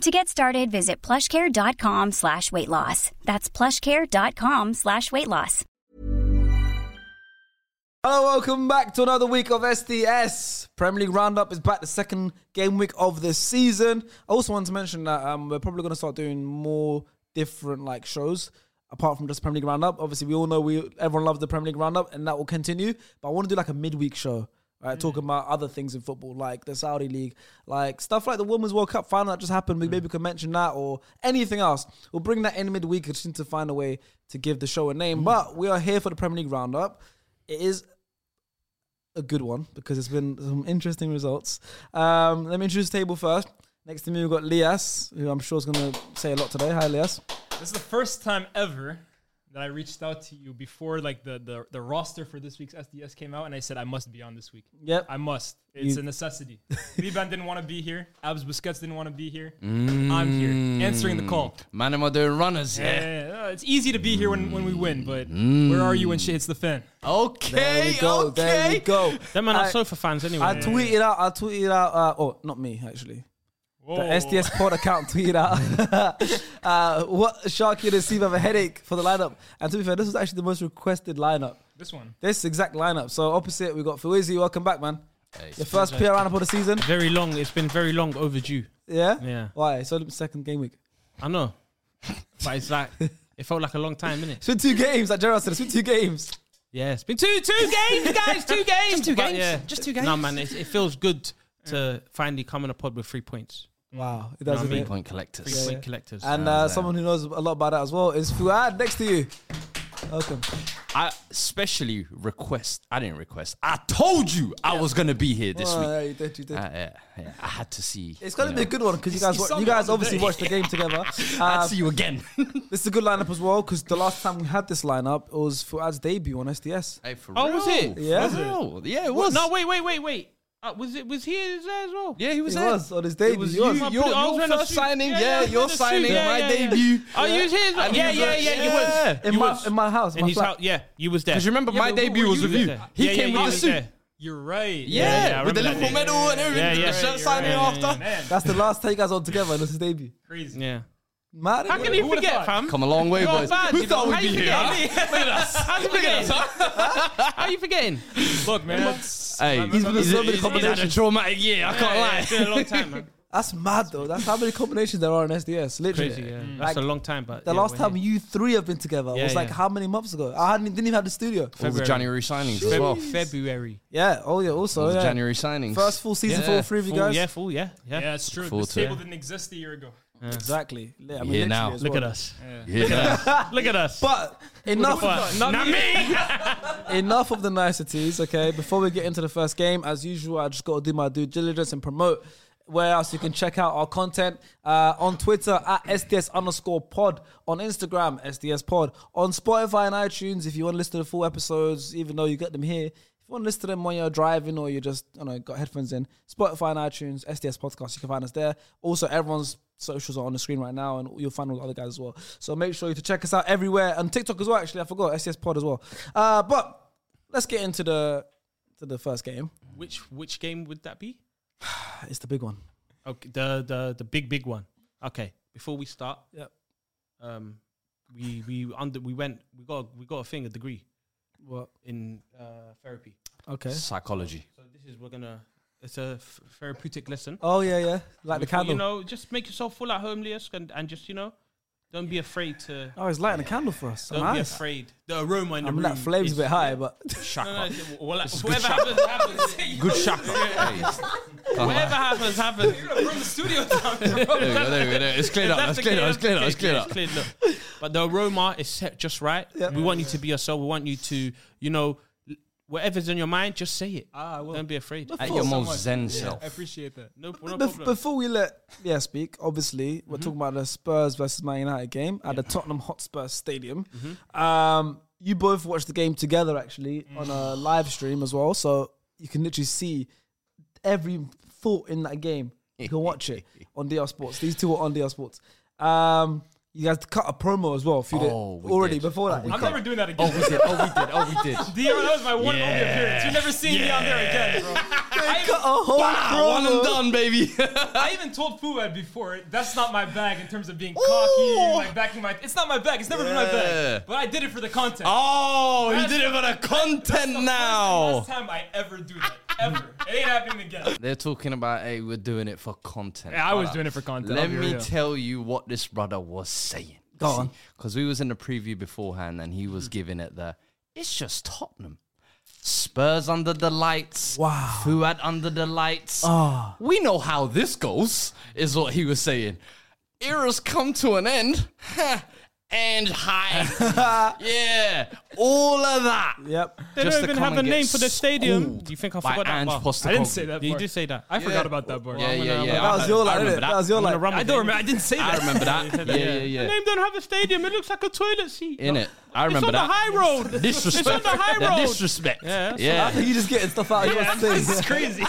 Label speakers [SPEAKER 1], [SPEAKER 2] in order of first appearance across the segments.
[SPEAKER 1] To get started, visit plushcare.com slash weight loss. That's plushcare.com slash weight loss.
[SPEAKER 2] Hello, welcome back to another week of SDS. Premier League Roundup is back, the second game week of the season. I also want to mention that um, we're probably going to start doing more different like shows apart from just Premier League Roundup. Obviously, we all know we everyone loves the Premier League Roundup, and that will continue. But I want to do like a midweek show. Right, talking about other things in football, like the Saudi League, like stuff like the Women's World Cup final that just happened. We maybe could mention that or anything else. We'll bring that in midweek. I just need to find a way to give the show a name. But we are here for the Premier League Roundup. It is a good one because it's been some interesting results. Um, let me introduce the table first. Next to me, we've got Lias, who I'm sure is going to say a lot today. Hi, Lias.
[SPEAKER 3] This is the first time ever that I reached out to you before like the, the, the roster for this week's SDS came out and I said I must be on this week.
[SPEAKER 2] Yep.
[SPEAKER 3] I must. It's
[SPEAKER 2] You-
[SPEAKER 3] a necessity. Liban didn't want to be here. Abs Busquets didn't want to be here.
[SPEAKER 4] Mm.
[SPEAKER 3] I'm here answering the call.
[SPEAKER 4] Man, am I doing Mm. runners
[SPEAKER 3] Yeah,
[SPEAKER 4] here?
[SPEAKER 3] yeah, yeah. Uh, it's easy to be here when, when we win, but
[SPEAKER 4] Mm.
[SPEAKER 3] where are you when shit hits the fan?
[SPEAKER 4] Okay,
[SPEAKER 2] There we go.
[SPEAKER 4] okay.
[SPEAKER 2] There we go.
[SPEAKER 5] Them are
[SPEAKER 2] I-
[SPEAKER 5] not sofa fans anyway.
[SPEAKER 2] I tweeted out. I tweeted out. Uh, oh, not me actually.
[SPEAKER 3] Whoa.
[SPEAKER 2] The SDS Pod account tweeted out uh, what Sharky and Steve have a headache for the lineup. And to be fair, this was actually the most requested lineup.
[SPEAKER 3] This one.
[SPEAKER 2] This exact lineup. So opposite, we got Fawzi. Welcome back, man.
[SPEAKER 4] Hey.
[SPEAKER 2] Your first PR lineup of the season.
[SPEAKER 5] very long. It's been very long overdue.
[SPEAKER 2] Yeah.
[SPEAKER 5] Yeah.
[SPEAKER 2] Why? It's only the second game week.
[SPEAKER 5] I know, but it's like it felt like a long time, innit?
[SPEAKER 2] It's been two games. Like Gerard said, it's been two games.
[SPEAKER 5] Yeah, it's been two two games, guys. Two games. Just two games. Yeah. Just two games. No, man, it, it feels good to finally come on a pod with three points,
[SPEAKER 2] Wow. It
[SPEAKER 5] I
[SPEAKER 2] doesn't.
[SPEAKER 5] mean?
[SPEAKER 2] it?
[SPEAKER 4] Three point
[SPEAKER 5] three
[SPEAKER 4] collectors.
[SPEAKER 5] point collectors.
[SPEAKER 2] And uh, someone who knows a lot about that as well is Fuad next to you. Welcome.
[SPEAKER 4] I specially request. I didn't request. I told you I was gonna be here this
[SPEAKER 2] Oh,
[SPEAKER 4] week. Uh,
[SPEAKER 2] yeah, you did, you did.
[SPEAKER 4] I, yeah, yeah, I had to see.
[SPEAKER 2] It's gonna
[SPEAKER 4] you
[SPEAKER 2] be a
[SPEAKER 4] know.
[SPEAKER 2] good one because you guys,
[SPEAKER 4] you
[SPEAKER 2] wa-
[SPEAKER 4] saw
[SPEAKER 2] you
[SPEAKER 4] me
[SPEAKER 2] guys
[SPEAKER 4] on the
[SPEAKER 2] obviously
[SPEAKER 4] day.
[SPEAKER 2] watched the game together.
[SPEAKER 4] I
[SPEAKER 2] Uh,
[SPEAKER 4] had to see you again.
[SPEAKER 2] this is a good lineup as well because the last time we had this lineup, it was Fuad's debut on SDS.
[SPEAKER 4] hey, for
[SPEAKER 5] Oh, was it?
[SPEAKER 4] For
[SPEAKER 2] Yeah.
[SPEAKER 4] real. Yeah, it was.
[SPEAKER 5] No, wait, wait, wait, wait. Uh, was it? Was he there as well?
[SPEAKER 4] Yeah, he
[SPEAKER 2] It
[SPEAKER 4] was there.
[SPEAKER 2] was on his debut.
[SPEAKER 4] was
[SPEAKER 2] he was.
[SPEAKER 4] you.
[SPEAKER 5] I
[SPEAKER 4] your-
[SPEAKER 5] put it- I
[SPEAKER 4] your
[SPEAKER 5] was wearing a
[SPEAKER 4] first
[SPEAKER 5] suit.
[SPEAKER 4] signing, yeah,
[SPEAKER 5] I was
[SPEAKER 4] your
[SPEAKER 5] wearing a suit.
[SPEAKER 4] signing, my debut.
[SPEAKER 5] Oh, you was here. as well?
[SPEAKER 4] And he
[SPEAKER 5] Yeah,
[SPEAKER 4] was
[SPEAKER 5] yeah,
[SPEAKER 4] like,
[SPEAKER 5] yeah. You
[SPEAKER 4] yeah.
[SPEAKER 5] was.
[SPEAKER 2] in
[SPEAKER 5] you
[SPEAKER 2] my
[SPEAKER 5] was.
[SPEAKER 2] in my house.
[SPEAKER 5] In
[SPEAKER 2] my
[SPEAKER 5] his
[SPEAKER 2] flat.
[SPEAKER 5] house. Yeah, you was there.
[SPEAKER 4] Because remember, my debut was with you.
[SPEAKER 5] there.
[SPEAKER 4] He
[SPEAKER 5] Yeah, yeah,
[SPEAKER 4] came
[SPEAKER 5] I
[SPEAKER 4] with the
[SPEAKER 5] was
[SPEAKER 4] suit.
[SPEAKER 5] there.
[SPEAKER 3] You're right.
[SPEAKER 4] Yeah,
[SPEAKER 5] Yeah, yeah, I
[SPEAKER 4] with the
[SPEAKER 5] remember
[SPEAKER 4] Liverpool
[SPEAKER 5] that day.
[SPEAKER 4] medal and everything.
[SPEAKER 5] Yeah,
[SPEAKER 4] the
[SPEAKER 5] yeah, yeah,
[SPEAKER 4] shirt
[SPEAKER 5] yeah,
[SPEAKER 4] signing
[SPEAKER 5] yeah,
[SPEAKER 4] after.
[SPEAKER 5] yeah,
[SPEAKER 3] Man,
[SPEAKER 2] That's the last time you guys were on together. and It's his debut.
[SPEAKER 3] crazy.
[SPEAKER 5] Yeah.
[SPEAKER 2] Mad.
[SPEAKER 5] How
[SPEAKER 2] isn't
[SPEAKER 5] can
[SPEAKER 2] it?
[SPEAKER 5] you
[SPEAKER 3] Who would've
[SPEAKER 5] forget,
[SPEAKER 3] thought?
[SPEAKER 5] fam?
[SPEAKER 4] Come a long way,
[SPEAKER 5] You are
[SPEAKER 4] boys.
[SPEAKER 5] bad,
[SPEAKER 4] Who
[SPEAKER 5] you know.
[SPEAKER 4] thought we'd
[SPEAKER 5] How
[SPEAKER 4] be
[SPEAKER 5] you
[SPEAKER 4] here?
[SPEAKER 5] forgetting?
[SPEAKER 4] huh?
[SPEAKER 5] Look at us. How's he forgetting? How are you forgetting?
[SPEAKER 3] Look, man.
[SPEAKER 4] Hey,
[SPEAKER 2] He's been a so many
[SPEAKER 4] had a
[SPEAKER 2] combinations.
[SPEAKER 4] traumatic year. I can't lie.
[SPEAKER 5] It's been a long time, man.
[SPEAKER 2] That's mad though. That's how many combinations there are on SDS. Literally.
[SPEAKER 5] Crazy, yeah.
[SPEAKER 2] Like,
[SPEAKER 5] That's a long time, but
[SPEAKER 2] The
[SPEAKER 5] yeah,
[SPEAKER 2] last
[SPEAKER 5] we're
[SPEAKER 2] time
[SPEAKER 5] here.
[SPEAKER 2] you three have been together
[SPEAKER 5] Yeah,
[SPEAKER 2] was like
[SPEAKER 5] yeah.
[SPEAKER 2] how many months ago? I hadn't, didn't even have the studio.
[SPEAKER 4] All the
[SPEAKER 5] February.
[SPEAKER 4] January signings as
[SPEAKER 5] Feb-
[SPEAKER 2] Oh,
[SPEAKER 4] well.
[SPEAKER 5] February.
[SPEAKER 2] Yeah. Oh yeah. Also.
[SPEAKER 4] All the
[SPEAKER 2] Yeah.
[SPEAKER 4] January signings.
[SPEAKER 2] First full season
[SPEAKER 4] Yeah.
[SPEAKER 2] for all three of you
[SPEAKER 5] Full,
[SPEAKER 2] guys.
[SPEAKER 5] yeah, full, yeah, yeah.
[SPEAKER 3] Yeah, it's true.
[SPEAKER 4] Full
[SPEAKER 3] This
[SPEAKER 4] to-
[SPEAKER 3] table didn't exist a year ago.
[SPEAKER 2] Exactly. Yeah, I mean,
[SPEAKER 4] Here
[SPEAKER 2] literally
[SPEAKER 4] now.
[SPEAKER 2] as
[SPEAKER 5] Look
[SPEAKER 2] well.
[SPEAKER 5] at us.
[SPEAKER 4] Yeah.
[SPEAKER 5] Look at us.
[SPEAKER 2] But enough.
[SPEAKER 5] But not me.
[SPEAKER 2] enough of the niceties, okay? Before we get into the first game, as usual, I just got to do my due diligence and promote where else you can check out our content uh, on Twitter at SDS underscore pod, on Instagram, SDS pod, on Spotify and iTunes if you want to listen to the full episodes, even though you get them here. If you want to listen to them when you're driving or you just, you know, got headphones in, Spotify and iTunes, SDS podcast, you can find us there. Also, everyone's socials are on the screen right now and you'll find all the other guys as well. So make sure you to check us out everywhere and TikTok as well, actually. I forgot, SDS pod as well. Uh, but let's get into the to the first game.
[SPEAKER 5] Which which game would that be?
[SPEAKER 2] It's the big one.
[SPEAKER 5] Okay, the the the big big one. Okay, before we start,
[SPEAKER 2] Yep.
[SPEAKER 5] um, we we under we went we got we got a thing a degree
[SPEAKER 2] What?
[SPEAKER 5] in uh, therapy.
[SPEAKER 2] Okay.
[SPEAKER 4] Psychology.
[SPEAKER 5] So this is we're gonna it's a f- therapeutic lesson.
[SPEAKER 2] Oh yeah, yeah. Like the
[SPEAKER 5] Before,
[SPEAKER 2] candle.
[SPEAKER 5] You know, just make yourself full at home, Leos, and, and just you know, don't be afraid to.
[SPEAKER 2] oh, he's lighting a candle for us.
[SPEAKER 5] Don't be
[SPEAKER 2] Nice.
[SPEAKER 5] afraid. The aroma in the
[SPEAKER 2] I mean,
[SPEAKER 5] room.
[SPEAKER 2] that flame's a
[SPEAKER 5] is-
[SPEAKER 2] bit high, but
[SPEAKER 5] No, no, it's- well, like,
[SPEAKER 4] good
[SPEAKER 5] whatever happens, happens.
[SPEAKER 4] Good shaka.
[SPEAKER 5] whatever happens, happens.
[SPEAKER 3] From the studio down
[SPEAKER 4] There we go, there we go, there we go. It's cleared up. now, It's cleared up. It's cleared up. It's cleared up.
[SPEAKER 5] It's cleared up. But the aroma is set just right. We want you to be yourself. We want you to, you know, l- whatever's in your mind, just say it.
[SPEAKER 3] Ah, I will.
[SPEAKER 5] Don't be afraid.
[SPEAKER 4] At your
[SPEAKER 3] so
[SPEAKER 4] most
[SPEAKER 3] much.
[SPEAKER 4] zen
[SPEAKER 3] I
[SPEAKER 4] self.
[SPEAKER 3] appreciate that.
[SPEAKER 5] No, no
[SPEAKER 2] Bef-
[SPEAKER 5] problem.
[SPEAKER 2] before we let yeah speak, obviously
[SPEAKER 4] Mm-hmm. Mm-hmm.
[SPEAKER 2] we're talking about the Spurs versus Man United game at the Tottenham Hotspur Stadium. Um, you both watched the game together actually
[SPEAKER 4] Mm.
[SPEAKER 2] on a live stream as well, so you can literally see every thought in that game. You can watch it on DR Sports. These two are on DR Sports. Um, you guys cut a promo as well. If you
[SPEAKER 4] Oh,
[SPEAKER 2] did
[SPEAKER 4] we
[SPEAKER 2] already
[SPEAKER 4] did.
[SPEAKER 2] before
[SPEAKER 4] Oh,
[SPEAKER 2] that,
[SPEAKER 4] we
[SPEAKER 2] You
[SPEAKER 3] I'm
[SPEAKER 2] cut-
[SPEAKER 3] never doing that again.
[SPEAKER 4] Oh, we did. Oh, we did. Oh, we did.
[SPEAKER 3] Dion, that was my one only
[SPEAKER 4] Yeah.
[SPEAKER 3] appearance. You're never seeing me on there again, bro. I,
[SPEAKER 2] cut a whole
[SPEAKER 4] Wow, one
[SPEAKER 2] promo.
[SPEAKER 4] and done, baby.
[SPEAKER 3] I even told Fuad before, that's not my bag in terms of being cocky, like backing my. It's not my bag. It's never been my
[SPEAKER 4] Yeah.
[SPEAKER 3] bag. But I did it for the content.
[SPEAKER 4] oh,
[SPEAKER 3] That's-
[SPEAKER 4] he did it for the
[SPEAKER 3] That's the
[SPEAKER 4] content
[SPEAKER 3] first and
[SPEAKER 4] now.
[SPEAKER 3] Last time I ever do that. Ever. It ain't happening again.
[SPEAKER 4] They're talking about, hey, we're doing it for content.
[SPEAKER 3] Yeah, I was
[SPEAKER 4] brother.
[SPEAKER 3] doing it for content, I'll
[SPEAKER 4] Let
[SPEAKER 3] be
[SPEAKER 4] me
[SPEAKER 3] real.
[SPEAKER 4] tell you what this brother was saying. Go on. Hmm. Because we was in the preview beforehand and he was giving it the, it's just Tottenham. Spurs under the lights.
[SPEAKER 2] Wow.
[SPEAKER 4] Fuad under the lights. We know how this goes, is what he was saying. Era's come to an end. and high. yeah. All of that.
[SPEAKER 2] Yep.
[SPEAKER 5] They
[SPEAKER 4] Just to
[SPEAKER 5] don't even
[SPEAKER 4] come
[SPEAKER 5] have a
[SPEAKER 4] and get
[SPEAKER 5] name for the stadium.
[SPEAKER 4] schooled
[SPEAKER 5] Do you think I
[SPEAKER 4] by
[SPEAKER 5] forgot that
[SPEAKER 4] Ange
[SPEAKER 5] part?
[SPEAKER 4] Postecoglou.
[SPEAKER 3] I didn't say that.
[SPEAKER 5] You
[SPEAKER 3] part.
[SPEAKER 5] did say that.
[SPEAKER 3] I forgot about that bar.
[SPEAKER 4] Yeah, yeah, yeah.
[SPEAKER 2] That was your
[SPEAKER 4] I
[SPEAKER 2] line,
[SPEAKER 4] remember
[SPEAKER 2] innit? That was your
[SPEAKER 5] I'm gonna
[SPEAKER 2] line.
[SPEAKER 5] run with
[SPEAKER 3] I
[SPEAKER 5] it.
[SPEAKER 3] don't remember. I didn't say
[SPEAKER 4] I
[SPEAKER 3] that.
[SPEAKER 4] remember that. Yeah, yeah,
[SPEAKER 5] The
[SPEAKER 4] yeah.
[SPEAKER 5] name don't have a stadium. It looks like a toilet seat.
[SPEAKER 4] In it, I
[SPEAKER 5] It's
[SPEAKER 4] remember
[SPEAKER 5] on the
[SPEAKER 4] that.
[SPEAKER 5] high road.
[SPEAKER 4] Disrespect.
[SPEAKER 5] It's on the high
[SPEAKER 4] That
[SPEAKER 5] road.
[SPEAKER 4] disrespect.
[SPEAKER 5] Yeah,
[SPEAKER 4] Yeah.
[SPEAKER 2] You just getting stuff out of your
[SPEAKER 3] This is
[SPEAKER 2] face.
[SPEAKER 3] crazy.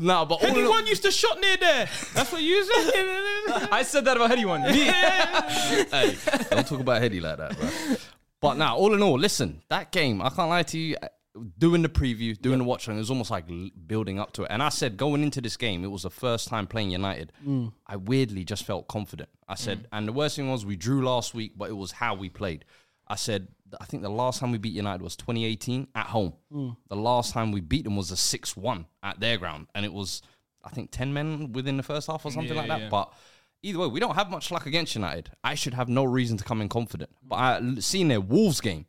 [SPEAKER 4] No, but all in all,
[SPEAKER 5] Anyone used to shot near there. That's what you said.
[SPEAKER 3] I said that about Heady one. day.
[SPEAKER 4] hey, don't talk about Heady like that, bro. But now, all in all, listen, that game, I can't lie to you. uh, Doing the preview, doing the watch along, it was almost like l- building up to it. And I said, going into this game, it was the first time playing United. I weirdly just felt confident. I said, and the worst thing was we drew last week, but it was how we played. I said, I think the last time we beat United was 2018 at home. The last time we beat them was a 6 1 at their ground. And it was, I think, 10 men within the first half or something like that. But Either way, we don't have much luck against United. I should have no reason to come in confident. But I, seeing their Wolves game,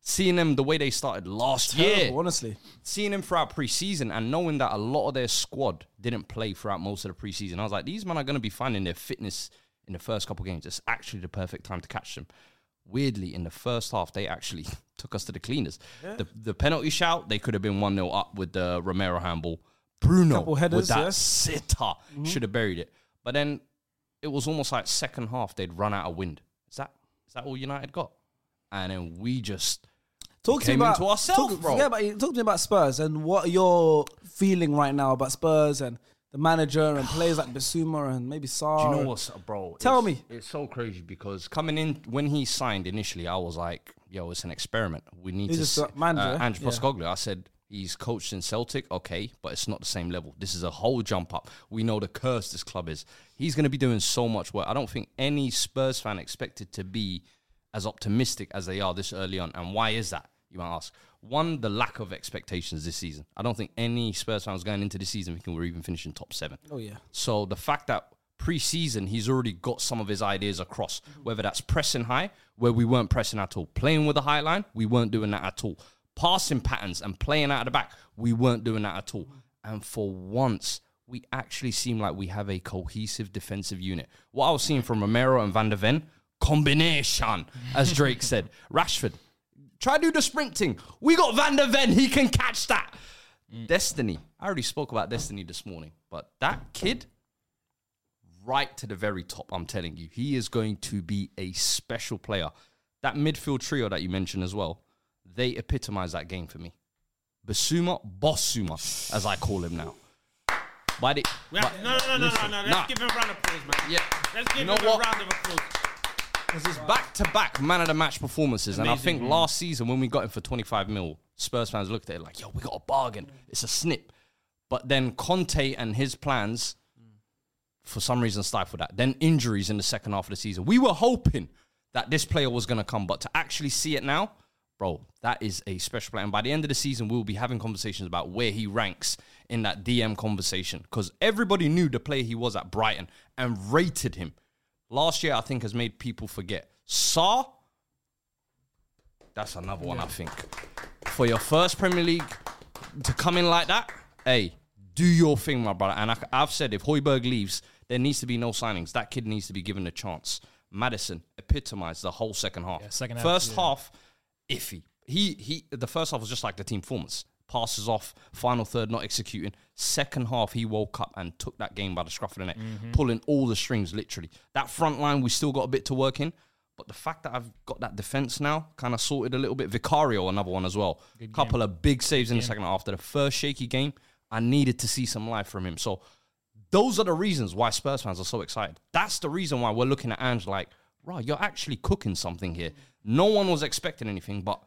[SPEAKER 4] seeing them the way they started last year,
[SPEAKER 2] Terrible, Oh, honestly.
[SPEAKER 4] seeing them throughout preseason, and knowing that a lot of their squad didn't play throughout most of the preseason, I was like, these men are going to be finding their fitness in the first couple games. It's actually the perfect time to catch them. Weirdly, in the first half, they actually took us to the cleaners. The, the penalty shout, they could have been 1 0 up with the Romero handball. Bruno
[SPEAKER 2] Couple headers, Mm-hmm.
[SPEAKER 4] with that
[SPEAKER 2] yes.
[SPEAKER 4] sitter should have buried it. But then it was almost like second half they'd run out of wind. Is that is that all United got? And then we just
[SPEAKER 2] Talk to me
[SPEAKER 4] came
[SPEAKER 2] about
[SPEAKER 4] into ourselves,
[SPEAKER 2] talk,
[SPEAKER 4] bro.
[SPEAKER 2] Yeah, but talk to me about Spurs and what you're feeling right now about Spurs and the manager and players like Basuma and maybe Saar.
[SPEAKER 4] Do you know what's bro?
[SPEAKER 2] Tell
[SPEAKER 4] it's-
[SPEAKER 2] me.
[SPEAKER 4] It's so crazy because coming in when he signed initially, I was like, "Yo, it's an experiment. We need
[SPEAKER 2] He's
[SPEAKER 4] to."
[SPEAKER 2] just
[SPEAKER 4] s-
[SPEAKER 2] a manager,
[SPEAKER 4] uh, Ange
[SPEAKER 2] yeah.
[SPEAKER 4] Postecoglou. I said he's coached in Celtic, okay, but it's not the same level. This is a whole jump up. We know the curse this club is. He's going to be doing so much work. I don't think any Spurs fan expected to be as optimistic as they are this early on. And why is that? You might ask. One, the lack of expectations this season. I don't think any Spurs fan was going into this season thinking we're even finishing top seven.
[SPEAKER 2] Oh yeah.
[SPEAKER 4] So the fact that preseason he's already got some of his ideas across, whether that's pressing high, where we weren't pressing at all, playing with a high line, we weren't doing that at all, passing patterns and playing out of the back, we weren't doing that at all. And for once, we actually seem like we have a cohesive defensive unit. What I was seeing from Romero and Van der Ven, combination, as Drake said. Rashford, try do the sprinting. We got Van der Ven, he can catch that. Destiny. I already spoke about Destiny this morning, but that kid, right to the very top, I'm telling you, he is going to be a special player. That midfield trio that you mentioned as well, they epitomize that game for me. Basuma, Bossuma, as I call him now. By the,
[SPEAKER 5] No,
[SPEAKER 4] but-
[SPEAKER 5] no, no, no, no,
[SPEAKER 4] listen,
[SPEAKER 5] no.
[SPEAKER 4] nah,
[SPEAKER 5] Let's give him a round of applause, man.
[SPEAKER 4] yeah.
[SPEAKER 5] Let's give
[SPEAKER 4] you know
[SPEAKER 5] him
[SPEAKER 4] what?
[SPEAKER 5] a round of applause.
[SPEAKER 4] Because it's back to back man of the match performances. And I think last season when we got him for 25 mil, Spurs fans looked at it like, yo, we got a bargain. It's a snip. But then Conte and his plans, for some reason, stifled that. Then injuries in the second half of the season. We were hoping that this player was going to come, but to actually see it now, bro, that is a special player. And by the end of the season, we'll be having conversations about where he ranks in that DM conversation because everybody knew the player he was at Brighton and rated him last year I think has made people forget. Saw. That's another one I think. For your first Premier League to come in like that, hey, do your thing, my brother. And I, have said if Hoiberg leaves, there needs to be no signings. That kid needs to be given a chance. Madison epitomized the whole second half.
[SPEAKER 3] second half,
[SPEAKER 4] first
[SPEAKER 3] yeah.
[SPEAKER 4] half, iffy. He he. The first half was just like the team performance. Passes off, final third not executing. Second half, he woke up and took
[SPEAKER 3] Mm-hmm.
[SPEAKER 4] that game by the scruff of the neck, pulling all the strings literally. That front line, we still got a bit to work in, But the fact that I've got that defense now kind of sorted a little bit. Vicario, another one as well. Couple of big saves in the second half. After the first shaky game, I needed to see some life from him. So those are the reasons why Spurs fans are so excited. That's the reason why we're looking at Ange like, right, you're actually cooking something here. No one was expecting anything, but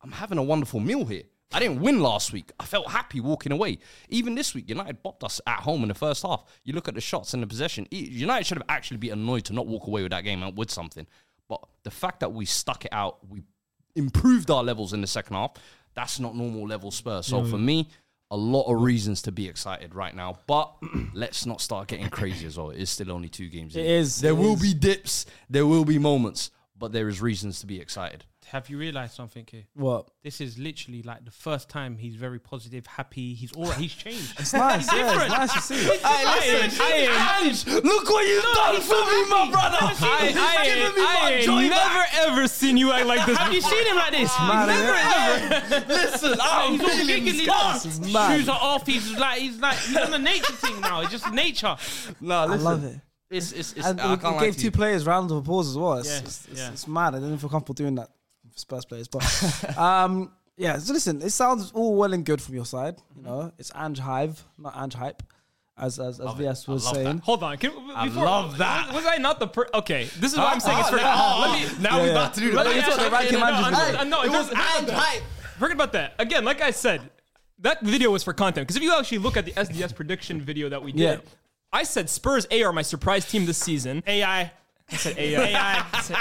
[SPEAKER 4] I'm having a wonderful meal here. I didn't win last week. I felt happy walking away. Even this week, United bopped us at home in the first half. You look at the shots and the possession. E- United should have actually been annoyed to not walk away with that game and with something. But the fact that we stuck it out, we improved our levels in the second half. That's not normal level Spurs. So for me, a lot of reasons to be excited right now. But let's not start getting crazy as well. It is still only two games. It
[SPEAKER 2] is,
[SPEAKER 4] There
[SPEAKER 2] it
[SPEAKER 4] will
[SPEAKER 2] is.
[SPEAKER 4] be dips. There will be moments. But there is reasons to be excited.
[SPEAKER 5] Have you realised something here?
[SPEAKER 2] What?
[SPEAKER 5] This is literally like the first time he's very positive, happy. He's all right. He's changed.
[SPEAKER 2] It's nice. yeah, it's nice to see. it.
[SPEAKER 4] Hey, listen, Ange, look what you've done for me, my brother.
[SPEAKER 5] I-
[SPEAKER 4] You've
[SPEAKER 5] I-
[SPEAKER 4] given me
[SPEAKER 5] I
[SPEAKER 4] my
[SPEAKER 5] ain't
[SPEAKER 4] joy
[SPEAKER 5] never
[SPEAKER 4] back.
[SPEAKER 3] Ever seen you act like this?
[SPEAKER 5] Have you seen him like this?
[SPEAKER 2] Man,
[SPEAKER 5] Never,
[SPEAKER 2] yeah.
[SPEAKER 5] ever. oh,
[SPEAKER 4] Listen, I'm
[SPEAKER 5] He's all
[SPEAKER 4] feeling
[SPEAKER 5] giggly.
[SPEAKER 4] scarred.
[SPEAKER 5] His
[SPEAKER 2] mad.
[SPEAKER 5] Shoes are off. He's like, he's like, he's on the nature thing now. It's just nature.
[SPEAKER 4] No,
[SPEAKER 2] I
[SPEAKER 4] listen.
[SPEAKER 2] love it.
[SPEAKER 4] It's, it's, it's,
[SPEAKER 2] And
[SPEAKER 4] I
[SPEAKER 2] we,
[SPEAKER 4] can't
[SPEAKER 2] we
[SPEAKER 4] lie
[SPEAKER 2] gave
[SPEAKER 4] to
[SPEAKER 2] two
[SPEAKER 4] you.
[SPEAKER 2] players rounds of applause as well. It's,
[SPEAKER 5] Yeah,
[SPEAKER 2] it's, it's,
[SPEAKER 5] yeah.
[SPEAKER 2] it's mad. I didn't feel comfortable doing that for Spurs players. But um, yeah, so listen, it sounds all well and good from your side. You
[SPEAKER 4] Mm-hmm.
[SPEAKER 2] know, it's Ange Hive, not Ange Hype, as as, as
[SPEAKER 4] it.
[SPEAKER 2] VS
[SPEAKER 4] I
[SPEAKER 2] was
[SPEAKER 4] love that.
[SPEAKER 2] saying.
[SPEAKER 3] Hold on. Can,
[SPEAKER 4] I
[SPEAKER 3] before,
[SPEAKER 4] love that.
[SPEAKER 3] Was I not the per- okay? This is what I'm saying. It's for oh, let me,
[SPEAKER 4] now
[SPEAKER 2] Yeah,
[SPEAKER 4] we're
[SPEAKER 2] yeah.
[SPEAKER 4] about to do
[SPEAKER 2] Let
[SPEAKER 4] that.
[SPEAKER 2] me
[SPEAKER 4] It's
[SPEAKER 2] talk
[SPEAKER 4] okay,
[SPEAKER 2] to Rankin
[SPEAKER 4] no, no,
[SPEAKER 2] Manders
[SPEAKER 4] I'm
[SPEAKER 2] with
[SPEAKER 4] not-
[SPEAKER 2] it.
[SPEAKER 4] I'm
[SPEAKER 3] No,
[SPEAKER 4] not-
[SPEAKER 3] it doesn't-
[SPEAKER 4] and hype.
[SPEAKER 3] Forget about that. Again, like I said, that video was for content. Because if you actually look at the SDS prediction video that we did,
[SPEAKER 2] Yeah.
[SPEAKER 3] I said Spurs A are my surprise team this season. AI. I said AI. AI. I said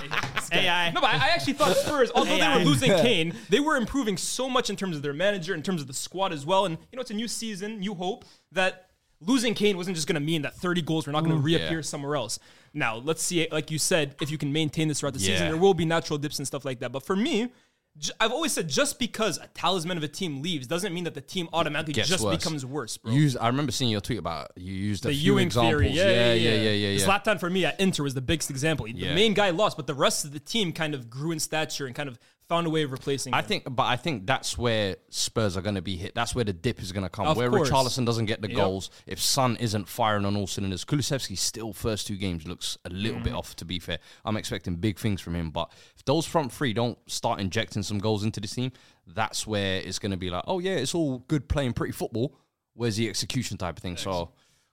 [SPEAKER 3] AI. No, but I, I actually thought Spurs, although they were losing Kane, they were improving so much in terms of their manager, in terms of the squad as well. And, you know, it's a new season, new hope that losing Kane wasn't just going to mean that 30 goals were not going to reappear somewhere else. Now, let's see, like you said, if you can maintain this throughout the season,
[SPEAKER 4] Yeah.
[SPEAKER 3] there will be natural dips and stuff like that. But for me, j- I've always said just because a talisman of a team leaves doesn't mean that the team automatically
[SPEAKER 4] Gets
[SPEAKER 3] just
[SPEAKER 4] worse.
[SPEAKER 3] becomes worse, bro.
[SPEAKER 4] Use, I remember seeing your tweet about it. you used a
[SPEAKER 3] the
[SPEAKER 4] few
[SPEAKER 3] Ewing
[SPEAKER 4] examples.
[SPEAKER 3] theory, yeah, yeah, yeah,
[SPEAKER 4] yeah, yeah, yeah.
[SPEAKER 3] Zlatan for me at Inter was the biggest example. The
[SPEAKER 4] Yeah.
[SPEAKER 3] main guy lost, but the rest of the team kind of grew in stature and kind of found a way of replacing.
[SPEAKER 4] I
[SPEAKER 3] him.
[SPEAKER 4] think, but I think that's where Spurs are going to be hit. That's where the dip is going to come.
[SPEAKER 3] Of
[SPEAKER 4] where
[SPEAKER 3] course.
[SPEAKER 4] Richarlison doesn't get the goals, if Sun isn't firing on all cylinders, Kulusevski still first two games looks a little bit off. To be fair, I'm expecting big things from him. But if those front three don't start injecting some goals into this team, that's where it's going to be like, oh yeah, it's all good playing pretty football. Where's the execution type of thing? So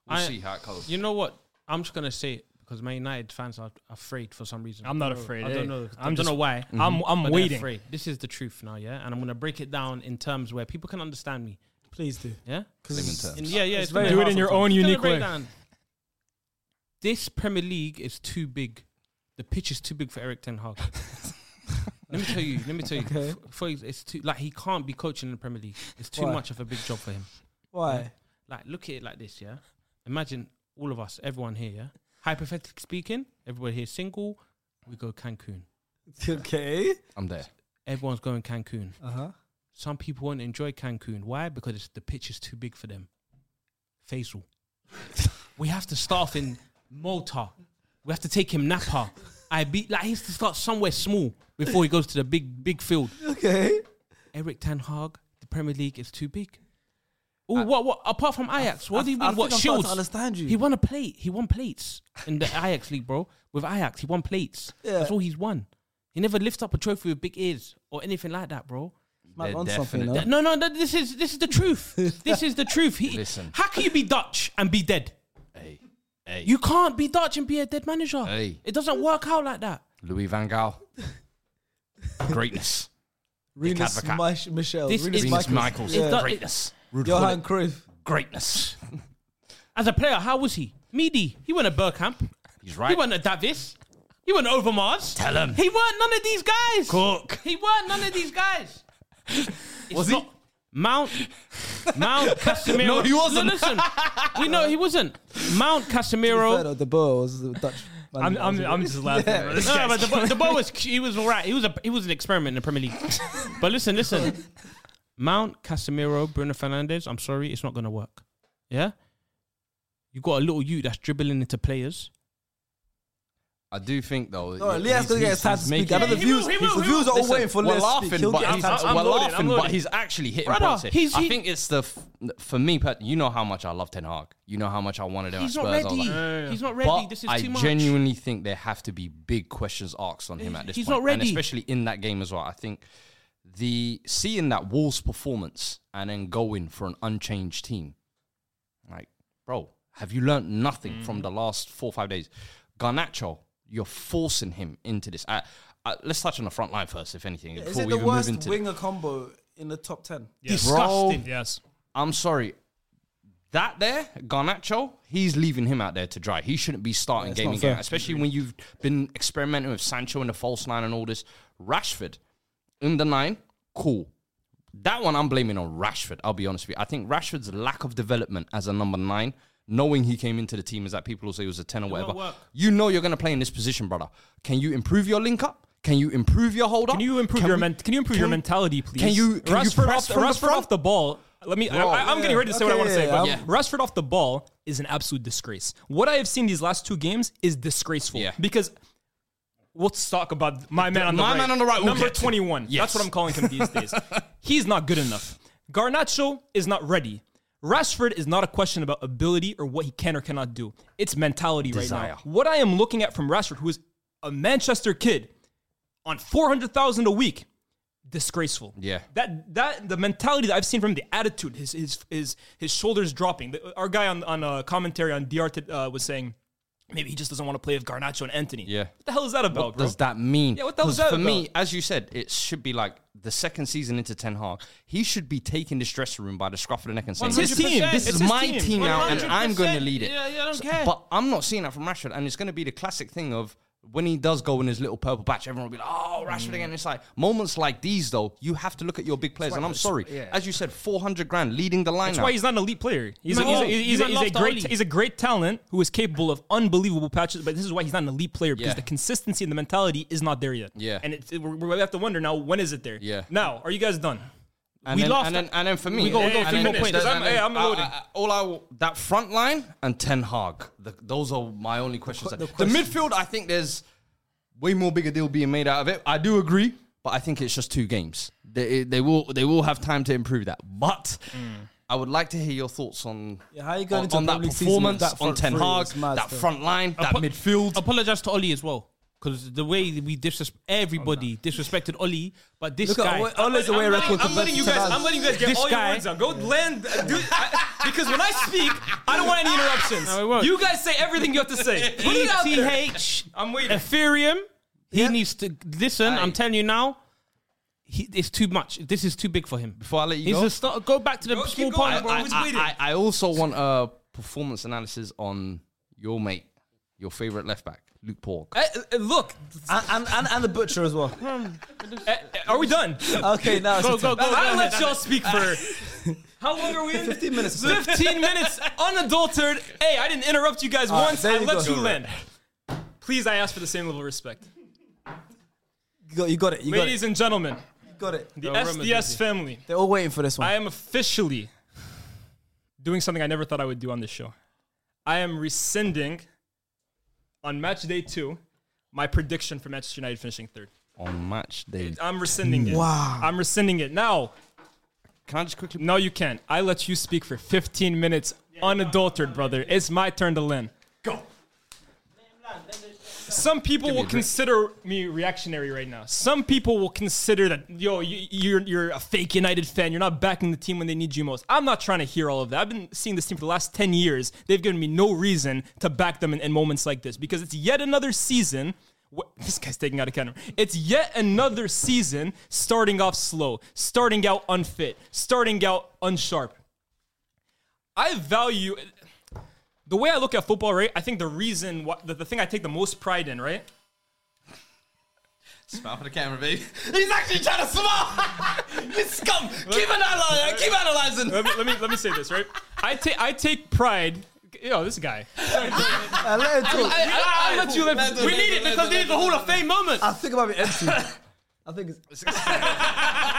[SPEAKER 4] we'll
[SPEAKER 5] I-
[SPEAKER 4] see how it goes.
[SPEAKER 5] You know what? I'm just gonna say it because Man United fans are afraid for some reason.
[SPEAKER 3] I'm not
[SPEAKER 5] I don't know.
[SPEAKER 3] afraid,
[SPEAKER 5] I don't
[SPEAKER 3] eh?
[SPEAKER 5] know. I
[SPEAKER 3] I'm
[SPEAKER 5] don't
[SPEAKER 3] just-
[SPEAKER 5] know why.
[SPEAKER 3] I'm- I'm
[SPEAKER 5] but they're
[SPEAKER 3] waiting.
[SPEAKER 5] Afraid. This is the truth now, yeah. And I'm gonna break it down in terms where people can understand me,
[SPEAKER 2] Please do.
[SPEAKER 5] yeah.
[SPEAKER 2] Because
[SPEAKER 5] And yeah, yeah.
[SPEAKER 2] It's
[SPEAKER 5] it's gonna
[SPEAKER 2] very
[SPEAKER 5] be
[SPEAKER 2] Do it
[SPEAKER 5] hard
[SPEAKER 3] in your
[SPEAKER 5] sometimes.
[SPEAKER 3] own
[SPEAKER 5] It's gonna
[SPEAKER 3] unique
[SPEAKER 5] break
[SPEAKER 3] way.
[SPEAKER 5] down. This Premier League is too big. The pitch is too big for Eric Ten Hag. let me tell you. Let me tell you.
[SPEAKER 2] Okay.
[SPEAKER 5] F- For, ex- it's too like he can't be coaching in the Premier League. It's too
[SPEAKER 2] Why?
[SPEAKER 5] much of a big job for him.
[SPEAKER 2] why?
[SPEAKER 5] Like, look at it like this, yeah? Imagine all of us, everyone here, yeah? Hypothetically speaking, everybody here single, we go Cancun.
[SPEAKER 2] Okay.
[SPEAKER 4] I'm there.
[SPEAKER 5] Everyone's going Cancun.
[SPEAKER 2] Uh huh.
[SPEAKER 5] Some people won't enjoy Cancun. Why? Because it's, the pitch is too big for them. Faisal. we have to start off in Malta. We have to take him Napa. I be like he has to start somewhere small before he goes to the big big field.
[SPEAKER 2] Okay.
[SPEAKER 5] Eric Ten Hag, the Premier League is too big. Oh, what what apart from Ajax, what
[SPEAKER 2] I-
[SPEAKER 5] do you
[SPEAKER 2] I
[SPEAKER 5] mean?
[SPEAKER 2] think
[SPEAKER 5] What
[SPEAKER 2] I'm starting
[SPEAKER 5] shields?
[SPEAKER 2] to understand you.
[SPEAKER 5] He won a plate. He won plates in the Ajax league, bro. With Ajax, he won plates.
[SPEAKER 2] Yeah.
[SPEAKER 5] That's all he's won. He never lifts up a trophy with big ears or anything like that, bro.
[SPEAKER 2] Might
[SPEAKER 4] They're
[SPEAKER 2] on something.
[SPEAKER 4] definite-
[SPEAKER 2] no?
[SPEAKER 5] No, no, no this is this is the truth. this is the truth. He,
[SPEAKER 4] Listen.
[SPEAKER 5] how can you be Dutch and be dead?
[SPEAKER 4] Hey, hey,
[SPEAKER 5] You can't be Dutch and be a dead manager.
[SPEAKER 4] Hey.
[SPEAKER 5] It doesn't work out like that.
[SPEAKER 4] Louis Van Gaal, greatness.
[SPEAKER 2] Renus
[SPEAKER 4] Advocat.
[SPEAKER 2] Mich- Michelle.
[SPEAKER 5] This
[SPEAKER 2] Renus
[SPEAKER 5] is-
[SPEAKER 4] Venus
[SPEAKER 5] Michaels.
[SPEAKER 4] Michaels,
[SPEAKER 5] It does-
[SPEAKER 4] greatness. Rudolf
[SPEAKER 2] Johan Cruyff.
[SPEAKER 4] greatness.
[SPEAKER 5] As a player, how was he? Meaty, he went to Burkamp.
[SPEAKER 4] He's
[SPEAKER 5] He
[SPEAKER 4] right.
[SPEAKER 5] weren't a Davis. He weren't Overmars.
[SPEAKER 4] Tell 'em.
[SPEAKER 5] He weren't none of these guys.
[SPEAKER 4] Cook.
[SPEAKER 5] He weren't none of these guys. It's
[SPEAKER 4] Was he?
[SPEAKER 5] Mount, Mount Casemiro.
[SPEAKER 4] No, he wasn't.
[SPEAKER 5] listen, we know he wasn't. Mount Casemiro.
[SPEAKER 2] Fred or De Boer was the Dutch. man.
[SPEAKER 3] I'm, I'm, I'm just laughing. bro. This
[SPEAKER 5] No,
[SPEAKER 2] uh,
[SPEAKER 3] guy's-
[SPEAKER 5] but the, bo- the ball was he was all right. He was a he was an experiment in the Premier League. but listen, listen, Mount Casemiro, Bruno Fernandez. I'm sorry, it's not going to work. Yeah, you got a little you that's dribbling into players.
[SPEAKER 4] I do think though.
[SPEAKER 2] No, Elias gonna get his time to speak. I know the
[SPEAKER 3] He will,
[SPEAKER 2] views.
[SPEAKER 3] he will,
[SPEAKER 2] The
[SPEAKER 3] he will.
[SPEAKER 2] views are all
[SPEAKER 4] Listen,
[SPEAKER 2] waiting for
[SPEAKER 4] we're
[SPEAKER 2] Elias to speak.
[SPEAKER 4] laughing,
[SPEAKER 2] He'll
[SPEAKER 4] but
[SPEAKER 2] get his
[SPEAKER 4] he's,
[SPEAKER 2] time to
[SPEAKER 3] I'm
[SPEAKER 4] we're
[SPEAKER 2] speak.
[SPEAKER 3] loaded,
[SPEAKER 4] laughing,
[SPEAKER 3] I'm
[SPEAKER 4] but
[SPEAKER 3] loaded.
[SPEAKER 4] he's actually hitting
[SPEAKER 5] Brother,
[SPEAKER 4] points here.
[SPEAKER 5] he's-
[SPEAKER 4] I
[SPEAKER 5] he-
[SPEAKER 4] think it's the f- for me. per- You know how much I love Ten Hag. You know how much I wanted him.
[SPEAKER 5] He's
[SPEAKER 4] at
[SPEAKER 5] not
[SPEAKER 4] Spurs. I was
[SPEAKER 5] ready.
[SPEAKER 4] like,
[SPEAKER 5] He's not ready.
[SPEAKER 4] But
[SPEAKER 5] this is
[SPEAKER 4] I
[SPEAKER 5] too much.
[SPEAKER 4] genuinely think there have to be big questions asked on him at this
[SPEAKER 5] He's
[SPEAKER 4] point,
[SPEAKER 5] not
[SPEAKER 4] and
[SPEAKER 5] ready.
[SPEAKER 4] especially in that game as well. I think the seeing that Wolves performance and then going for an unchanged team, like bro, have you learned nothing from the last four or five days? Garnacho, you're forcing him into this. I, I, let's touch on the front line first, if anything,
[SPEAKER 2] Is
[SPEAKER 4] before
[SPEAKER 2] it
[SPEAKER 4] we
[SPEAKER 2] the
[SPEAKER 4] even move
[SPEAKER 2] worst
[SPEAKER 4] into.
[SPEAKER 2] winger combo in the top ten?
[SPEAKER 5] Disgusting.
[SPEAKER 3] Yes.
[SPEAKER 4] I'm sorry. That there, Garnacho, he's leaving him out there to dry. He shouldn't be starting game in game, out, especially when you've been experimenting with Sancho and the false nine and all this. Rashford in the nine, cool. That one I'm blaming on Rashford. I'll be honest with you. I think Rashford's lack of development as a number nine, knowing he came into the team is that people will say he was a ten or whatever.
[SPEAKER 5] work.
[SPEAKER 4] You know you're going to play in this position, brother. Can you improve your link up? Can you improve your hold up?
[SPEAKER 3] Can you improve
[SPEAKER 4] Can
[SPEAKER 3] your
[SPEAKER 4] we-
[SPEAKER 3] men- Can you improve your
[SPEAKER 4] can-
[SPEAKER 3] mentality, please?
[SPEAKER 4] can you- can you
[SPEAKER 3] Rashford
[SPEAKER 4] press
[SPEAKER 3] off, the-
[SPEAKER 4] from the
[SPEAKER 3] Rashford
[SPEAKER 4] front?
[SPEAKER 3] off the ball? Let me. I, I, am getting ready to say what I
[SPEAKER 2] Okay,
[SPEAKER 3] want to say.
[SPEAKER 2] yeah,
[SPEAKER 3] But
[SPEAKER 2] yeah.
[SPEAKER 3] Rashford off the ball is an absolute disgrace. What I have seen these last two games is disgraceful.
[SPEAKER 4] Yeah.
[SPEAKER 3] Because let's talk about my man on the
[SPEAKER 4] My
[SPEAKER 3] right.
[SPEAKER 4] man on the right, we'll
[SPEAKER 3] number
[SPEAKER 4] get to.
[SPEAKER 3] 21.
[SPEAKER 4] Yes.
[SPEAKER 3] That's what I'm calling him these days. He's not good enough. Garnacho is not ready. Rashford is not a question about ability or what he can or cannot do. It's mentality
[SPEAKER 4] Desire.
[SPEAKER 3] right now. What I am looking at from Rashford, who is a Manchester kid on 400,000 a week, disgraceful.
[SPEAKER 4] Yeah.
[SPEAKER 3] That that the mentality that I've seen from him, the attitude, his his his his shoulders dropping. The- Our guy on on uh, commentary on DR uh, was saying maybe he just doesn't want to play with Garnacho and Anthony.
[SPEAKER 4] Yeah.
[SPEAKER 3] What the hell is that about, bro?
[SPEAKER 4] does that mean?
[SPEAKER 3] Yeah, what the hell is
[SPEAKER 4] 'Cause
[SPEAKER 3] that
[SPEAKER 4] For me, as you said, it should be like the second season into Ten Hag. He should be taking this dressing room by the scruff of the neck and saying,
[SPEAKER 3] It's his team. It's
[SPEAKER 4] This is
[SPEAKER 3] his
[SPEAKER 4] my
[SPEAKER 3] team.
[SPEAKER 4] team, now, and I'm going to
[SPEAKER 5] 100%.
[SPEAKER 4] lead it."
[SPEAKER 5] Yeah, yeah, I don't
[SPEAKER 4] So-
[SPEAKER 5] care.
[SPEAKER 4] But I'm not seeing that from Rashford, and it's going to be the classic thing of. When he does go in his little purple patch, everyone will be like, "Oh, Rashford again!" It's like moments like these, though. You have to look at your big players, and I'm sorry, as you said, 400 grand leading the line.
[SPEAKER 3] That's
[SPEAKER 4] now.
[SPEAKER 3] why he's not an elite player. He's, a,
[SPEAKER 5] Man,
[SPEAKER 3] he's, a,
[SPEAKER 5] oh,
[SPEAKER 3] he's,
[SPEAKER 5] you
[SPEAKER 3] a,
[SPEAKER 5] man
[SPEAKER 3] he's a
[SPEAKER 5] love the
[SPEAKER 3] great
[SPEAKER 5] Oli.
[SPEAKER 3] he's a great talent who is capable of unbelievable patches. But this is why he's not an elite player because
[SPEAKER 4] Yeah.
[SPEAKER 3] the consistency and the mentality is not there yet.
[SPEAKER 4] Yeah.
[SPEAKER 3] and it's, it, we're- we have to wonder now when is it there?
[SPEAKER 4] Yeah.
[SPEAKER 3] Now, are you guys done?
[SPEAKER 4] And
[SPEAKER 3] We
[SPEAKER 4] then,
[SPEAKER 3] lost
[SPEAKER 4] and then,
[SPEAKER 3] that.
[SPEAKER 4] and then for me,
[SPEAKER 3] We go- we go
[SPEAKER 4] and
[SPEAKER 3] three
[SPEAKER 4] then-
[SPEAKER 3] more points, 'cause
[SPEAKER 4] and
[SPEAKER 3] I'm-
[SPEAKER 4] then-
[SPEAKER 3] yeah, I'm
[SPEAKER 4] I-
[SPEAKER 3] loaded.
[SPEAKER 4] I- I- all I will- that front line and Ten Hag. The, those are my only questions. The, midfield, I think there's way more bigger deal being made out of it. I do agree, but I think it's just two games. They, they will they will have time to improve that. But I would like to hear your thoughts on
[SPEAKER 2] Yeah, how you going
[SPEAKER 4] on,
[SPEAKER 2] into
[SPEAKER 4] on
[SPEAKER 2] the
[SPEAKER 4] that
[SPEAKER 2] Premier League season with
[SPEAKER 4] performance
[SPEAKER 2] that
[SPEAKER 4] on
[SPEAKER 2] front
[SPEAKER 4] Ten
[SPEAKER 2] three?
[SPEAKER 4] Hag,
[SPEAKER 2] It's mad
[SPEAKER 4] that
[SPEAKER 2] still.
[SPEAKER 4] front line, that
[SPEAKER 5] Apo-
[SPEAKER 4] midfield.
[SPEAKER 5] Apologize to Oli as well. Because the way that we disrespect
[SPEAKER 3] Oh,
[SPEAKER 5] everybody disrespected Oli, but this
[SPEAKER 2] Look
[SPEAKER 5] guy,
[SPEAKER 2] at Ole's away record.
[SPEAKER 3] I'm letting you guys. I'm letting you guys get
[SPEAKER 5] This
[SPEAKER 3] all
[SPEAKER 5] guy-
[SPEAKER 3] your words out. Go land, uh, do, I, because when I speak, I don't want any interruptions.
[SPEAKER 5] No, it won't.
[SPEAKER 3] you guys say everything you have to say. Put it out there.
[SPEAKER 5] ETH
[SPEAKER 3] I'm waiting.
[SPEAKER 5] E Ethereum. He needs to listen. I'm telling you now. He, it's too much. This is too big for him.
[SPEAKER 4] Before I let you
[SPEAKER 5] He's
[SPEAKER 4] go-
[SPEAKER 5] a star- go back to the
[SPEAKER 3] Go- keep
[SPEAKER 5] small
[SPEAKER 3] going,
[SPEAKER 5] part.
[SPEAKER 3] bro.
[SPEAKER 5] I-
[SPEAKER 4] I,
[SPEAKER 3] Who's
[SPEAKER 4] I-
[SPEAKER 3] leading?
[SPEAKER 4] I- I also want a performance analysis on your mate, your favorite left back, Luke Porg.
[SPEAKER 3] Eh, eh, look,
[SPEAKER 2] And, and, and, and the butcher as well.
[SPEAKER 3] eh, eh, are we done?
[SPEAKER 2] Okay, now it's
[SPEAKER 5] Go,
[SPEAKER 2] your turn.
[SPEAKER 5] go, go.
[SPEAKER 3] I let y'all speak for. Oh, How long are we in?
[SPEAKER 2] 15 minutes.
[SPEAKER 3] 15 minutes unadultered. Hey, I didn't interrupt you guys
[SPEAKER 2] right,
[SPEAKER 3] once.
[SPEAKER 2] there
[SPEAKER 3] I
[SPEAKER 2] you
[SPEAKER 3] let
[SPEAKER 2] go.
[SPEAKER 3] you land. Please, I ask for the same level of respect.
[SPEAKER 2] You got- You got it. You got it.
[SPEAKER 3] Ladies and gentlemen,
[SPEAKER 2] You got it.
[SPEAKER 3] the SDS family,
[SPEAKER 2] They're all waiting for this
[SPEAKER 3] I
[SPEAKER 2] one.
[SPEAKER 3] am officially doing something I never thought I would do on this show. I am rescinding on match day two my prediction for Manchester United finishing third.
[SPEAKER 4] on match day.
[SPEAKER 3] I'm rescinding it.
[SPEAKER 2] Wow.
[SPEAKER 3] I'm rescinding it. Now,
[SPEAKER 4] Can I just quickly?
[SPEAKER 3] no, you can't. I let you speak for 15 minutes unadulterated, brother. It's my turn to lend. Go. Some people will consider me reactionary right now. Some people will consider that yo, you, you're you're a fake United fan. You're not backing the team when they need you most. I'm not trying to hear all of that. I've been seeing this team for the last ten years. They've given me no reason to back them in, in moments like this because it's yet another season. What, this guy's taking out a camera. It's yet another season starting off slow, starting out unfit, starting out unsharp. I value the way I look at football, right? I think the reason why the, the thing I take the most pride in, right?
[SPEAKER 4] Smile for the camera, baby. He's actually trying to smile. you scum. keep analyzing. Keep analyzing.
[SPEAKER 3] Let me let me, let me say this, right? I take I take pride. Yo, this guy.
[SPEAKER 2] I let it talk.
[SPEAKER 3] I, I, I let you live. We need it because they need the Hall of Fame moment.
[SPEAKER 2] I think it might be empty. I think it's.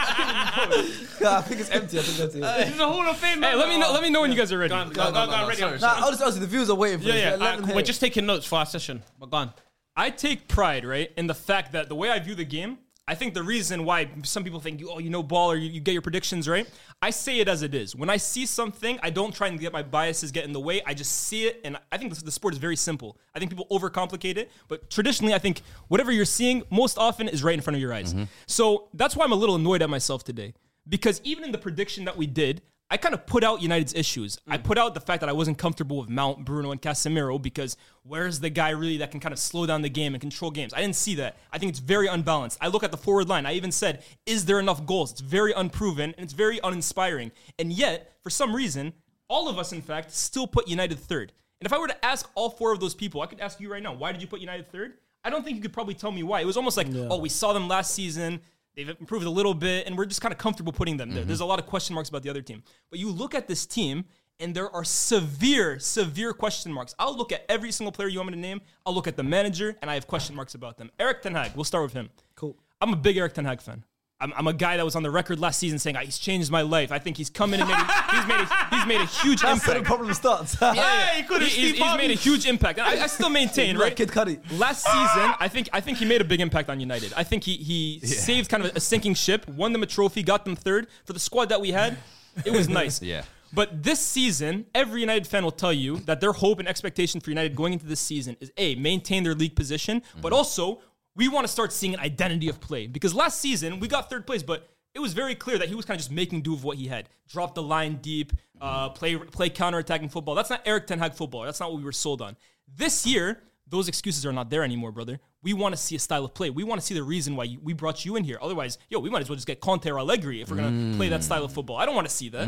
[SPEAKER 2] I think it's empty. I think it's empty.
[SPEAKER 5] This is a Hall of Fame.
[SPEAKER 3] Hey, let me know. Let me know when you guys are ready.
[SPEAKER 5] Go, on, go, go, go, ready.
[SPEAKER 2] Nah, honestly, honestly, the viewers are waiting for
[SPEAKER 5] Yeah,
[SPEAKER 2] this.
[SPEAKER 5] yeah.
[SPEAKER 2] Let them
[SPEAKER 5] uh,
[SPEAKER 2] hear
[SPEAKER 5] we're
[SPEAKER 2] it.
[SPEAKER 5] just taking notes for our session. But go on.
[SPEAKER 3] I take pride, right, in the fact that the way I view the game, I think the reason why some people think, oh, you know ball or you, you get your predictions right, I say it as it is. When I see something, I don't try and get my biases get in the way. I just see it, and I think the, the sport is very simple. I think people overcomplicate it, but traditionally, I think whatever you're seeing most often is right in front of your eyes. So that's why I'm a little annoyed at myself today because even in the prediction that we did, I kind of put out United's issues. I put out the fact that I wasn't comfortable with Mount, Bruno, and Casemiro because where's the guy really that can kind of slow down the game and control games? I didn't see that. I think it's very unbalanced. I look at the forward line. I even said, is there enough goals? It's very unproven and it's very uninspiring. And yet, for some reason, all of us, in fact, still put United third. And if I were to ask all four of those people, I could ask you right now, why did you put United third? I don't think you could probably tell me why. It was almost like, oh, we saw them last season. They've improved a little bit, and we're just kind of comfortable putting them there. There's a lot of question marks about the other team. But you look at this team, and there are severe, severe question marks. I'll look at every single player you want me to name. I'll look at the manager, and I have question marks about them. Eric Ten Hag, we'll start with him.
[SPEAKER 2] Cool.
[SPEAKER 3] I'm a big Eric Ten Hag fan. I'm, I'm a guy that was on the record last season saying "Ah, he's changed my life. I think he's come in and made a, he's made a, he's made a huge
[SPEAKER 2] That's where the
[SPEAKER 3] impact.
[SPEAKER 2] problem starts.
[SPEAKER 3] Yeah,
[SPEAKER 5] Hey, he could've
[SPEAKER 3] he's,
[SPEAKER 5] Steve
[SPEAKER 3] he's made
[SPEAKER 5] Harvey.
[SPEAKER 3] a huge impact. And I, I still maintain,
[SPEAKER 2] Like
[SPEAKER 3] right?
[SPEAKER 2] Kid Cudi.
[SPEAKER 3] Last season, I think I think he made a big impact on United. I think he he saved kind of a sinking ship, won them a trophy, got them third for the squad that we had. It was nice.
[SPEAKER 4] Yeah.
[SPEAKER 3] But this season, every United fan will tell you that their hope and expectation for United going into this season is a maintain their league position, but also we want to start seeing an identity of play because last season we got third place, but it was very clear that he was kind of just making do of what he had. Drop the line deep, uh, play play counterattacking football. That's not Eric Ten Hag football. That's not what we were sold on. This year, those excuses are not there anymore, brother. We want to see a style of play. We want to see the reason why you, we brought you in here. Otherwise, yo, we might as well just get Conte or Allegri if we're gonna play that style of football. I don't want to see that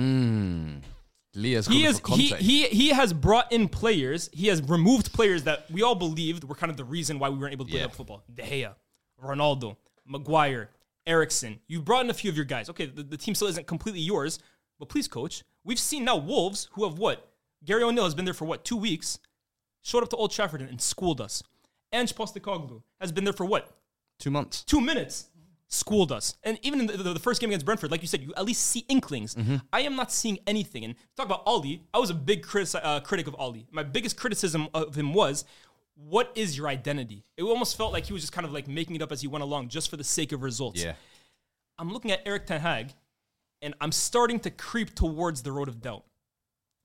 [SPEAKER 4] Leah's
[SPEAKER 3] he
[SPEAKER 4] calling
[SPEAKER 3] is
[SPEAKER 4] for
[SPEAKER 3] he,
[SPEAKER 4] Conte.
[SPEAKER 3] he he has brought in players. He has removed players that we all believed were kind of the reason why we weren't able to play
[SPEAKER 4] Yeah.
[SPEAKER 3] that football. De Gea, Ronaldo, Maguire, Erickson. You've brought in a few of your guys. Okay, the, the team still isn't completely yours, but please, coach. We've seen now Wolves who have what Gary O'Neill has been there for what two weeks, showed up to Old Trafford and, and schooled us. Ange Postecoglou has been there for what
[SPEAKER 4] Two months.
[SPEAKER 3] two minutes schooled us and even in the, the, the first game against brentford like you said you at least see inklings
[SPEAKER 4] Mm-hmm.
[SPEAKER 3] i am not seeing anything and talk about ollie i was a big criti- uh, critic of ollie my biggest criticism of him was what is your identity it almost felt like he was just kind of like making it up as he went along just for the sake of results
[SPEAKER 4] Yeah.
[SPEAKER 3] i'm looking at eric ten hag and i'm starting to creep towards the road of doubt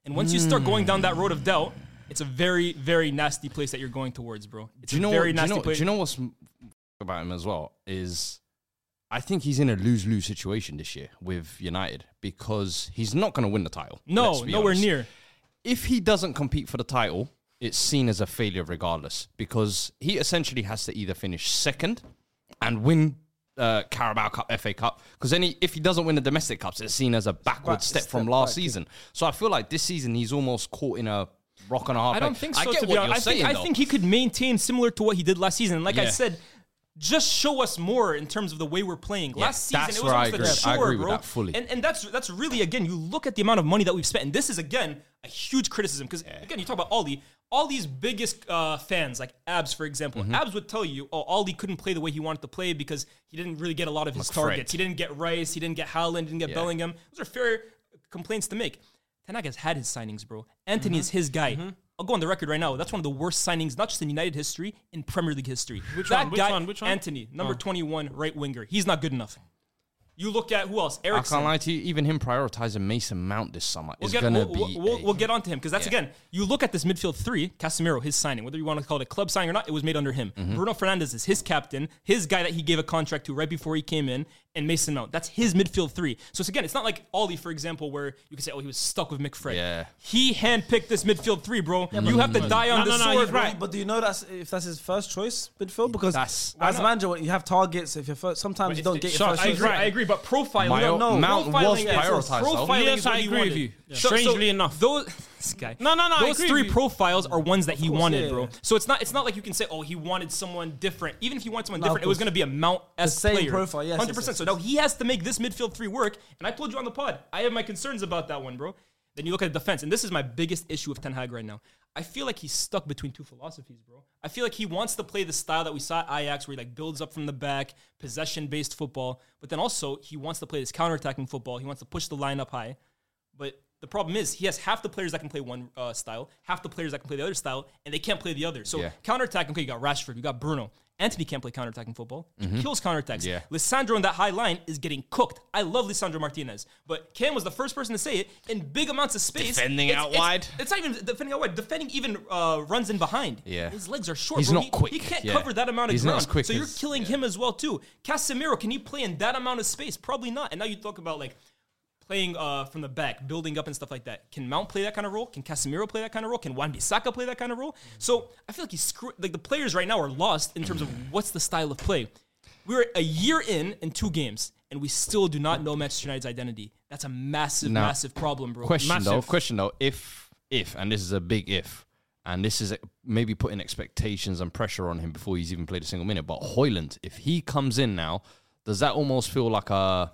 [SPEAKER 3] and once you start going down that road of doubt it's a very very nasty place that you're going towards bro it's
[SPEAKER 4] do you know
[SPEAKER 3] a very
[SPEAKER 4] what,
[SPEAKER 3] nasty
[SPEAKER 4] do you know,
[SPEAKER 3] place
[SPEAKER 4] do you know what's m- about him as well is I think he's in a lose lose situation this year with United because he's not going to win the title. let's
[SPEAKER 3] no
[SPEAKER 4] be
[SPEAKER 3] nowhere
[SPEAKER 4] honest.
[SPEAKER 3] near
[SPEAKER 4] If he doesn't compete for the title, it's seen as a failure regardless because he essentially has to either finish second and win uh, Carabao Cup, FA Cup, because any if he doesn't win the domestic cups, it's seen as a backward
[SPEAKER 2] back-
[SPEAKER 4] step
[SPEAKER 2] step
[SPEAKER 4] from last
[SPEAKER 2] back, yeah.
[SPEAKER 4] season. So I feel like this season he's almost caught in a rock and a hard.
[SPEAKER 3] I don't
[SPEAKER 4] place.
[SPEAKER 3] think so.
[SPEAKER 4] I get
[SPEAKER 3] to
[SPEAKER 4] what
[SPEAKER 3] be
[SPEAKER 4] you're
[SPEAKER 3] honest. I
[SPEAKER 4] saying.
[SPEAKER 3] think,
[SPEAKER 4] though.
[SPEAKER 3] I think he could maintain similar to what he did last season. And like I
[SPEAKER 4] Yeah.
[SPEAKER 3] said, just show us more in terms of the way we're playing. last season,
[SPEAKER 4] that's
[SPEAKER 3] it was
[SPEAKER 4] where I
[SPEAKER 3] almost
[SPEAKER 4] agree. I
[SPEAKER 3] a chore,
[SPEAKER 4] agree with
[SPEAKER 3] bro.
[SPEAKER 4] that fully.
[SPEAKER 3] And and that's that's really again, you look at the amount of money that we've spent, and this is again a huge criticism because again, you talk about Ollie. Ollie's biggest uh, fans, like Abs, for example,
[SPEAKER 4] Mm-hmm.
[SPEAKER 3] Abs would tell you, "Oh, Ollie couldn't play the way he wanted to play because he didn't really get a lot of his
[SPEAKER 4] McFred.
[SPEAKER 3] targets. He didn't get Rice, he didn't get Howland, didn't get Bellingham. Those are fair complaints to make. Tanaka has had his signings, bro. Anthony
[SPEAKER 5] Mm-hmm.
[SPEAKER 3] is his guy. I'll go on the record right now. That's one of the worst signings, not just in United history, in Premier League history. Which
[SPEAKER 5] one? Which one? Which one? Oh.
[SPEAKER 3] Anthony, number 21, right winger. He's not good enough. You look at who else?
[SPEAKER 4] I
[SPEAKER 3] Ericsson.
[SPEAKER 4] can't lie to you. Even him prioritizing Mason Mount this summer
[SPEAKER 3] We'll
[SPEAKER 4] is
[SPEAKER 3] get,
[SPEAKER 4] going to
[SPEAKER 3] we'll, we'll-
[SPEAKER 4] be.
[SPEAKER 3] we'll,
[SPEAKER 4] a-
[SPEAKER 3] we'll get onto him because that's
[SPEAKER 4] Yeah.
[SPEAKER 3] again, you look at this midfield three, Casemiro, his signing, whether you want to call it a club signing or not, it was made under him.
[SPEAKER 4] Mm-hmm.
[SPEAKER 3] Bruno Fernandez is his captain, his guy that he gave a contract to right before he came in, and Mason Mount. That's his midfield three. So it's again, it's not like Ollie, for example, where you could say, oh, he was stuck with McFred.
[SPEAKER 4] Yeah.
[SPEAKER 3] He handpicked this midfield three, bro. you have to die on
[SPEAKER 5] No,
[SPEAKER 3] the
[SPEAKER 5] no, no,
[SPEAKER 3] sword.
[SPEAKER 5] he's
[SPEAKER 3] bro.
[SPEAKER 5] right.
[SPEAKER 2] But do you know that's if that's his first choice midfield? Because
[SPEAKER 4] That's-
[SPEAKER 2] as a manager, you have targets. If you're first, sometimes you don't get your
[SPEAKER 5] Sorry,
[SPEAKER 2] first
[SPEAKER 3] I
[SPEAKER 2] choice.
[SPEAKER 3] agree. I agree, but profiling.
[SPEAKER 4] Mount-
[SPEAKER 3] no, no,
[SPEAKER 4] Mount was
[SPEAKER 3] profiling is-
[SPEAKER 4] prioritized, though.
[SPEAKER 3] Profiling
[SPEAKER 5] Yes,
[SPEAKER 3] is what
[SPEAKER 5] I
[SPEAKER 3] he
[SPEAKER 5] agree with
[SPEAKER 3] wanted.
[SPEAKER 5] you. Yeah.
[SPEAKER 3] So- so
[SPEAKER 5] Strangely enough.
[SPEAKER 3] those this guy.
[SPEAKER 5] No, no, no, I
[SPEAKER 3] Those
[SPEAKER 5] agree
[SPEAKER 3] three
[SPEAKER 5] with you.
[SPEAKER 3] profiles are ones that he wanted,
[SPEAKER 2] yeah,
[SPEAKER 3] bro.
[SPEAKER 2] yeah.
[SPEAKER 3] So it's not. It's not like you can say, oh, he wanted someone different. Even if he wanted someone different, it was
[SPEAKER 2] course.
[SPEAKER 3] going to be a Mount S
[SPEAKER 2] same
[SPEAKER 3] player.
[SPEAKER 2] profile, yes, yes,
[SPEAKER 3] hundred percent.
[SPEAKER 2] yes,
[SPEAKER 3] So now he has to make this midfield three work. And I told you on the pod, I have my concerns about that one, bro. Then you look at defense, and this is my biggest issue with Ten Hag right now. I feel like he's stuck between two philosophies, bro. I feel like he wants to play the style that we saw at Ajax, where he like builds up from the back, possession-based football, but then also he wants to play this counter-attacking football. He wants to push the line up high, but. The problem is he has half the players that can play one uh, style, half the players that can play the other style, and they can't play the other. So
[SPEAKER 4] Yeah.
[SPEAKER 3] counterattacking, okay, you got Rashford, you got Bruno. Anthony can't play counterattacking football. He kills counterattacks.
[SPEAKER 4] Mm-hmm. Yeah.
[SPEAKER 3] Lissandro on that high line is getting cooked. I love Lissandro Martinez, but Cam was the first person to say it in big amounts of space.
[SPEAKER 4] Defending
[SPEAKER 3] It's-
[SPEAKER 4] out
[SPEAKER 3] it's-
[SPEAKER 4] wide.
[SPEAKER 3] It's not even defending out wide. Defending even uh, runs in behind.
[SPEAKER 4] Yeah.
[SPEAKER 3] His legs are short.
[SPEAKER 4] He's
[SPEAKER 3] bro.
[SPEAKER 4] not
[SPEAKER 3] He-
[SPEAKER 4] quick.
[SPEAKER 3] He can't
[SPEAKER 4] Yeah.
[SPEAKER 3] cover that amount of
[SPEAKER 4] He's not
[SPEAKER 3] ground.
[SPEAKER 4] as quick
[SPEAKER 3] so you're
[SPEAKER 4] as-
[SPEAKER 3] killing him as well too. Casemiro, can he play in that amount of space? Probably not. And now you talk about like playing uh, from the back, building up and stuff like that. Can Mount play that kind of role? Can Casemiro play that kind of role? Can Juan Bissaka play that kind of role? So I feel like he's screw- like the players right now are lost in terms
[SPEAKER 4] Mm.
[SPEAKER 3] of what's the style of play. We are a year in and two games, and we still do not know Manchester United's identity. That's a massive,
[SPEAKER 4] Now,
[SPEAKER 3] massive problem, bro.
[SPEAKER 4] Question
[SPEAKER 3] massive.
[SPEAKER 4] though, question though, if if and this is a big if, and this is maybe putting expectations and pressure on him before he's even played a single minute. But Hoyland, if he comes in now, does that almost feel like a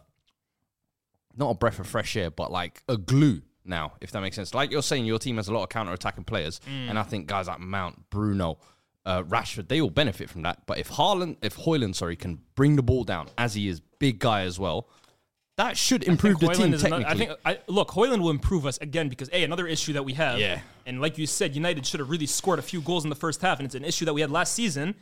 [SPEAKER 4] not a breath of fresh air, but like a glue now, if that makes sense? Like you're saying, your team has a lot of counter attacking players, and I think guys like Mount, Bruno. Uh, Rashford, they all benefit from that. But if Haaland, if Hoyland, sorry, can bring the ball down as he is, big guy as well, that should improve the team
[SPEAKER 3] Hoyland is
[SPEAKER 4] technically.
[SPEAKER 3] another- I think I, look, Hoyland will improve us again because a another issue that we have.
[SPEAKER 4] Yeah.
[SPEAKER 3] And like you said, United should have really scored a few goals in the first half, and it's an issue that we had last season.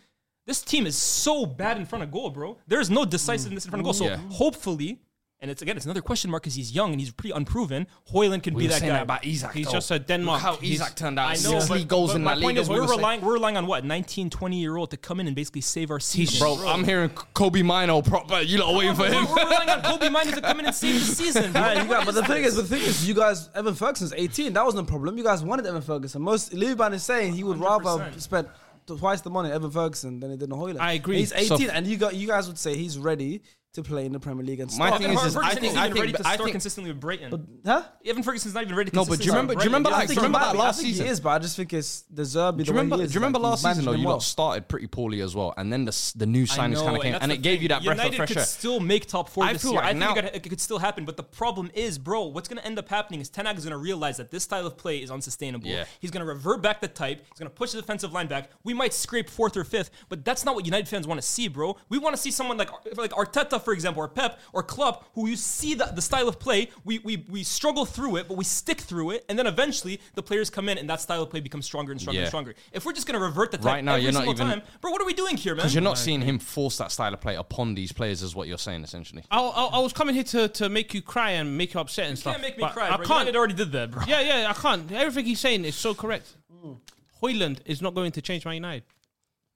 [SPEAKER 3] This team is so bad in front of goal, bro. There is no decisiveness in front of goal. So
[SPEAKER 4] Yeah.
[SPEAKER 3] hopefully, and it's again, it's another question mark because he's young and he's pretty unproven. Hoyland can
[SPEAKER 4] We
[SPEAKER 3] be
[SPEAKER 4] were
[SPEAKER 3] that
[SPEAKER 4] saying
[SPEAKER 3] guy.
[SPEAKER 4] that about Isak.
[SPEAKER 5] He's
[SPEAKER 4] though.
[SPEAKER 5] just a
[SPEAKER 4] Look
[SPEAKER 5] Denmark.
[SPEAKER 4] how
[SPEAKER 5] He's-
[SPEAKER 4] Isak turned out.
[SPEAKER 3] I
[SPEAKER 4] Six
[SPEAKER 3] know, but,
[SPEAKER 4] league goals
[SPEAKER 3] but
[SPEAKER 4] in
[SPEAKER 3] my
[SPEAKER 4] that
[SPEAKER 3] point
[SPEAKER 4] league.
[SPEAKER 3] is we're relying we're relying on what 19, 20 year old to come in and basically save our season.
[SPEAKER 4] bro, I'm hearing Kobe Mino proper. You lot are waiting for
[SPEAKER 3] we're,
[SPEAKER 4] him.
[SPEAKER 3] we're relying on Kobe Miners to come in and save the season. bro.
[SPEAKER 2] Nah, you got-
[SPEAKER 3] What
[SPEAKER 2] but
[SPEAKER 3] is
[SPEAKER 2] the thing
[SPEAKER 3] this?
[SPEAKER 2] is, the thing is, you guys, Evan Ferguson's 18. That wasn't a problem. You guys wanted Evan Ferguson. Most Liban is saying he would rather
[SPEAKER 3] 100%.
[SPEAKER 2] spend twice the money on Evan Ferguson than he did on Hoyland.
[SPEAKER 5] I agree.
[SPEAKER 2] He's 18,
[SPEAKER 4] So-
[SPEAKER 2] and you got you guys would say he's ready to play in the Premier League and start.
[SPEAKER 4] thing
[SPEAKER 3] Evan
[SPEAKER 4] is- is I
[SPEAKER 3] Ferguson
[SPEAKER 4] think-
[SPEAKER 3] isn't
[SPEAKER 4] I
[SPEAKER 3] even
[SPEAKER 4] think-
[SPEAKER 3] ready to
[SPEAKER 4] I
[SPEAKER 3] start
[SPEAKER 4] think-
[SPEAKER 3] consistently with Brighton.
[SPEAKER 2] huh?
[SPEAKER 3] Even Ferguson's not even ready. To
[SPEAKER 4] No, but do you remember? Do you remember
[SPEAKER 2] I
[SPEAKER 4] like? Do
[SPEAKER 2] think
[SPEAKER 4] you remember
[SPEAKER 2] he might
[SPEAKER 4] that
[SPEAKER 2] be. I
[SPEAKER 4] last
[SPEAKER 2] think
[SPEAKER 4] season?
[SPEAKER 2] He is, but I just think it's the Zerbi. the
[SPEAKER 4] Do you
[SPEAKER 2] way
[SPEAKER 4] remember?
[SPEAKER 2] he
[SPEAKER 4] Do
[SPEAKER 2] is,
[SPEAKER 4] you remember
[SPEAKER 2] like,
[SPEAKER 4] last
[SPEAKER 2] he's
[SPEAKER 4] season though?
[SPEAKER 2] managing
[SPEAKER 4] You
[SPEAKER 2] him
[SPEAKER 4] lot
[SPEAKER 2] well.
[SPEAKER 4] started pretty poorly as well, and then the s- the new signings kind of came, and it gave you that breath of
[SPEAKER 3] United
[SPEAKER 4] fresh
[SPEAKER 3] could
[SPEAKER 4] air.
[SPEAKER 3] still make top four
[SPEAKER 4] I
[SPEAKER 3] this
[SPEAKER 4] feel
[SPEAKER 3] year.
[SPEAKER 4] like
[SPEAKER 3] I think
[SPEAKER 4] now-
[SPEAKER 3] it, could, it could still happen, but the problem is, bro, what's going to end up happening is Tenag is going to realize that this style of play is unsustainable.
[SPEAKER 4] Yeah.
[SPEAKER 3] He's going to revert back the type. He's going to push the defensive line back. We might scrape fourth or fifth, but that's not what United fans want to see, bro. We want to see someone like like Arteta, for example, or Pep or Klopp, who you see the, the style of play. We, we we struggle through it, but we stick through it, and then eventually the players come in, and that style of play becomes stronger and stronger and
[SPEAKER 4] Yeah.
[SPEAKER 3] stronger. If we're just going to revert the type
[SPEAKER 4] Right now,
[SPEAKER 3] every
[SPEAKER 4] you're not
[SPEAKER 3] single
[SPEAKER 4] even-
[SPEAKER 3] time, bro, what are we doing here, man?
[SPEAKER 4] Because you're not seeing him force that style of play upon these players, is what you're saying essentially.
[SPEAKER 5] I, I, I was coming here to, to make you cry and make you upset and stuff.
[SPEAKER 3] can't make me
[SPEAKER 5] but
[SPEAKER 3] cry.
[SPEAKER 5] I
[SPEAKER 3] bro.
[SPEAKER 5] can't.
[SPEAKER 3] United already did that, bro.
[SPEAKER 5] Yeah, yeah, I can't. Everything he's saying is so correct.
[SPEAKER 3] Mm.
[SPEAKER 5] Hoyland is not going to change Man United.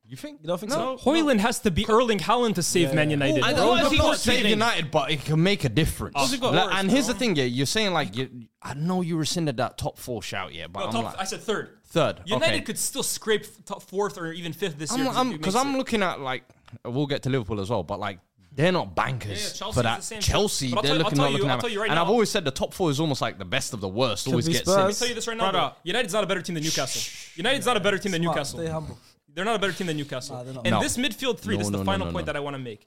[SPEAKER 4] You think?
[SPEAKER 2] You don't think so?
[SPEAKER 3] Hoyland has to be Erling Haaland to save Man United.
[SPEAKER 5] I
[SPEAKER 3] bro.
[SPEAKER 5] don't
[SPEAKER 4] Well,
[SPEAKER 5] know if he
[SPEAKER 4] not
[SPEAKER 5] got
[SPEAKER 4] save
[SPEAKER 5] saved.
[SPEAKER 4] United, but it can make a difference.
[SPEAKER 5] What's he got?
[SPEAKER 4] Like,
[SPEAKER 5] Worse,
[SPEAKER 4] and here's the thing, yeah, you're saying like you, I know you rescinded that top four shout, yeah, but
[SPEAKER 3] No,
[SPEAKER 4] I'm
[SPEAKER 3] top-
[SPEAKER 4] like,
[SPEAKER 3] I said third.
[SPEAKER 4] Third,
[SPEAKER 3] United
[SPEAKER 4] okay.
[SPEAKER 3] could still scrape f- top fourth or even fifth this year. if
[SPEAKER 4] I'm
[SPEAKER 3] it
[SPEAKER 4] because
[SPEAKER 3] makes
[SPEAKER 4] I'm,
[SPEAKER 3] it.
[SPEAKER 4] looking at like we'll get to Liverpool as well, but like they're not
[SPEAKER 3] Yeah, yeah,
[SPEAKER 4] bankers
[SPEAKER 3] Chelsea's
[SPEAKER 4] for
[SPEAKER 3] the
[SPEAKER 4] that.
[SPEAKER 3] same thing.
[SPEAKER 4] Chelsea,
[SPEAKER 3] But I'll
[SPEAKER 4] they're
[SPEAKER 3] tell you- I'll
[SPEAKER 4] looking
[SPEAKER 3] tell
[SPEAKER 4] at
[SPEAKER 3] you-
[SPEAKER 4] looking
[SPEAKER 3] I'll
[SPEAKER 4] at,
[SPEAKER 3] tell you right
[SPEAKER 4] and I've
[SPEAKER 3] now-
[SPEAKER 4] always said the top four is almost like the best of the worst. Always
[SPEAKER 2] be
[SPEAKER 4] gets
[SPEAKER 2] Spurs.
[SPEAKER 4] in.
[SPEAKER 3] Let me tell you this right now,
[SPEAKER 5] Brother.
[SPEAKER 3] bro. United's not a better team than Newcastle. United's not a better team than
[SPEAKER 2] Smart,
[SPEAKER 3] Newcastle.
[SPEAKER 2] Stay humble.
[SPEAKER 3] They're not a better team than Newcastle.
[SPEAKER 2] Nah, they're not.
[SPEAKER 3] And
[SPEAKER 4] No.
[SPEAKER 3] this midfield three,
[SPEAKER 4] No,
[SPEAKER 3] this is
[SPEAKER 4] no,
[SPEAKER 3] the
[SPEAKER 4] no,
[SPEAKER 3] final
[SPEAKER 4] no,
[SPEAKER 3] point
[SPEAKER 4] no.
[SPEAKER 3] that I want to make.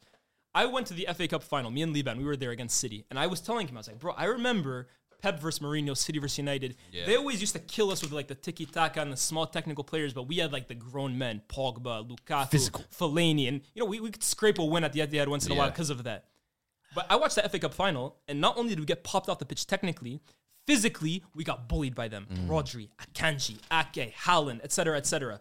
[SPEAKER 3] I went to the FA Cup final. Me and Liban, we were there against City, and I was telling him, I was like, "Bro, I remember Pep versus Mourinho, City versus United. They always used to kill us with like the tiki taka and the small technical players, but we had like the grown men, Pogba, Lukaku,
[SPEAKER 4] Physical.
[SPEAKER 3] Fellaini, and you know we, we could scrape a win at the Etihad once in a while
[SPEAKER 4] Yeah.
[SPEAKER 3] because of that." But I watched the FA Cup final, and not only did we get popped off the pitch technically, physically, we got bullied by them.
[SPEAKER 4] Mm.
[SPEAKER 3] Rodri, Akanji, Ake, Haaland, etc., etc.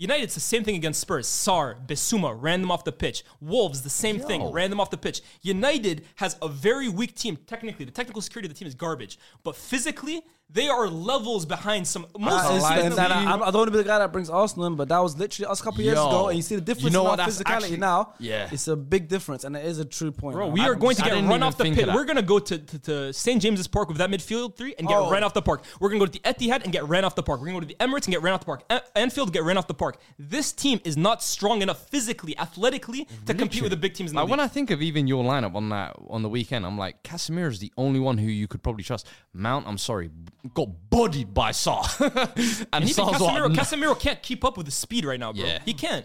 [SPEAKER 3] United's the same thing against Spurs. Sar, Besuma ran them off the pitch. Wolves, the same thing, ran them off the pitch. United has a very weak team technically. The technical security of the team is garbage. But physically, they are levels behind some. Most
[SPEAKER 2] I,
[SPEAKER 3] of the
[SPEAKER 2] I,
[SPEAKER 3] season-
[SPEAKER 2] and I, I'm- I don't want to be the guy that brings Arsenal in, but that was literally us a couple years
[SPEAKER 4] Yo.
[SPEAKER 2] ago, and you see the
[SPEAKER 4] You
[SPEAKER 2] difference
[SPEAKER 4] know
[SPEAKER 2] in
[SPEAKER 4] what,
[SPEAKER 2] our
[SPEAKER 4] that's
[SPEAKER 2] physicality
[SPEAKER 4] actually-
[SPEAKER 2] now.
[SPEAKER 4] Yeah.
[SPEAKER 2] it's a big difference, and it is a true point.
[SPEAKER 3] Bro,
[SPEAKER 2] man.
[SPEAKER 3] we
[SPEAKER 2] I
[SPEAKER 3] are
[SPEAKER 2] don't
[SPEAKER 3] going to
[SPEAKER 4] I
[SPEAKER 3] get
[SPEAKER 4] didn't
[SPEAKER 3] run
[SPEAKER 4] even
[SPEAKER 3] off the
[SPEAKER 4] think
[SPEAKER 3] pitch.
[SPEAKER 4] of that.
[SPEAKER 3] We're going to go to, to, to St. James's Park with that midfield three and get
[SPEAKER 2] Oh.
[SPEAKER 3] ran off the park. We're going to go to the Etihad and get ran off the park. We're going to go to the Emirates and get ran off the park. A- Anfield get ran off the park. This team is not strong enough physically, athletically to compete with the big teams in the
[SPEAKER 4] Like
[SPEAKER 3] league.
[SPEAKER 4] when I think of even your lineup on that on the weekend, I'm like Casemiro is the only one who you could probably trust. Mount, I'm sorry, b- got bodied by Saar, and,
[SPEAKER 3] and even
[SPEAKER 4] Saar's
[SPEAKER 3] Casemiro,
[SPEAKER 4] like,
[SPEAKER 3] Casemiro can't keep up with the speed right now, bro.
[SPEAKER 4] Yeah.
[SPEAKER 3] He can't.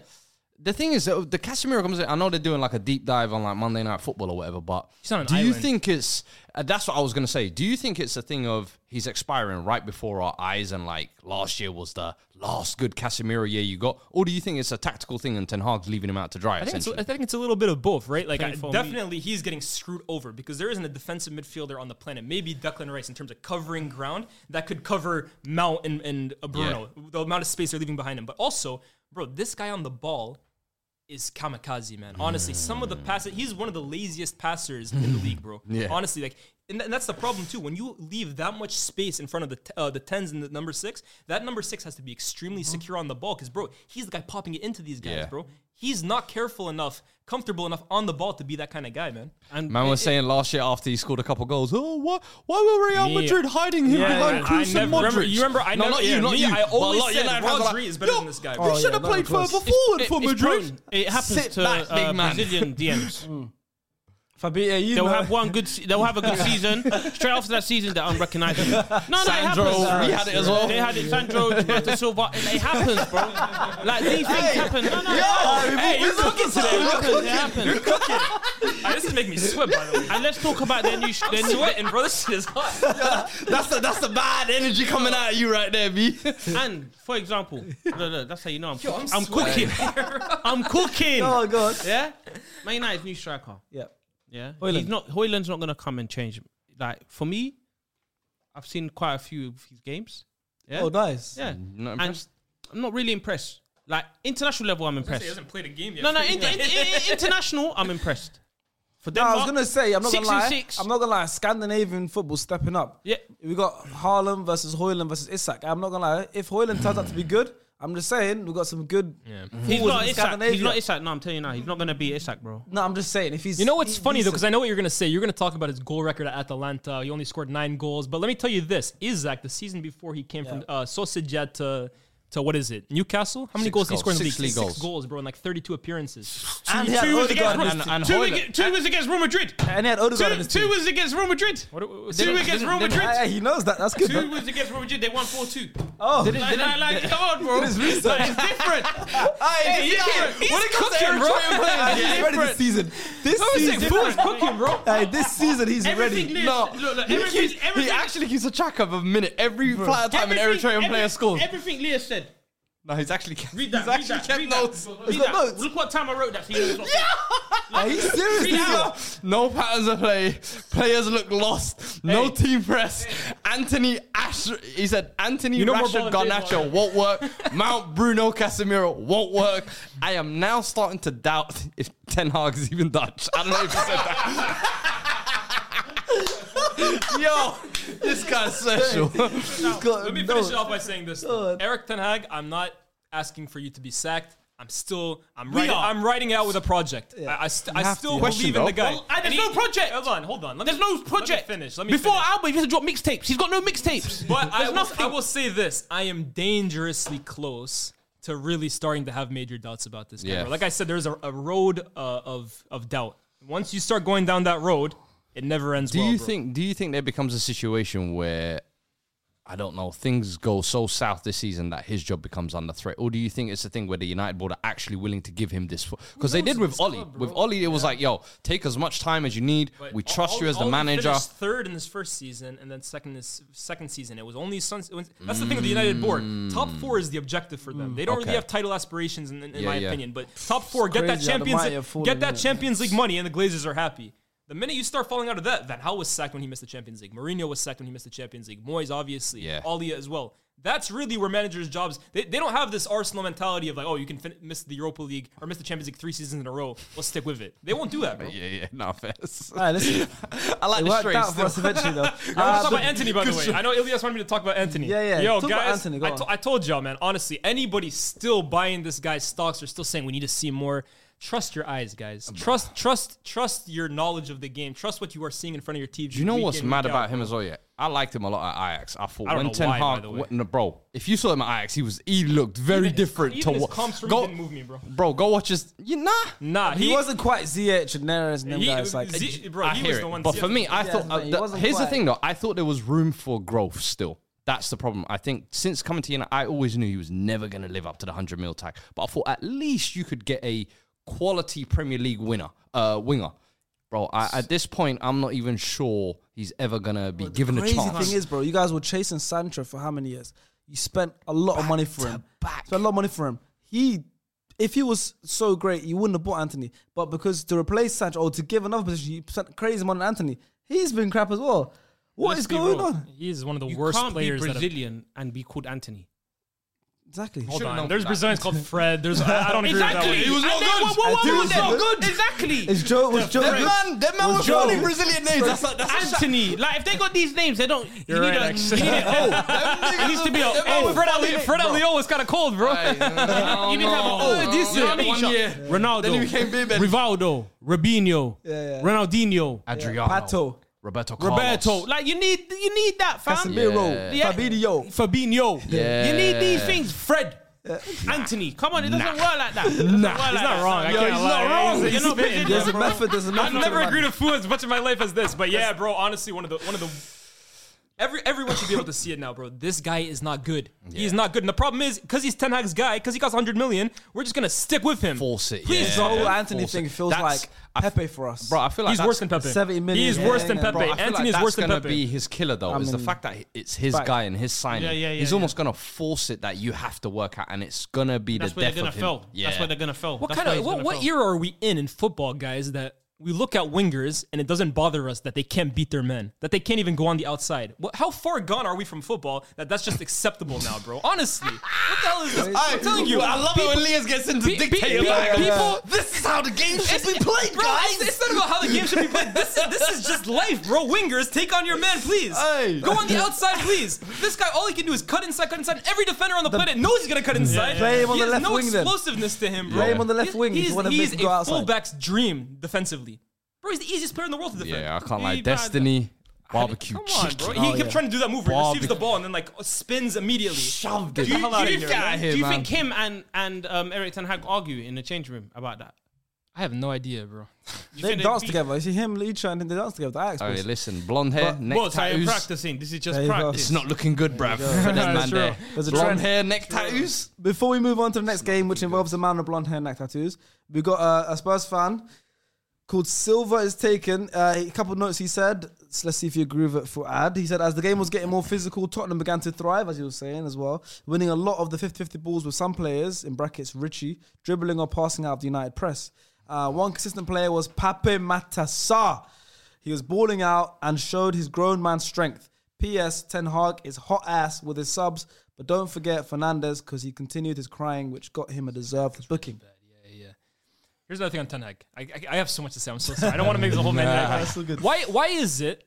[SPEAKER 4] The thing is, uh, the Casemiro comes in. I know they're doing like a deep dive on like Monday Night Football or whatever, but
[SPEAKER 3] He's on an
[SPEAKER 4] do you
[SPEAKER 3] island.
[SPEAKER 4] think it's uh, that's what I was gonna say? Do you think it's a thing of he's expiring right before our eyes, and like last year was the last good Casemiro year you got, or do you think it's a tactical thing and Ten Hag's leaving him out to dry?
[SPEAKER 3] I think, it's,
[SPEAKER 4] essentially?
[SPEAKER 3] I think it's a little bit of both, right? Like, I,
[SPEAKER 5] 24
[SPEAKER 3] definitely he's getting screwed over because there isn't a defensive midfielder on the planet. Maybe Declan Rice in terms of covering ground that could cover Mount and, and uh, Bruno, the amount of space they're leaving behind him. But also, bro, this guy on the ball is kamikaze, man. Honestly, some of the passes, he's one of the laziest passers in the league, bro.
[SPEAKER 4] Mm. Yeah.
[SPEAKER 3] Honestly, like, and, tha- and that's the problem too. When you leave that much space in front of the t- uh, the tens and the number six, that number six has to be extremely secure on the ball because, bro, he's the guy popping it into these guys,
[SPEAKER 4] Mm-hmm. Yeah.
[SPEAKER 3] bro. He's not careful enough, comfortable enough on the ball to be that kind of guy, man.
[SPEAKER 5] And
[SPEAKER 4] Man was saying last year after he scored a couple goals, oh, why, why were Real
[SPEAKER 3] Me-
[SPEAKER 4] Madrid hiding him
[SPEAKER 3] Yeah,
[SPEAKER 4] behind
[SPEAKER 3] I- I
[SPEAKER 4] Cruz and
[SPEAKER 3] never-
[SPEAKER 4] Modric?
[SPEAKER 3] remember- you remember I
[SPEAKER 4] no,
[SPEAKER 3] never-
[SPEAKER 4] not
[SPEAKER 3] yeah,
[SPEAKER 4] you, not
[SPEAKER 3] me,
[SPEAKER 4] you.
[SPEAKER 3] I always
[SPEAKER 4] But a lot of
[SPEAKER 3] said
[SPEAKER 4] United fans were
[SPEAKER 3] Rodri is better
[SPEAKER 4] "Yo,
[SPEAKER 3] than this guy,
[SPEAKER 4] You
[SPEAKER 3] bro." Oh,
[SPEAKER 4] should have
[SPEAKER 2] yeah,
[SPEAKER 4] played
[SPEAKER 2] no, of course.
[SPEAKER 4] further
[SPEAKER 2] It's-
[SPEAKER 4] forward
[SPEAKER 5] it,
[SPEAKER 4] for
[SPEAKER 5] it's
[SPEAKER 4] Madrid.
[SPEAKER 5] prone. It happens
[SPEAKER 4] Sit
[SPEAKER 5] to
[SPEAKER 4] back,
[SPEAKER 5] uh,
[SPEAKER 4] big man.
[SPEAKER 5] Brazilian DMs.
[SPEAKER 2] Fabio, you
[SPEAKER 5] They'll
[SPEAKER 2] know-
[SPEAKER 5] have one good. se- They'll have a good season. Straight after that season, they're unrecognizable. No, no, it
[SPEAKER 4] Sandro,
[SPEAKER 5] happens.
[SPEAKER 4] we had it as well.
[SPEAKER 5] They had it. Sandro, Gilberto Silva. It, it happens, bro. Like these things happen. No, no,
[SPEAKER 4] Yo, hey,
[SPEAKER 3] you're cooking today.
[SPEAKER 5] it
[SPEAKER 3] You're
[SPEAKER 5] happens. It happens.
[SPEAKER 3] Ah, this is making me sweat, by the way.
[SPEAKER 5] And let's talk about their new. sh- Their
[SPEAKER 3] I'm
[SPEAKER 5] new
[SPEAKER 3] sweating, bro. This shit is hot.
[SPEAKER 4] That's the that's the bad energy coming out of you right there, B.
[SPEAKER 5] and for example, no, no, that's how you know I'm.
[SPEAKER 3] Yo,
[SPEAKER 5] I'm,
[SPEAKER 3] I'm
[SPEAKER 5] cooking. I'm cooking.
[SPEAKER 2] Oh god.
[SPEAKER 5] Yeah, Man United's new striker.
[SPEAKER 2] Yeah.
[SPEAKER 5] Yeah,
[SPEAKER 2] Hoyland.
[SPEAKER 5] he's not. Hoyland's not gonna come and change. him. Like for me, I've seen quite a few of his games. Yeah,
[SPEAKER 2] Oh, nice.
[SPEAKER 5] yeah.
[SPEAKER 4] Not
[SPEAKER 5] and I'm not really impressed. Like international level, I'm
[SPEAKER 3] He
[SPEAKER 5] impressed.
[SPEAKER 3] hasn't played a game yet.
[SPEAKER 5] No, no, in, in, in- international, I'm impressed. For
[SPEAKER 2] No, I
[SPEAKER 5] Denmark,
[SPEAKER 2] was gonna say I'm not
[SPEAKER 5] six
[SPEAKER 2] gonna lie.
[SPEAKER 5] and six.
[SPEAKER 2] I'm not gonna lie. Scandinavian football stepping up.
[SPEAKER 5] Yeah.
[SPEAKER 2] we got Haaland versus Hoyland versus Isak. I'm not gonna lie. If Hoyland turns out to be good, I'm just saying we got some good.
[SPEAKER 5] he's
[SPEAKER 2] forwards in
[SPEAKER 5] not Isak. He's
[SPEAKER 2] Scandinavia.
[SPEAKER 5] not Isak. No, I'm telling you now, he's not gonna be Isak, bro.
[SPEAKER 2] No, I'm just saying if he's.
[SPEAKER 3] You know what's
[SPEAKER 2] he-
[SPEAKER 3] funny
[SPEAKER 2] he's-
[SPEAKER 3] though, because I know what you're gonna say. You're gonna talk about his goal record at Atalanta. He only scored nine goals, but let me tell you this: Isak, the season before he came from
[SPEAKER 2] Yeah.
[SPEAKER 3] uh, Sociedad to to what is it, Newcastle? How many
[SPEAKER 4] Six
[SPEAKER 3] goals, did he
[SPEAKER 4] goals.
[SPEAKER 3] score in the league?
[SPEAKER 4] Six league goals.
[SPEAKER 3] bro, in like 32 appearances.
[SPEAKER 2] and he had
[SPEAKER 5] two was
[SPEAKER 2] Odegaard,
[SPEAKER 5] against
[SPEAKER 2] in his-
[SPEAKER 4] and, and
[SPEAKER 5] Two,
[SPEAKER 4] Hoyland-
[SPEAKER 5] aga- two was against Real Madrid.
[SPEAKER 2] and he had Odegaard in
[SPEAKER 5] Two,
[SPEAKER 2] his
[SPEAKER 5] two
[SPEAKER 2] team.
[SPEAKER 5] was against Real Madrid.
[SPEAKER 3] What, what,
[SPEAKER 5] Two
[SPEAKER 3] what-
[SPEAKER 5] against Real Madrid.
[SPEAKER 2] Hey, he knows that. That's good.
[SPEAKER 5] Two was against Real Madrid. They won four two.
[SPEAKER 2] Oh,
[SPEAKER 5] Like, like, like, come on, bro.
[SPEAKER 2] Did his research.
[SPEAKER 5] Like, it's different.
[SPEAKER 2] Hey,
[SPEAKER 5] He's different.
[SPEAKER 2] he's
[SPEAKER 5] What a
[SPEAKER 2] cooking,
[SPEAKER 5] cooking,
[SPEAKER 2] bro.
[SPEAKER 5] bro.
[SPEAKER 2] Hey, he's ready this season. This season,
[SPEAKER 5] cooking, bro.
[SPEAKER 2] Hey, this season he's
[SPEAKER 5] Everything
[SPEAKER 2] ready.
[SPEAKER 5] lives.
[SPEAKER 4] No,
[SPEAKER 5] Look, look,
[SPEAKER 4] he,
[SPEAKER 5] everything-
[SPEAKER 4] keeps- he
[SPEAKER 5] everything-
[SPEAKER 4] actually keeps a track of a minute every flat time an
[SPEAKER 5] Everything-
[SPEAKER 4] Eritrean
[SPEAKER 5] every-
[SPEAKER 4] player scores.
[SPEAKER 5] Everything Leah said.
[SPEAKER 4] no, he's actually
[SPEAKER 5] Read that.
[SPEAKER 4] he's
[SPEAKER 5] read
[SPEAKER 4] actually
[SPEAKER 5] that,
[SPEAKER 4] kept
[SPEAKER 5] read
[SPEAKER 4] notes.
[SPEAKER 5] That.
[SPEAKER 2] He's
[SPEAKER 5] Read
[SPEAKER 2] got
[SPEAKER 5] that.
[SPEAKER 2] notes.
[SPEAKER 5] Look what time I wrote that. So you know it's not
[SPEAKER 2] Hey, he's serious.
[SPEAKER 5] Read
[SPEAKER 2] this
[SPEAKER 5] out.
[SPEAKER 2] year.
[SPEAKER 4] No patterns of play. Players look lost. No team press. Anthony Ash. He said Anthony
[SPEAKER 5] You know more
[SPEAKER 4] Rashford
[SPEAKER 5] volunteers,
[SPEAKER 4] Garnacho
[SPEAKER 5] right?
[SPEAKER 4] won't work. Mount Bruno Casemiro won't work. I am now starting to doubt if Ten Hag is even Dutch. I don't know if he said that. Yo, this guy's special.
[SPEAKER 2] He's got
[SPEAKER 3] Let me
[SPEAKER 2] no-
[SPEAKER 3] finish it off by saying this: though.
[SPEAKER 2] God.
[SPEAKER 3] Eric Ten Hag, I'm not asking for you to be sacked. I'm still, I'm writing, I'm writing out with a project. I, I, st- I
[SPEAKER 2] have
[SPEAKER 3] still
[SPEAKER 2] to.
[SPEAKER 4] Question,
[SPEAKER 3] believe in
[SPEAKER 4] though.
[SPEAKER 3] the guy.
[SPEAKER 5] Well, I- there's
[SPEAKER 3] And
[SPEAKER 5] no project.
[SPEAKER 3] Hold on, hold on. Let me
[SPEAKER 5] There's no
[SPEAKER 3] fin- Let
[SPEAKER 5] project.
[SPEAKER 3] me finish. Let me
[SPEAKER 5] Before
[SPEAKER 3] finish.
[SPEAKER 5] Alba, he used to drop mixtapes. He's got no mixtapes.
[SPEAKER 3] But I
[SPEAKER 5] There's
[SPEAKER 3] will,
[SPEAKER 5] nothing.
[SPEAKER 3] I will say this: I am dangerously close to really starting to have major doubts about this. guy,
[SPEAKER 4] Yeah.
[SPEAKER 3] bro. Like I said, there's a, a road uh, of of doubt. Once you start going down that road, it never ends.
[SPEAKER 4] Do
[SPEAKER 3] well,
[SPEAKER 4] you
[SPEAKER 3] bro.
[SPEAKER 4] think? Do you think there becomes a situation where I don't know things go so south this season that his job becomes under threat, or do you think it's a thing where the United board are actually willing to give him this? Because they did with Oli. with Oli, it was like, "Yo, take as much time as you need.
[SPEAKER 3] But
[SPEAKER 4] we
[SPEAKER 3] Al-
[SPEAKER 4] trust you
[SPEAKER 3] Al-
[SPEAKER 4] as the
[SPEAKER 3] Aldi
[SPEAKER 4] manager."
[SPEAKER 3] finished third in this first season, and then second this second season. It was only Suns. it was- that's the thing with the United board. Top four is the objective for them. They don't
[SPEAKER 4] Mm. Okay.
[SPEAKER 3] really have title aspirations, in, in
[SPEAKER 4] Yeah,
[SPEAKER 3] my
[SPEAKER 4] yeah.
[SPEAKER 3] opinion. But top four, get that
[SPEAKER 2] crazy how the
[SPEAKER 3] Champions,
[SPEAKER 2] Maya are
[SPEAKER 3] League,
[SPEAKER 2] falling,
[SPEAKER 3] get that
[SPEAKER 2] innit?
[SPEAKER 3] Champions League money, and the Glazers are happy. The minute you start falling out of that, Van Gaal was sacked when he missed the Champions League. Mourinho was sacked when he missed the Champions League. Moyes, obviously,
[SPEAKER 4] Yeah.
[SPEAKER 3] Ollie as well. That's really where managers' jobs. They, they don't have this Arsenal mentality of like, oh, you can fin- miss the Europa League or miss the Champions League three seasons in a row. Let's stick with it. They won't do that, bro.
[SPEAKER 4] yeah, yeah, no offense.
[SPEAKER 2] All right, listen.
[SPEAKER 4] I like
[SPEAKER 2] It
[SPEAKER 4] the
[SPEAKER 2] worked
[SPEAKER 4] straight.
[SPEAKER 2] out for
[SPEAKER 4] still.
[SPEAKER 2] us eventually, though.
[SPEAKER 3] I want
[SPEAKER 2] Uh,
[SPEAKER 3] to talk
[SPEAKER 2] but-
[SPEAKER 3] about Anthony, by the way. I know Ilias wanted me to talk about Anthony.
[SPEAKER 2] Yeah, yeah.
[SPEAKER 3] Yo,
[SPEAKER 2] Talk about
[SPEAKER 3] guys,
[SPEAKER 2] Anthony, go
[SPEAKER 3] I,
[SPEAKER 2] on.
[SPEAKER 3] to- I told y'all, man. Honestly, anybody still buying this guy's stocks or still saying we need to see more. Trust your eyes, guys. Trust, trust, trust your knowledge of the game. Trust what you are seeing in front of your TV.
[SPEAKER 4] Do you know what's mad about him as well? Yeah, I liked him a lot at Ajax. I thought
[SPEAKER 3] I don't
[SPEAKER 4] when
[SPEAKER 3] know
[SPEAKER 4] Ten
[SPEAKER 3] why, by
[SPEAKER 4] Hag,
[SPEAKER 3] the way.
[SPEAKER 4] when- no, bro, if you saw him at Ajax, he was he looked very different
[SPEAKER 3] even
[SPEAKER 4] to
[SPEAKER 3] his
[SPEAKER 4] what.
[SPEAKER 3] comps for me
[SPEAKER 4] Go-
[SPEAKER 3] didn't move me, bro.
[SPEAKER 4] Bro, go watch his. You nah.
[SPEAKER 3] Nah,
[SPEAKER 2] he, wasn't quite ZH and Neres and them
[SPEAKER 3] He-
[SPEAKER 2] guys. Like,
[SPEAKER 3] Z- bro,
[SPEAKER 4] I
[SPEAKER 3] he
[SPEAKER 4] hear
[SPEAKER 3] was
[SPEAKER 4] it.
[SPEAKER 3] the one.
[SPEAKER 4] But for me, I
[SPEAKER 2] Yeah,
[SPEAKER 4] thought.
[SPEAKER 2] no,
[SPEAKER 4] uh,
[SPEAKER 2] he
[SPEAKER 4] th-
[SPEAKER 2] wasn't
[SPEAKER 4] here's the
[SPEAKER 2] quite-
[SPEAKER 4] thing, though. I thought there was room for growth still. That's the problem. I think since coming to United, I always knew he was never going to live up to the 100 mil tag. But I thought at least you could get a quality Premier League winner, uh, winger. Bro, I, at this point, I'm not even sure he's ever going to be given a
[SPEAKER 2] Crazy
[SPEAKER 4] chance.
[SPEAKER 2] thing is, bro, you guys were chasing Sancho for how many years? You spent a lot of money for him. Spent a lot of money for him. He, if he was so great, you wouldn't have bought Anthony. But because to replace Sancho or to give another position, you spent crazy money on Anthony. He's been crap as well. What
[SPEAKER 3] Let's
[SPEAKER 2] is
[SPEAKER 3] be
[SPEAKER 2] going
[SPEAKER 3] real.
[SPEAKER 2] on?
[SPEAKER 3] He is one of the
[SPEAKER 5] You
[SPEAKER 3] worst
[SPEAKER 5] can't be
[SPEAKER 3] players that have
[SPEAKER 5] Brazilian and be called Anthony.
[SPEAKER 2] Exactly.
[SPEAKER 3] Hold
[SPEAKER 4] Should've known
[SPEAKER 3] on. There's
[SPEAKER 4] that.
[SPEAKER 3] Brazilians called Fred. There's I I don't agree with that.
[SPEAKER 4] He
[SPEAKER 3] one.
[SPEAKER 4] was not good.
[SPEAKER 2] I do
[SPEAKER 5] was not
[SPEAKER 2] remember.
[SPEAKER 5] good. Exactly.
[SPEAKER 2] Is Joe was Joe
[SPEAKER 4] That
[SPEAKER 2] good?
[SPEAKER 4] man, that man
[SPEAKER 2] Was
[SPEAKER 4] was
[SPEAKER 2] Joe-
[SPEAKER 4] calling Brazilian names. That's not, that's not
[SPEAKER 5] Anthony. Like if they got these names, they don't. you
[SPEAKER 3] right,
[SPEAKER 5] need a,
[SPEAKER 3] actually.
[SPEAKER 5] you need a-
[SPEAKER 4] It
[SPEAKER 5] it needs to be a.
[SPEAKER 4] That
[SPEAKER 5] Hey,
[SPEAKER 4] man
[SPEAKER 5] Fred
[SPEAKER 4] was
[SPEAKER 5] Ali, Fred Ali was kind of cold, bro. you need to have an O.
[SPEAKER 4] Decent.
[SPEAKER 5] You know what I mean?
[SPEAKER 4] One year.
[SPEAKER 5] Ronaldo,
[SPEAKER 4] Then he became big man.
[SPEAKER 5] Rivaldo, Robinho,
[SPEAKER 2] Yeah, yeah.
[SPEAKER 5] Ronaldinho,
[SPEAKER 4] Adriano.
[SPEAKER 2] Pato.
[SPEAKER 4] Roberto Carlos.
[SPEAKER 5] Roberto. Like you need, you need that fam.
[SPEAKER 2] Casemiro,
[SPEAKER 5] Yeah.
[SPEAKER 2] Fabinho.
[SPEAKER 5] Fabinho.
[SPEAKER 4] Yeah.
[SPEAKER 5] You need these things. Fred. Anthony, come on, it doesn't work like that. It doesn't
[SPEAKER 3] Nah,
[SPEAKER 5] work like
[SPEAKER 3] he's
[SPEAKER 5] that.
[SPEAKER 3] not wrong. I
[SPEAKER 5] Yo,
[SPEAKER 3] can't
[SPEAKER 5] he's
[SPEAKER 3] lie.
[SPEAKER 5] not wrong.
[SPEAKER 3] He's-
[SPEAKER 5] You're
[SPEAKER 3] he's
[SPEAKER 5] not
[SPEAKER 3] spitting,
[SPEAKER 5] Brazilian,
[SPEAKER 2] There's a
[SPEAKER 5] bro.
[SPEAKER 2] method. There's a method.
[SPEAKER 3] I've
[SPEAKER 2] to
[SPEAKER 3] never
[SPEAKER 2] the
[SPEAKER 3] agreed
[SPEAKER 2] madness.
[SPEAKER 3] with food as much in my life as this, but yeah, bro. Honestly, one of the one of the every everyone should be able to see it now, bro. This guy is not good. He is not good, and the problem is because he's Ten Hag's guy, because he costs 100 million, we're just gonna stick with him.
[SPEAKER 4] Force it.
[SPEAKER 3] Please,
[SPEAKER 4] yeah.
[SPEAKER 2] The whole Anthony
[SPEAKER 4] Force it.
[SPEAKER 2] thing feels
[SPEAKER 4] That's-
[SPEAKER 2] like
[SPEAKER 4] I f-
[SPEAKER 2] Pepe for us.
[SPEAKER 4] Bro, I feel like
[SPEAKER 3] He's
[SPEAKER 4] that's-
[SPEAKER 3] worse than Pepe.
[SPEAKER 2] 70 million,
[SPEAKER 3] He is
[SPEAKER 2] yeah,
[SPEAKER 3] worse than
[SPEAKER 2] yeah, yeah.
[SPEAKER 3] Pepe.
[SPEAKER 2] Bro,
[SPEAKER 4] Bro, I feel
[SPEAKER 3] Anthony
[SPEAKER 4] like
[SPEAKER 3] is
[SPEAKER 4] that's
[SPEAKER 3] worse than
[SPEAKER 4] gonna
[SPEAKER 3] Pepe.
[SPEAKER 4] be his killer though. is the
[SPEAKER 2] mean,
[SPEAKER 4] fact that it's his
[SPEAKER 2] fact.
[SPEAKER 4] guy and his signing.
[SPEAKER 5] Yeah, yeah, yeah,
[SPEAKER 4] He's
[SPEAKER 5] yeah.
[SPEAKER 4] almost gonna force it that you have to work out, and it's gonna be
[SPEAKER 5] That's
[SPEAKER 4] the
[SPEAKER 5] where
[SPEAKER 4] death
[SPEAKER 5] they're gonna
[SPEAKER 4] of him.
[SPEAKER 5] fail.
[SPEAKER 4] Yeah.
[SPEAKER 5] That's where they're gonna fail.
[SPEAKER 3] What
[SPEAKER 5] That's
[SPEAKER 3] kind
[SPEAKER 5] where
[SPEAKER 3] of
[SPEAKER 5] he's
[SPEAKER 3] what,
[SPEAKER 5] gonna
[SPEAKER 3] what
[SPEAKER 5] fail.
[SPEAKER 3] era are we in in football, guys? That we look at wingers and it doesn't bother us that they can't beat their men, that they can't even go on the outside. What, how far gone are we from football that that's just acceptable now, bro? Honestly, what the hell is this? I'm telling you,
[SPEAKER 4] I love it when Leas gets into
[SPEAKER 3] Pe- pe-
[SPEAKER 4] dictator
[SPEAKER 3] pe-
[SPEAKER 4] mode.
[SPEAKER 3] people-
[SPEAKER 4] This is how the game should be played,
[SPEAKER 3] Bro, it's, it's not about how the game should be played. This is, this is just life, bro. Wingers, take on your man, please.
[SPEAKER 4] Hey.
[SPEAKER 3] Go on the outside, please. This guy, all he can do is cut inside, cut inside. Every defender on the, planet knows he's gonna cut inside.
[SPEAKER 2] Play him on
[SPEAKER 3] he
[SPEAKER 2] the
[SPEAKER 3] has
[SPEAKER 2] left
[SPEAKER 3] no
[SPEAKER 2] wing then.
[SPEAKER 3] explosiveness to him, bro.
[SPEAKER 2] Play him on the left
[SPEAKER 3] He's-
[SPEAKER 2] wing if you
[SPEAKER 3] He's,
[SPEAKER 2] wanna make
[SPEAKER 3] he's
[SPEAKER 2] him go
[SPEAKER 3] a
[SPEAKER 2] outside.
[SPEAKER 3] fullback's dream defensively. Bro, he's the easiest player in the world to defend.
[SPEAKER 4] Yeah, I can't lie.
[SPEAKER 5] He bad.
[SPEAKER 4] Destiny, barbecue
[SPEAKER 3] Come on, bro.
[SPEAKER 4] chicken.
[SPEAKER 2] Oh,
[SPEAKER 3] He kept trying to do that move where he receives
[SPEAKER 4] Barbecue.
[SPEAKER 3] the ball and then like spins immediately.
[SPEAKER 4] Shoved
[SPEAKER 3] Get
[SPEAKER 4] it.
[SPEAKER 3] the hell out of
[SPEAKER 5] Do you,
[SPEAKER 3] here.
[SPEAKER 5] think,
[SPEAKER 4] out of here,
[SPEAKER 5] do you
[SPEAKER 4] man.
[SPEAKER 5] think him and and um, Eric Ten Hag argue in the change room about that?
[SPEAKER 3] I have no idea, bro.
[SPEAKER 5] You
[SPEAKER 2] They
[SPEAKER 5] think
[SPEAKER 2] dance
[SPEAKER 5] be-
[SPEAKER 2] together. You see him, Leecher, and then they dance together. The Ajax
[SPEAKER 4] Alright,
[SPEAKER 2] boys.
[SPEAKER 4] listen, blonde hair, neck
[SPEAKER 5] Well, so I'm
[SPEAKER 4] tattoos.
[SPEAKER 5] practicing. This is just
[SPEAKER 2] There you go.
[SPEAKER 5] practice.
[SPEAKER 4] It's not looking good, bruv. For that man
[SPEAKER 2] true.
[SPEAKER 4] there.
[SPEAKER 2] There's a
[SPEAKER 4] Blonde
[SPEAKER 2] trend.
[SPEAKER 4] hair, neck tattoos.
[SPEAKER 2] Before we move on to the next game, which involves a man with blonde hair and neck tattoos, we got uh, a Spurs fan called Silva is taken. Uh, a couple of notes he said. So let's see if you agree with it for ad. He said, as the game was getting more physical, Tottenham began to thrive, as he was saying as well, winning a lot of the 50 50 balls with some players, in brackets Richie, dribbling or passing out of the United press. Uh, one consistent player was Pape Matassa. He was balling out and showed his grown man strength. P.S. Ten Hag is hot ass with his subs, but don't forget Fernandez because he continued his crying, which got him a deserved booking.
[SPEAKER 3] Here's another thing on Ten Hag. I, I, I have so much to say. I'm so sorry. I don't want to make this a whole man. United
[SPEAKER 2] that's
[SPEAKER 3] thing.
[SPEAKER 2] so good.
[SPEAKER 3] Why why is it?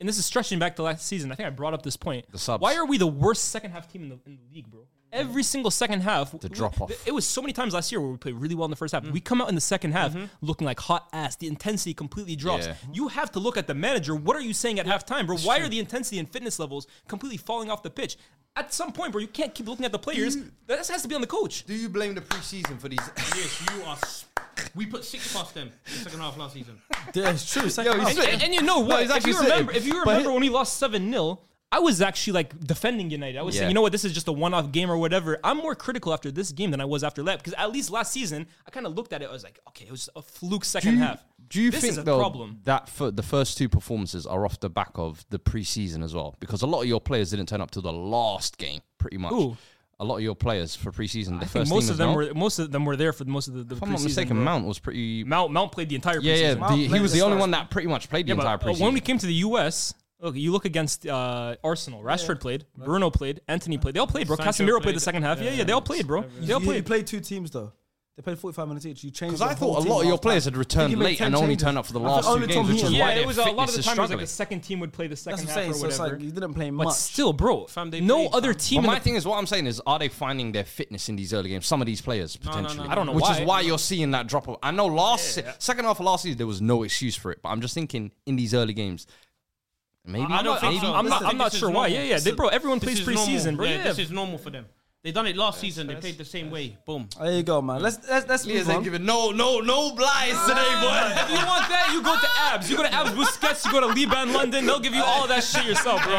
[SPEAKER 3] And this is stretching back to last season. I think I brought up this point. The
[SPEAKER 4] subs.
[SPEAKER 3] Why are we the worst second half team in the, in the league, bro? Every single second half, the
[SPEAKER 4] drop off.
[SPEAKER 3] It was so many times last year where we played really well in the first half.
[SPEAKER 2] Mm.
[SPEAKER 3] We come out in the second half
[SPEAKER 2] Mm-hmm.
[SPEAKER 3] looking like hot ass. The intensity completely drops.
[SPEAKER 4] Yeah.
[SPEAKER 3] You have to look at the manager. What are you saying at halftime, bro? Why are the intensity and fitness levels completely falling off the pitch? At some point, bro, you can't keep looking at the players. That has to be on the coach.
[SPEAKER 4] Do you blame the preseason for these?
[SPEAKER 5] Yes, you are. s- We put six past them in the second half last season.
[SPEAKER 2] Yeah, it's true. Second
[SPEAKER 4] Yo,
[SPEAKER 2] half.
[SPEAKER 4] he's
[SPEAKER 3] and, and- and you know what?
[SPEAKER 4] he's
[SPEAKER 3] Oh, if you
[SPEAKER 4] actually
[SPEAKER 3] remember, if
[SPEAKER 4] sitting.
[SPEAKER 3] you
[SPEAKER 4] But
[SPEAKER 3] remember when we lost seven 0 I was actually like defending United. I was
[SPEAKER 4] Yeah.
[SPEAKER 3] saying, you know what, this is just a one-off game or whatever. I'm more critical after this game than I was after that because at least last season I kind of looked at it. I was like, okay, it was a fluke second
[SPEAKER 4] do you,
[SPEAKER 3] half.
[SPEAKER 4] do you
[SPEAKER 3] this
[SPEAKER 4] think
[SPEAKER 3] is a
[SPEAKER 4] though
[SPEAKER 3] problem?
[SPEAKER 4] that for the first two performances are off the back of the preseason as well? Because a lot of your players didn't turn up to the last game, pretty much.
[SPEAKER 3] Who?
[SPEAKER 4] A lot of your players for preseason, the
[SPEAKER 3] I think
[SPEAKER 4] first
[SPEAKER 3] most
[SPEAKER 4] team
[SPEAKER 3] of
[SPEAKER 4] as
[SPEAKER 3] them
[SPEAKER 4] well.
[SPEAKER 3] were most of them were there for most of the, the
[SPEAKER 4] If I'm not
[SPEAKER 3] preseason,
[SPEAKER 4] mistaken,
[SPEAKER 3] bro.
[SPEAKER 4] Mount was pretty.
[SPEAKER 3] Mount Mount played the entire
[SPEAKER 4] yeah,
[SPEAKER 3] preseason.
[SPEAKER 4] yeah.
[SPEAKER 2] Mount
[SPEAKER 4] the- he
[SPEAKER 2] played
[SPEAKER 4] was
[SPEAKER 2] the
[SPEAKER 4] the only
[SPEAKER 2] stars.
[SPEAKER 4] one that pretty much played the
[SPEAKER 3] Yeah,
[SPEAKER 4] entire
[SPEAKER 3] but, uh,
[SPEAKER 4] preseason.
[SPEAKER 3] when we came to the US, look, you look against uh, Arsenal. Rashford played, Bruno played, Anthony played. They all played, bro.
[SPEAKER 5] Sancho
[SPEAKER 3] Casemiro played,
[SPEAKER 5] played.
[SPEAKER 3] the second half. Yeah, yeah, they all played, bro. They all
[SPEAKER 2] You, you
[SPEAKER 3] played.
[SPEAKER 2] played two teams though. They played 45 minutes each. You changed.
[SPEAKER 4] Because I
[SPEAKER 2] the whole
[SPEAKER 4] thought a
[SPEAKER 2] team
[SPEAKER 4] lot of your
[SPEAKER 2] last
[SPEAKER 4] players
[SPEAKER 2] time. I
[SPEAKER 4] had
[SPEAKER 2] think
[SPEAKER 4] returned
[SPEAKER 2] you made
[SPEAKER 4] late
[SPEAKER 2] 10
[SPEAKER 4] and only
[SPEAKER 2] changes.
[SPEAKER 4] turned up for the
[SPEAKER 2] I think
[SPEAKER 4] last
[SPEAKER 2] only
[SPEAKER 4] two
[SPEAKER 2] Tom
[SPEAKER 4] games, which is
[SPEAKER 2] Heaton.
[SPEAKER 4] why
[SPEAKER 3] Yeah,
[SPEAKER 4] their
[SPEAKER 3] it was a lot
[SPEAKER 4] fitness
[SPEAKER 3] of the time it was
[SPEAKER 4] is
[SPEAKER 3] like
[SPEAKER 4] struggling.
[SPEAKER 3] the second team would play the
[SPEAKER 2] That's
[SPEAKER 3] second
[SPEAKER 2] what I'm
[SPEAKER 3] half
[SPEAKER 2] saying.
[SPEAKER 3] or
[SPEAKER 2] So it's
[SPEAKER 3] whatever.
[SPEAKER 2] like you didn't play
[SPEAKER 3] but
[SPEAKER 2] much.
[SPEAKER 3] still, bro,
[SPEAKER 5] Fam, they
[SPEAKER 3] no
[SPEAKER 5] played,
[SPEAKER 3] other
[SPEAKER 5] fam.
[SPEAKER 3] team.
[SPEAKER 4] But
[SPEAKER 3] in
[SPEAKER 4] my
[SPEAKER 3] the-
[SPEAKER 4] thing is, what I'm saying is, are they finding their fitness in these early games? Some of these players
[SPEAKER 5] no, no,
[SPEAKER 4] potentially.
[SPEAKER 5] no, I don't
[SPEAKER 3] know
[SPEAKER 4] Which
[SPEAKER 3] why.
[SPEAKER 4] is why you're seeing that drop off. I know last se- second half of last season there was no excuse for it, but I'm just thinking in these early games, maybe.
[SPEAKER 5] I don't
[SPEAKER 4] maybe-
[SPEAKER 5] think so.
[SPEAKER 3] I'm not,
[SPEAKER 5] Listen,
[SPEAKER 3] I'm not
[SPEAKER 5] this
[SPEAKER 3] sure
[SPEAKER 5] is
[SPEAKER 3] why.
[SPEAKER 5] normal.
[SPEAKER 3] Yeah, yeah. They, bro, everyone plays
[SPEAKER 5] This is normal.
[SPEAKER 3] preseason, bro.
[SPEAKER 5] Yeah,
[SPEAKER 3] Yeah,
[SPEAKER 5] this is normal for them. They done it last season. They played the same way. Boom.
[SPEAKER 2] There you go, man. Let's let's let's
[SPEAKER 4] Leah's
[SPEAKER 2] move
[SPEAKER 4] ain't
[SPEAKER 2] on.
[SPEAKER 4] giving no, no, no blinds
[SPEAKER 3] Ah!
[SPEAKER 4] today,
[SPEAKER 3] If you want that, you go to Abs. You go to Abs Busquets. You go to Liban London. They'll give you all of that shit yourself, bro.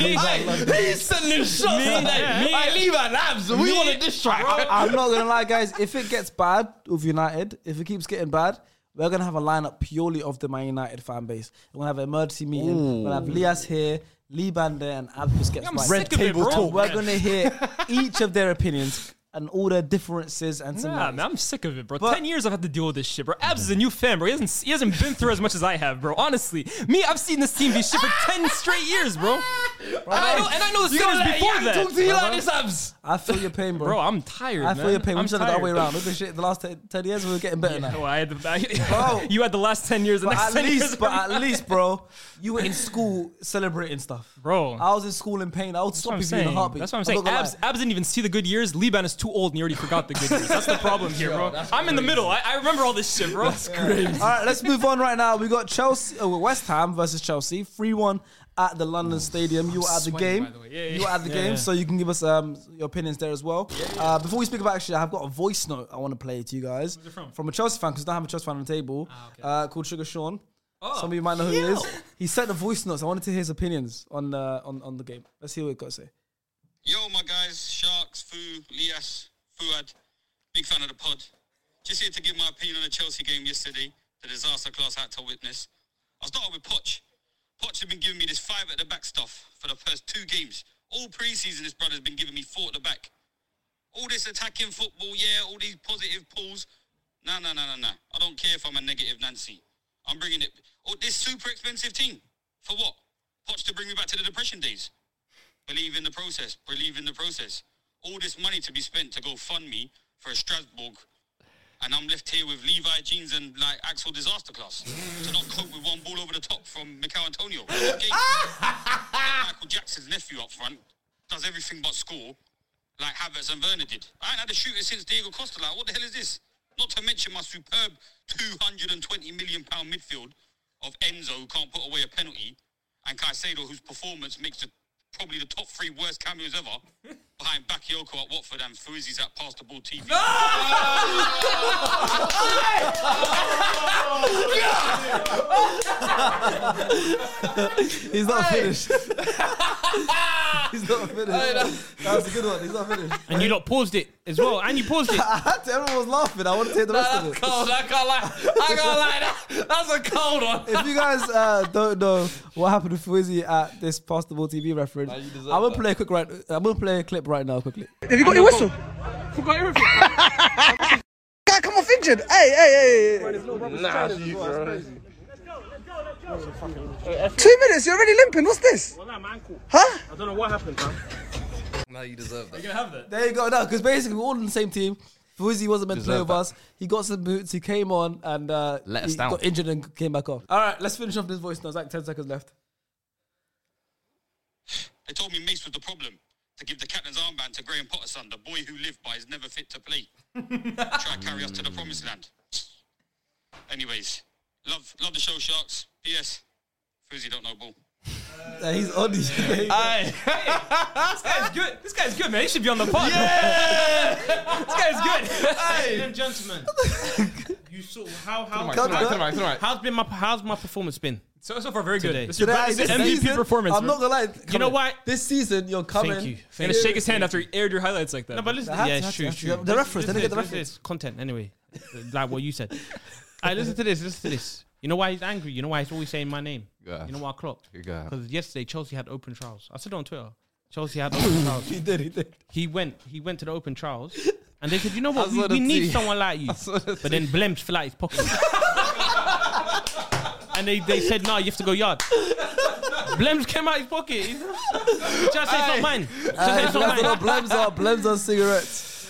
[SPEAKER 3] Me,
[SPEAKER 4] boy. Hey, he's sending shots
[SPEAKER 3] Me, yeah, me-
[SPEAKER 4] today. I leave our labs. We
[SPEAKER 3] me-
[SPEAKER 4] want a diss track.
[SPEAKER 2] I'm not gonna lie, guys. If it gets bad with United, if it keeps getting bad, we're gonna have a lineup purely of the Man United fan base. We're gonna have an emergency meeting. We're gonna have Lias here, Lee Bander, and Abdus gets
[SPEAKER 3] I'm
[SPEAKER 2] back.
[SPEAKER 3] sick Red of it, table bro. talk.
[SPEAKER 2] We're gonna hear each of their opinions and all their differences and some.
[SPEAKER 3] Nah,
[SPEAKER 2] likes.
[SPEAKER 3] man, I'm sick of it, bro.
[SPEAKER 2] But-
[SPEAKER 3] Ten years I've had to deal with this shit, bro. Abs is a new fan, bro. He hasn't he hasn't been through as much as I have, bro. Honestly, me, I've seen this team be shit for ten straight years, bro. And I know, and I know the
[SPEAKER 4] You gonna
[SPEAKER 3] sinners
[SPEAKER 4] let
[SPEAKER 3] before
[SPEAKER 4] Yang
[SPEAKER 3] that,
[SPEAKER 4] Talk to you like this, abs.
[SPEAKER 2] I feel your pain, bro.
[SPEAKER 3] bro. I'm tired.
[SPEAKER 2] I
[SPEAKER 3] man.
[SPEAKER 2] feel your pain.
[SPEAKER 3] I'm
[SPEAKER 2] We've done it the other way
[SPEAKER 3] tired.
[SPEAKER 2] around. Look at shit. The last ten, 10 years, we were getting better now.
[SPEAKER 3] Well, Oh, I had the,
[SPEAKER 2] Bro.
[SPEAKER 3] you had the last ten years, the
[SPEAKER 2] But
[SPEAKER 3] next
[SPEAKER 2] at
[SPEAKER 3] ten years,
[SPEAKER 2] least, but
[SPEAKER 3] are-
[SPEAKER 2] at least, bro, you were in school celebrating stuff,
[SPEAKER 3] Bro.
[SPEAKER 2] I was in school in pain. I would
[SPEAKER 3] That's
[SPEAKER 2] stop
[SPEAKER 3] what I'm
[SPEAKER 2] with you in a
[SPEAKER 3] saying.
[SPEAKER 2] heartbeat.
[SPEAKER 3] That's what I'm
[SPEAKER 2] I'm
[SPEAKER 3] saying.
[SPEAKER 2] not gonna
[SPEAKER 3] Abs,
[SPEAKER 2] lie.
[SPEAKER 3] Abs didn't even see the good years. Liban is too old and he already forgot the good years. That's the problem here, bro. I'm in the middle. I, I remember all this shit, bro. That's crazy.
[SPEAKER 2] All right, let's move on right now. We got Chelsea, uh, West Ham versus Chelsea, three one at the London Stadium. You were at the game.
[SPEAKER 3] sweating, by the way. Yeah, yeah,
[SPEAKER 2] you were at the
[SPEAKER 3] yeah.
[SPEAKER 2] game,
[SPEAKER 3] Yeah.
[SPEAKER 2] so you can give us um, your opinions there as well. Uh, before we speak about actually, I've got a voice note I want to play to you guys from? a Chelsea fan because I don't have a Chelsea fan on the table.
[SPEAKER 3] Ah,
[SPEAKER 2] uh, called Sugar Sean.
[SPEAKER 3] Oh,
[SPEAKER 2] Some of you might know who he is. He sent the voice notes. I wanted to hear his opinions on uh, on on the game. Let's hear what he got to say.
[SPEAKER 6] Yo, my guys, Sharks, Fu, Lias, Fuad, big fan of the pod. Just here to give my opinion on the Chelsea game yesterday, the disaster class had to witness. I'll start with Poch. Poch has been giving me this five at the back stuff for the first two games. All preseason, this brother's been giving me four at the back. All this attacking football, yeah, all these positive pulls. Nah, nah, nah, nah, nah. I don't care if I'm a negative Nancy. I'm bringing it. Oh, this super expensive team. For what? Poch to bring me back to the depression days believe in the process, believe in the process. All this money to be spent to go fund me for a Strasbourg, and I'm left here with Levi jeans and like Axel disaster class to not cope with one ball over the top from Mikel Antonio. What game? Michael Jackson's nephew up front does everything but score, like Havertz and Werner did. I ain't had a shooter since Diego Costa. Like, what the hell is this? Not to mention my superb 220 million pound midfield of Enzo, who can't put away a penalty, and Caicedo, whose performance makes the, probably the top three worst cameos ever, behind Bakayoko at Watford and Fuizzi's at Pass the Ball TV.
[SPEAKER 2] He's not finished. He's not finished. That was a good one. He's not finished.
[SPEAKER 5] And you lot paused it as well. And you paused it.
[SPEAKER 2] Everyone was laughing. I want to hear the rest of
[SPEAKER 4] That's
[SPEAKER 2] it.
[SPEAKER 4] cold. I can't lie. I can't lie. That, that's a cold one.
[SPEAKER 2] If you guys uh, don't know what happened with Fuzzy at this Pass the Ball TV reference,
[SPEAKER 4] you deserve
[SPEAKER 2] I'm gonna
[SPEAKER 4] that.
[SPEAKER 2] play a quick right. I'm gonna play a clip right now, quickly.
[SPEAKER 7] Have you got your whistle? Forgot everything. Guy, come off injured. Hey, hey, hey, hey.
[SPEAKER 4] Nah, you, bro.
[SPEAKER 7] Two minutes, you're already limping. What's this? Huh?
[SPEAKER 4] Nah, you deserve that.
[SPEAKER 2] There you go. Now, because basically we're all on the same team. Fuzzy wasn't meant to play
[SPEAKER 4] Deserve
[SPEAKER 2] with us. He got some boots. He came on and uh,
[SPEAKER 4] Let
[SPEAKER 2] he
[SPEAKER 4] us down.
[SPEAKER 2] Got injured and came back off. All right, let's finish off this voice now. It's like ten seconds left.
[SPEAKER 6] They told me Mace was the problem to give the captain's armband to Graham Potter's son, the boy who lived by is never fit to play. Try to carry us to the promised land. Anyways, love love the show, Sharks. P.S. Fuzzy don't know ball.
[SPEAKER 2] Yeah, Uh, he's on. it. There you go.
[SPEAKER 3] This guy's good. This guy's good, man. He should be on the pod. Yeah. this guy's good.
[SPEAKER 5] Ladies and gentlemen, you saw how how
[SPEAKER 4] Come on, come on, come on.
[SPEAKER 5] how's been my how's my performance been?
[SPEAKER 3] So so far, very good.
[SPEAKER 5] Today.
[SPEAKER 3] This is your
[SPEAKER 2] Today,
[SPEAKER 3] best-
[SPEAKER 2] this
[SPEAKER 3] this is MVP
[SPEAKER 2] season,
[SPEAKER 3] performance.
[SPEAKER 2] I'm
[SPEAKER 3] bro.
[SPEAKER 2] not gonna lie. Come
[SPEAKER 5] know
[SPEAKER 2] on.
[SPEAKER 5] what?
[SPEAKER 2] This season, you're coming.
[SPEAKER 5] you.
[SPEAKER 3] You're
[SPEAKER 5] Thank
[SPEAKER 3] gonna shake his hand after he aired your highlights like that.
[SPEAKER 5] No, but listen,
[SPEAKER 2] That's-
[SPEAKER 5] yeah,
[SPEAKER 2] that's-
[SPEAKER 5] it's true,
[SPEAKER 2] that's-
[SPEAKER 5] it's true.
[SPEAKER 2] the reference,
[SPEAKER 5] Listen
[SPEAKER 2] they
[SPEAKER 5] to
[SPEAKER 2] didn't get the
[SPEAKER 5] this, listen to this. content anyway, uh, like what you said. I listen to this, listen to this. You know why he's angry? You know why he's always saying my name?
[SPEAKER 4] Yeah.
[SPEAKER 5] You know why I clocked?
[SPEAKER 4] Yeah.
[SPEAKER 5] Because yesterday Chelsea had open trials. I said it on Twitter. Chelsea had open trials.
[SPEAKER 2] He did. He did.
[SPEAKER 5] He went. He went to the open trials, and they said, "You know what?
[SPEAKER 4] I
[SPEAKER 5] We,
[SPEAKER 4] saw
[SPEAKER 5] we
[SPEAKER 4] the
[SPEAKER 5] need
[SPEAKER 4] tweet.
[SPEAKER 5] someone like you." But then Blems fell out his pocket, and they, they said, "No, you have to go yard." Blems came out his pocket. He Just say it's not mine. Just
[SPEAKER 2] Uh,
[SPEAKER 5] say it's not
[SPEAKER 2] Blems on,
[SPEAKER 5] mine.
[SPEAKER 2] blems on, blems on cigarettes.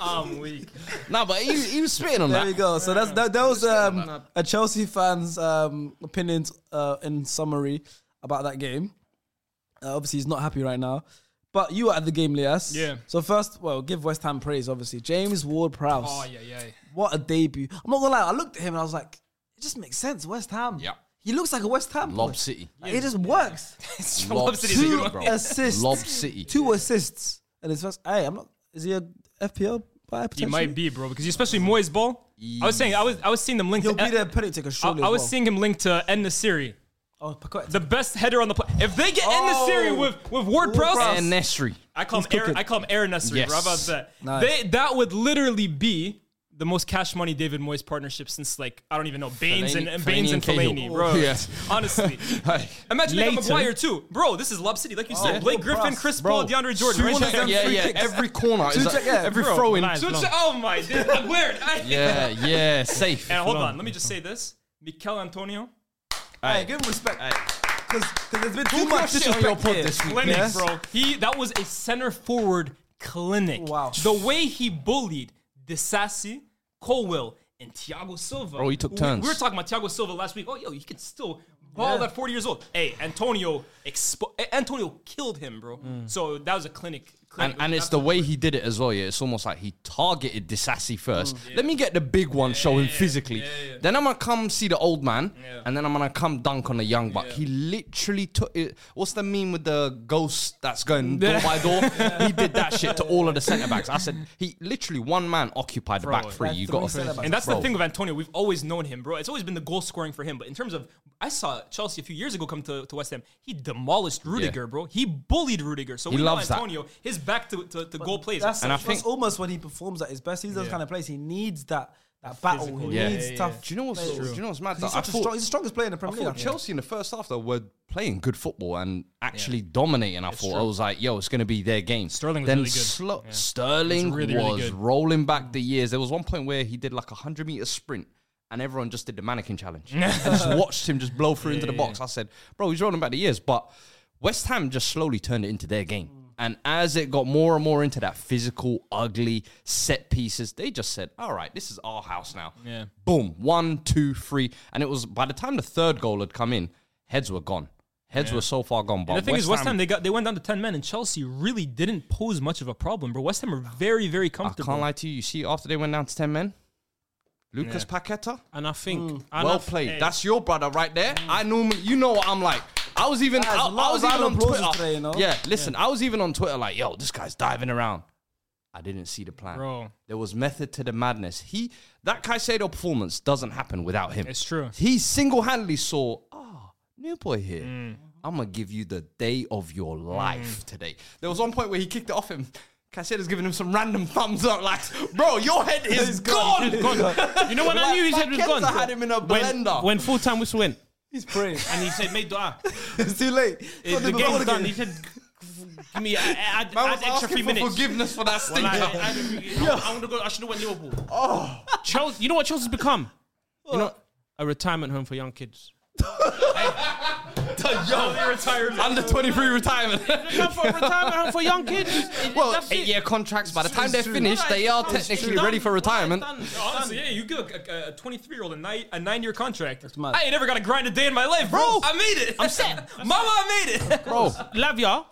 [SPEAKER 5] I'm weak.
[SPEAKER 4] Nah, but he, he was spitting on
[SPEAKER 2] There we
[SPEAKER 4] that.
[SPEAKER 2] go. So that's that, that was um, a Chelsea fan's um, opinions uh, in summary about that game. Uh, obviously, he's not happy right now. But you were at the game, Lias.
[SPEAKER 3] Yeah.
[SPEAKER 2] So first, well, give West Ham praise. Obviously, James Ward-Prowse.
[SPEAKER 3] oh yeah, yeah.
[SPEAKER 2] What a debut! I'm not gonna lie. I looked at him and I was like, it just makes sense. West Ham.
[SPEAKER 4] Yeah.
[SPEAKER 2] He looks like a West Ham.
[SPEAKER 4] Lob
[SPEAKER 2] boy.
[SPEAKER 4] City.
[SPEAKER 2] Like, It just works.
[SPEAKER 3] It's
[SPEAKER 4] Lob
[SPEAKER 3] Lob City's a
[SPEAKER 4] City,
[SPEAKER 3] good one.
[SPEAKER 4] bro.
[SPEAKER 2] Assists.
[SPEAKER 4] Lob City.
[SPEAKER 2] Two assists. And his first, hey, I'm not. Is he a FPL buy?
[SPEAKER 3] He
[SPEAKER 2] potentially?
[SPEAKER 3] might be, bro, because especially Moyes Ball. I was saying, I was, I was seeing them linked.
[SPEAKER 2] He'll
[SPEAKER 3] to,
[SPEAKER 2] be their penalty taker.
[SPEAKER 3] I,
[SPEAKER 2] Surely.
[SPEAKER 3] Uh, I
[SPEAKER 2] as
[SPEAKER 3] was
[SPEAKER 2] well.
[SPEAKER 3] seeing him linked to End Nasiri,
[SPEAKER 2] Oh, Paqueta.
[SPEAKER 3] the best header on the play. If they get End Nasiri
[SPEAKER 2] Oh.
[SPEAKER 3] with with Ward
[SPEAKER 2] Ward-Prowse.
[SPEAKER 3] Prowse,
[SPEAKER 4] And Nesri.
[SPEAKER 3] I call him
[SPEAKER 2] He's
[SPEAKER 3] Air,
[SPEAKER 2] cooking.
[SPEAKER 3] I call him Air Nesri.
[SPEAKER 4] Yes.
[SPEAKER 3] Bro, how about that?
[SPEAKER 2] Nice.
[SPEAKER 3] They, that would literally be the most cash money David Moyes partnership since like I don't even know Baines and,
[SPEAKER 4] Fellaini-
[SPEAKER 3] and Baines and
[SPEAKER 4] Fellaini and Cahill.
[SPEAKER 3] Fellaini, bro.
[SPEAKER 4] Yeah.
[SPEAKER 3] Honestly, imagine they got
[SPEAKER 5] Leighton.
[SPEAKER 3] Maguire too, bro. This is Lob City, like you
[SPEAKER 2] Oh.
[SPEAKER 3] said.
[SPEAKER 4] yeah.
[SPEAKER 3] Blake Griffin,
[SPEAKER 2] Bruh,
[SPEAKER 3] Chris
[SPEAKER 2] bro.
[SPEAKER 3] Paul, DeAndre Jordan.
[SPEAKER 2] Two
[SPEAKER 3] Right
[SPEAKER 2] check-
[SPEAKER 3] now.
[SPEAKER 2] them
[SPEAKER 4] yeah,
[SPEAKER 2] free
[SPEAKER 4] yeah.
[SPEAKER 2] kicks.
[SPEAKER 4] Every corner, is
[SPEAKER 2] Two
[SPEAKER 4] a-
[SPEAKER 2] check- yeah,
[SPEAKER 4] every
[SPEAKER 2] bro.
[SPEAKER 4] throw in.
[SPEAKER 5] Nice.
[SPEAKER 3] So it's-
[SPEAKER 5] Long.
[SPEAKER 3] oh my, dude, I'm weird. I-
[SPEAKER 4] Yeah, yeah, safe.
[SPEAKER 3] And hold
[SPEAKER 5] Long.
[SPEAKER 3] on, let me just say this: Mikel Antonio,
[SPEAKER 2] Hey, give him respect. Because there's been too
[SPEAKER 4] Who
[SPEAKER 2] much
[SPEAKER 4] crushed it on your
[SPEAKER 2] disrespect
[SPEAKER 4] pod
[SPEAKER 2] here.
[SPEAKER 4] this week?
[SPEAKER 3] clinic,
[SPEAKER 2] Yes.
[SPEAKER 3] bro. He that was a center forward clinic.
[SPEAKER 2] Wow.
[SPEAKER 3] the way he bullied Desassi, Colwell, and Thiago Silva.
[SPEAKER 4] Bro, he took
[SPEAKER 3] We-
[SPEAKER 4] turns.
[SPEAKER 3] We were talking about Thiago Silva last week. Oh, yo, he could still ball
[SPEAKER 2] Yeah.
[SPEAKER 3] at 40 years old. Hey, Antonio, expo- A- Antonio killed him, bro. So that was a clinic.
[SPEAKER 4] And,
[SPEAKER 3] clinic.
[SPEAKER 4] Mm. and it's
[SPEAKER 3] That's
[SPEAKER 4] the way he did it Mm, as well. Yeah, it's almost like he targeted Disassi first. Let me get the big one, show him physically. Then I'm gonna come see the old man, and then I'm gonna come dunk on the young buck. He literally took it. What's the meme with the ghost that's going door by door? He did that shit to all of the centre backs. I said he literally one man occupied the back three.
[SPEAKER 2] like
[SPEAKER 4] You
[SPEAKER 2] three
[SPEAKER 4] got
[SPEAKER 2] centre-backs.
[SPEAKER 3] And that's
[SPEAKER 4] Bro.
[SPEAKER 3] the thing with Antonio. We've always known him, bro. It's always been the goal scoring for him. But in terms of, I saw Chelsea a few years ago come to, to West Ham. He demolished Rudiger, bro. He bullied Rudiger. So
[SPEAKER 4] He
[SPEAKER 3] we
[SPEAKER 4] loves
[SPEAKER 3] know
[SPEAKER 4] that.
[SPEAKER 3] Antonio. His back to, to, to goal plays.
[SPEAKER 2] That's,
[SPEAKER 4] And I
[SPEAKER 2] that's
[SPEAKER 4] think-
[SPEAKER 2] almost when he performs at his best. He's those kind of plays. He needs that that battle. he
[SPEAKER 4] yeah.
[SPEAKER 2] needs tough.
[SPEAKER 4] Do you know what's
[SPEAKER 2] players.
[SPEAKER 4] Do you know what's mad?
[SPEAKER 2] He's,
[SPEAKER 4] though? I
[SPEAKER 2] such a
[SPEAKER 4] thought-
[SPEAKER 2] strong, he's the strongest player in the
[SPEAKER 4] I
[SPEAKER 2] Premier
[SPEAKER 4] thought
[SPEAKER 2] League.
[SPEAKER 4] Chelsea in the first half though were playing good football and actually dominating. I thought I was like, yo, it's going to be their game.
[SPEAKER 5] Sterling was
[SPEAKER 4] then
[SPEAKER 5] really good.
[SPEAKER 4] Slo- Sterling
[SPEAKER 5] He was really, really
[SPEAKER 4] was
[SPEAKER 5] good. Mm.
[SPEAKER 4] rolling back the years. There was one point where he did like a hundred meter sprint. And everyone just did the mannequin challenge and just watched him just blow through into the box. I said, "Bro, he's rolling back the years." But West Ham just slowly turned it into their game, and as it got more and more into that physical, ugly set pieces, they just said, "All right, this is our house now." Yeah. Boom, one, two, three, and it was by the time the third goal had come in, heads were gone. Heads were so far gone. But
[SPEAKER 3] the thing is, West Ham, they got they went down to ten men, and Chelsea really didn't pose much of a problem, bro. West Ham are very, very
[SPEAKER 4] I
[SPEAKER 3] comfortable.
[SPEAKER 4] can't lie to you. You see, after they went down to ten men, Lucas Paqueta.
[SPEAKER 5] And I think and I
[SPEAKER 4] Mm. Well
[SPEAKER 5] f-
[SPEAKER 4] played.
[SPEAKER 5] hey,
[SPEAKER 4] That's your brother right there. I normally, you know what I'm like. I was even, I,
[SPEAKER 2] Guys, a
[SPEAKER 4] I
[SPEAKER 2] lot
[SPEAKER 4] was
[SPEAKER 2] of
[SPEAKER 4] even
[SPEAKER 2] round
[SPEAKER 4] on
[SPEAKER 2] of applause
[SPEAKER 4] Twitter.
[SPEAKER 2] today, you know?
[SPEAKER 4] Yeah, listen, I was even on Twitter like, yo, this guy's diving around. I didn't see the plan.
[SPEAKER 3] Bro.
[SPEAKER 4] There was method to the madness. He that Caicedo performance doesn't happen without him.
[SPEAKER 3] It's true.
[SPEAKER 4] He single-handedly saw, ah, new boy here.
[SPEAKER 5] Mm.
[SPEAKER 4] I'm gonna give you the day of your life today. There was one point where he kicked it off him. Caicedo's giving him some random thumbs up, like, bro, your head is gone.
[SPEAKER 5] you know when I
[SPEAKER 4] Like,
[SPEAKER 5] knew his head was
[SPEAKER 4] Paqueta
[SPEAKER 5] gone.
[SPEAKER 4] had him in a
[SPEAKER 5] when,
[SPEAKER 4] blender.
[SPEAKER 5] when full time whistle went,
[SPEAKER 2] He's praying.
[SPEAKER 5] and he said, "Made dua."
[SPEAKER 2] it's too late.
[SPEAKER 5] If the game's done. He said, "Give me add, add,
[SPEAKER 4] Man
[SPEAKER 5] add
[SPEAKER 4] was
[SPEAKER 5] extra
[SPEAKER 4] asking
[SPEAKER 5] three
[SPEAKER 4] for
[SPEAKER 5] minutes."
[SPEAKER 4] forgiveness for that
[SPEAKER 5] Well,
[SPEAKER 4] stinker.
[SPEAKER 5] I, I, I, I want to go. I should have went Liverpool. Oh, Chelsea. You know what Chelsea's become? You know, a retirement home for young kids.
[SPEAKER 4] Yo, retirement. Under 23 retirement.
[SPEAKER 5] Become for a retirement home for young kids. It-
[SPEAKER 4] well,
[SPEAKER 5] that's it.
[SPEAKER 4] eight year contracts. By the time they're
[SPEAKER 5] It's
[SPEAKER 4] finished,
[SPEAKER 5] done.
[SPEAKER 4] they are
[SPEAKER 5] It's
[SPEAKER 4] technically
[SPEAKER 5] done.
[SPEAKER 4] ready for
[SPEAKER 5] It's done.
[SPEAKER 4] retirement.
[SPEAKER 5] It's done.
[SPEAKER 3] Honestly, yeah, you give a 23 year old a, nine a nine year contract.
[SPEAKER 2] mad.
[SPEAKER 3] I ain't never got to grind a day in my life, bro.
[SPEAKER 4] Bro.
[SPEAKER 3] I made it.
[SPEAKER 5] I'm set.
[SPEAKER 3] Mama, I made it.
[SPEAKER 4] Bro,
[SPEAKER 5] Lavia,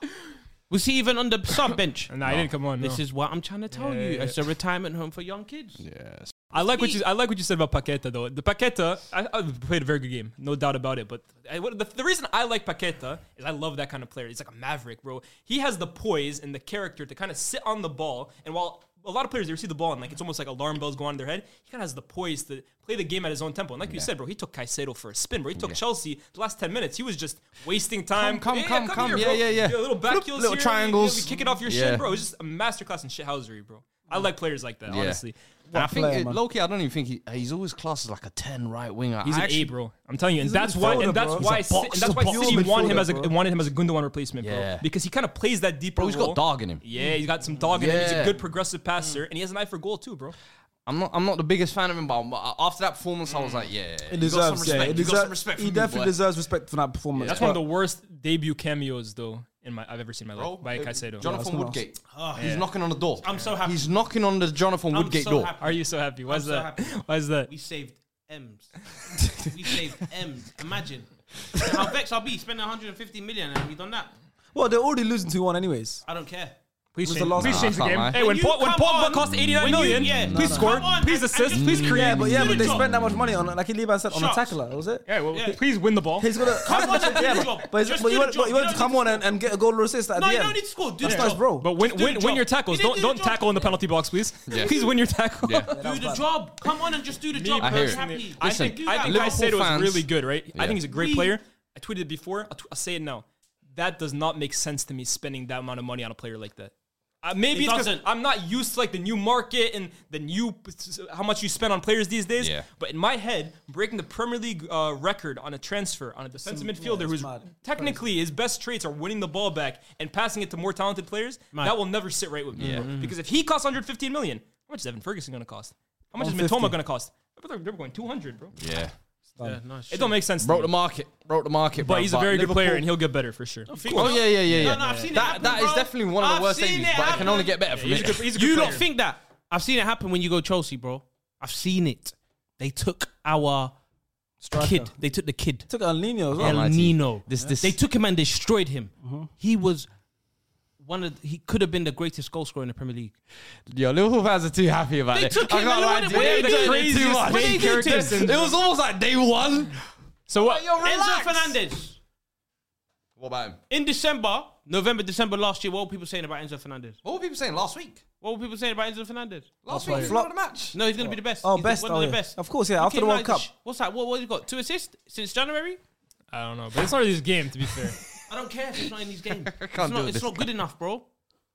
[SPEAKER 5] was he even on the sub bench?
[SPEAKER 3] Nah, he didn't come on.
[SPEAKER 5] This is what I'm trying to tell you. It's a retirement home for young kids.
[SPEAKER 3] I like what you. I like what you said about Paqueta though. The Paqueta, I, I played a very good game, no doubt about it. But I, what, the, the reason I like Paqueta is I love that kind of player. He's like a maverick, bro. He has the poise and the character to kind of sit on the ball. And while a lot of players they receive the ball and like it's almost like alarm bells go on in their head, he kind of has the poise to play the game at his own tempo. And like you said, bro, he took Caicedo for a spin, bro. He took Chelsea the last ten minutes. He was just wasting time.
[SPEAKER 4] come,
[SPEAKER 3] Yeah,
[SPEAKER 4] come, come.
[SPEAKER 3] here,
[SPEAKER 4] Yeah,
[SPEAKER 3] bro.
[SPEAKER 4] yeah, yeah.
[SPEAKER 3] Do a little back
[SPEAKER 4] Flip,
[SPEAKER 3] heels
[SPEAKER 4] little
[SPEAKER 3] here,
[SPEAKER 4] triangles.
[SPEAKER 3] you know, Kick it off your
[SPEAKER 4] Yeah.
[SPEAKER 3] shit, bro. It was just a masterclass in shithousery, bro. I like players like that,
[SPEAKER 4] Yeah.
[SPEAKER 3] honestly.
[SPEAKER 4] And I think
[SPEAKER 2] player,
[SPEAKER 4] it,
[SPEAKER 2] man.
[SPEAKER 4] Loki. I don't even think he, he's always classed as like a ten right winger.
[SPEAKER 3] He's
[SPEAKER 4] I
[SPEAKER 3] an
[SPEAKER 4] actually-
[SPEAKER 3] A, bro. I'm telling you, and
[SPEAKER 2] He's a
[SPEAKER 3] that's why,
[SPEAKER 2] midfielder,
[SPEAKER 3] and that's
[SPEAKER 2] bro.
[SPEAKER 3] why,
[SPEAKER 2] He's
[SPEAKER 3] Ci-
[SPEAKER 2] a
[SPEAKER 3] and that's why
[SPEAKER 2] box-to-box
[SPEAKER 3] City want him as a
[SPEAKER 2] midfielder, bro.
[SPEAKER 3] wanted him as a Gundogan replacement, bro,
[SPEAKER 4] Yeah.
[SPEAKER 3] because he kind of plays that deeper
[SPEAKER 4] Bro, he's
[SPEAKER 3] role.
[SPEAKER 4] got dog in him.
[SPEAKER 3] Yeah, he's got some dog in him. He's a
[SPEAKER 4] Yeah.
[SPEAKER 3] good progressive passer, and he has an eye for goal too, bro.
[SPEAKER 4] I'm not. I'm not the biggest fan of him, but uh, after that performance, I was like, yeah,
[SPEAKER 2] He
[SPEAKER 4] you got some
[SPEAKER 2] deserves, yeah,
[SPEAKER 4] respect.
[SPEAKER 2] he
[SPEAKER 4] You got
[SPEAKER 2] deserves-
[SPEAKER 4] some respect.
[SPEAKER 2] He
[SPEAKER 4] from me,
[SPEAKER 2] definitely
[SPEAKER 4] boy.
[SPEAKER 2] deserves respect for that performance.
[SPEAKER 3] That's one of the
[SPEAKER 2] But
[SPEAKER 3] worst debut cameos though in my I've ever seen in my
[SPEAKER 4] Bro,
[SPEAKER 3] life by
[SPEAKER 4] uh,
[SPEAKER 3] Caicedo.
[SPEAKER 4] Jonathan Woodgate.
[SPEAKER 5] Oh,
[SPEAKER 4] he's knocking on the door.
[SPEAKER 5] I'm so happy.
[SPEAKER 4] He's knocking on the Jonathan
[SPEAKER 5] I'm
[SPEAKER 4] Woodgate
[SPEAKER 5] so
[SPEAKER 4] door.
[SPEAKER 5] happy.
[SPEAKER 3] Are you so happy? Why's
[SPEAKER 5] so
[SPEAKER 3] that?
[SPEAKER 5] happy.
[SPEAKER 3] Why's that?
[SPEAKER 5] We saved M's. we saved M's. Imagine how vexed I'll be spending 150 million and we done that.
[SPEAKER 2] Well, they're already losing 2 1 anyways.
[SPEAKER 5] I don't care. Please
[SPEAKER 2] was
[SPEAKER 5] change
[SPEAKER 2] the last-
[SPEAKER 5] please
[SPEAKER 2] Nah,
[SPEAKER 5] change
[SPEAKER 4] I
[SPEAKER 5] the
[SPEAKER 4] can't
[SPEAKER 5] game.
[SPEAKER 4] lie.
[SPEAKER 3] Hey, when,
[SPEAKER 5] you
[SPEAKER 3] Paul, when
[SPEAKER 5] come
[SPEAKER 3] Pogba
[SPEAKER 5] on-
[SPEAKER 3] cost
[SPEAKER 5] when
[SPEAKER 3] 89
[SPEAKER 5] you-
[SPEAKER 3] million,
[SPEAKER 5] yeah,
[SPEAKER 3] please
[SPEAKER 5] no,
[SPEAKER 3] score,
[SPEAKER 5] come on
[SPEAKER 3] please
[SPEAKER 5] and-
[SPEAKER 3] assist,
[SPEAKER 5] and-
[SPEAKER 3] please create.
[SPEAKER 2] Yeah, but yeah,
[SPEAKER 5] Do
[SPEAKER 2] but
[SPEAKER 5] the
[SPEAKER 2] they
[SPEAKER 5] job.
[SPEAKER 2] spent that much money on like Liban said on a
[SPEAKER 5] Shots.
[SPEAKER 2] tackler, was it?
[SPEAKER 3] Yeah, well,
[SPEAKER 5] Yeah.
[SPEAKER 3] please win the ball.
[SPEAKER 2] He's gonna.
[SPEAKER 5] Come on, just do
[SPEAKER 2] yeah,
[SPEAKER 5] the
[SPEAKER 2] but-
[SPEAKER 5] job.
[SPEAKER 2] but, he's-
[SPEAKER 5] Just
[SPEAKER 2] but
[SPEAKER 5] do
[SPEAKER 2] you
[SPEAKER 5] the
[SPEAKER 2] want,
[SPEAKER 5] job.
[SPEAKER 2] but you
[SPEAKER 5] You
[SPEAKER 2] want to
[SPEAKER 5] don't
[SPEAKER 2] come
[SPEAKER 5] need
[SPEAKER 2] on
[SPEAKER 5] to
[SPEAKER 2] and, and get a goal or assist at
[SPEAKER 5] No,
[SPEAKER 2] the
[SPEAKER 5] you
[SPEAKER 2] end.
[SPEAKER 5] don't need to score. Do
[SPEAKER 2] That's
[SPEAKER 5] the
[SPEAKER 2] nice,
[SPEAKER 5] job.
[SPEAKER 2] bro.
[SPEAKER 3] But win,
[SPEAKER 5] Just do
[SPEAKER 3] win,
[SPEAKER 5] the
[SPEAKER 3] win your
[SPEAKER 5] job.
[SPEAKER 3] tackles.
[SPEAKER 5] You didn't
[SPEAKER 3] Don't
[SPEAKER 5] do
[SPEAKER 3] don't
[SPEAKER 5] the job.
[SPEAKER 3] tackle in the penalty box, please.
[SPEAKER 4] Yeah.
[SPEAKER 3] Please win your tackle.
[SPEAKER 4] Yeah.
[SPEAKER 5] Do the job. Come on and just do the job.
[SPEAKER 4] I
[SPEAKER 5] bro.
[SPEAKER 4] hear
[SPEAKER 5] Be
[SPEAKER 4] it.
[SPEAKER 5] happy.
[SPEAKER 3] I
[SPEAKER 4] Listen,
[SPEAKER 5] Do
[SPEAKER 3] think
[SPEAKER 5] that.
[SPEAKER 3] I think
[SPEAKER 4] Liverpool
[SPEAKER 3] I said it was
[SPEAKER 4] fans-
[SPEAKER 3] really good, right? I
[SPEAKER 4] Yeah.
[SPEAKER 3] think he's a great
[SPEAKER 5] We-
[SPEAKER 3] player. I tweeted it before. I'll, t- I'll say it now. That does not make sense to me spending that amount of money on a player like that. Uh, maybe
[SPEAKER 5] It
[SPEAKER 3] it's 'cause
[SPEAKER 5] doesn't.
[SPEAKER 3] I'm not used to like the new market and the new how much you spend on players these days.
[SPEAKER 4] Yeah.
[SPEAKER 3] But in my head, breaking the Premier League uh, record on a transfer on a defensive midfielder
[SPEAKER 2] it's
[SPEAKER 3] who's
[SPEAKER 2] mad.
[SPEAKER 3] technically his best traits are winning the ball back and passing it to more talented players.
[SPEAKER 5] Mad.
[SPEAKER 3] That will never sit right with me. bro. Because if he costs 115 million, how much is Evan Ferguson going to cost? How much is
[SPEAKER 2] 150.
[SPEAKER 3] Mitoma going to cost? I thought They were going 200, bro.
[SPEAKER 4] Yeah.
[SPEAKER 5] Yeah, no,
[SPEAKER 3] It
[SPEAKER 5] shit.
[SPEAKER 3] don't make sense. to
[SPEAKER 4] Broke
[SPEAKER 3] me.
[SPEAKER 4] the market. Broke the market.
[SPEAKER 3] but
[SPEAKER 4] bro.
[SPEAKER 3] he's a very good player,
[SPEAKER 4] Liverpool-
[SPEAKER 3] and he'll get better for sure.
[SPEAKER 5] Think
[SPEAKER 4] Oh
[SPEAKER 5] so?
[SPEAKER 4] yeah, yeah, yeah, yeah.
[SPEAKER 5] No, no, I've seen it
[SPEAKER 4] that.
[SPEAKER 5] happen,
[SPEAKER 4] that is
[SPEAKER 5] bro.
[SPEAKER 4] definitely one of the
[SPEAKER 5] I've
[SPEAKER 4] worst
[SPEAKER 5] seen
[SPEAKER 4] things,
[SPEAKER 5] it
[SPEAKER 4] but it can only
[SPEAKER 5] happen.
[SPEAKER 4] get better from
[SPEAKER 3] he's a good-
[SPEAKER 4] it.
[SPEAKER 3] he's a good
[SPEAKER 5] You
[SPEAKER 3] player.
[SPEAKER 5] don't think that? I've seen it happen when you go Chelsea, bro. I've seen it. They took our kid. They took the kid.
[SPEAKER 2] Took El Nino as well.
[SPEAKER 4] my
[SPEAKER 5] El
[SPEAKER 4] team.
[SPEAKER 5] Nino.
[SPEAKER 4] This- this-
[SPEAKER 5] They took him and destroyed him.
[SPEAKER 2] Mm-hmm.
[SPEAKER 5] He was one of. He could have been the greatest goal scorer in the Premier League.
[SPEAKER 4] Yo, Liverpool fans are too happy about
[SPEAKER 5] They
[SPEAKER 4] it.
[SPEAKER 5] took
[SPEAKER 4] I
[SPEAKER 5] him
[SPEAKER 4] can't
[SPEAKER 5] and
[SPEAKER 4] lie
[SPEAKER 5] what-
[SPEAKER 4] to
[SPEAKER 5] what
[SPEAKER 4] you,
[SPEAKER 5] are you
[SPEAKER 4] they're
[SPEAKER 5] doing?
[SPEAKER 4] too
[SPEAKER 5] Craziest
[SPEAKER 4] much.
[SPEAKER 5] main What are you character doing?
[SPEAKER 4] It was almost like day one.
[SPEAKER 3] So what?
[SPEAKER 5] Enzo Fernandez
[SPEAKER 4] What about him?
[SPEAKER 5] in December, November, December last year. What were people saying about Enzo Fernandez?
[SPEAKER 4] What were people saying last week?
[SPEAKER 5] What were people saying about Enzo Fernandez?
[SPEAKER 4] Last
[SPEAKER 2] why-
[SPEAKER 4] week, flop the match.
[SPEAKER 5] No, he's gonna be the best.
[SPEAKER 2] Oh,
[SPEAKER 5] He's
[SPEAKER 2] best,
[SPEAKER 5] one of
[SPEAKER 2] oh,
[SPEAKER 5] the
[SPEAKER 2] yeah.
[SPEAKER 5] best.
[SPEAKER 2] Of course, yeah, after the
[SPEAKER 5] now
[SPEAKER 2] World
[SPEAKER 5] he's a
[SPEAKER 2] Cup.
[SPEAKER 5] sh- What's that? What? What you got? Two assists since January.
[SPEAKER 3] I don't know, but it's not his game. To be fair, what
[SPEAKER 5] I don't care if it's not in his game. it's
[SPEAKER 4] deal
[SPEAKER 5] not,
[SPEAKER 4] with
[SPEAKER 5] it's
[SPEAKER 4] this
[SPEAKER 5] not good enough, bro.
[SPEAKER 3] are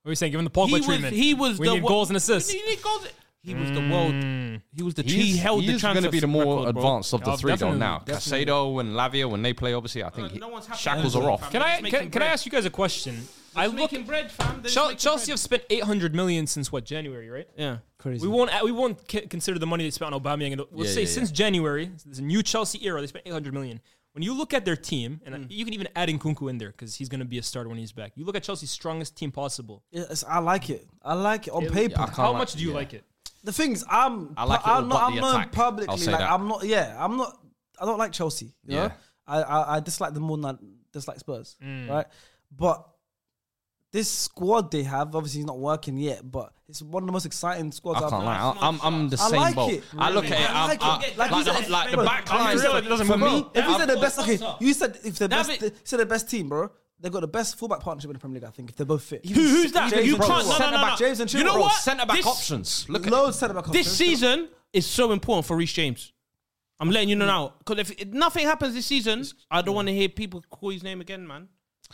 [SPEAKER 3] you saying? Give him the Pogba
[SPEAKER 5] he was,
[SPEAKER 3] treatment.
[SPEAKER 5] he was
[SPEAKER 3] We
[SPEAKER 5] the
[SPEAKER 3] need
[SPEAKER 5] wo-
[SPEAKER 3] goals and assists. Mm.
[SPEAKER 5] You need goals. He was the world. He was the.
[SPEAKER 4] He's,
[SPEAKER 5] he held the
[SPEAKER 4] he's
[SPEAKER 5] transfer.
[SPEAKER 4] going to be the more
[SPEAKER 5] record, bro.
[SPEAKER 4] advanced of the
[SPEAKER 3] Yeah,
[SPEAKER 4] three, though.
[SPEAKER 3] definitely,
[SPEAKER 4] Now,
[SPEAKER 3] definitely.
[SPEAKER 4] Casado and Lavia, when they play, obviously, I think
[SPEAKER 5] No,
[SPEAKER 4] he-
[SPEAKER 5] no one's happy
[SPEAKER 4] shackles
[SPEAKER 5] with
[SPEAKER 4] are
[SPEAKER 5] him,
[SPEAKER 4] off.
[SPEAKER 5] fam.
[SPEAKER 3] can I?
[SPEAKER 5] Just make
[SPEAKER 3] Can,
[SPEAKER 5] him
[SPEAKER 3] can I
[SPEAKER 5] bread.
[SPEAKER 3] ask you guys a question? I
[SPEAKER 5] Just
[SPEAKER 3] look.
[SPEAKER 5] making bread, fam. They're just
[SPEAKER 3] Chel-
[SPEAKER 5] making
[SPEAKER 3] Chelsea
[SPEAKER 5] bread.
[SPEAKER 3] have spent 800 million since what January, right?
[SPEAKER 5] Yeah.
[SPEAKER 2] Crazy.
[SPEAKER 3] We won't. We won't c- consider the money they spent on Aubameyang. And let's
[SPEAKER 4] Yeah,
[SPEAKER 3] say
[SPEAKER 4] yeah,
[SPEAKER 3] since January, this new Chelsea era, they spent 800 million. When you look at their team,
[SPEAKER 5] Hmm.
[SPEAKER 3] and you can even add Nkunku in there because he's going to be a starter when he's back. You look at Chelsea's strongest team possible.
[SPEAKER 2] Yes, I like it. I like it on
[SPEAKER 4] I
[SPEAKER 2] paper.
[SPEAKER 4] can't
[SPEAKER 3] How
[SPEAKER 4] like-
[SPEAKER 3] much do you
[SPEAKER 4] yeah.
[SPEAKER 3] like it?
[SPEAKER 2] The things I'm,
[SPEAKER 4] I like it all
[SPEAKER 2] I'm not,
[SPEAKER 4] but
[SPEAKER 2] I'm
[SPEAKER 4] the
[SPEAKER 2] known
[SPEAKER 4] attack. I'll
[SPEAKER 2] publicly.
[SPEAKER 4] say
[SPEAKER 2] Like
[SPEAKER 4] that.
[SPEAKER 2] I'm not. Yeah, I'm not. I don't like Chelsea. You
[SPEAKER 4] Yeah. Mm.
[SPEAKER 2] know? I, I I dislike them more than I dislike Spurs. Right, but this squad they have obviously is not working yet. But it's one of the most exciting squads
[SPEAKER 4] I
[SPEAKER 2] I've
[SPEAKER 4] can't
[SPEAKER 2] ever-
[SPEAKER 4] lie. I'm, I'm the
[SPEAKER 2] I
[SPEAKER 4] same
[SPEAKER 2] like
[SPEAKER 4] boat.
[SPEAKER 2] it.
[SPEAKER 4] I look at
[SPEAKER 2] I
[SPEAKER 4] it. I'm,
[SPEAKER 2] like it. Like
[SPEAKER 4] I, like,
[SPEAKER 2] you said,
[SPEAKER 4] the, like the back
[SPEAKER 2] I'm
[SPEAKER 4] line.
[SPEAKER 2] real, it
[SPEAKER 3] doesn't
[SPEAKER 4] for
[SPEAKER 3] move.
[SPEAKER 4] me,
[SPEAKER 2] If you said the
[SPEAKER 5] Of
[SPEAKER 2] best,
[SPEAKER 5] course,
[SPEAKER 2] okay,
[SPEAKER 5] Spurs.
[SPEAKER 2] you said if the
[SPEAKER 5] Now
[SPEAKER 2] best,
[SPEAKER 5] it-
[SPEAKER 2] you said the best team, bro. They've got the best fullback partnership in the Premier League. I think if they're both fit.
[SPEAKER 5] Who's that?
[SPEAKER 2] James
[SPEAKER 5] you
[SPEAKER 2] and
[SPEAKER 5] can't.
[SPEAKER 2] Chilwell.
[SPEAKER 5] No, no,
[SPEAKER 4] Centre
[SPEAKER 5] no,
[SPEAKER 4] back
[SPEAKER 5] no.
[SPEAKER 2] James and
[SPEAKER 5] You know
[SPEAKER 2] Chilwell.
[SPEAKER 5] what?
[SPEAKER 4] centre back
[SPEAKER 5] This-
[SPEAKER 4] options. Look at
[SPEAKER 2] Loads centre back.
[SPEAKER 5] This season is so important for Reece James. I'm letting you know now because if nothing happens this season, I don't want to hear people call his name again, man.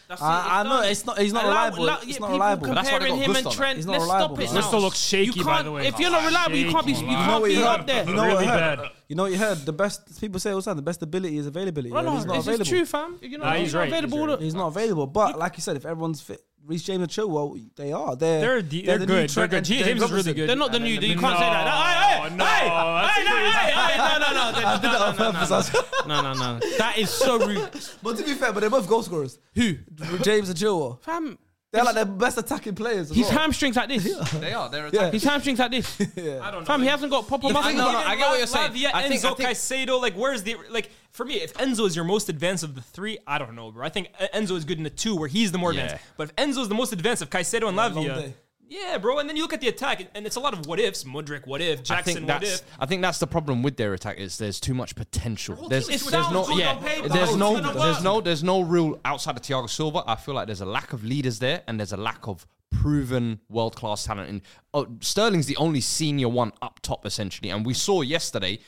[SPEAKER 5] That's
[SPEAKER 2] I- I know,
[SPEAKER 5] done.
[SPEAKER 2] it's not- he's not
[SPEAKER 5] Allow-
[SPEAKER 2] reliable.
[SPEAKER 5] allow-
[SPEAKER 2] It's
[SPEAKER 5] yeah,
[SPEAKER 2] not
[SPEAKER 5] people
[SPEAKER 2] reliable.
[SPEAKER 4] That's why they
[SPEAKER 5] Comparing
[SPEAKER 4] got
[SPEAKER 5] him and
[SPEAKER 4] Gusto, man.
[SPEAKER 5] Trent,
[SPEAKER 2] He's not
[SPEAKER 5] let's stop
[SPEAKER 2] reliable,
[SPEAKER 5] it
[SPEAKER 2] bro.
[SPEAKER 5] now.
[SPEAKER 3] Gusto looks shaky,
[SPEAKER 5] You
[SPEAKER 3] by
[SPEAKER 5] can't-
[SPEAKER 3] the way.
[SPEAKER 5] If you're not reliable, you can't be. You
[SPEAKER 3] Shaky,
[SPEAKER 2] You know
[SPEAKER 5] can't
[SPEAKER 2] what
[SPEAKER 5] be
[SPEAKER 2] you
[SPEAKER 5] up
[SPEAKER 2] heard?
[SPEAKER 5] there.
[SPEAKER 2] You know what
[SPEAKER 3] Really
[SPEAKER 2] you heard?
[SPEAKER 3] bad.
[SPEAKER 2] You know what you heard? The best people say all the time. The best ability is availability.
[SPEAKER 5] Well,
[SPEAKER 2] and
[SPEAKER 5] no,
[SPEAKER 2] he's not
[SPEAKER 5] this
[SPEAKER 2] available.
[SPEAKER 5] is true, fam. You know,
[SPEAKER 3] Nah,
[SPEAKER 5] he's,
[SPEAKER 3] he's
[SPEAKER 5] not
[SPEAKER 3] right, he's
[SPEAKER 5] available.
[SPEAKER 3] right.
[SPEAKER 2] He's not available. But like you said, if everyone's fit, Reece James and Chilwell, they are. They're
[SPEAKER 3] They're de- they're
[SPEAKER 2] the
[SPEAKER 3] good.
[SPEAKER 2] new Trent
[SPEAKER 3] They're good.
[SPEAKER 2] and
[SPEAKER 3] James
[SPEAKER 2] James
[SPEAKER 3] is really
[SPEAKER 2] Robinson.
[SPEAKER 3] good.
[SPEAKER 5] They're not the
[SPEAKER 3] And
[SPEAKER 5] new.
[SPEAKER 3] then the-
[SPEAKER 5] You can't say that.
[SPEAKER 3] No,
[SPEAKER 5] Hey, hey,
[SPEAKER 3] no,
[SPEAKER 5] hey,
[SPEAKER 3] that's
[SPEAKER 5] hey, no,
[SPEAKER 3] serious.
[SPEAKER 5] hey, hey, no, no, no,
[SPEAKER 2] I did that on purpose. I was-
[SPEAKER 5] no, no, no, no. That is so rude.
[SPEAKER 2] But to be fair, but they're both goal scorers.
[SPEAKER 5] Who?
[SPEAKER 2] James and Chilwell.
[SPEAKER 5] Fam,
[SPEAKER 2] They're like the best attacking players. as
[SPEAKER 5] his
[SPEAKER 2] well.
[SPEAKER 5] hamstrings like this.
[SPEAKER 4] They are. They're
[SPEAKER 2] Yeah.
[SPEAKER 5] His hamstrings like this.
[SPEAKER 3] I don't know.
[SPEAKER 5] Fam, he hasn't got proper
[SPEAKER 4] I
[SPEAKER 5] muscles.
[SPEAKER 4] know, no, I get what you're saying.
[SPEAKER 3] Lavia,
[SPEAKER 4] I think-
[SPEAKER 3] Enzo,
[SPEAKER 4] I think-
[SPEAKER 3] Caicedo, like where's the like for me? If Enzo is your most advanced of the three, I don't know, bro. I think E-, Enzo is good in the two where he's the more
[SPEAKER 4] Yeah.
[SPEAKER 3] advanced. But if Enzo's the most advanced of Caicedo and
[SPEAKER 2] long
[SPEAKER 3] Lavia,
[SPEAKER 2] day.
[SPEAKER 3] yeah, bro. And then you look at the attack, and it's a lot of what ifs. Mudrick, what if?
[SPEAKER 4] I
[SPEAKER 3] Jackson,
[SPEAKER 4] think
[SPEAKER 3] what
[SPEAKER 4] that's.
[SPEAKER 3] if?
[SPEAKER 4] I think that's the problem with their attack is there's too much potential.
[SPEAKER 3] whole
[SPEAKER 4] There's
[SPEAKER 3] team is
[SPEAKER 4] there's
[SPEAKER 3] too
[SPEAKER 4] no
[SPEAKER 3] talented
[SPEAKER 4] yeah.
[SPEAKER 3] on paper.
[SPEAKER 4] There's
[SPEAKER 3] It's
[SPEAKER 4] no
[SPEAKER 3] gonna
[SPEAKER 4] there's
[SPEAKER 3] work.
[SPEAKER 4] no there's no real outside of Thiago Silva. I feel like there's a lack of leaders there and there's a lack of proven world class talent. And oh, Sterling's the only senior one up top essentially. And we saw yesterday,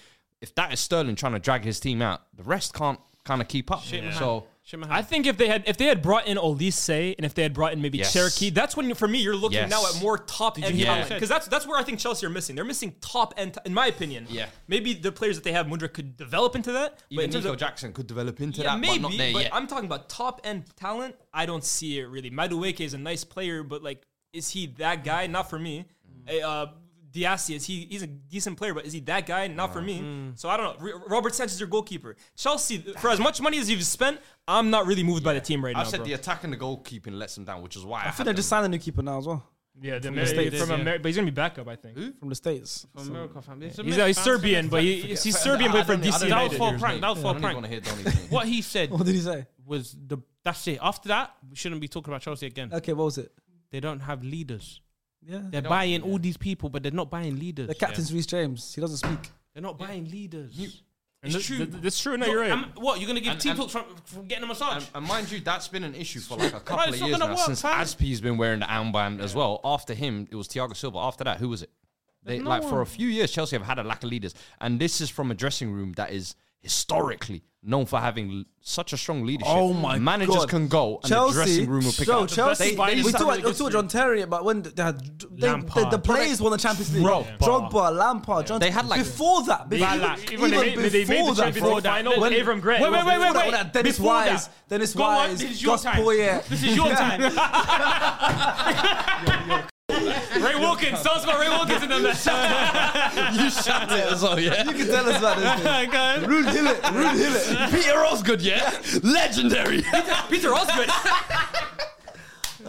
[SPEAKER 4] if that is Sterling trying to drag his team out, the rest can't kind of keep up. So
[SPEAKER 5] Shit, my
[SPEAKER 3] I
[SPEAKER 5] hand.
[SPEAKER 3] think if they had if they had brought in Olise and if they had brought in maybe
[SPEAKER 4] Yes.
[SPEAKER 3] Cherokee, that's when you- for me you're looking
[SPEAKER 4] Yes.
[SPEAKER 3] now at more top end
[SPEAKER 4] hear what I
[SPEAKER 3] talent
[SPEAKER 4] said?
[SPEAKER 3] because that's that's where I think Chelsea are missing. They're missing top end, in my opinion.
[SPEAKER 4] Yeah.
[SPEAKER 3] maybe the players that they have Mudrick could develop into that. but
[SPEAKER 4] even
[SPEAKER 3] in terms
[SPEAKER 4] Nico
[SPEAKER 3] of
[SPEAKER 4] Jackson could develop into
[SPEAKER 3] yeah,
[SPEAKER 4] that,
[SPEAKER 3] maybe,
[SPEAKER 4] but not there yet.
[SPEAKER 3] I'm talking about top end talent. I don't see it really. Madueke is a nice player, but like, is he that guy? Not for me.
[SPEAKER 4] Mm.
[SPEAKER 3] Eh, Uh, Diassi is he? He's a decent player, but is he that guy? Not
[SPEAKER 4] Uh-huh.
[SPEAKER 3] for me.
[SPEAKER 4] Mm.
[SPEAKER 3] So I don't know. Re- Robert Sanchez is your goalkeeper. Chelsea, for as much money as you've spent, I'm not really moved by the team right
[SPEAKER 4] I
[SPEAKER 3] now.
[SPEAKER 4] said
[SPEAKER 3] bro.
[SPEAKER 4] the attack and the goalkeeping lets them down, which is why I,
[SPEAKER 2] I
[SPEAKER 4] had
[SPEAKER 2] think they just
[SPEAKER 4] them.
[SPEAKER 2] signed a new keeper now as well
[SPEAKER 3] yeah, the
[SPEAKER 2] Ameri- States,
[SPEAKER 5] from yeah. Ameri-
[SPEAKER 3] but he's gonna be backup, I think.
[SPEAKER 2] from the states.
[SPEAKER 5] From America, fam. It's Mm. a
[SPEAKER 3] He's, uh,
[SPEAKER 5] myth,
[SPEAKER 3] he's
[SPEAKER 5] fam.
[SPEAKER 3] Serbian, but he,
[SPEAKER 4] Forget-
[SPEAKER 3] he's
[SPEAKER 4] I
[SPEAKER 3] Serbian,
[SPEAKER 4] don't
[SPEAKER 3] but from
[SPEAKER 4] need-
[SPEAKER 3] DC
[SPEAKER 4] I don't need
[SPEAKER 3] United.
[SPEAKER 5] That was for
[SPEAKER 4] his
[SPEAKER 5] prank.
[SPEAKER 4] name.
[SPEAKER 5] That was
[SPEAKER 4] I
[SPEAKER 5] for
[SPEAKER 4] don't even wanna
[SPEAKER 5] prank.
[SPEAKER 4] hear Donny's name.
[SPEAKER 5] What he said
[SPEAKER 2] What did he say?
[SPEAKER 5] was the that's it. After that, we shouldn't be talking about Chelsea again.
[SPEAKER 2] Okay, what was it?
[SPEAKER 5] They don't have leaders.
[SPEAKER 2] Yeah.
[SPEAKER 5] They're buying all these people, but they're not buying leaders.
[SPEAKER 2] The captain's Reece James. He doesn't speak.
[SPEAKER 5] They're not buying leaders.
[SPEAKER 3] And th-
[SPEAKER 5] It's true.
[SPEAKER 3] th- That's true. No, you're right.
[SPEAKER 5] I'm- what, you're going to give
[SPEAKER 4] And-
[SPEAKER 5] tea
[SPEAKER 4] and-
[SPEAKER 5] talks from, from getting a massage?
[SPEAKER 4] And, and mind you, that's been an issue for like a couple of
[SPEAKER 5] it's not
[SPEAKER 4] years
[SPEAKER 5] gonna
[SPEAKER 4] now
[SPEAKER 5] work,
[SPEAKER 4] since
[SPEAKER 5] fam.
[SPEAKER 4] Aspie's been wearing the armband as well. After him, it was Thiago Silva. After that, who was it? They, like for a few years, Chelsea have had a lack of leaders, and this is from a dressing room that is historically known for having l- such a strong leadership. managers
[SPEAKER 2] Oh God.
[SPEAKER 4] can go, and the dressing room will pick
[SPEAKER 2] so
[SPEAKER 4] up.
[SPEAKER 2] Chelsea,
[SPEAKER 4] They- they-
[SPEAKER 2] we
[SPEAKER 4] they-
[SPEAKER 2] talked we talked John Terry, but when they had they, the,
[SPEAKER 5] Lampard.
[SPEAKER 2] the players won the Champions League,
[SPEAKER 4] Bro.
[SPEAKER 2] Drogba, Lampard, John.
[SPEAKER 4] They had like-
[SPEAKER 2] before that, before,
[SPEAKER 3] Bala.
[SPEAKER 2] even,
[SPEAKER 3] Even they made- they made the
[SPEAKER 2] before that,
[SPEAKER 3] Champions League final,
[SPEAKER 2] when-
[SPEAKER 3] Avram Grant
[SPEAKER 2] Wait, wait,
[SPEAKER 3] was-
[SPEAKER 2] wait, wait,
[SPEAKER 3] Before
[SPEAKER 2] wait.
[SPEAKER 3] that,
[SPEAKER 2] Dennis
[SPEAKER 3] before that.
[SPEAKER 2] Wise, Dennis
[SPEAKER 3] Go on,
[SPEAKER 2] Wise,
[SPEAKER 3] this is your
[SPEAKER 2] Gus
[SPEAKER 3] time.
[SPEAKER 2] Poyet.
[SPEAKER 3] This is your time. Ray Wilkins. Tell us about Ray Wilkins in the match.
[SPEAKER 4] you shut it as well, yeah.
[SPEAKER 2] You can tell us about this. Rude Hillett, Rude Hillett.
[SPEAKER 4] Peter Osgood, yeah, legendary.
[SPEAKER 3] Peter Osgood.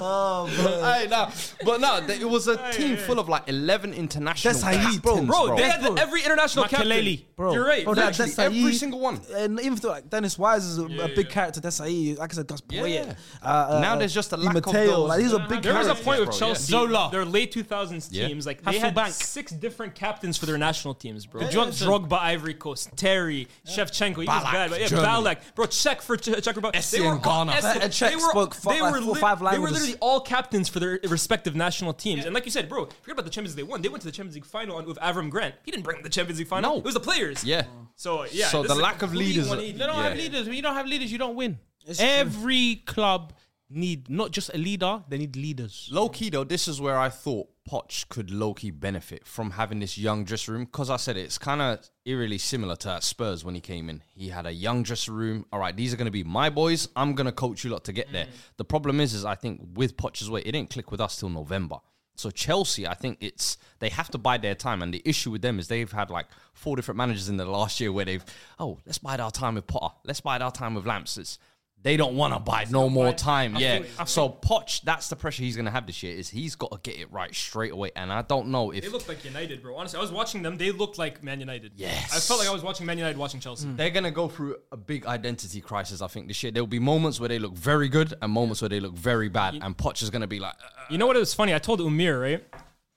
[SPEAKER 2] Oh,
[SPEAKER 4] Aye, nah. But no, th- it was a team full of like 11 international
[SPEAKER 2] That's how you- bro,
[SPEAKER 4] captains,
[SPEAKER 2] bro,
[SPEAKER 4] bro.
[SPEAKER 3] They had the- every international captain.
[SPEAKER 5] Makelele.
[SPEAKER 2] Bro,
[SPEAKER 3] You're right.
[SPEAKER 2] Bro, that,
[SPEAKER 4] Literally,
[SPEAKER 2] that's how
[SPEAKER 4] every
[SPEAKER 2] you-
[SPEAKER 4] single one.
[SPEAKER 2] And even though like Dennis Wise is a, a big character, that's how he, like I said, Gus Poyet.
[SPEAKER 4] Yeah.
[SPEAKER 2] Uh, uh,
[SPEAKER 4] Now
[SPEAKER 2] uh,
[SPEAKER 4] there's just a
[SPEAKER 2] Di
[SPEAKER 4] lack of
[SPEAKER 2] Matteo.
[SPEAKER 4] those-
[SPEAKER 2] Like, these are big
[SPEAKER 3] There was a
[SPEAKER 2] characters.
[SPEAKER 3] point with
[SPEAKER 4] bro, yeah.
[SPEAKER 3] Chelsea,
[SPEAKER 5] Zola.
[SPEAKER 3] their late 2000s
[SPEAKER 4] Yeah.
[SPEAKER 3] teams, like they had
[SPEAKER 5] Hasselbank.
[SPEAKER 3] six different captains for their national teams, bro. John Drogba, Ivory Coast, Terry, Shevchenko, he was
[SPEAKER 4] Balak,
[SPEAKER 3] bad, but yeah,
[SPEAKER 4] Germany.
[SPEAKER 3] Balak, bro, Czech for Czech Republic.
[SPEAKER 4] Essien, Ghana.
[SPEAKER 3] Essien,
[SPEAKER 2] That Czech spoke fi- like four,
[SPEAKER 3] lit-
[SPEAKER 2] five
[SPEAKER 3] They were
[SPEAKER 2] languages.
[SPEAKER 3] literally all captains for their respective national teams. And like you said, bro, forget about the Champions League they won. They went to the Champions League final on, with Avram Grant. He didn't bring them to the Champions League final.
[SPEAKER 4] No.
[SPEAKER 3] It was the players.
[SPEAKER 4] Yeah.
[SPEAKER 3] So yeah.
[SPEAKER 4] So
[SPEAKER 3] this
[SPEAKER 4] the
[SPEAKER 3] is a
[SPEAKER 4] lack of
[SPEAKER 3] complete
[SPEAKER 4] leaders-
[SPEAKER 3] 180.
[SPEAKER 5] They don't
[SPEAKER 4] Yeah.
[SPEAKER 5] have leaders. When you don't have leaders, you don't win. Every club need not just a leader; they need leaders.
[SPEAKER 4] Low key though, this is where I thought Poch could low key benefit from having this young dressing room because I said it, it's kind of eerily similar to at Spurs when he came in. He had a young dressing room. All right, these are going to be my boys. I'm going to coach you lot to get there. The problem is, is I think with Poch's way, it didn't click with us till November. So Chelsea, I think it's they have to bide their time, and the issue with them is they've had like four different managers in the last year where they've oh let's bide our time with Potter, let's bide our time with Lamps. It's, they don't want to bide no more time. yeah. so Poch, that's the pressure he's going to have this year. Is he's got to get it right straight away, and I don't know if
[SPEAKER 3] They looked like United, bro. Honestly, I was watching them. They looked like Man United.
[SPEAKER 4] Yes.
[SPEAKER 3] I felt like I was watching Man United watching Chelsea.
[SPEAKER 4] they're going to go through a big identity crisis. I think this year there'll be moments where they look very good and moments where they look very bad, and Poch is going to be like, uh,
[SPEAKER 3] You know what? It was funny. I told Umir, right?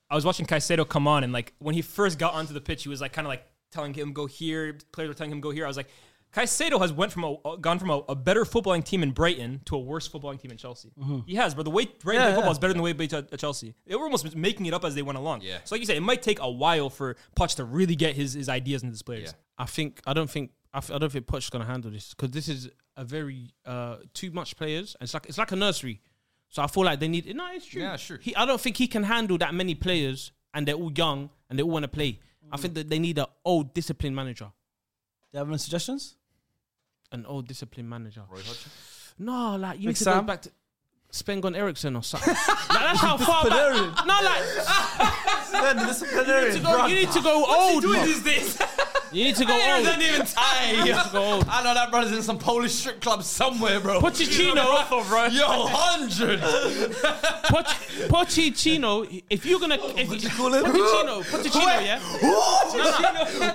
[SPEAKER 3] I was watching Caicedo come on, and like when he first got onto the pitch, he was like kind of like telling him go here. Players were telling him go here. I was like, Caicedo has went from a uh, gone from a, a better footballing team in Brighton to a worse footballing team in Chelsea.
[SPEAKER 5] Mm-hmm.
[SPEAKER 3] He has, but the way Brighton play football is better than the way they play at Chelsea. They were almost making it up as they went along.
[SPEAKER 4] Yeah.
[SPEAKER 3] So like you said, it might take a while for Poch to really get his his ideas into his players.
[SPEAKER 5] I think I don't think I, f- I don't think Poch's gonna handle this because this is a very uh too much players. It's like it's like a nursery, so I feel like they need. No, it's true.
[SPEAKER 4] Yeah, sure.
[SPEAKER 5] He, I don't think he can handle that many players, and they're all young and they all want to play. I think that they need an old disciplined manager,
[SPEAKER 2] Do you have any suggestions?
[SPEAKER 5] an old disciplined manager. No,
[SPEAKER 2] Like
[SPEAKER 5] like you need to
[SPEAKER 2] Sam?
[SPEAKER 5] go back to Spengon Ericsson or something. like, that's how far back.
[SPEAKER 2] Disciplinarian.
[SPEAKER 5] No, like
[SPEAKER 2] Then the disciplinarian,
[SPEAKER 5] go,
[SPEAKER 2] bruh.
[SPEAKER 5] you need to go old.
[SPEAKER 3] Doing
[SPEAKER 5] man.
[SPEAKER 3] these days.
[SPEAKER 5] You need to go old.
[SPEAKER 4] even tie.
[SPEAKER 5] Go old.
[SPEAKER 4] I know that brother's in some Polish strip club somewhere, bro.
[SPEAKER 5] Pochettino,
[SPEAKER 4] Yo, hundred.
[SPEAKER 5] Poch- Pochettino. If you're gonna, if you call it? Pochettino, Pochettino, yeah,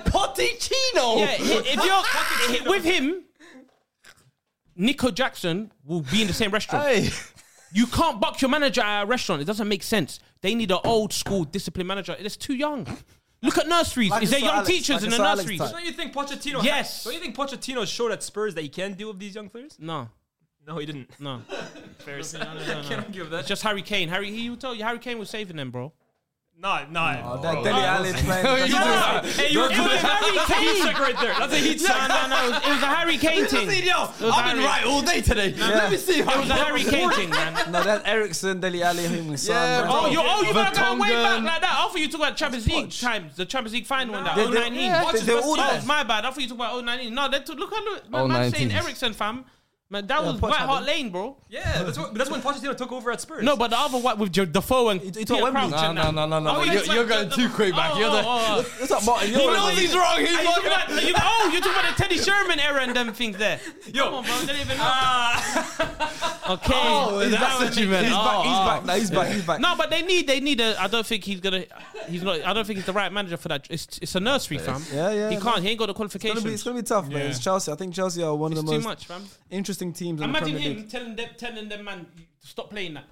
[SPEAKER 4] Pochettino.
[SPEAKER 5] yeah. hi- If you're hi- with him, Nico Jackson will be in the same restaurant.
[SPEAKER 2] Hey.
[SPEAKER 5] You can't buck your manager at a restaurant. It doesn't make sense. They need an old school discipline manager. It's too young. Look at nurseries.
[SPEAKER 2] Like
[SPEAKER 5] Is
[SPEAKER 2] I
[SPEAKER 5] there
[SPEAKER 2] saw
[SPEAKER 5] young
[SPEAKER 2] Alex-
[SPEAKER 5] teachers
[SPEAKER 2] like I
[SPEAKER 5] in the
[SPEAKER 2] saw Alex
[SPEAKER 5] nurseries?
[SPEAKER 2] type.
[SPEAKER 3] Don't you think Pochettino?
[SPEAKER 5] Yes.
[SPEAKER 3] Don't you think Pochettino showed at Spurs that he can deal with these young players?
[SPEAKER 5] No,
[SPEAKER 3] No, he didn't.
[SPEAKER 5] no.
[SPEAKER 3] Fair say. I can't argue with that.
[SPEAKER 5] It's just Harry Kane. Harry, he will tell you. Harry Kane was saving them, bro.
[SPEAKER 3] No, no.
[SPEAKER 2] Oh, That
[SPEAKER 5] Oh,
[SPEAKER 2] Dele Alli playing.
[SPEAKER 5] Yeah.
[SPEAKER 3] Hey, you were doing That's a heat check right there. That's a heat
[SPEAKER 5] No,
[SPEAKER 3] check.
[SPEAKER 5] no, no. It was, it was a Harry Kane thing. It
[SPEAKER 4] Yo,
[SPEAKER 5] was
[SPEAKER 4] I've been
[SPEAKER 5] Harry-
[SPEAKER 4] right all day today. Let me see. It
[SPEAKER 5] was a Harry Kane thing, man.
[SPEAKER 2] No, that's Ericsson, Dele Alli, him and
[SPEAKER 4] Yeah,
[SPEAKER 2] Sam.
[SPEAKER 4] bro.
[SPEAKER 5] Oh, you oh you better go way back
[SPEAKER 4] Vertonghen.
[SPEAKER 5] like that. I thought you talk about Champions League times, the Champions League final and that.
[SPEAKER 2] They-
[SPEAKER 5] Oh
[SPEAKER 2] they-
[SPEAKER 5] nineteen.
[SPEAKER 2] yeah, they- they were all
[SPEAKER 5] oh,
[SPEAKER 2] there.
[SPEAKER 5] my bad. I thought you talk about oh nineteen. No, they took, look at look. Man,
[SPEAKER 4] Oh,
[SPEAKER 5] man saying
[SPEAKER 4] 19s.
[SPEAKER 5] Ericsson, fam. Man, that was
[SPEAKER 2] Poch
[SPEAKER 5] White
[SPEAKER 2] had
[SPEAKER 5] Hart
[SPEAKER 2] him.
[SPEAKER 5] Lane, bro.
[SPEAKER 3] Yeah, that's, what, that's when Pochettino took over at Spurs.
[SPEAKER 5] No, but the other one with Jo- Defoe and
[SPEAKER 2] he took
[SPEAKER 5] Peter
[SPEAKER 2] Wembley.
[SPEAKER 5] Crouch
[SPEAKER 4] No,
[SPEAKER 5] and
[SPEAKER 4] no,
[SPEAKER 5] that.
[SPEAKER 4] no, no, no.
[SPEAKER 5] Oh,
[SPEAKER 4] You're,
[SPEAKER 5] yeah, it's
[SPEAKER 4] you're
[SPEAKER 5] like
[SPEAKER 4] going
[SPEAKER 5] the-
[SPEAKER 4] too quick back.
[SPEAKER 5] oh,
[SPEAKER 4] You're the,
[SPEAKER 5] oh, oh.
[SPEAKER 2] What's up, Martin?
[SPEAKER 5] He
[SPEAKER 2] You're
[SPEAKER 5] knows
[SPEAKER 2] like-
[SPEAKER 5] he's
[SPEAKER 4] wrong. He's
[SPEAKER 5] And you talk about, you, oh, you talk about the Teddy Sherman era and them things there. Yo, Come on, bro, they don't even know. okay,
[SPEAKER 4] Ah. Oh,
[SPEAKER 5] Is
[SPEAKER 4] that's
[SPEAKER 5] that
[SPEAKER 4] what you meant.
[SPEAKER 2] He's
[SPEAKER 4] Oh,
[SPEAKER 2] back, he's
[SPEAKER 4] oh.
[SPEAKER 2] back, now, he's back, he's back.
[SPEAKER 5] No, but they need they need a. I don't think he's gonna. He's not. I don't think he's the right manager for that. It's it's a nursery, fam.
[SPEAKER 2] Yeah, yeah,
[SPEAKER 5] He
[SPEAKER 2] no.
[SPEAKER 5] can't. He ain't got the
[SPEAKER 2] It's
[SPEAKER 5] qualifications.
[SPEAKER 2] gonna be, it's gonna be tough, man. It's Chelsea. I think Chelsea are one of the
[SPEAKER 5] too
[SPEAKER 2] most
[SPEAKER 5] much, fam.
[SPEAKER 2] interesting teams in the
[SPEAKER 5] Imagine
[SPEAKER 2] Premier League.
[SPEAKER 5] him telling them telling them man stop playing that.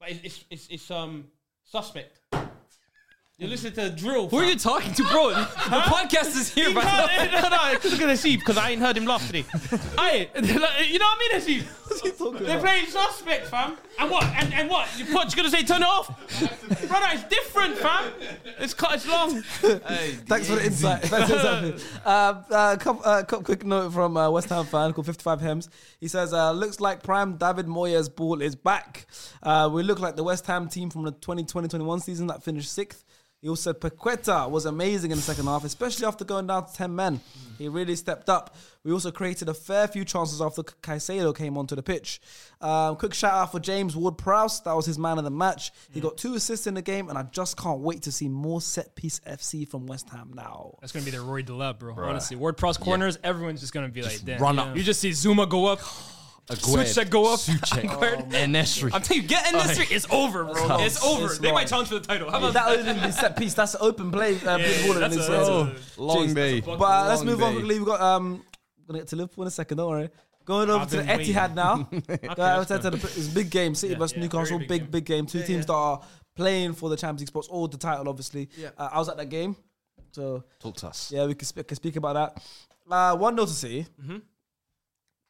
[SPEAKER 5] but it's it's it's, it's um suspect. You listen to the drill.
[SPEAKER 8] Who are you talking to, bro? the podcast is here, bro.
[SPEAKER 5] no, no, it's gonna see because I ain't heard him laugh today. I, you know what I mean, Steve? They're playing suspect, fam. And what? And, and what? You what? You gonna say turn it off, brother? It's different, fam. It's cut. It's long.
[SPEAKER 2] Thanks for the insight. Thanks for the insight. Uh, uh, cup, uh, cup quick note from uh, West Ham fan called 55 Hems. He says, uh, looks like prime David Moyes ball is back. Uh, we look like the West Ham team from the 2020-21 season that finished sixth. He also said Paqueta was amazing in the second half, especially after going down to 10 men. He really stepped up. We also created a fair few chances after Caicedo came onto the pitch. Um, quick shout out for James Ward Prowse. That was his man of the match. He got two assists in the game, and I just can't wait to see more set piece FC from West Ham now.
[SPEAKER 8] That's gonna be their Rory Delap, bro. Honestly, word cross corners. Everyone's just gonna be like, damn.
[SPEAKER 4] run up.
[SPEAKER 8] You just see Zuma go up. Switch that go up.
[SPEAKER 4] Suchet. Oh,
[SPEAKER 8] Aguerd.
[SPEAKER 4] And Nesri.
[SPEAKER 8] I'm telling you, get in this street. It's over, bro.
[SPEAKER 2] long.
[SPEAKER 8] It's over.
[SPEAKER 2] It's
[SPEAKER 8] they
[SPEAKER 2] long.
[SPEAKER 8] might challenge for the title. How about
[SPEAKER 2] That would have been set piece. That's an open play. Uh,
[SPEAKER 8] yeah,
[SPEAKER 2] ball in
[SPEAKER 8] that's
[SPEAKER 2] his
[SPEAKER 8] a-
[SPEAKER 2] hands.
[SPEAKER 8] that's
[SPEAKER 4] Long day.
[SPEAKER 2] But uh, let's move on quickly. We've got um, we're gonna get to Liverpool in a second. Don't worry. Going over to the
[SPEAKER 5] been waiting.
[SPEAKER 2] Etihad now. Going over to the- it's a big game. City versus Newcastle. Big big game. Two teams that are playing for the Champions League spots or the title, obviously. Uh, I was at that game, so
[SPEAKER 4] Talk to us.
[SPEAKER 2] yeah, we can, sp- can speak about that. Uh, one nil to City.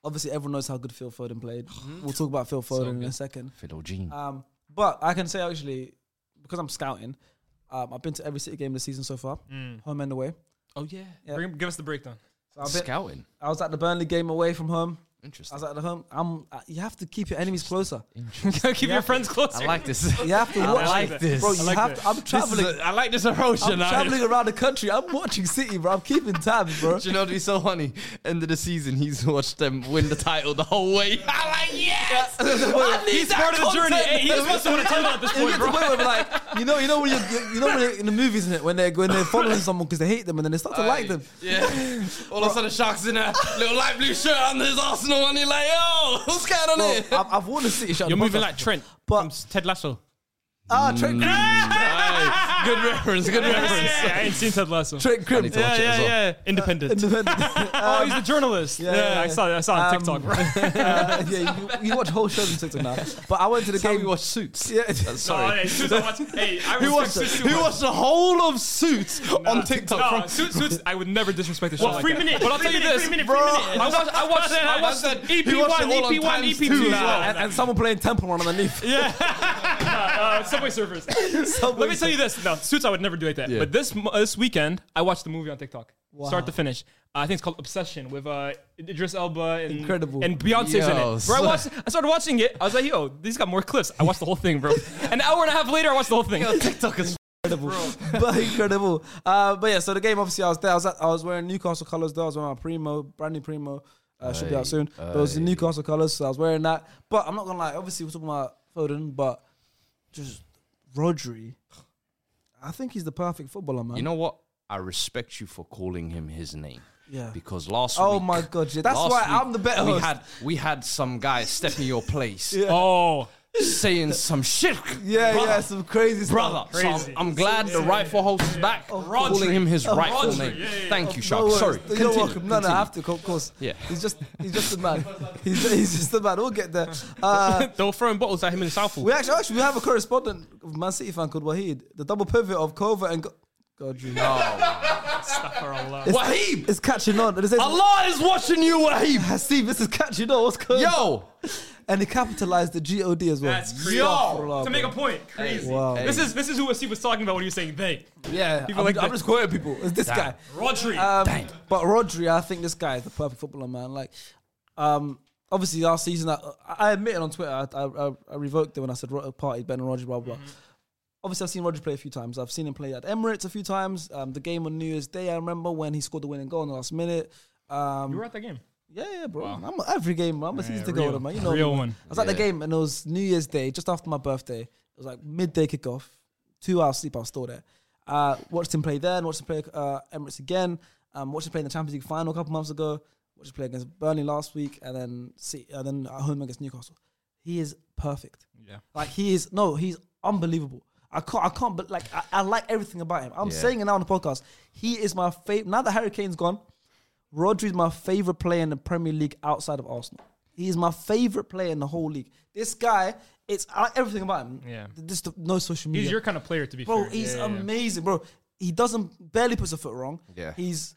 [SPEAKER 2] Obviously, everyone knows how good Phil Foden played. We'll talk about Phil Foden in a second.
[SPEAKER 4] Fiddle Gene.
[SPEAKER 2] Um, but I can say actually, because I'm scouting, um, I've been to every City game this season so far,
[SPEAKER 5] Mm.
[SPEAKER 2] home and away.
[SPEAKER 5] Oh yeah.
[SPEAKER 8] Bring, give us the breakdown?
[SPEAKER 2] So I've been-
[SPEAKER 4] Scouting.
[SPEAKER 2] I was at the Burnley game away from home. I
[SPEAKER 4] Interesting.
[SPEAKER 2] was at the home. I'm. uh, You have to keep your enemies closer.
[SPEAKER 8] Keep your friends closer.
[SPEAKER 4] I like this.
[SPEAKER 2] You have to
[SPEAKER 4] I
[SPEAKER 2] watch.
[SPEAKER 4] like this.
[SPEAKER 2] bro. You
[SPEAKER 8] I like
[SPEAKER 2] have.
[SPEAKER 8] that.
[SPEAKER 2] To, I'm traveling.
[SPEAKER 4] This is a- I like this approach.
[SPEAKER 2] I'm
[SPEAKER 4] you know?
[SPEAKER 2] traveling around the country. I'm watching City, bro. I'm keeping tabs, bro.
[SPEAKER 4] Do you know what he's so funny? End of the season, he's watched them win the title the whole way. I like yes. I need
[SPEAKER 8] He's
[SPEAKER 4] that
[SPEAKER 8] part of the journey.
[SPEAKER 4] content.
[SPEAKER 8] Hey, he just wants someone to tell him at this
[SPEAKER 2] You
[SPEAKER 8] point,
[SPEAKER 2] get to the
[SPEAKER 8] bro.
[SPEAKER 2] point where, like, you know, you know when you're, you know when you're in the movies, isn't it? When they're when they're following someone because they hate them and then they start to like them.
[SPEAKER 4] Yeah. All of a sudden, Sharks in a little light blue shirt under his Arsenal, and he's like, "Yo, what's going on
[SPEAKER 2] Bro,
[SPEAKER 4] here?"
[SPEAKER 2] I've, I've worn the City shirt.
[SPEAKER 5] You're
[SPEAKER 2] on the
[SPEAKER 5] moving
[SPEAKER 2] podcast
[SPEAKER 5] like Trent.
[SPEAKER 2] But-
[SPEAKER 5] But Ted Lasso.
[SPEAKER 2] Ah, Trent,
[SPEAKER 4] Mm. Aye. Good reference. Good reference.
[SPEAKER 8] I ain't seen Ted Lasso.
[SPEAKER 2] Trent
[SPEAKER 4] I
[SPEAKER 2] Grimm.
[SPEAKER 4] need to watch it as well.
[SPEAKER 5] yeah. Independent.
[SPEAKER 8] Oh, he's the journalist. Yeah,
[SPEAKER 2] yeah,
[SPEAKER 8] I
[SPEAKER 2] yeah.
[SPEAKER 8] saw. I saw on
[SPEAKER 2] Um,
[SPEAKER 8] TikTok. Bro.
[SPEAKER 2] Uh, yeah, you, you watch whole shows on TikTok now. But I went to the
[SPEAKER 4] How
[SPEAKER 2] game.
[SPEAKER 4] we watch Suits.
[SPEAKER 2] Yeah.
[SPEAKER 8] Oh, yeah,
[SPEAKER 4] Sorry.
[SPEAKER 8] Suits, I watch- hey, I
[SPEAKER 4] Who watched,
[SPEAKER 8] respect Suits too
[SPEAKER 4] who
[SPEAKER 8] much.
[SPEAKER 4] watched the whole of Suits on TikTok?
[SPEAKER 8] No,
[SPEAKER 4] from-
[SPEAKER 8] Suits, Suits, I would never disrespect the show.
[SPEAKER 5] Well,
[SPEAKER 8] like
[SPEAKER 5] three
[SPEAKER 8] that.
[SPEAKER 5] minutes,
[SPEAKER 8] But I'll
[SPEAKER 5] three
[SPEAKER 8] tell you
[SPEAKER 5] minutes,
[SPEAKER 8] this.
[SPEAKER 5] three minutes, three
[SPEAKER 8] I
[SPEAKER 5] minutes.
[SPEAKER 8] watched, I watched, I watched
[SPEAKER 4] Man said
[SPEAKER 8] the E
[SPEAKER 4] he
[SPEAKER 8] EP1,
[SPEAKER 4] watched it all on
[SPEAKER 8] EP1,
[SPEAKER 4] times
[SPEAKER 8] EP2.
[SPEAKER 4] two.
[SPEAKER 8] Nah,
[SPEAKER 2] and, and someone playing Temple Run underneath.
[SPEAKER 8] uh, Subway Surfers. Let me tell you this. No, Suits, I would never do it that.
[SPEAKER 4] Yeah.
[SPEAKER 8] But this mo- this weekend, I watched the movie on TikTok. Start to finish. Uh, I think it's called Obsession with uh, Idris Elba and
[SPEAKER 2] Incredible.
[SPEAKER 8] and Beyonce's in
[SPEAKER 4] Yo,
[SPEAKER 8] it. Bro, I, watched, I started watching it. I was like, yo, these got more clips. I watched the whole thing, bro. An hour and a half later, I watched the whole thing.
[SPEAKER 4] TikTok is
[SPEAKER 2] but incredible. Uh, but yeah, so the game obviously I was there. I was at, I was wearing Newcastle colours. There I was wearing my primo, brand new primo. Uh, should be out soon. But it was the Newcastle colours, so I was wearing that. But I'm not gonna lie. Obviously, we're talking about Foden, but just Rodri. I think he's the perfect footballer, man.
[SPEAKER 4] You know what? I respect you for calling him his name.
[SPEAKER 2] Yeah.
[SPEAKER 4] Because last
[SPEAKER 2] Oh
[SPEAKER 4] week-
[SPEAKER 2] my God, yeah, that's
[SPEAKER 4] last
[SPEAKER 2] why I'm the better
[SPEAKER 4] We
[SPEAKER 2] host.
[SPEAKER 4] had we had some guy step in your place
[SPEAKER 8] Oh,
[SPEAKER 4] saying some shit.
[SPEAKER 2] yeah,
[SPEAKER 4] brother,
[SPEAKER 2] yeah, some crazy stuff.
[SPEAKER 4] brother. So I'm,
[SPEAKER 8] Crazy.
[SPEAKER 4] I'm glad the rightful host is back, calling him his rightful name. Thank you, Shark.
[SPEAKER 2] No worries.
[SPEAKER 4] Sorry.
[SPEAKER 2] You're
[SPEAKER 4] Continue,
[SPEAKER 2] welcome. No, no, I
[SPEAKER 4] continue.
[SPEAKER 2] have to, of course.
[SPEAKER 4] Yeah.
[SPEAKER 2] He's just, he's just a man. He's, he's just a man. We'll get there. Uh,
[SPEAKER 5] they were throwing bottles at him in Southall.
[SPEAKER 2] We actually, actually, we have a correspondent, of Man City fan called Wahid. The double pivot of Kova and Go- God, you know,
[SPEAKER 4] Wahib,
[SPEAKER 2] it's catching on. It says,
[SPEAKER 4] Allah is watching you, Wahib.
[SPEAKER 2] Steve, this is catching on. What's going on?
[SPEAKER 4] Yo,
[SPEAKER 2] And he capitalized the God as well.
[SPEAKER 8] that's crazy.
[SPEAKER 2] Yo,
[SPEAKER 8] to make a point, crazy.
[SPEAKER 2] Wow.
[SPEAKER 8] This is this is who Wasim was talking about when he was saying they.
[SPEAKER 2] yeah,
[SPEAKER 8] people
[SPEAKER 2] I'm,
[SPEAKER 8] like
[SPEAKER 2] I'm
[SPEAKER 8] that.
[SPEAKER 2] just quoting people. It's this guy.
[SPEAKER 8] Rodri.
[SPEAKER 2] Um, but Rodri, I think this guy is the perfect footballer, man. Like, um, obviously last season, I, I admitted on Twitter, I, I, I revoked it when I said Ro- party Ben and Rodri, blah blah. blah.
[SPEAKER 8] Mm-hmm.
[SPEAKER 2] Obviously, I've seen Rodri play a few times. I've seen him play at Emirates a few times. Um, the game on New Year's Day, I remember when he scored the winning goal in the last minute. Um,
[SPEAKER 8] you were at that game.
[SPEAKER 2] yeah, yeah, bro. I'm at every game, bro. I'm a season ticket holder, man. You know,
[SPEAKER 8] real
[SPEAKER 2] me, man.
[SPEAKER 8] one.
[SPEAKER 2] I was at the game and it was New Year's Day, just after my birthday. It was like midday kickoff, two hours sleep. I was still there. Uh, watched him play then. Watched him play uh, Emirates again. Um, watched him play in the Champions League final a couple months ago. Watched him play against Burnley last week, and then see, and then at home against Newcastle. He is perfect. Yeah, like he is. No, he's unbelievable. I can't. I can't. But like, I, I like everything about him. I'm saying it now on the podcast. He is my favorite. Now that Harry Kane's gone, Rodri's my favorite player in the Premier League outside of Arsenal. He is my favorite player in the whole league. This guy, it's I like everything about him.
[SPEAKER 8] Yeah.
[SPEAKER 2] Just the- no social media.
[SPEAKER 8] He's your kind of player, to be
[SPEAKER 2] bro,
[SPEAKER 8] fair.
[SPEAKER 2] he's
[SPEAKER 8] Yeah, yeah, yeah.
[SPEAKER 2] amazing, bro. He doesn't barely puts a foot wrong.
[SPEAKER 4] Yeah.
[SPEAKER 2] He's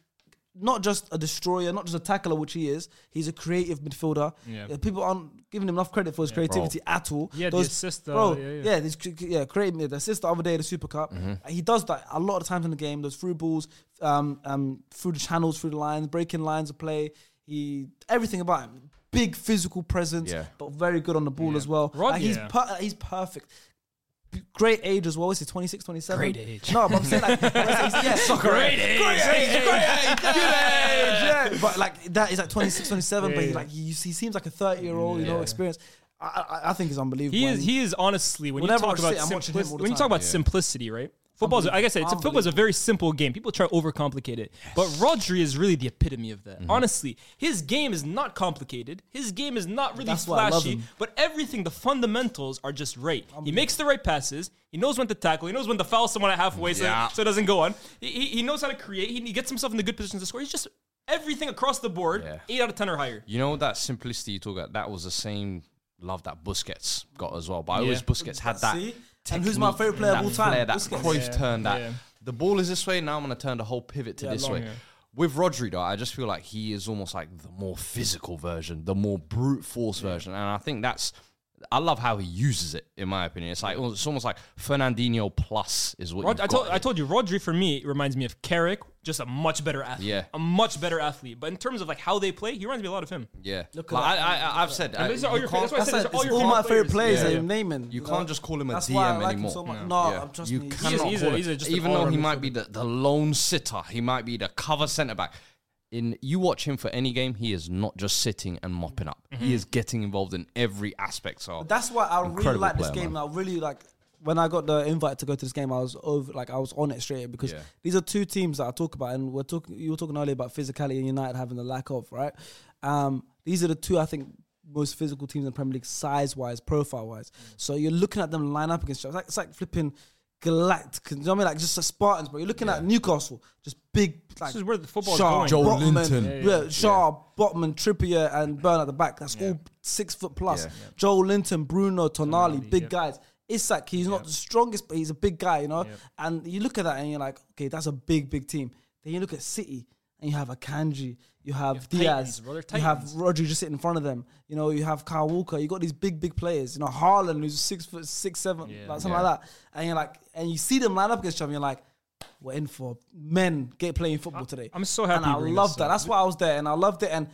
[SPEAKER 2] not just a destroyer, not just a tackler, which he is. He's a creative midfielder.
[SPEAKER 8] Yeah.
[SPEAKER 2] Uh, People aren't giving him enough credit for his creativity at all.
[SPEAKER 8] Yeah, the assist, uh,
[SPEAKER 2] bro.
[SPEAKER 8] yeah, yeah.
[SPEAKER 2] yeah, this, yeah, creating the assist the other day at the Super Cup.
[SPEAKER 4] Mm-hmm.
[SPEAKER 2] Uh, He does that a lot of times in the game. Those through balls, um, um, through the channels, through the lines, breaking lines of play. He everything about him. Big physical presence,
[SPEAKER 4] Yeah.
[SPEAKER 2] but very good on the ball as well.
[SPEAKER 8] Rod-
[SPEAKER 2] Like, he's
[SPEAKER 8] yeah.
[SPEAKER 2] per- he's perfect great age as well. Is he 26, 27?
[SPEAKER 5] Great age.
[SPEAKER 2] No, but I'm saying like, yeah, soccer great age. Great age, great age, good age. Yeah. But like that is like 26, 27, but he, like he, he seems like a 30 year old, you know, experience. I, I, I think is unbelievable.
[SPEAKER 8] He
[SPEAKER 2] And
[SPEAKER 8] is. He is honestly when
[SPEAKER 2] Whenever
[SPEAKER 8] you
[SPEAKER 2] I
[SPEAKER 8] talk about
[SPEAKER 2] sit, I'm watching him
[SPEAKER 8] simplicity,
[SPEAKER 2] all the
[SPEAKER 8] when you
[SPEAKER 2] time.
[SPEAKER 8] talk about simplicity, right? Football's like I said, it's a, football's a very simple game. People try to overcomplicate it, but Rodri is really the epitome of
[SPEAKER 4] Mm-hmm.
[SPEAKER 8] that. Honestly, his game is not complicated. His game is not really
[SPEAKER 2] That's why I love
[SPEAKER 8] flashy,
[SPEAKER 2] him.
[SPEAKER 8] but everything, the fundamentals are just right. He makes the right passes. He knows when to tackle. He knows when to foul someone at halfway,
[SPEAKER 4] Yeah.
[SPEAKER 8] so, so it doesn't go on. He, he, he knows how to create. He, he gets himself in the good positions to score. He's just everything across the board,
[SPEAKER 4] Yeah.
[SPEAKER 8] eight out of ten or higher.
[SPEAKER 4] You know that simplicity you talk about. That was the same love that Busquets got as well. But I always Busquets had that.
[SPEAKER 2] See? And who's my
[SPEAKER 4] technique,
[SPEAKER 2] favourite player of
[SPEAKER 4] that
[SPEAKER 2] all time?
[SPEAKER 4] flair, that
[SPEAKER 2] Busquets.
[SPEAKER 4] Cruyff turn. That
[SPEAKER 8] yeah.
[SPEAKER 4] the ball is this way. Now I'm going to turn the whole pivot to
[SPEAKER 2] Yeah,
[SPEAKER 4] this
[SPEAKER 2] long,
[SPEAKER 4] way.
[SPEAKER 2] yeah.
[SPEAKER 4] With Rodri, though, I just feel like he is almost like the more physical version, the more brute force version, and I think that's. I love how he uses it. In my opinion, it's like it's almost like Fernandinho plus is what.
[SPEAKER 8] Rod-
[SPEAKER 4] you've
[SPEAKER 8] I told
[SPEAKER 4] got
[SPEAKER 8] I
[SPEAKER 4] here.
[SPEAKER 8] told you Rodri for me reminds me of Carrick, just a much better athlete.
[SPEAKER 4] Yeah.
[SPEAKER 8] a much better athlete. But in terms of like how they play, he reminds me a lot of him.
[SPEAKER 4] Yeah,
[SPEAKER 2] Look at
[SPEAKER 4] Like,
[SPEAKER 2] that.
[SPEAKER 4] I, I, I've said I,
[SPEAKER 8] these are all
[SPEAKER 4] you
[SPEAKER 8] your-
[SPEAKER 4] can't-
[SPEAKER 8] that's why I said these
[SPEAKER 2] That's like,
[SPEAKER 8] are all
[SPEAKER 2] it's
[SPEAKER 8] your
[SPEAKER 2] all my
[SPEAKER 8] common
[SPEAKER 2] favorite
[SPEAKER 8] players.
[SPEAKER 2] players
[SPEAKER 4] Yeah.
[SPEAKER 2] I'm naming.
[SPEAKER 4] You can't just call him a
[SPEAKER 2] That's
[SPEAKER 4] DM
[SPEAKER 2] why I like him
[SPEAKER 4] anymore.
[SPEAKER 2] so much.
[SPEAKER 4] Yeah.
[SPEAKER 2] No,
[SPEAKER 4] Yeah.
[SPEAKER 2] I'm trust
[SPEAKER 4] you
[SPEAKER 2] me. he's-
[SPEAKER 4] cannot
[SPEAKER 8] he's a-
[SPEAKER 4] call
[SPEAKER 8] he's
[SPEAKER 4] him.
[SPEAKER 8] a- just an
[SPEAKER 4] Even though he
[SPEAKER 8] all-round
[SPEAKER 4] might be the, the lone sitter, he might be the cover centre back. In you watch him for any game, he is not just sitting and mopping up.
[SPEAKER 5] Mm-hmm.
[SPEAKER 4] He is getting involved in every aspect. So
[SPEAKER 2] That's why I really
[SPEAKER 4] Incredible
[SPEAKER 2] like this
[SPEAKER 4] player,
[SPEAKER 2] game. I really like when I got the invite to go to this game. I was over, like I was on it straight because
[SPEAKER 4] Yeah.
[SPEAKER 2] these are two teams that I talk about, and we're talking. You were talking earlier about physicality and United having the lack of right. Um, these are the two I think most physical teams in the Premier League, size wise, profile wise.
[SPEAKER 8] Mm.
[SPEAKER 2] So you're looking at them line up against each other. It's like, it's like flipping. Galactic, you know what I mean? Like just the Spartans, bro. You're looking at Newcastle, just big. Like
[SPEAKER 8] is where the football's
[SPEAKER 2] Shaw,
[SPEAKER 8] going.
[SPEAKER 4] Joel
[SPEAKER 2] Botman,
[SPEAKER 4] Linton.
[SPEAKER 2] yeah, Shaw, Botman, Trippier, and Burn at the back. That's all six foot plus.
[SPEAKER 4] Yeah.
[SPEAKER 2] Joel Linton, Bruno, Tonali, big guys. Isak, he's not the strongest, but he's a big guy, you know. And you look at that and you're like, okay, that's a big, big team. Then you look at City and you have a Kanji, you have,
[SPEAKER 8] Titans,
[SPEAKER 2] Diaz,
[SPEAKER 8] bro, they're
[SPEAKER 2] you have
[SPEAKER 8] Titans.
[SPEAKER 2] Rodri just sitting in front of them. You know, you have Kyle Walker. You got these big, big players. You know, Haaland, who's six foot six, seven, like something like that. And you're like, and you see them line up against each other. And you're like, we're in for men get playing football today.
[SPEAKER 8] I'm so happy
[SPEAKER 2] and I
[SPEAKER 8] you bring
[SPEAKER 2] love
[SPEAKER 8] this
[SPEAKER 2] that.
[SPEAKER 8] up.
[SPEAKER 2] That's why I was there, and I loved it. And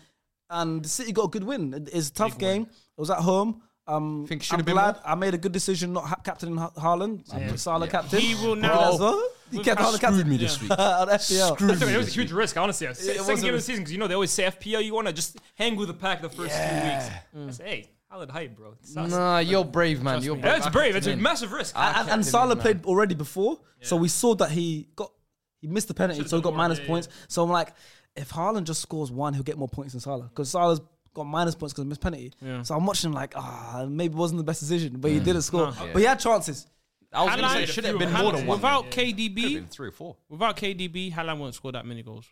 [SPEAKER 2] and City got a good win. It- It's a tough game. It was at home. Um,
[SPEAKER 4] Think it should
[SPEAKER 2] I'm
[SPEAKER 4] have been
[SPEAKER 2] glad
[SPEAKER 4] more?
[SPEAKER 2] I made a good decision not ha- captaining ha- Haaland. I put Salah captain.
[SPEAKER 5] He will
[SPEAKER 2] Put
[SPEAKER 5] now-
[SPEAKER 2] Hazard. He kept Haaland
[SPEAKER 4] screwed
[SPEAKER 2] captain Uh,
[SPEAKER 4] me this week.
[SPEAKER 2] on FPL.
[SPEAKER 4] Screwed
[SPEAKER 8] That's okay,
[SPEAKER 4] me
[SPEAKER 8] it was a
[SPEAKER 4] this
[SPEAKER 8] huge
[SPEAKER 4] week.
[SPEAKER 8] rick risk, honestly. Yeah. Se-
[SPEAKER 2] it
[SPEAKER 8] Second
[SPEAKER 2] was a
[SPEAKER 8] game of the
[SPEAKER 2] risk.
[SPEAKER 8] season, because you know they always say FPL, you want to just hang with the pack the first few weeks. I say, hey, Haaland hype, bro. It's us.
[SPEAKER 4] Nah, you're brave, man. You're
[SPEAKER 8] Yeah,
[SPEAKER 4] brave.
[SPEAKER 8] that's
[SPEAKER 4] I
[SPEAKER 8] brave.
[SPEAKER 4] kept
[SPEAKER 8] It's a
[SPEAKER 4] him in.
[SPEAKER 8] massive risk.
[SPEAKER 4] I-
[SPEAKER 2] and,
[SPEAKER 4] kept him
[SPEAKER 2] and
[SPEAKER 4] in,
[SPEAKER 2] Salah
[SPEAKER 4] man.
[SPEAKER 2] played already before, so we saw that he got he missed the penalty, so he got
[SPEAKER 8] done more,
[SPEAKER 2] minus
[SPEAKER 8] yeah,
[SPEAKER 2] points. So I'm like, if Haaland just scores one, he'll get more points than Salah because Salah's got minus points because he missed penalty. So I'm watching like, ah, maybe it wasn't the best decision, but he didn't score, but he had chances.
[SPEAKER 4] I was
[SPEAKER 5] Haaland-
[SPEAKER 4] gonna say it should have been
[SPEAKER 5] Haaland-
[SPEAKER 4] more than one.
[SPEAKER 5] Without
[SPEAKER 4] man. It should have
[SPEAKER 5] KDB,
[SPEAKER 4] been three or four.
[SPEAKER 5] without KDB, Haaland won't score that many goals.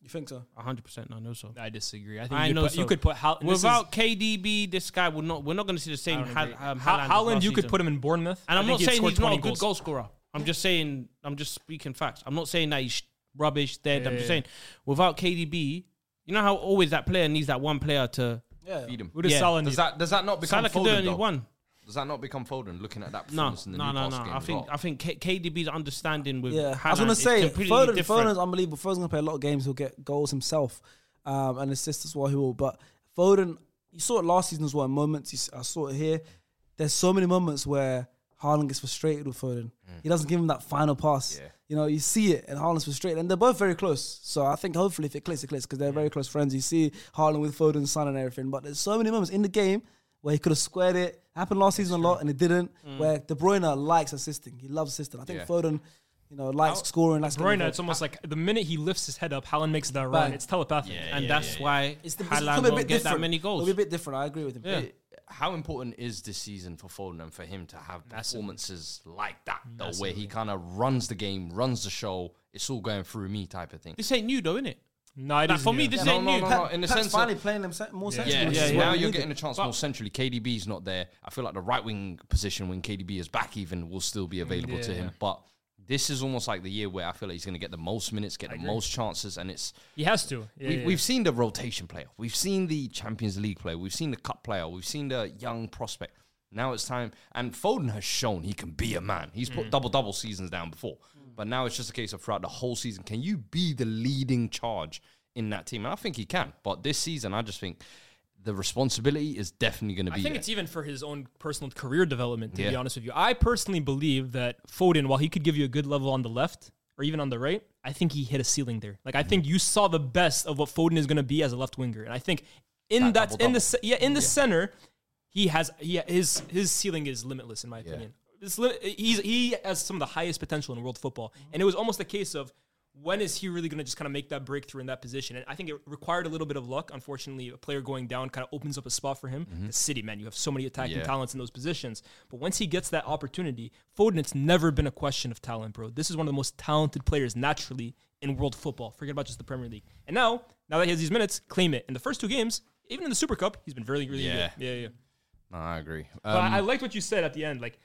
[SPEAKER 2] You think so?
[SPEAKER 5] 100% no, no, so.
[SPEAKER 8] I disagree. I think
[SPEAKER 5] I
[SPEAKER 8] you,
[SPEAKER 5] know
[SPEAKER 8] could put,
[SPEAKER 5] so.
[SPEAKER 8] you could put Haaland. this is-
[SPEAKER 5] without KDB, this guy would not. We're not going to see
[SPEAKER 8] I
[SPEAKER 5] the same
[SPEAKER 8] don't
[SPEAKER 5] ha-
[SPEAKER 8] agree.
[SPEAKER 5] um,
[SPEAKER 8] Ha-
[SPEAKER 5] Haaland.
[SPEAKER 8] Haaland,
[SPEAKER 5] last
[SPEAKER 8] you could
[SPEAKER 5] season.
[SPEAKER 8] put him in Bournemouth.
[SPEAKER 5] And I'm
[SPEAKER 8] I think
[SPEAKER 5] not
[SPEAKER 8] he'd
[SPEAKER 5] saying
[SPEAKER 8] score
[SPEAKER 5] he's not
[SPEAKER 8] 20
[SPEAKER 5] a good goal scorer. I'm just saying. I'm just speaking facts. I'm not saying that he's rubbish. Dead. I'm just saying without KDB, you know how always that player needs that one player to.
[SPEAKER 2] Yeah.
[SPEAKER 4] Feed him.
[SPEAKER 8] Who does
[SPEAKER 5] Yeah.
[SPEAKER 8] Salah
[SPEAKER 4] Does
[SPEAKER 8] need?
[SPEAKER 4] that does that not become
[SPEAKER 5] Salah can do
[SPEAKER 4] Foden?
[SPEAKER 5] only
[SPEAKER 4] though?
[SPEAKER 5] one.
[SPEAKER 4] Does that not become Foden? Looking at that
[SPEAKER 5] No,
[SPEAKER 4] performance in the
[SPEAKER 5] no, no,
[SPEAKER 4] Newcastle
[SPEAKER 5] no.
[SPEAKER 4] game
[SPEAKER 5] I
[SPEAKER 4] as
[SPEAKER 5] think
[SPEAKER 4] well.
[SPEAKER 5] I think K- KDB's understanding with
[SPEAKER 2] Yeah,
[SPEAKER 5] Haaland
[SPEAKER 2] I was gonna
[SPEAKER 5] is
[SPEAKER 2] say
[SPEAKER 5] completely
[SPEAKER 2] Foden.
[SPEAKER 5] different.
[SPEAKER 2] Foden's unbelievable. Foden's gonna play a lot of games. He'll get goals himself, um, and assists as well. He will. But Foden, you saw it last season as well. In moments, you, s- I saw it here. There's so many moments where Haaland gets frustrated with Foden. He doesn't give him that final pass.
[SPEAKER 4] Mm. Yeah.
[SPEAKER 2] You know, you see it, and Haaland's frustrated, and they're both very close. So I think hopefully, if it clicks, it clicks because they're very close friends. You see Haaland with Foden's son and everything. But there's so many moments in the game. Where he could have squared it, happened last season a lot, and it didn't. Where De Bruyne likes assisting, he loves assisting. I think
[SPEAKER 4] Mm. Yeah.
[SPEAKER 2] Foden, you know, likes scoring, likes getting
[SPEAKER 8] Bruyne,
[SPEAKER 2] involved.
[SPEAKER 8] it's almost like the minute he lifts his head up, Haaland makes that run.
[SPEAKER 2] Bang.
[SPEAKER 8] It's telepathic.
[SPEAKER 5] and that's why
[SPEAKER 2] It's the- it's gonna
[SPEAKER 5] Haaland
[SPEAKER 2] be a
[SPEAKER 5] won't
[SPEAKER 2] bit
[SPEAKER 5] get that
[SPEAKER 2] different.
[SPEAKER 5] many
[SPEAKER 2] It'll
[SPEAKER 5] goals.
[SPEAKER 2] be a bit different. I agree with him.
[SPEAKER 5] Yeah.
[SPEAKER 4] how important is this season for Foden and for him to have performances like that, though, where he kind of runs the game, runs the show, it's all going through me type of thing?
[SPEAKER 5] This ain't new though, innit?
[SPEAKER 3] No, it
[SPEAKER 5] Like,
[SPEAKER 3] is
[SPEAKER 5] for me,
[SPEAKER 3] new.
[SPEAKER 5] this
[SPEAKER 4] No,
[SPEAKER 5] ain't
[SPEAKER 4] no,
[SPEAKER 5] new.
[SPEAKER 4] no,
[SPEAKER 2] Pat-
[SPEAKER 4] in the
[SPEAKER 2] Pat's
[SPEAKER 4] sense of-
[SPEAKER 2] finally playing them se- more
[SPEAKER 4] Yeah,
[SPEAKER 2] sensibly. which
[SPEAKER 4] yeah,
[SPEAKER 2] is
[SPEAKER 4] yeah.
[SPEAKER 2] what
[SPEAKER 4] Now
[SPEAKER 2] we
[SPEAKER 4] you're
[SPEAKER 2] needed.
[SPEAKER 4] getting a chance more centrally. KDB's not there. I feel like the right wing position when KDB is back, even will still be available to him. But this is almost like the year where I feel like he's going to get the most minutes, get the most chances, and it's
[SPEAKER 3] He has to. Yeah,
[SPEAKER 4] we've,
[SPEAKER 3] yeah.
[SPEAKER 4] we've seen the rotation player, we've seen the Champions League player, we've seen the cup player, we've seen the young prospect. Now it's time, and Foden has shown he can be a man. He's
[SPEAKER 3] Mm.
[SPEAKER 4] put double double seasons down before, but now it's just a case of throughout the whole season, can you be the leading charge in that team? And I think he can, but this season, I just think the responsibility is definitely going to be.
[SPEAKER 3] I think
[SPEAKER 4] there.
[SPEAKER 3] it's even for his own personal career development, to be
[SPEAKER 4] Yeah.
[SPEAKER 3] honest with you. I personally believe that Foden, while he could give you a good level on the left or even on the right, I think he hit a ceiling there. Like I
[SPEAKER 4] Mm-hmm.
[SPEAKER 3] think you saw the best of what Foden is going to be as a left winger, and I think in
[SPEAKER 4] That
[SPEAKER 3] that, in
[SPEAKER 4] double-double.
[SPEAKER 3] the ce- yeah in the center, he has he, his his ceiling is limitless in my opinion. It's li- he's he has some of the highest potential in world football,
[SPEAKER 4] Mm-hmm.
[SPEAKER 3] and it was almost a case of. When is he really going to just kind of make that breakthrough in that position? And I think it required a little bit of luck. Unfortunately, a player going down kind of opens up a spot for him. The City, man, you have so many attacking
[SPEAKER 4] Mm-hmm. Yeah.
[SPEAKER 3] talents in those positions. But once he gets that opportunity, Foden, it's never been a question of talent, bro. This is one of the most talented players naturally in world football. Forget about just the Premier League. And now, now that he has these minutes, claim it. In the first two games, even in the Super Cup, he's been really, really
[SPEAKER 4] Yeah.
[SPEAKER 3] good. Yeah, yeah.
[SPEAKER 4] No, I agree.
[SPEAKER 3] But
[SPEAKER 4] Um,
[SPEAKER 3] I, I liked what you said at the end. Like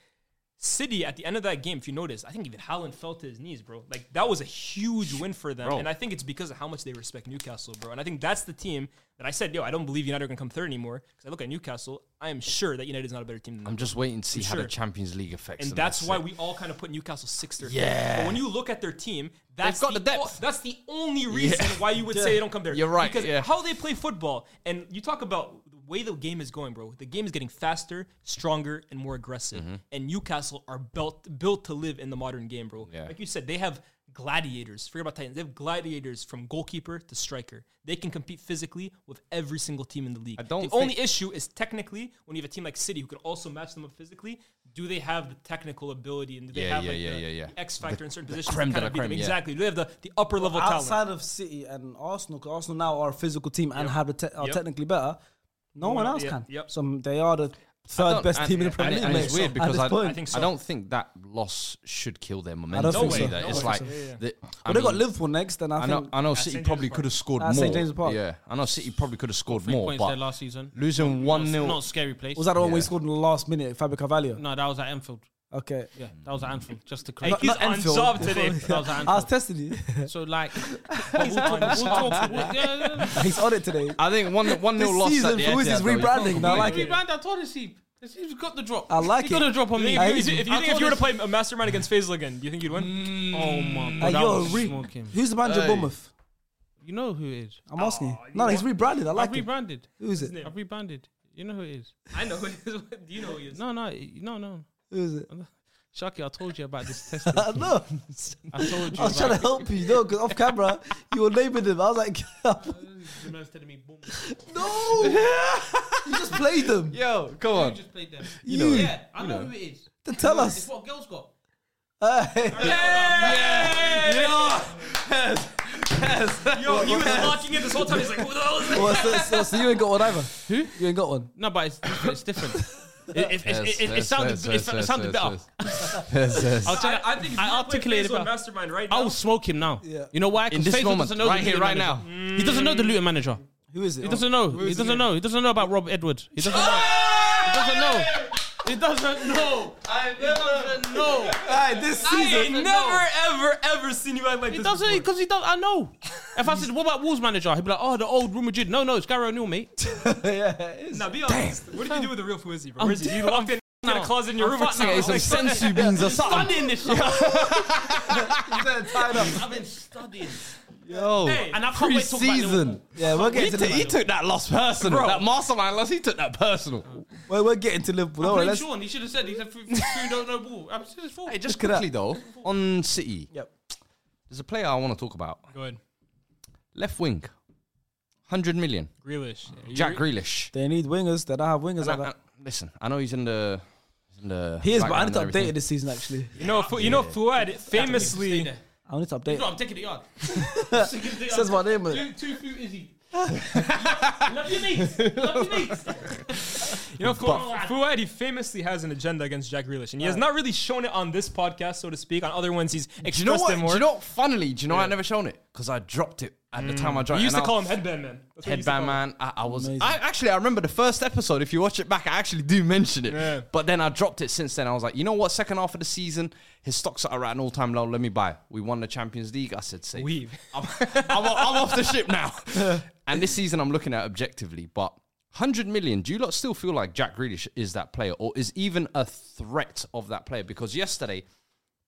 [SPEAKER 3] City at the end of that game, if you notice, I think even Haaland fell to his knees, bro. Like that was a huge win for them,
[SPEAKER 4] Bro.
[SPEAKER 3] and I think it's because of how much they respect Newcastle, bro. And I think that's the team that I said, yo, I don't believe United are gonna come third anymore. Because I look at Newcastle, I am sure that United is not a better team than them.
[SPEAKER 4] I'm just waiting to see how the
[SPEAKER 3] sure.
[SPEAKER 4] Champions League affects,
[SPEAKER 3] and
[SPEAKER 4] them.
[SPEAKER 3] that's why
[SPEAKER 4] it.
[SPEAKER 3] we all kind of put Newcastle sixth or
[SPEAKER 4] Yeah.
[SPEAKER 3] fifth. But when you look at their team, that's
[SPEAKER 4] got the depth.
[SPEAKER 3] o- that's the only reason why you would say they don't come there.
[SPEAKER 4] You're right,
[SPEAKER 3] Because
[SPEAKER 4] yeah.
[SPEAKER 3] how they play football, and you talk about the way the game is going, bro. The game is getting faster, stronger, and more aggressive.
[SPEAKER 4] Mm-hmm.
[SPEAKER 3] And Newcastle are built built to live in the modern game, bro.
[SPEAKER 4] Yeah.
[SPEAKER 3] Like you said, they have gladiators. Forget about Titans. They have gladiators from goalkeeper to striker. They can compete physically with every single team in the league.
[SPEAKER 4] I don't
[SPEAKER 3] the only
[SPEAKER 4] think-
[SPEAKER 3] issue is technically when you have a team like City who can also match them up physically, do they have the technical ability and do they
[SPEAKER 4] Yeah,
[SPEAKER 3] have
[SPEAKER 4] yeah,
[SPEAKER 3] like
[SPEAKER 4] yeah,
[SPEAKER 3] the
[SPEAKER 4] yeah, yeah.
[SPEAKER 3] X factor in certain positions? to
[SPEAKER 4] creme de
[SPEAKER 3] kinda
[SPEAKER 4] la
[SPEAKER 3] beat them?
[SPEAKER 4] creme, yeah.
[SPEAKER 3] Exactly. Do they have the, the upper level
[SPEAKER 2] outside
[SPEAKER 3] talent?
[SPEAKER 2] of City and Arsenal, 'cause Arsenal now are a physical team and have the te- are technically better. No one else
[SPEAKER 3] yep,
[SPEAKER 2] can.
[SPEAKER 3] yep.
[SPEAKER 2] So they are the
[SPEAKER 4] don't-
[SPEAKER 2] third best
[SPEAKER 4] and-
[SPEAKER 2] team in the
[SPEAKER 4] and-
[SPEAKER 2] Premier League.
[SPEAKER 4] And it's
[SPEAKER 2] mate,
[SPEAKER 4] weird
[SPEAKER 2] at
[SPEAKER 4] because
[SPEAKER 2] this
[SPEAKER 4] I,
[SPEAKER 2] point.
[SPEAKER 4] I,
[SPEAKER 3] think so.
[SPEAKER 4] don't think that loss should kill their momentum.
[SPEAKER 2] think so.
[SPEAKER 4] either.
[SPEAKER 2] I don't
[SPEAKER 4] It's
[SPEAKER 2] think
[SPEAKER 4] like
[SPEAKER 2] so.
[SPEAKER 4] the- I
[SPEAKER 2] Well, they got
[SPEAKER 4] mean,
[SPEAKER 2] Liverpool next, and I,
[SPEAKER 4] I
[SPEAKER 2] think
[SPEAKER 4] know, I know City
[SPEAKER 3] St.
[SPEAKER 4] probably
[SPEAKER 3] James'
[SPEAKER 4] could have scored
[SPEAKER 2] At
[SPEAKER 4] more.
[SPEAKER 2] St. James' Park.
[SPEAKER 4] Yeah, I know City probably could have scored
[SPEAKER 5] Three
[SPEAKER 4] more,
[SPEAKER 5] points there
[SPEAKER 4] but
[SPEAKER 5] last season.
[SPEAKER 4] losing one 0
[SPEAKER 5] Not scary place.
[SPEAKER 2] was that the one we
[SPEAKER 4] Yeah.
[SPEAKER 2] scored in the last minute? Fabio Carvalho.
[SPEAKER 5] No, that was at Anfield.
[SPEAKER 2] Okay.
[SPEAKER 5] Yeah, that was at Anfield. Just to
[SPEAKER 3] Hey,
[SPEAKER 5] correct.
[SPEAKER 3] he's on top today.
[SPEAKER 5] That was at
[SPEAKER 2] I was
[SPEAKER 5] Anfield.
[SPEAKER 2] testing you.
[SPEAKER 5] So like, but we'll talk. We'll talk. We'll, yeah, yeah, yeah.
[SPEAKER 2] He's on it today.
[SPEAKER 4] I think one one
[SPEAKER 2] This
[SPEAKER 4] nil loss
[SPEAKER 2] season,
[SPEAKER 4] at the
[SPEAKER 2] Fawaz
[SPEAKER 4] Etihad,
[SPEAKER 2] is
[SPEAKER 4] though.
[SPEAKER 2] rebranding. and I like
[SPEAKER 5] we
[SPEAKER 2] it.
[SPEAKER 5] ran that toilet seat. This has got the drop.
[SPEAKER 2] I like
[SPEAKER 5] He got
[SPEAKER 2] it.
[SPEAKER 5] a drop on me.
[SPEAKER 2] I
[SPEAKER 3] If you,
[SPEAKER 2] hate
[SPEAKER 3] if you
[SPEAKER 5] I
[SPEAKER 3] think if you were
[SPEAKER 5] told
[SPEAKER 3] to play a mastermind against Faisal again, do you think you'd win?
[SPEAKER 4] Mm.
[SPEAKER 5] Oh my
[SPEAKER 2] Hey,
[SPEAKER 5] god, that
[SPEAKER 2] yo,
[SPEAKER 5] was
[SPEAKER 2] re-
[SPEAKER 5] smoking.
[SPEAKER 2] who's the manager of
[SPEAKER 4] Hey.
[SPEAKER 2] Bournemouth?
[SPEAKER 5] You know who it is?
[SPEAKER 2] I'm asking. you. no, he's rebranded. I like
[SPEAKER 5] I've
[SPEAKER 2] it.
[SPEAKER 5] rebranded.
[SPEAKER 2] Who is it?
[SPEAKER 5] I've rebranded. You know who it is?
[SPEAKER 3] I know. do you know who he is?
[SPEAKER 5] No, no, it- no, no.
[SPEAKER 2] Who is it?
[SPEAKER 5] Sharky, I told you about this testing.
[SPEAKER 2] I know.
[SPEAKER 5] I told
[SPEAKER 2] I
[SPEAKER 5] you.
[SPEAKER 2] was trying to
[SPEAKER 5] about
[SPEAKER 2] help you, no, because off camera you were naming him. I was like,
[SPEAKER 5] The man's telling me, boom.
[SPEAKER 2] no, you just played them.
[SPEAKER 4] Yo, come
[SPEAKER 5] You
[SPEAKER 4] on.
[SPEAKER 5] just played them.
[SPEAKER 2] You, know it.
[SPEAKER 5] Yeah, I know who it is.
[SPEAKER 2] to tell
[SPEAKER 5] It's
[SPEAKER 2] us.
[SPEAKER 5] what girls got.
[SPEAKER 3] Yo, he was locking in this whole time. He's like, who the hell is that?
[SPEAKER 2] Well, so, so, so you ain't got one either. Who? You ain't got one.
[SPEAKER 5] No, but it's different. It's different. It- it- it- it- It sounded. It sounded better. I was trying to-
[SPEAKER 3] think
[SPEAKER 5] I articulated
[SPEAKER 3] on
[SPEAKER 5] better.
[SPEAKER 3] mastermind right
[SPEAKER 5] I
[SPEAKER 3] now.
[SPEAKER 5] will smoke him now.
[SPEAKER 2] Yeah.
[SPEAKER 5] You know why? 'Cause
[SPEAKER 4] this
[SPEAKER 5] Faisal
[SPEAKER 4] moment,
[SPEAKER 5] doesn't know the
[SPEAKER 4] right here,
[SPEAKER 5] Luton
[SPEAKER 4] right
[SPEAKER 5] manager. He doesn't know the Luton manager.
[SPEAKER 2] Who is it?
[SPEAKER 5] He doesn't know. He doesn't know. He doesn't know about Rob Edwards. He doesn't know. He doesn't know. He doesn't know. He doesn't know.
[SPEAKER 2] Alright, Oh. this
[SPEAKER 3] I ain't
[SPEAKER 2] season.
[SPEAKER 3] never, ever, ever seen you act like
[SPEAKER 5] He
[SPEAKER 3] this.
[SPEAKER 5] doesn't
[SPEAKER 3] before.
[SPEAKER 5] because he does. I know. If I said, "What about Wolves manager?" He'd be like, "Oh, the old Real Madrid." No, no, it's Gary O'Neill, mate.
[SPEAKER 2] yeah, it is.
[SPEAKER 3] Now be honest. What did you do with the real Fuizzi, bro?
[SPEAKER 5] I'm
[SPEAKER 3] Where is he? You
[SPEAKER 5] dead.
[SPEAKER 3] locked in in a
[SPEAKER 5] now.
[SPEAKER 3] closet in your
[SPEAKER 5] I'm
[SPEAKER 3] room. or
[SPEAKER 5] fucked
[SPEAKER 3] something?
[SPEAKER 5] now.
[SPEAKER 4] Some sensu beans or something.
[SPEAKER 5] Studying this. shit.
[SPEAKER 2] They're tied up.
[SPEAKER 5] I've been studying,
[SPEAKER 4] Yo,
[SPEAKER 5] and I can't wait to talk about
[SPEAKER 4] pre-season.
[SPEAKER 5] Liverpool.
[SPEAKER 2] Yeah, we're
[SPEAKER 4] He,
[SPEAKER 2] getting to
[SPEAKER 4] took- he
[SPEAKER 2] Liverpool.
[SPEAKER 4] took that loss personal.
[SPEAKER 5] Bro.
[SPEAKER 4] That mastermind loss, he took that personal.
[SPEAKER 2] We're, we're getting to Liverpool. Don't worry,
[SPEAKER 5] Blame
[SPEAKER 2] let's-
[SPEAKER 5] Sean. He should have said. He said, "Food, food, no, no ball." I'm just his fault.
[SPEAKER 4] Hey, just
[SPEAKER 2] Look at
[SPEAKER 4] quickly though, on City,
[SPEAKER 2] Yep.
[SPEAKER 4] there's a player I want to talk about.
[SPEAKER 3] Go ahead.
[SPEAKER 4] Left wing, 100 million.
[SPEAKER 3] Grealish.
[SPEAKER 4] Jack Grealish.
[SPEAKER 2] They need wingers. They don't have wingers like
[SPEAKER 4] And I-
[SPEAKER 2] that.
[SPEAKER 4] and- listen, I know he's in the. he's in the
[SPEAKER 2] He is, but I need
[SPEAKER 4] background
[SPEAKER 2] to
[SPEAKER 4] and
[SPEAKER 2] update
[SPEAKER 4] everything.
[SPEAKER 2] it this season, actually.
[SPEAKER 3] You know, Fu- you know, Fuad
[SPEAKER 5] Stay
[SPEAKER 3] famously.
[SPEAKER 5] there.
[SPEAKER 2] I need to update
[SPEAKER 5] No,
[SPEAKER 2] it.
[SPEAKER 5] I'm taking the yard.
[SPEAKER 2] Says my
[SPEAKER 4] eh?
[SPEAKER 2] name, mate.
[SPEAKER 5] Two, two food, is he? Love your mates. Love your mates. You know, Fu- Fuad, he famously has an agenda against Jack Grealish, and he has not really shown it on this podcast, so to speak. On other ones, he's
[SPEAKER 4] Do you know
[SPEAKER 5] expressed
[SPEAKER 4] what?
[SPEAKER 5] them
[SPEAKER 4] Do
[SPEAKER 5] more.
[SPEAKER 4] you know what? Funnily, do you know why I never shown it? Because I dropped it at the
[SPEAKER 2] Mm.
[SPEAKER 4] time I dropped
[SPEAKER 5] He
[SPEAKER 4] it.
[SPEAKER 5] used
[SPEAKER 4] and
[SPEAKER 5] to
[SPEAKER 4] I-
[SPEAKER 5] call him Headband Man. That's what he used to
[SPEAKER 4] Headband
[SPEAKER 5] call him.
[SPEAKER 4] man, I, I was.
[SPEAKER 2] Amazing.
[SPEAKER 4] I actually I remember the first episode. If you watch it back, I actually do mention it. But then I dropped it since then. I was like, you know what? Second half of the season, his stocks are at an all time low. Let me buy. We won the Champions League. I said, safe.
[SPEAKER 5] Weave.
[SPEAKER 4] I'm, I'm, I'm off the ship now. and this season, I'm looking at objectively, but 100 million. Do you lot still feel like Jack Grealish is that player, or is even a threat of that player? Because yesterday,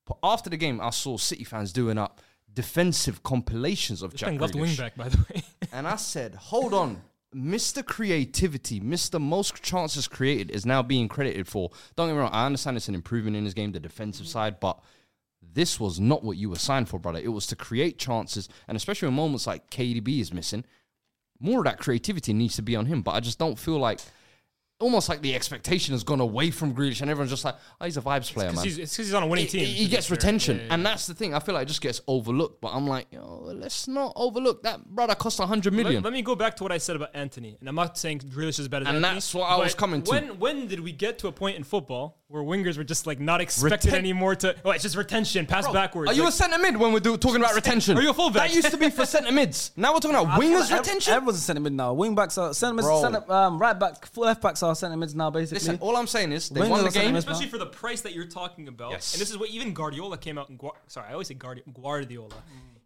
[SPEAKER 4] p- after the game, I saw City fans doing up defensive compilations of Jack
[SPEAKER 5] Playing left wing
[SPEAKER 4] Grealish,
[SPEAKER 5] back, by the way.
[SPEAKER 4] and I said, "Hold on." Mr. Creativity, Mr. Most Chances Created is now being credited for. Don't get me wrong, I understand it's an improvement in his game, the defensive side, but this was not what you were signed for, brother. It was to create chances, and especially in moments like KDB is missing, more of that creativity needs to be on him. But I just don't feel like, almost like the expectation has gone away from Grealish, and everyone's just like, oh, he's a vibes player, man.
[SPEAKER 5] He's- It's because he's on a winning
[SPEAKER 4] He-
[SPEAKER 5] team.
[SPEAKER 4] He, gets retention, and that's the thing. I feel like it just gets overlooked. But I'm like, yo, let's not overlook that brother. Cost a hundred million.
[SPEAKER 5] Let, let me go back to what I said about Anthony, and I'm not saying Grealish is better than
[SPEAKER 4] And
[SPEAKER 5] Anthony,
[SPEAKER 4] that's what I was
[SPEAKER 5] but
[SPEAKER 4] coming to.
[SPEAKER 5] When when did we get to a point in football where wingers were just like not expected
[SPEAKER 4] Reten-
[SPEAKER 5] anymore to? Oh, it's just retention, pass backwards.
[SPEAKER 4] Are you a
[SPEAKER 5] like,
[SPEAKER 4] centre mid when we're do, talking about retention?
[SPEAKER 5] Are you a fullback?
[SPEAKER 4] That used to be for centre mids. Now we're talking about wingers
[SPEAKER 2] Ev-
[SPEAKER 4] retention.
[SPEAKER 2] Everyone's a centre mid now. Wing backs are centre mids,
[SPEAKER 4] Bro.
[SPEAKER 2] centre, um, right back, full left backs are centre mids now. Basically,
[SPEAKER 4] Listen, all I'm saying is they
[SPEAKER 2] Wingers
[SPEAKER 4] won
[SPEAKER 2] are
[SPEAKER 4] the game.
[SPEAKER 2] centre-mids.
[SPEAKER 5] especially for the price that you're talking about.
[SPEAKER 4] Yes.
[SPEAKER 5] And this is what even Guardiola came out and Gua- sorry, I always say Guardi- Guardiola.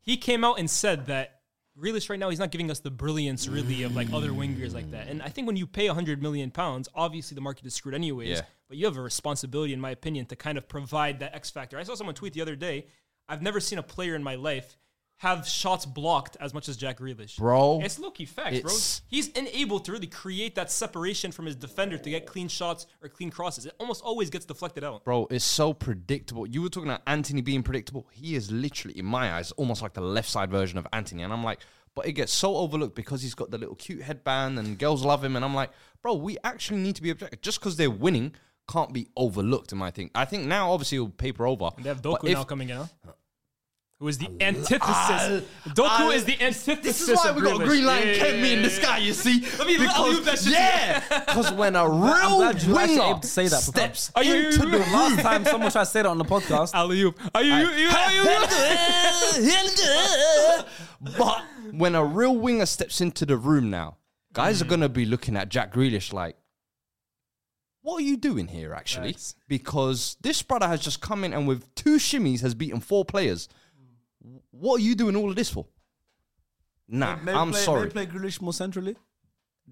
[SPEAKER 5] He came out and said that Grealish right now he's not giving us the brilliance really of like other wingers like that. And I think when you pay 100 million pounds, obviously the market is screwed anyways.
[SPEAKER 4] Yeah.
[SPEAKER 5] But you have a responsibility, in my opinion, to kind of provide that X factor. I saw someone tweet the other day. I've never seen a player in my life have shots blocked as much as Jack Grealish,
[SPEAKER 4] Bro,
[SPEAKER 5] It's low key facts, bro.
[SPEAKER 4] it's-
[SPEAKER 5] He's unable to really create that separation from his defender to get clean shots or clean crosses. It almost always gets deflected out.
[SPEAKER 4] Bro, it's so predictable. You were talking about Anthony being predictable. He is literally, in my eyes, almost like the left side version of Anthony. And I'm like, but it gets so overlooked because he's got the little cute headband and girls love him. And I'm like, bro, we actually need to be objective. Just because they're winning can't be overlooked, in my thing. I think now, obviously, it'll paper over.
[SPEAKER 5] They have
[SPEAKER 4] But
[SPEAKER 5] Doku
[SPEAKER 4] if-
[SPEAKER 5] now coming out. Who is the antithesis? Doku
[SPEAKER 4] I-
[SPEAKER 5] is the antithesis.
[SPEAKER 4] This is why
[SPEAKER 5] of
[SPEAKER 4] we got
[SPEAKER 5] Grealish.
[SPEAKER 4] Green Lion
[SPEAKER 5] Yeah, yeah,
[SPEAKER 4] Kemi in
[SPEAKER 5] yeah,
[SPEAKER 4] the sky, you see.
[SPEAKER 5] Let me- I'll leave that shit to you.
[SPEAKER 4] Yeah, because when a real
[SPEAKER 2] glad you were actually
[SPEAKER 4] winger
[SPEAKER 2] able to say that, Papa.
[SPEAKER 4] steps
[SPEAKER 5] Are you-
[SPEAKER 4] into the
[SPEAKER 2] Last time someone tried to say that on the podcast,
[SPEAKER 5] yeah. Alley-oop. Are you? you, you, are you,
[SPEAKER 4] but when a real winger steps into the room now, guys
[SPEAKER 5] Mm.
[SPEAKER 4] are going to be looking at Jack Grealish like, what are you doing here, actually? Because this brother has just come in and with two shimmies has beaten four players. What are you doing all of this for? Nah,
[SPEAKER 2] Maybe
[SPEAKER 4] I'm
[SPEAKER 2] play,
[SPEAKER 4] sorry.
[SPEAKER 2] Maybe play Grealish more centrally.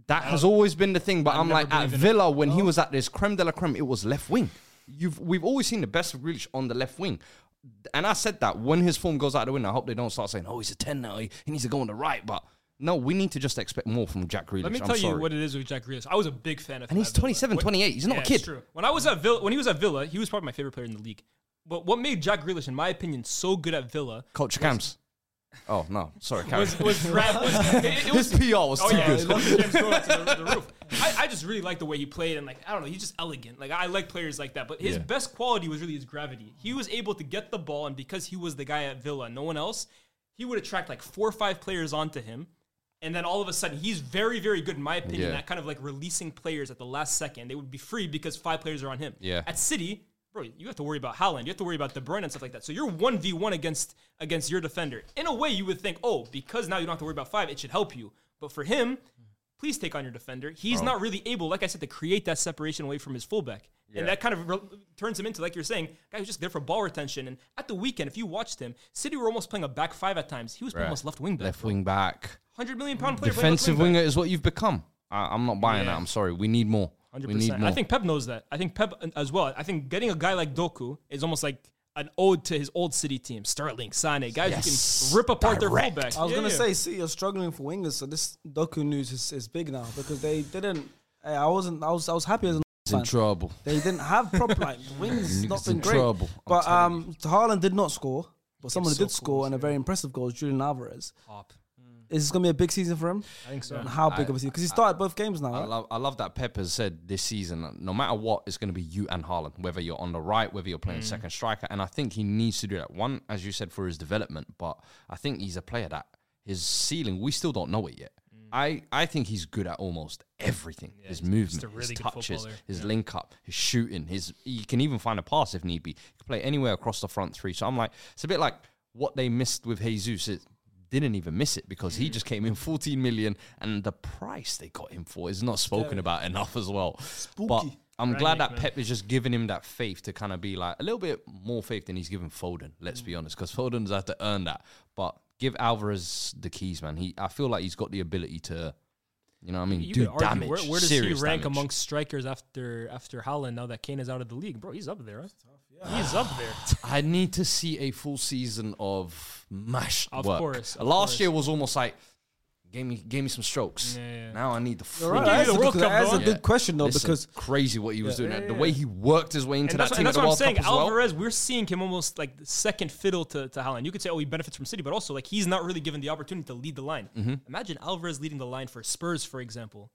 [SPEAKER 4] That has always been the thing, but i am
[SPEAKER 5] never
[SPEAKER 4] like at
[SPEAKER 5] believed in
[SPEAKER 4] Villa when he was at this creme de la creme, it was left wing. You've we've always seen the best of Grealish on the left wing, and I said that when his form goes out the window, I hope they don't start saying, "Oh, he's a ten now. He, he needs to go on the right." But no, we need to just expect more from Jack Grealish.
[SPEAKER 5] Let me
[SPEAKER 4] I'm
[SPEAKER 5] tell
[SPEAKER 4] sorry.
[SPEAKER 5] you what it is with Jack Grealish. I was a big fan of
[SPEAKER 4] And
[SPEAKER 5] him
[SPEAKER 4] he's
[SPEAKER 5] at Villa.
[SPEAKER 4] 27,
[SPEAKER 5] When-
[SPEAKER 4] 28. He's not a
[SPEAKER 5] Yeah,
[SPEAKER 4] kid.
[SPEAKER 5] It's true. When I was at Villa, when he was at Villa, he was probably my favorite player in the league. But what made Jack Grealish, in my opinion, so good at Villa
[SPEAKER 4] Culture camps. Oh no, sorry, Karen.
[SPEAKER 5] was was, Brad, was it, it was
[SPEAKER 4] his PR was
[SPEAKER 5] Oh
[SPEAKER 4] too
[SPEAKER 5] yeah,
[SPEAKER 4] good.
[SPEAKER 5] London James going up to the, the roof. I, I just really like the way he played, and like I don't know, he's just elegant. Like I like players like that. But his
[SPEAKER 4] Yeah.
[SPEAKER 5] best quality was really his gravity. He was able to get the ball, and because he was the guy at Villa, no one else, he would attract like four or five players onto him, and then all of a sudden he's very, very good in my opinion.
[SPEAKER 4] Yeah.
[SPEAKER 5] That kind of like releasing players at the last second, they would be free because five players are on him.
[SPEAKER 4] Yeah.
[SPEAKER 5] At City. Bro, you have to worry about Haaland. You have to worry about De Bruyne and stuff like that. So you're one v one against against your defender. In a way, you would think, oh, because now you don't have to worry about five, it should help you. But for him, please take on your defender. He's
[SPEAKER 4] Oh.
[SPEAKER 5] not really able, like I said, to create that separation away from his fullback. And that kind of re- turns him into, like you're saying, guy who's just there for ball retention. And at the weekend, if you watched him, City were almost playing a back five at times. He was playing almost left wing back.
[SPEAKER 4] Left wing back,
[SPEAKER 5] 100 million pound player. playing left
[SPEAKER 4] defensive
[SPEAKER 5] wing back.
[SPEAKER 4] winger is what you've become. I, I'm not buying that. I'm sorry. We need more. We need
[SPEAKER 5] 100%.
[SPEAKER 4] more.
[SPEAKER 5] I think Pep knows that. I think Pep uh, as well. I think getting a guy like Doku is almost like an ode to his old City team. Sterling, Sane, guys
[SPEAKER 4] Yes.
[SPEAKER 5] who can rip
[SPEAKER 4] Direct.
[SPEAKER 5] apart their fullback.
[SPEAKER 2] I was gonna say, City are struggling for wingers, so this Doku news is, is big now because they didn't. eh, I wasn't. I was. I was happy as a
[SPEAKER 4] he's in trouble.
[SPEAKER 2] They didn't have proper like the wings. has not
[SPEAKER 4] Niggas
[SPEAKER 2] been
[SPEAKER 4] in
[SPEAKER 2] great.
[SPEAKER 4] trouble, I'm
[SPEAKER 2] But
[SPEAKER 4] telling
[SPEAKER 2] um, Haaland did not score. But someone who did score and a very impressive goal is Julian Alvarez. Mm. Is this gonna be a big season for him? I think so. And how big of a season? Because he started both games now.
[SPEAKER 4] I
[SPEAKER 2] right?
[SPEAKER 4] love, I love that Pep has said this season, that no matter what, it's going to be you and Haaland, whether you're on the right, whether you're
[SPEAKER 8] Mm.
[SPEAKER 4] playing second striker. And I think he needs to do that. One,
[SPEAKER 8] Mm.
[SPEAKER 4] as you said, for his development, but I think he's a player that his ceiling, we still don't know it yet. I, I think he's good at almost everything. his movement,
[SPEAKER 8] a really
[SPEAKER 4] his
[SPEAKER 8] good
[SPEAKER 4] touches,
[SPEAKER 8] footballer.
[SPEAKER 4] his link up, his shooting, his he can even find a pass if need be. He can play anywhere across the front three. So I'm like, it's a bit like what they missed with Jesus. It didn't even miss it because
[SPEAKER 8] Mm.
[SPEAKER 4] he just came in 14 million, and the price they got him for is not spoken about enough as well. But I'm glad that Pep is just giving him that faith to kind of be like a little bit more faith than he's given Foden. Let's
[SPEAKER 8] Mm.
[SPEAKER 4] be honest, because Foden's had to earn that. But give Alvarez the keys, man. He I feel like he's got the ability to. You know what I mean?
[SPEAKER 8] You
[SPEAKER 4] Do
[SPEAKER 8] could argue,
[SPEAKER 4] damage.
[SPEAKER 8] Where, where does
[SPEAKER 4] serious
[SPEAKER 8] he rank
[SPEAKER 4] damage.
[SPEAKER 8] amongst strikers after after Holland? Now that Kane is out of the league, bro, he's up there. Huh? He's up there.
[SPEAKER 4] I need to see a full season of mash
[SPEAKER 8] Of
[SPEAKER 4] work.
[SPEAKER 8] course, of
[SPEAKER 4] Last
[SPEAKER 8] course.
[SPEAKER 4] year was almost like gave me gave me some strokes. Now I need the full.
[SPEAKER 2] Right,
[SPEAKER 8] Yeah,
[SPEAKER 2] that's
[SPEAKER 8] the
[SPEAKER 2] a,
[SPEAKER 8] World
[SPEAKER 2] good,
[SPEAKER 8] Cup,
[SPEAKER 2] that's a
[SPEAKER 8] bro.
[SPEAKER 2] good question though
[SPEAKER 4] Listen,
[SPEAKER 2] because
[SPEAKER 4] crazy what he was doing.
[SPEAKER 2] yeah,
[SPEAKER 4] the
[SPEAKER 2] yeah.
[SPEAKER 4] way he worked his way into
[SPEAKER 8] And
[SPEAKER 4] that
[SPEAKER 8] that's, what-
[SPEAKER 4] team
[SPEAKER 8] and
[SPEAKER 4] at
[SPEAKER 8] that's
[SPEAKER 4] the
[SPEAKER 8] what I'm
[SPEAKER 4] World
[SPEAKER 8] saying.
[SPEAKER 4] Cup as well.
[SPEAKER 8] Alvarez, we're seeing him almost like second fiddle to, to Holland. You could say, oh, he benefits from City, but also like he's not really given the opportunity to lead the line. Imagine Alvarez leading the line for Spurs, for example.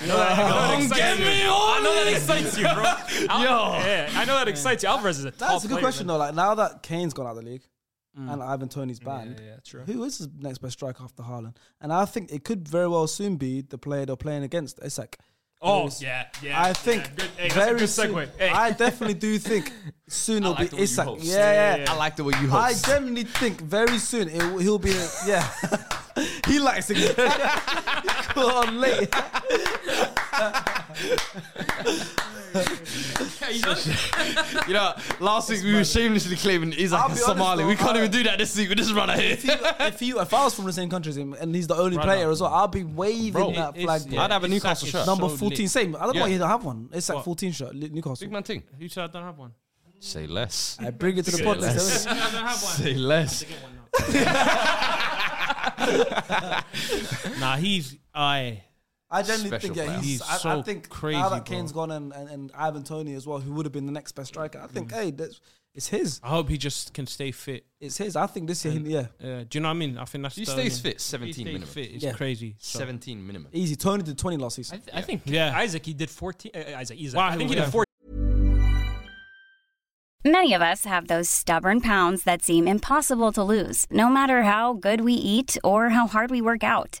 [SPEAKER 8] I know that, I know that excites you. I know that excites you, bro. Al- yeah, I know that excites you. Alvarez is a top
[SPEAKER 2] that's a good
[SPEAKER 8] player,
[SPEAKER 2] question
[SPEAKER 8] man.
[SPEAKER 2] though. Like now that Kane's gone out of the league and Ivan Tony's banned,
[SPEAKER 8] Yeah, true.
[SPEAKER 2] who is his next best striker after Haaland? And I think it could very well soon be the player they're playing against, Isak.
[SPEAKER 8] Oh,
[SPEAKER 2] Who's-
[SPEAKER 8] yeah, yeah.
[SPEAKER 2] I think
[SPEAKER 8] yeah. Good, hey,
[SPEAKER 2] very
[SPEAKER 8] that's a good segue.
[SPEAKER 2] soon.
[SPEAKER 8] Hey.
[SPEAKER 2] I definitely do think soon it'll
[SPEAKER 4] like
[SPEAKER 2] be
[SPEAKER 4] the way you
[SPEAKER 2] Isak.
[SPEAKER 4] host.
[SPEAKER 2] Yeah,
[SPEAKER 8] Yeah,
[SPEAKER 2] yeah.
[SPEAKER 8] yeah,
[SPEAKER 4] I like the way you
[SPEAKER 2] I
[SPEAKER 4] host.
[SPEAKER 2] definitely think very soon it, will- he'll be. A, yeah, he likes it. Come on, late.
[SPEAKER 4] you know, last week we were shamelessly claiming Isaac
[SPEAKER 2] I'll
[SPEAKER 4] is
[SPEAKER 2] be honest,
[SPEAKER 4] Somali.
[SPEAKER 2] though,
[SPEAKER 4] We can't
[SPEAKER 2] I-
[SPEAKER 4] even do that this week with this runner here.
[SPEAKER 2] if he, if I was from the same country as him, and he's the only player as well, I'll be waving
[SPEAKER 4] Bro,
[SPEAKER 2] that
[SPEAKER 5] It's-
[SPEAKER 2] flag. bro.
[SPEAKER 5] yeah,
[SPEAKER 4] I'd have a
[SPEAKER 5] it's
[SPEAKER 4] Newcastle
[SPEAKER 5] like-
[SPEAKER 4] shirt.
[SPEAKER 5] it's
[SPEAKER 2] Number
[SPEAKER 5] so
[SPEAKER 2] fourteen,
[SPEAKER 5] lit.
[SPEAKER 2] same. I don't know
[SPEAKER 4] Yeah.
[SPEAKER 2] why he don't have one. It's like
[SPEAKER 5] What?
[SPEAKER 2] fourteen shirt, Li- Newcastle.
[SPEAKER 4] Big man thing.
[SPEAKER 5] Who said I don't have one?
[SPEAKER 4] Say less.
[SPEAKER 2] I bring it to the
[SPEAKER 4] Say
[SPEAKER 2] pod. let's
[SPEAKER 4] less.
[SPEAKER 2] do it.
[SPEAKER 5] I don't have one.
[SPEAKER 4] Say less.
[SPEAKER 5] Nah, he's I.
[SPEAKER 2] I generally
[SPEAKER 4] Special
[SPEAKER 2] think yeah,
[SPEAKER 4] player.
[SPEAKER 2] he's,
[SPEAKER 5] He's
[SPEAKER 2] I, I
[SPEAKER 5] so
[SPEAKER 2] think
[SPEAKER 5] crazy,
[SPEAKER 2] now that
[SPEAKER 5] bro.
[SPEAKER 2] Kane's gone and, and, and Ivan Tony as well, who would have been the next best striker. I think hey, that's, it's his.
[SPEAKER 5] I hope he just can stay fit.
[SPEAKER 2] It's his. I think this year, he- yeah,
[SPEAKER 5] Uh, do you know what I mean? I think that's
[SPEAKER 4] He
[SPEAKER 5] the
[SPEAKER 4] stays
[SPEAKER 5] only-
[SPEAKER 4] fit, 17
[SPEAKER 5] he stays
[SPEAKER 4] minimum.
[SPEAKER 5] fit. It's
[SPEAKER 2] Yeah.
[SPEAKER 5] crazy. So-
[SPEAKER 4] Seventeen minimum.
[SPEAKER 2] easy. Tony did twenty last
[SPEAKER 8] I,
[SPEAKER 2] season.
[SPEAKER 8] th- I think
[SPEAKER 5] Yeah.
[SPEAKER 8] Isaac, he did 14. Uh, Isaac, Isaac.
[SPEAKER 5] Wow,
[SPEAKER 8] I think he
[SPEAKER 5] yeah.
[SPEAKER 8] did 14.
[SPEAKER 1] Many of us have those stubborn pounds that seem impossible to lose, no matter how good we eat or how hard we work out.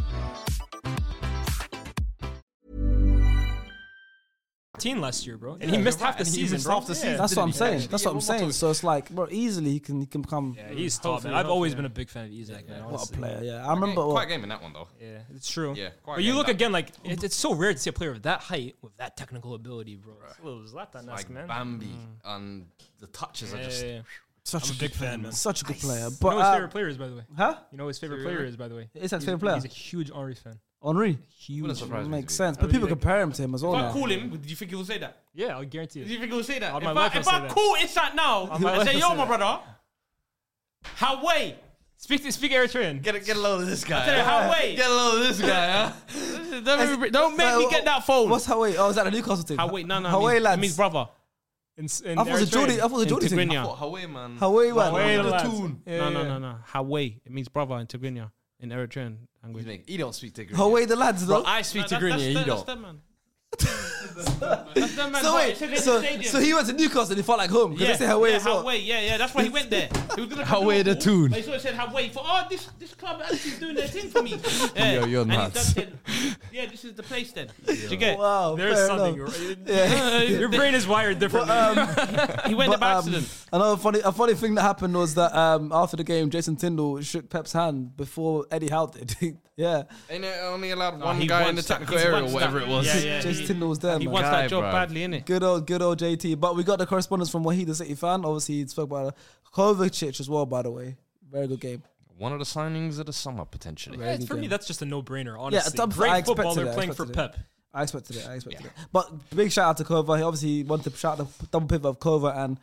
[SPEAKER 8] last year, bro, and he missed half the season, bro. Yeah.
[SPEAKER 2] That's what I'm saying. That's what I'm
[SPEAKER 4] Yeah, what
[SPEAKER 2] saying.
[SPEAKER 4] was-
[SPEAKER 2] So it's like, bro, easily he can he can become
[SPEAKER 8] Yeah, he's top, man. I've always been a big fan of Isaac, man.
[SPEAKER 2] what a
[SPEAKER 8] honestly.
[SPEAKER 2] player. Yeah, I remember.
[SPEAKER 4] Quite
[SPEAKER 2] what-
[SPEAKER 4] a game in that one though.
[SPEAKER 8] Yeah, it's true.
[SPEAKER 4] Yeah, quite
[SPEAKER 8] but you
[SPEAKER 4] game
[SPEAKER 8] look
[SPEAKER 4] that.
[SPEAKER 8] again, like it, it's so rare to see a player of that height with that technical ability, bro. It's a little Zlatan-esque,
[SPEAKER 4] Like
[SPEAKER 8] man. Mm.
[SPEAKER 4] Bambi and the touches are
[SPEAKER 8] Yeah,
[SPEAKER 4] just.
[SPEAKER 8] yeah, yeah.
[SPEAKER 2] Such
[SPEAKER 8] I'm a big
[SPEAKER 2] good
[SPEAKER 8] fan,
[SPEAKER 2] player,
[SPEAKER 8] man.
[SPEAKER 2] Such a good player.
[SPEAKER 8] You
[SPEAKER 2] But
[SPEAKER 8] know his
[SPEAKER 2] uh,
[SPEAKER 8] favorite player is, by the way.
[SPEAKER 2] huh?
[SPEAKER 8] You know his favorite player is, by the way.
[SPEAKER 2] Isak's
[SPEAKER 8] He's-
[SPEAKER 2] favorite player?
[SPEAKER 8] He's a huge Henri fan.
[SPEAKER 2] Henri.
[SPEAKER 4] Wouldn't surprise me, to
[SPEAKER 2] Makes
[SPEAKER 4] be
[SPEAKER 2] sense. But people compare him to him as well.
[SPEAKER 5] If I
[SPEAKER 2] Now.
[SPEAKER 5] call him, do you think he will say that?
[SPEAKER 8] Yeah, I guarantee
[SPEAKER 5] Do
[SPEAKER 8] it.
[SPEAKER 5] you think he will say that?
[SPEAKER 8] On
[SPEAKER 5] If
[SPEAKER 8] my
[SPEAKER 5] I,
[SPEAKER 8] life, I'll
[SPEAKER 5] if
[SPEAKER 8] say
[SPEAKER 5] I
[SPEAKER 8] that.
[SPEAKER 5] call Isak now
[SPEAKER 8] On my
[SPEAKER 5] and
[SPEAKER 8] life,
[SPEAKER 5] say,
[SPEAKER 8] I'll
[SPEAKER 5] yo,
[SPEAKER 8] say
[SPEAKER 5] my
[SPEAKER 8] that.
[SPEAKER 5] brother, how way?
[SPEAKER 8] Speak speak Eritrean.
[SPEAKER 4] Get a, get a load of this guy.
[SPEAKER 5] Tell you
[SPEAKER 4] huh?
[SPEAKER 5] how way?
[SPEAKER 4] Get a load of this guy. huh? Don't, be- don't make
[SPEAKER 2] Wait,
[SPEAKER 4] me
[SPEAKER 2] wh-
[SPEAKER 4] get that phone.
[SPEAKER 2] What's Hawaii? Oh, is that a Newcastle team?
[SPEAKER 5] How way? No, no. it
[SPEAKER 2] Hawaii
[SPEAKER 5] means-
[SPEAKER 2] lads.
[SPEAKER 5] It means brother.
[SPEAKER 8] In, s- in
[SPEAKER 2] I thought it was a
[SPEAKER 8] Eritrean.
[SPEAKER 2] Geordie. I thought it was a
[SPEAKER 5] In
[SPEAKER 2] Geordie team.
[SPEAKER 5] Tigrinya.
[SPEAKER 4] What, Hawaii man?
[SPEAKER 2] Hawaii one.
[SPEAKER 8] Hawaii
[SPEAKER 2] Oh,
[SPEAKER 8] lads.
[SPEAKER 2] the tune.
[SPEAKER 8] Yeah,
[SPEAKER 5] No,
[SPEAKER 8] yeah,
[SPEAKER 5] no,
[SPEAKER 8] yeah.
[SPEAKER 5] no, no. Hawaii. It means brother in Tigrinya, in Eritrean language.
[SPEAKER 4] He, he don't speak Tigrinya.
[SPEAKER 2] Hawaii the lads
[SPEAKER 4] Bro,
[SPEAKER 2] though.
[SPEAKER 4] I speak
[SPEAKER 5] That-
[SPEAKER 4] Tigrinya. You
[SPEAKER 5] that's,
[SPEAKER 4] don't.
[SPEAKER 5] That's that man. that's that man.
[SPEAKER 2] So
[SPEAKER 5] but
[SPEAKER 2] wait,
[SPEAKER 5] it's in his
[SPEAKER 2] so,
[SPEAKER 5] stadium.
[SPEAKER 2] so he went to Newcastle and he felt like home because
[SPEAKER 5] yeah,
[SPEAKER 2] they say Hawaii
[SPEAKER 5] yeah,
[SPEAKER 2] as well.
[SPEAKER 5] Hawaii, yeah, yeah. That's why he went there. He was gonna come
[SPEAKER 4] Hawaii the
[SPEAKER 5] local,
[SPEAKER 4] tune.
[SPEAKER 5] But he sort of said Hawaii for oh this this club actually is doing their thing for me. Yeah.
[SPEAKER 4] Yo, you're
[SPEAKER 5] and he
[SPEAKER 4] nuts.
[SPEAKER 5] just said, yeah, this is the place then. Do you get?
[SPEAKER 2] Wow,
[SPEAKER 8] There's
[SPEAKER 2] fair
[SPEAKER 8] something.
[SPEAKER 2] enough.
[SPEAKER 8] Your brain is wired differently.
[SPEAKER 5] um, He went there by
[SPEAKER 2] um,
[SPEAKER 5] accident.
[SPEAKER 4] Oh
[SPEAKER 2] another funny, a funny thing that happened was that um, after the game, Jason Tyndall shook Pep's hand before Eddie Howe did. yeah,
[SPEAKER 4] Ain't it only allowed
[SPEAKER 5] he
[SPEAKER 4] one guy in the
[SPEAKER 5] wants that.
[SPEAKER 4] technical
[SPEAKER 5] He
[SPEAKER 4] area or
[SPEAKER 5] wants
[SPEAKER 4] whatever
[SPEAKER 5] that.
[SPEAKER 4] it was?
[SPEAKER 5] Yeah, yeah,
[SPEAKER 2] Jason Those tindles there,
[SPEAKER 5] He
[SPEAKER 2] man.
[SPEAKER 5] wants
[SPEAKER 4] Guy,
[SPEAKER 5] that job
[SPEAKER 4] bruv.
[SPEAKER 5] badly, innit?
[SPEAKER 2] Good old, good old JT. But we got the correspondence from Wahid, the City fan. Obviously, he spoke about Kovacic as well, by the way. Very good game.
[SPEAKER 4] One of the signings of the summer potentially.
[SPEAKER 2] Very
[SPEAKER 8] It's-
[SPEAKER 2] good
[SPEAKER 8] for me,
[SPEAKER 2] game.
[SPEAKER 8] that's just a no-brainer. Honestly,
[SPEAKER 2] I'm- I
[SPEAKER 8] great
[SPEAKER 2] expected
[SPEAKER 8] footballer
[SPEAKER 2] it, I
[SPEAKER 8] playing for
[SPEAKER 2] expected it.
[SPEAKER 8] Pep.
[SPEAKER 2] I expected it. I expected it. But big shout out to Kova. He obviously wanted to shout out the double pivot of Kova and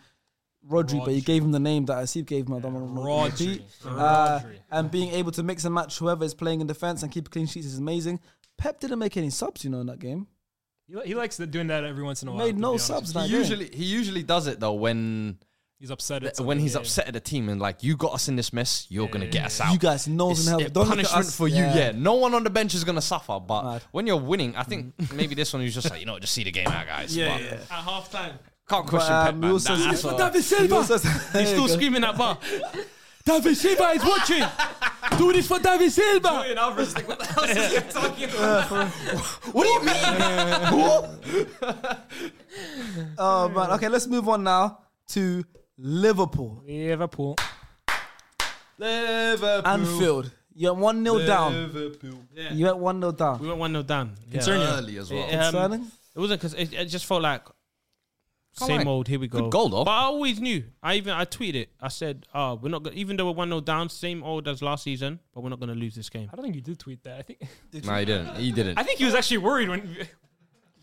[SPEAKER 2] Rodri, but he gave him the name that Asif gave him. I don't want to repeat. Uh, and being able to mix and match whoever is playing in defense and keep clean sheets is amazing. Pep didn't make any subs, you know, in that game.
[SPEAKER 8] He, li- he likes the, doing that every once in a while.
[SPEAKER 2] Made
[SPEAKER 8] to
[SPEAKER 2] no
[SPEAKER 8] be honest.
[SPEAKER 2] subs. in
[SPEAKER 4] He
[SPEAKER 2] that game.
[SPEAKER 4] usually he usually does it though when
[SPEAKER 8] He's upset. At
[SPEAKER 4] th- when
[SPEAKER 8] something,
[SPEAKER 4] he's
[SPEAKER 8] yeah.
[SPEAKER 4] upset at the team and like you got us in this mess, you're gonna get us out.
[SPEAKER 2] You guys knows
[SPEAKER 4] It's
[SPEAKER 2] and
[SPEAKER 4] a
[SPEAKER 2] help. Don't look at
[SPEAKER 4] punishment
[SPEAKER 2] us.
[SPEAKER 4] for you.
[SPEAKER 2] Yeah.
[SPEAKER 4] Yeah. no one on the bench is gonna suffer. But
[SPEAKER 2] Mad.
[SPEAKER 4] when you're winning, I think maybe this one he's just like you know what, just see the game out, guys. But
[SPEAKER 5] At half time.
[SPEAKER 4] Can't question
[SPEAKER 2] Um,
[SPEAKER 4] Pep.
[SPEAKER 2] uh, we
[SPEAKER 4] man.
[SPEAKER 2] also-
[SPEAKER 4] Nah,
[SPEAKER 5] That's what David Silva.
[SPEAKER 2] He also-
[SPEAKER 5] He's still screaming at bar. David Silva is watching. Do this for David Silva.
[SPEAKER 8] Julian Alvarez, like, what the hell is this guy talking about?
[SPEAKER 4] what do you mean?
[SPEAKER 2] Oh man. Okay, let's move on now to Liverpool.
[SPEAKER 8] Liverpool.
[SPEAKER 5] Liverpool.
[SPEAKER 2] Anfield. You're one 0 down.
[SPEAKER 5] Yeah. Um,
[SPEAKER 2] You went one 0
[SPEAKER 5] We
[SPEAKER 2] down.
[SPEAKER 5] went one 0 down. Yeah.
[SPEAKER 4] Early as well.
[SPEAKER 5] Um,
[SPEAKER 2] Sterling?
[SPEAKER 5] It wasn't because it, it just felt like
[SPEAKER 4] Come
[SPEAKER 5] same
[SPEAKER 4] on.
[SPEAKER 5] old. Here we go.
[SPEAKER 4] Good goal, though.
[SPEAKER 5] But I always knew. I even I tweeted it. I said, "Oh, we're not. Go- even though we're one 0 down, same old as last season, but we're not going to lose this game."
[SPEAKER 8] I don't think you did tweet that. I think
[SPEAKER 4] No, he didn't. He didn't.
[SPEAKER 8] I think he was actually worried when
[SPEAKER 2] Did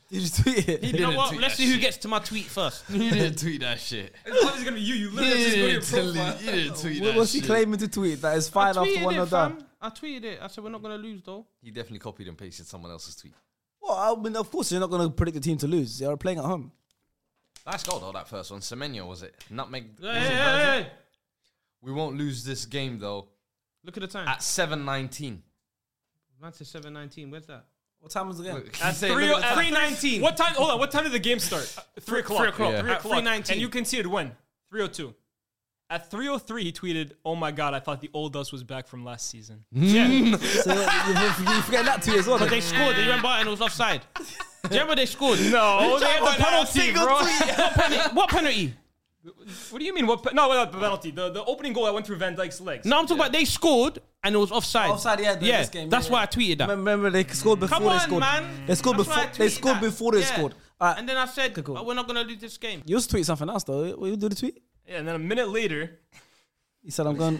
[SPEAKER 2] you tweet it?
[SPEAKER 5] You know
[SPEAKER 4] didn't
[SPEAKER 5] what?
[SPEAKER 4] tweet
[SPEAKER 5] Let's
[SPEAKER 4] that
[SPEAKER 5] see who
[SPEAKER 4] shit.
[SPEAKER 5] gets to my tweet first.
[SPEAKER 4] He didn't tweet that shit.
[SPEAKER 8] it's probably gonna be you. You literally just go to your profile.
[SPEAKER 4] He didn't tweet
[SPEAKER 2] What was he claiming to tweet? That is fine after one 0
[SPEAKER 5] it,
[SPEAKER 2] down.
[SPEAKER 5] fam. I tweeted it. I said we're not going to lose though.
[SPEAKER 4] He definitely copied and pasted someone else's tweet.
[SPEAKER 2] Well, I mean, of course, you're not going to predict the team to lose. They're playing at home.
[SPEAKER 4] Nice goal though, that first one. Semenyo was it? Nutmeg. was
[SPEAKER 5] Hey,
[SPEAKER 4] it?
[SPEAKER 5] hey, hey.
[SPEAKER 4] We won't lose this game though.
[SPEAKER 5] Look at the time.
[SPEAKER 4] At seven nineteen.
[SPEAKER 5] Manchester seven nineteen. Where's that?
[SPEAKER 2] What time was the game?
[SPEAKER 8] Three,
[SPEAKER 4] look at the
[SPEAKER 8] at
[SPEAKER 4] time.
[SPEAKER 8] three nineteen. What time? Hold on. What time did the game start? Three o'clock. Three o'clock.
[SPEAKER 4] Yeah.
[SPEAKER 8] Three
[SPEAKER 5] At
[SPEAKER 8] o'clock.
[SPEAKER 5] 3:19.
[SPEAKER 8] And you conceded when? Three o two. At three o three, he tweeted, "Oh my god, I thought the old us was back from last season."
[SPEAKER 2] so you, you forget that tweet as well.
[SPEAKER 5] But
[SPEAKER 2] then.
[SPEAKER 5] they scored. You remember? And it was offside. Do you remember they scored?
[SPEAKER 8] No, they had the penalty, bro.
[SPEAKER 5] What penalty?
[SPEAKER 8] What do you mean? What? Pe- no, not the penalty. The the opening goal that went through Van Dyke's legs.
[SPEAKER 5] No, I'm talking about they scored and it was offside.
[SPEAKER 2] Offside, yeah, the-
[SPEAKER 5] yeah.
[SPEAKER 2] this game,
[SPEAKER 5] that's
[SPEAKER 2] yeah,
[SPEAKER 5] why
[SPEAKER 2] yeah.
[SPEAKER 5] I tweeted that.
[SPEAKER 2] Remember, they scored before
[SPEAKER 5] Come
[SPEAKER 2] they
[SPEAKER 5] on,
[SPEAKER 2] scored.
[SPEAKER 5] man.
[SPEAKER 2] They scored
[SPEAKER 5] That's
[SPEAKER 2] before
[SPEAKER 5] why I
[SPEAKER 2] they
[SPEAKER 5] tweeted
[SPEAKER 2] scored
[SPEAKER 5] that.
[SPEAKER 2] before they
[SPEAKER 5] Yeah.
[SPEAKER 2] scored. All right.
[SPEAKER 5] And then I said,
[SPEAKER 2] cool.
[SPEAKER 5] "Oh, we're not gonna lose this game.
[SPEAKER 2] you also tweet something else though. Will you do the tweet?
[SPEAKER 8] Yeah, and then a minute later,
[SPEAKER 2] He said, "I'm going."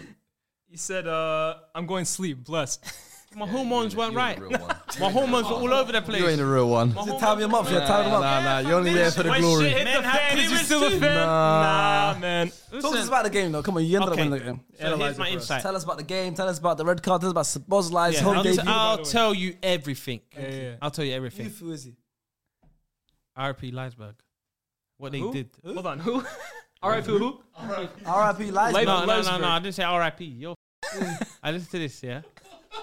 [SPEAKER 8] he said, uh, "I'm going sleep. Bless."
[SPEAKER 5] My hormones weren't
[SPEAKER 4] You ain't
[SPEAKER 5] right.
[SPEAKER 4] a real one.
[SPEAKER 5] My hormones were all over the place.
[SPEAKER 4] You ain't a real one.
[SPEAKER 5] My hormones-
[SPEAKER 2] Time him up, yeah. Time him up.
[SPEAKER 4] Nah, nah, you're only there for the glory.
[SPEAKER 8] Shit hit
[SPEAKER 5] Men
[SPEAKER 8] the
[SPEAKER 5] have
[SPEAKER 8] fan. Is you
[SPEAKER 5] clearance
[SPEAKER 8] still a
[SPEAKER 5] too.
[SPEAKER 8] fan? Nah, man.
[SPEAKER 2] Talk to us
[SPEAKER 5] Listen,
[SPEAKER 2] about the game though. Come on, you ended
[SPEAKER 5] Okay.
[SPEAKER 2] up winning the game.
[SPEAKER 5] So here's my insight.
[SPEAKER 2] Tell us about the game. Tell us about the red card. Tell us about Sabozlai's
[SPEAKER 5] Yeah,
[SPEAKER 2] home
[SPEAKER 5] I'll,
[SPEAKER 2] debut.
[SPEAKER 5] I'll tell you everything.
[SPEAKER 8] yeah.
[SPEAKER 5] I'll tell you
[SPEAKER 2] You-
[SPEAKER 5] everything.
[SPEAKER 2] who is he?
[SPEAKER 5] RP Leisberg. What they
[SPEAKER 8] Who?
[SPEAKER 5] did.
[SPEAKER 8] Hold on. Who? All right, who?
[SPEAKER 2] R.I.P. Leisner.
[SPEAKER 8] Leib-
[SPEAKER 5] No, no, no,
[SPEAKER 8] Leisberg.
[SPEAKER 5] no. I didn't say RIP. Yo, I listened to this. Yeah,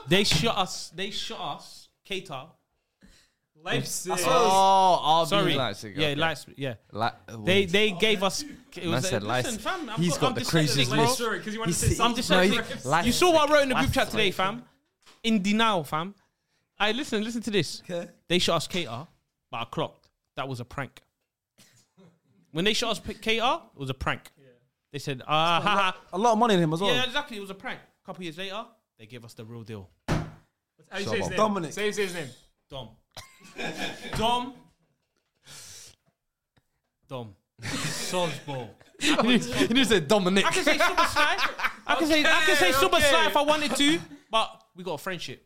[SPEAKER 5] they shot us. They shot us. Qatar.
[SPEAKER 8] Leipzig.
[SPEAKER 4] Oh, RB
[SPEAKER 5] Sorry.
[SPEAKER 4] Leipzig.
[SPEAKER 5] yeah,
[SPEAKER 4] okay.
[SPEAKER 5] Leipzig. Yeah,
[SPEAKER 4] Li-
[SPEAKER 5] they they gave us. It
[SPEAKER 4] Man
[SPEAKER 5] was,
[SPEAKER 4] said
[SPEAKER 5] listen,
[SPEAKER 4] Leipzig.
[SPEAKER 5] fam, I'm
[SPEAKER 4] He's
[SPEAKER 5] co-
[SPEAKER 4] got
[SPEAKER 5] I'm
[SPEAKER 4] the
[SPEAKER 5] dyslexic,
[SPEAKER 4] craziest
[SPEAKER 5] bro.
[SPEAKER 4] list.
[SPEAKER 8] Sorry, because you wanted to
[SPEAKER 2] see-
[SPEAKER 8] say something.
[SPEAKER 5] I'm just
[SPEAKER 4] No,
[SPEAKER 5] saying,
[SPEAKER 4] he-
[SPEAKER 5] correct.
[SPEAKER 4] Leipzig.
[SPEAKER 5] you saw what I wrote in the group chat today, fam. In denial, fam. I listen, listen to this.
[SPEAKER 2] Okay.
[SPEAKER 5] They shot us KR, but I clocked. That was a prank. when they shot us P- KR, it was a prank. They said, ah, ha, ha.
[SPEAKER 2] A lot of money in him as well.
[SPEAKER 5] Yeah, exactly. It was a prank. A couple years later, they gave us the real deal.
[SPEAKER 8] How you say his name?
[SPEAKER 2] Dominic.
[SPEAKER 8] Say, say his name.
[SPEAKER 5] Dom. Dom. Dom. Sosbo.
[SPEAKER 4] you didn't say Dominic.
[SPEAKER 5] I can say super sly. I can say I can say super sly if I wanted to, but we got a friendship.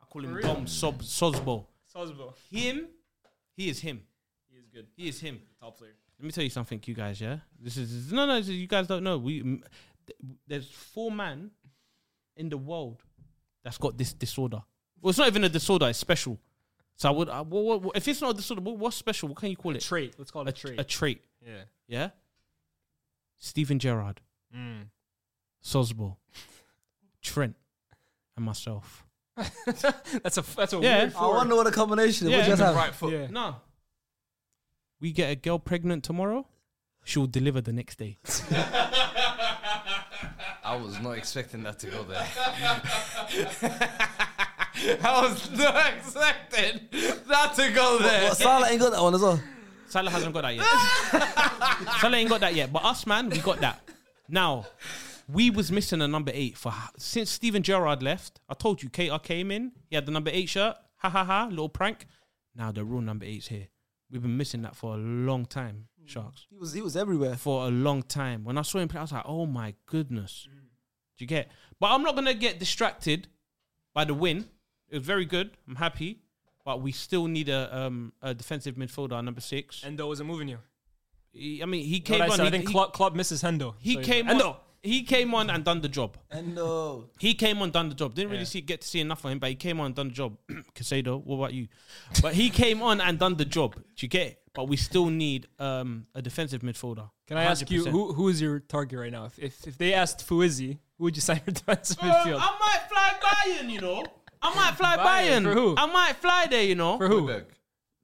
[SPEAKER 5] I call him Dom Sob Sosbo.
[SPEAKER 8] Salzburg.
[SPEAKER 5] Him, he is him.
[SPEAKER 8] He is good.
[SPEAKER 5] He is him.
[SPEAKER 8] Top player.
[SPEAKER 5] Let me tell you something, you guys. Yeah, this is no, no. This is, you guys don't know. We m- th- there's four man in the world that's got this disorder. Well, it's not even a disorder. It's special. So I would. I, what, what- what- if it's not a disorder, what, what's special? What can you call it?
[SPEAKER 8] Trait. Let's call it a trait.
[SPEAKER 5] A trait.
[SPEAKER 8] yeah.
[SPEAKER 5] Yeah. Steven Gerrard,
[SPEAKER 8] Mm.
[SPEAKER 5] Sosbo, Trent, and myself.
[SPEAKER 8] that's a that's a
[SPEAKER 5] Yeah.
[SPEAKER 8] weird
[SPEAKER 2] I
[SPEAKER 8] four.
[SPEAKER 2] wonder what the combination. Yeah.
[SPEAKER 5] Yeah.
[SPEAKER 2] What you guys have?
[SPEAKER 4] Right foot.
[SPEAKER 8] yeah.
[SPEAKER 5] No. We get a girl pregnant tomorrow. She'll deliver the next day.
[SPEAKER 4] I was not expecting that to go there. I was not expecting that to go there.
[SPEAKER 2] But Salah ain't got that one as well.
[SPEAKER 5] Salah hasn't got that yet. Salah ain't got that yet. But us, man, we got that. Now, we was missing a number eight for since Steven Gerrard left. I told you, KR came in. He had the number eight shirt. Ha ha ha! Little prank. Now the real number eight's here. We've been missing that for a long time, Sharks.
[SPEAKER 2] He was he was everywhere.
[SPEAKER 5] For a long time. When I saw him play, I was like, oh my goodness. Do you get? But I'm not gonna get distracted by the win. It was very good. I'm happy. But we still need a um a defensive midfielder, number six. And
[SPEAKER 3] Endo wasn't moving you.
[SPEAKER 5] he, I mean he
[SPEAKER 3] What
[SPEAKER 5] came
[SPEAKER 3] I,
[SPEAKER 5] on.
[SPEAKER 3] said,
[SPEAKER 5] he,
[SPEAKER 3] I think
[SPEAKER 5] he-
[SPEAKER 3] Klopp, Klopp misses Hendo.
[SPEAKER 5] he
[SPEAKER 3] So, yeah.
[SPEAKER 5] came
[SPEAKER 3] Hendo.
[SPEAKER 5] on. He came on and done the job.
[SPEAKER 2] And no,
[SPEAKER 5] He came on, done the job. Didn't really see get to see enough of him, but he came on, done the job. Casado, what about you? But he came on and done the job. Do you get it? But we still need um, a defensive midfielder.
[SPEAKER 3] Can I ask you
[SPEAKER 5] 100%.
[SPEAKER 3] who who is your target right now? If if, if they asked Fuizzi, who would you sign for defensive
[SPEAKER 5] Uh,
[SPEAKER 3] midfield?
[SPEAKER 5] I might fly Bayern, you know. I might fly
[SPEAKER 3] Bayern,
[SPEAKER 5] Bayern.
[SPEAKER 3] for who?
[SPEAKER 5] I might fly there, you know.
[SPEAKER 3] for who?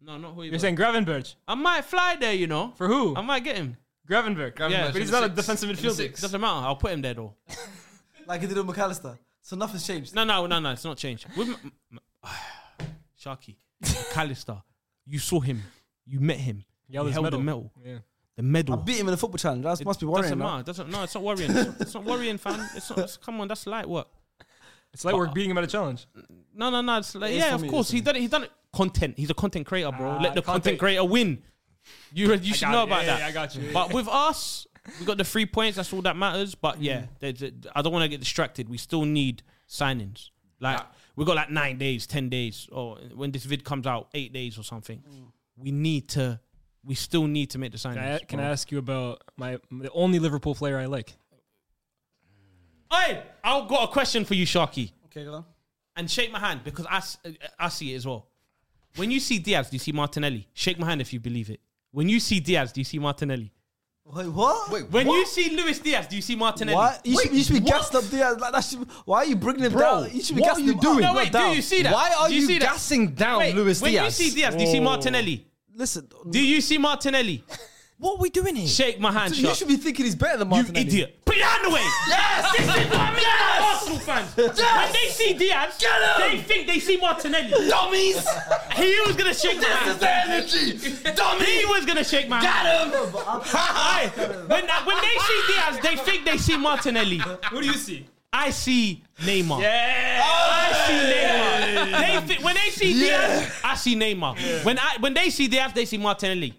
[SPEAKER 5] No, not who
[SPEAKER 3] You're saying Gravenberch.
[SPEAKER 5] I might fly there, you know.
[SPEAKER 3] For who?
[SPEAKER 5] I might get him.
[SPEAKER 3] Gravenberch.
[SPEAKER 5] Yeah,
[SPEAKER 3] but he's not a defensive midfielder.
[SPEAKER 5] Doesn't matter. I'll put him there though.
[SPEAKER 2] like he did with McAllister. So nothing's changed.
[SPEAKER 5] No, no, no, no. It's not changed. With m- m- Sharky, Callister, you saw him. You met him.
[SPEAKER 3] Yeah,
[SPEAKER 5] you
[SPEAKER 3] his
[SPEAKER 5] held
[SPEAKER 3] medal.
[SPEAKER 5] the medal.
[SPEAKER 3] Yeah.
[SPEAKER 5] The medal.
[SPEAKER 2] I beat him in a football challenge. That must be
[SPEAKER 5] Doesn't
[SPEAKER 2] worrying. no?
[SPEAKER 5] matter. Doesn't. No, it's not worrying. It's not, it's not worrying, fam. It's not. It's, come on, that's light work.
[SPEAKER 3] It's like we're beating him at a challenge.
[SPEAKER 5] No, no, no. It's like,
[SPEAKER 2] is
[SPEAKER 5] yeah,
[SPEAKER 2] for
[SPEAKER 5] of
[SPEAKER 2] me,
[SPEAKER 5] course.
[SPEAKER 2] it's
[SPEAKER 5] He
[SPEAKER 2] for
[SPEAKER 5] done it. He done it. Content. He's a content creator, bro.
[SPEAKER 3] Ah,
[SPEAKER 5] Let the content
[SPEAKER 3] content.
[SPEAKER 5] creator win. You you should
[SPEAKER 3] got
[SPEAKER 5] know
[SPEAKER 3] it.
[SPEAKER 5] about
[SPEAKER 3] Yeah,
[SPEAKER 5] that.
[SPEAKER 3] yeah, I got you.
[SPEAKER 5] But with us, we got the three points. That's all that matters.
[SPEAKER 3] Mm.
[SPEAKER 5] But yeah, they- they- I don't want to get distracted. We still need signings. Like we got like nine days, ten days, or when this vid comes out, eight days or something. We need to. We still need to make the signings.
[SPEAKER 3] Mm. Can I, can
[SPEAKER 5] bro.
[SPEAKER 3] I ask you about my the only Liverpool player I like?
[SPEAKER 5] Hey, I've got a question for you, Sharky.
[SPEAKER 2] Okay, go on.
[SPEAKER 5] and shake my hand because I, s- uh, I see it as well. When you see Diaz, do you see Martinelli? Shake my hand if you believe it. When you see Diaz, do you see Martinelli?
[SPEAKER 2] Wait, what?
[SPEAKER 4] Wait,
[SPEAKER 5] When you see Luis Diaz, do you see Martinelli?
[SPEAKER 2] What? You, should, you should be
[SPEAKER 5] what?
[SPEAKER 2] gassed up there. Like that should, why are you bringing him
[SPEAKER 4] Bro,
[SPEAKER 2] down? You should be
[SPEAKER 4] what
[SPEAKER 2] gassing
[SPEAKER 4] are you
[SPEAKER 2] him
[SPEAKER 4] doing?
[SPEAKER 2] Up,
[SPEAKER 5] No,
[SPEAKER 2] not
[SPEAKER 5] wait,
[SPEAKER 2] down.
[SPEAKER 5] do you see that?
[SPEAKER 4] Why are
[SPEAKER 5] do
[SPEAKER 4] you,
[SPEAKER 5] see that?
[SPEAKER 4] gassing down
[SPEAKER 5] Wait,
[SPEAKER 4] Luis
[SPEAKER 5] when
[SPEAKER 4] Diaz?
[SPEAKER 5] you see Diaz, do you see Martinelly?
[SPEAKER 2] Listen,
[SPEAKER 5] Do you see Martinelli?
[SPEAKER 4] what are we doing here?
[SPEAKER 5] Shake my hand,
[SPEAKER 2] you
[SPEAKER 5] Shark.
[SPEAKER 2] should be thinking he's better than
[SPEAKER 5] You
[SPEAKER 2] Martinelli.
[SPEAKER 5] idiot. Put your hand away. Yes. This is what I mean about Arsenal fans. When they see Diaz, they think they see Martinelli. Dummies. He was going to shake my hand. This is the energy. Dummy. He was going to shake my hand. Get him. when, when they see Diaz, they think they see Martinelli.
[SPEAKER 3] Who do you see?
[SPEAKER 5] I see Neymar. I see Neymar. They thi- when they see Diaz, I see Neymar. When I when they see Diaz, they see Martinelli.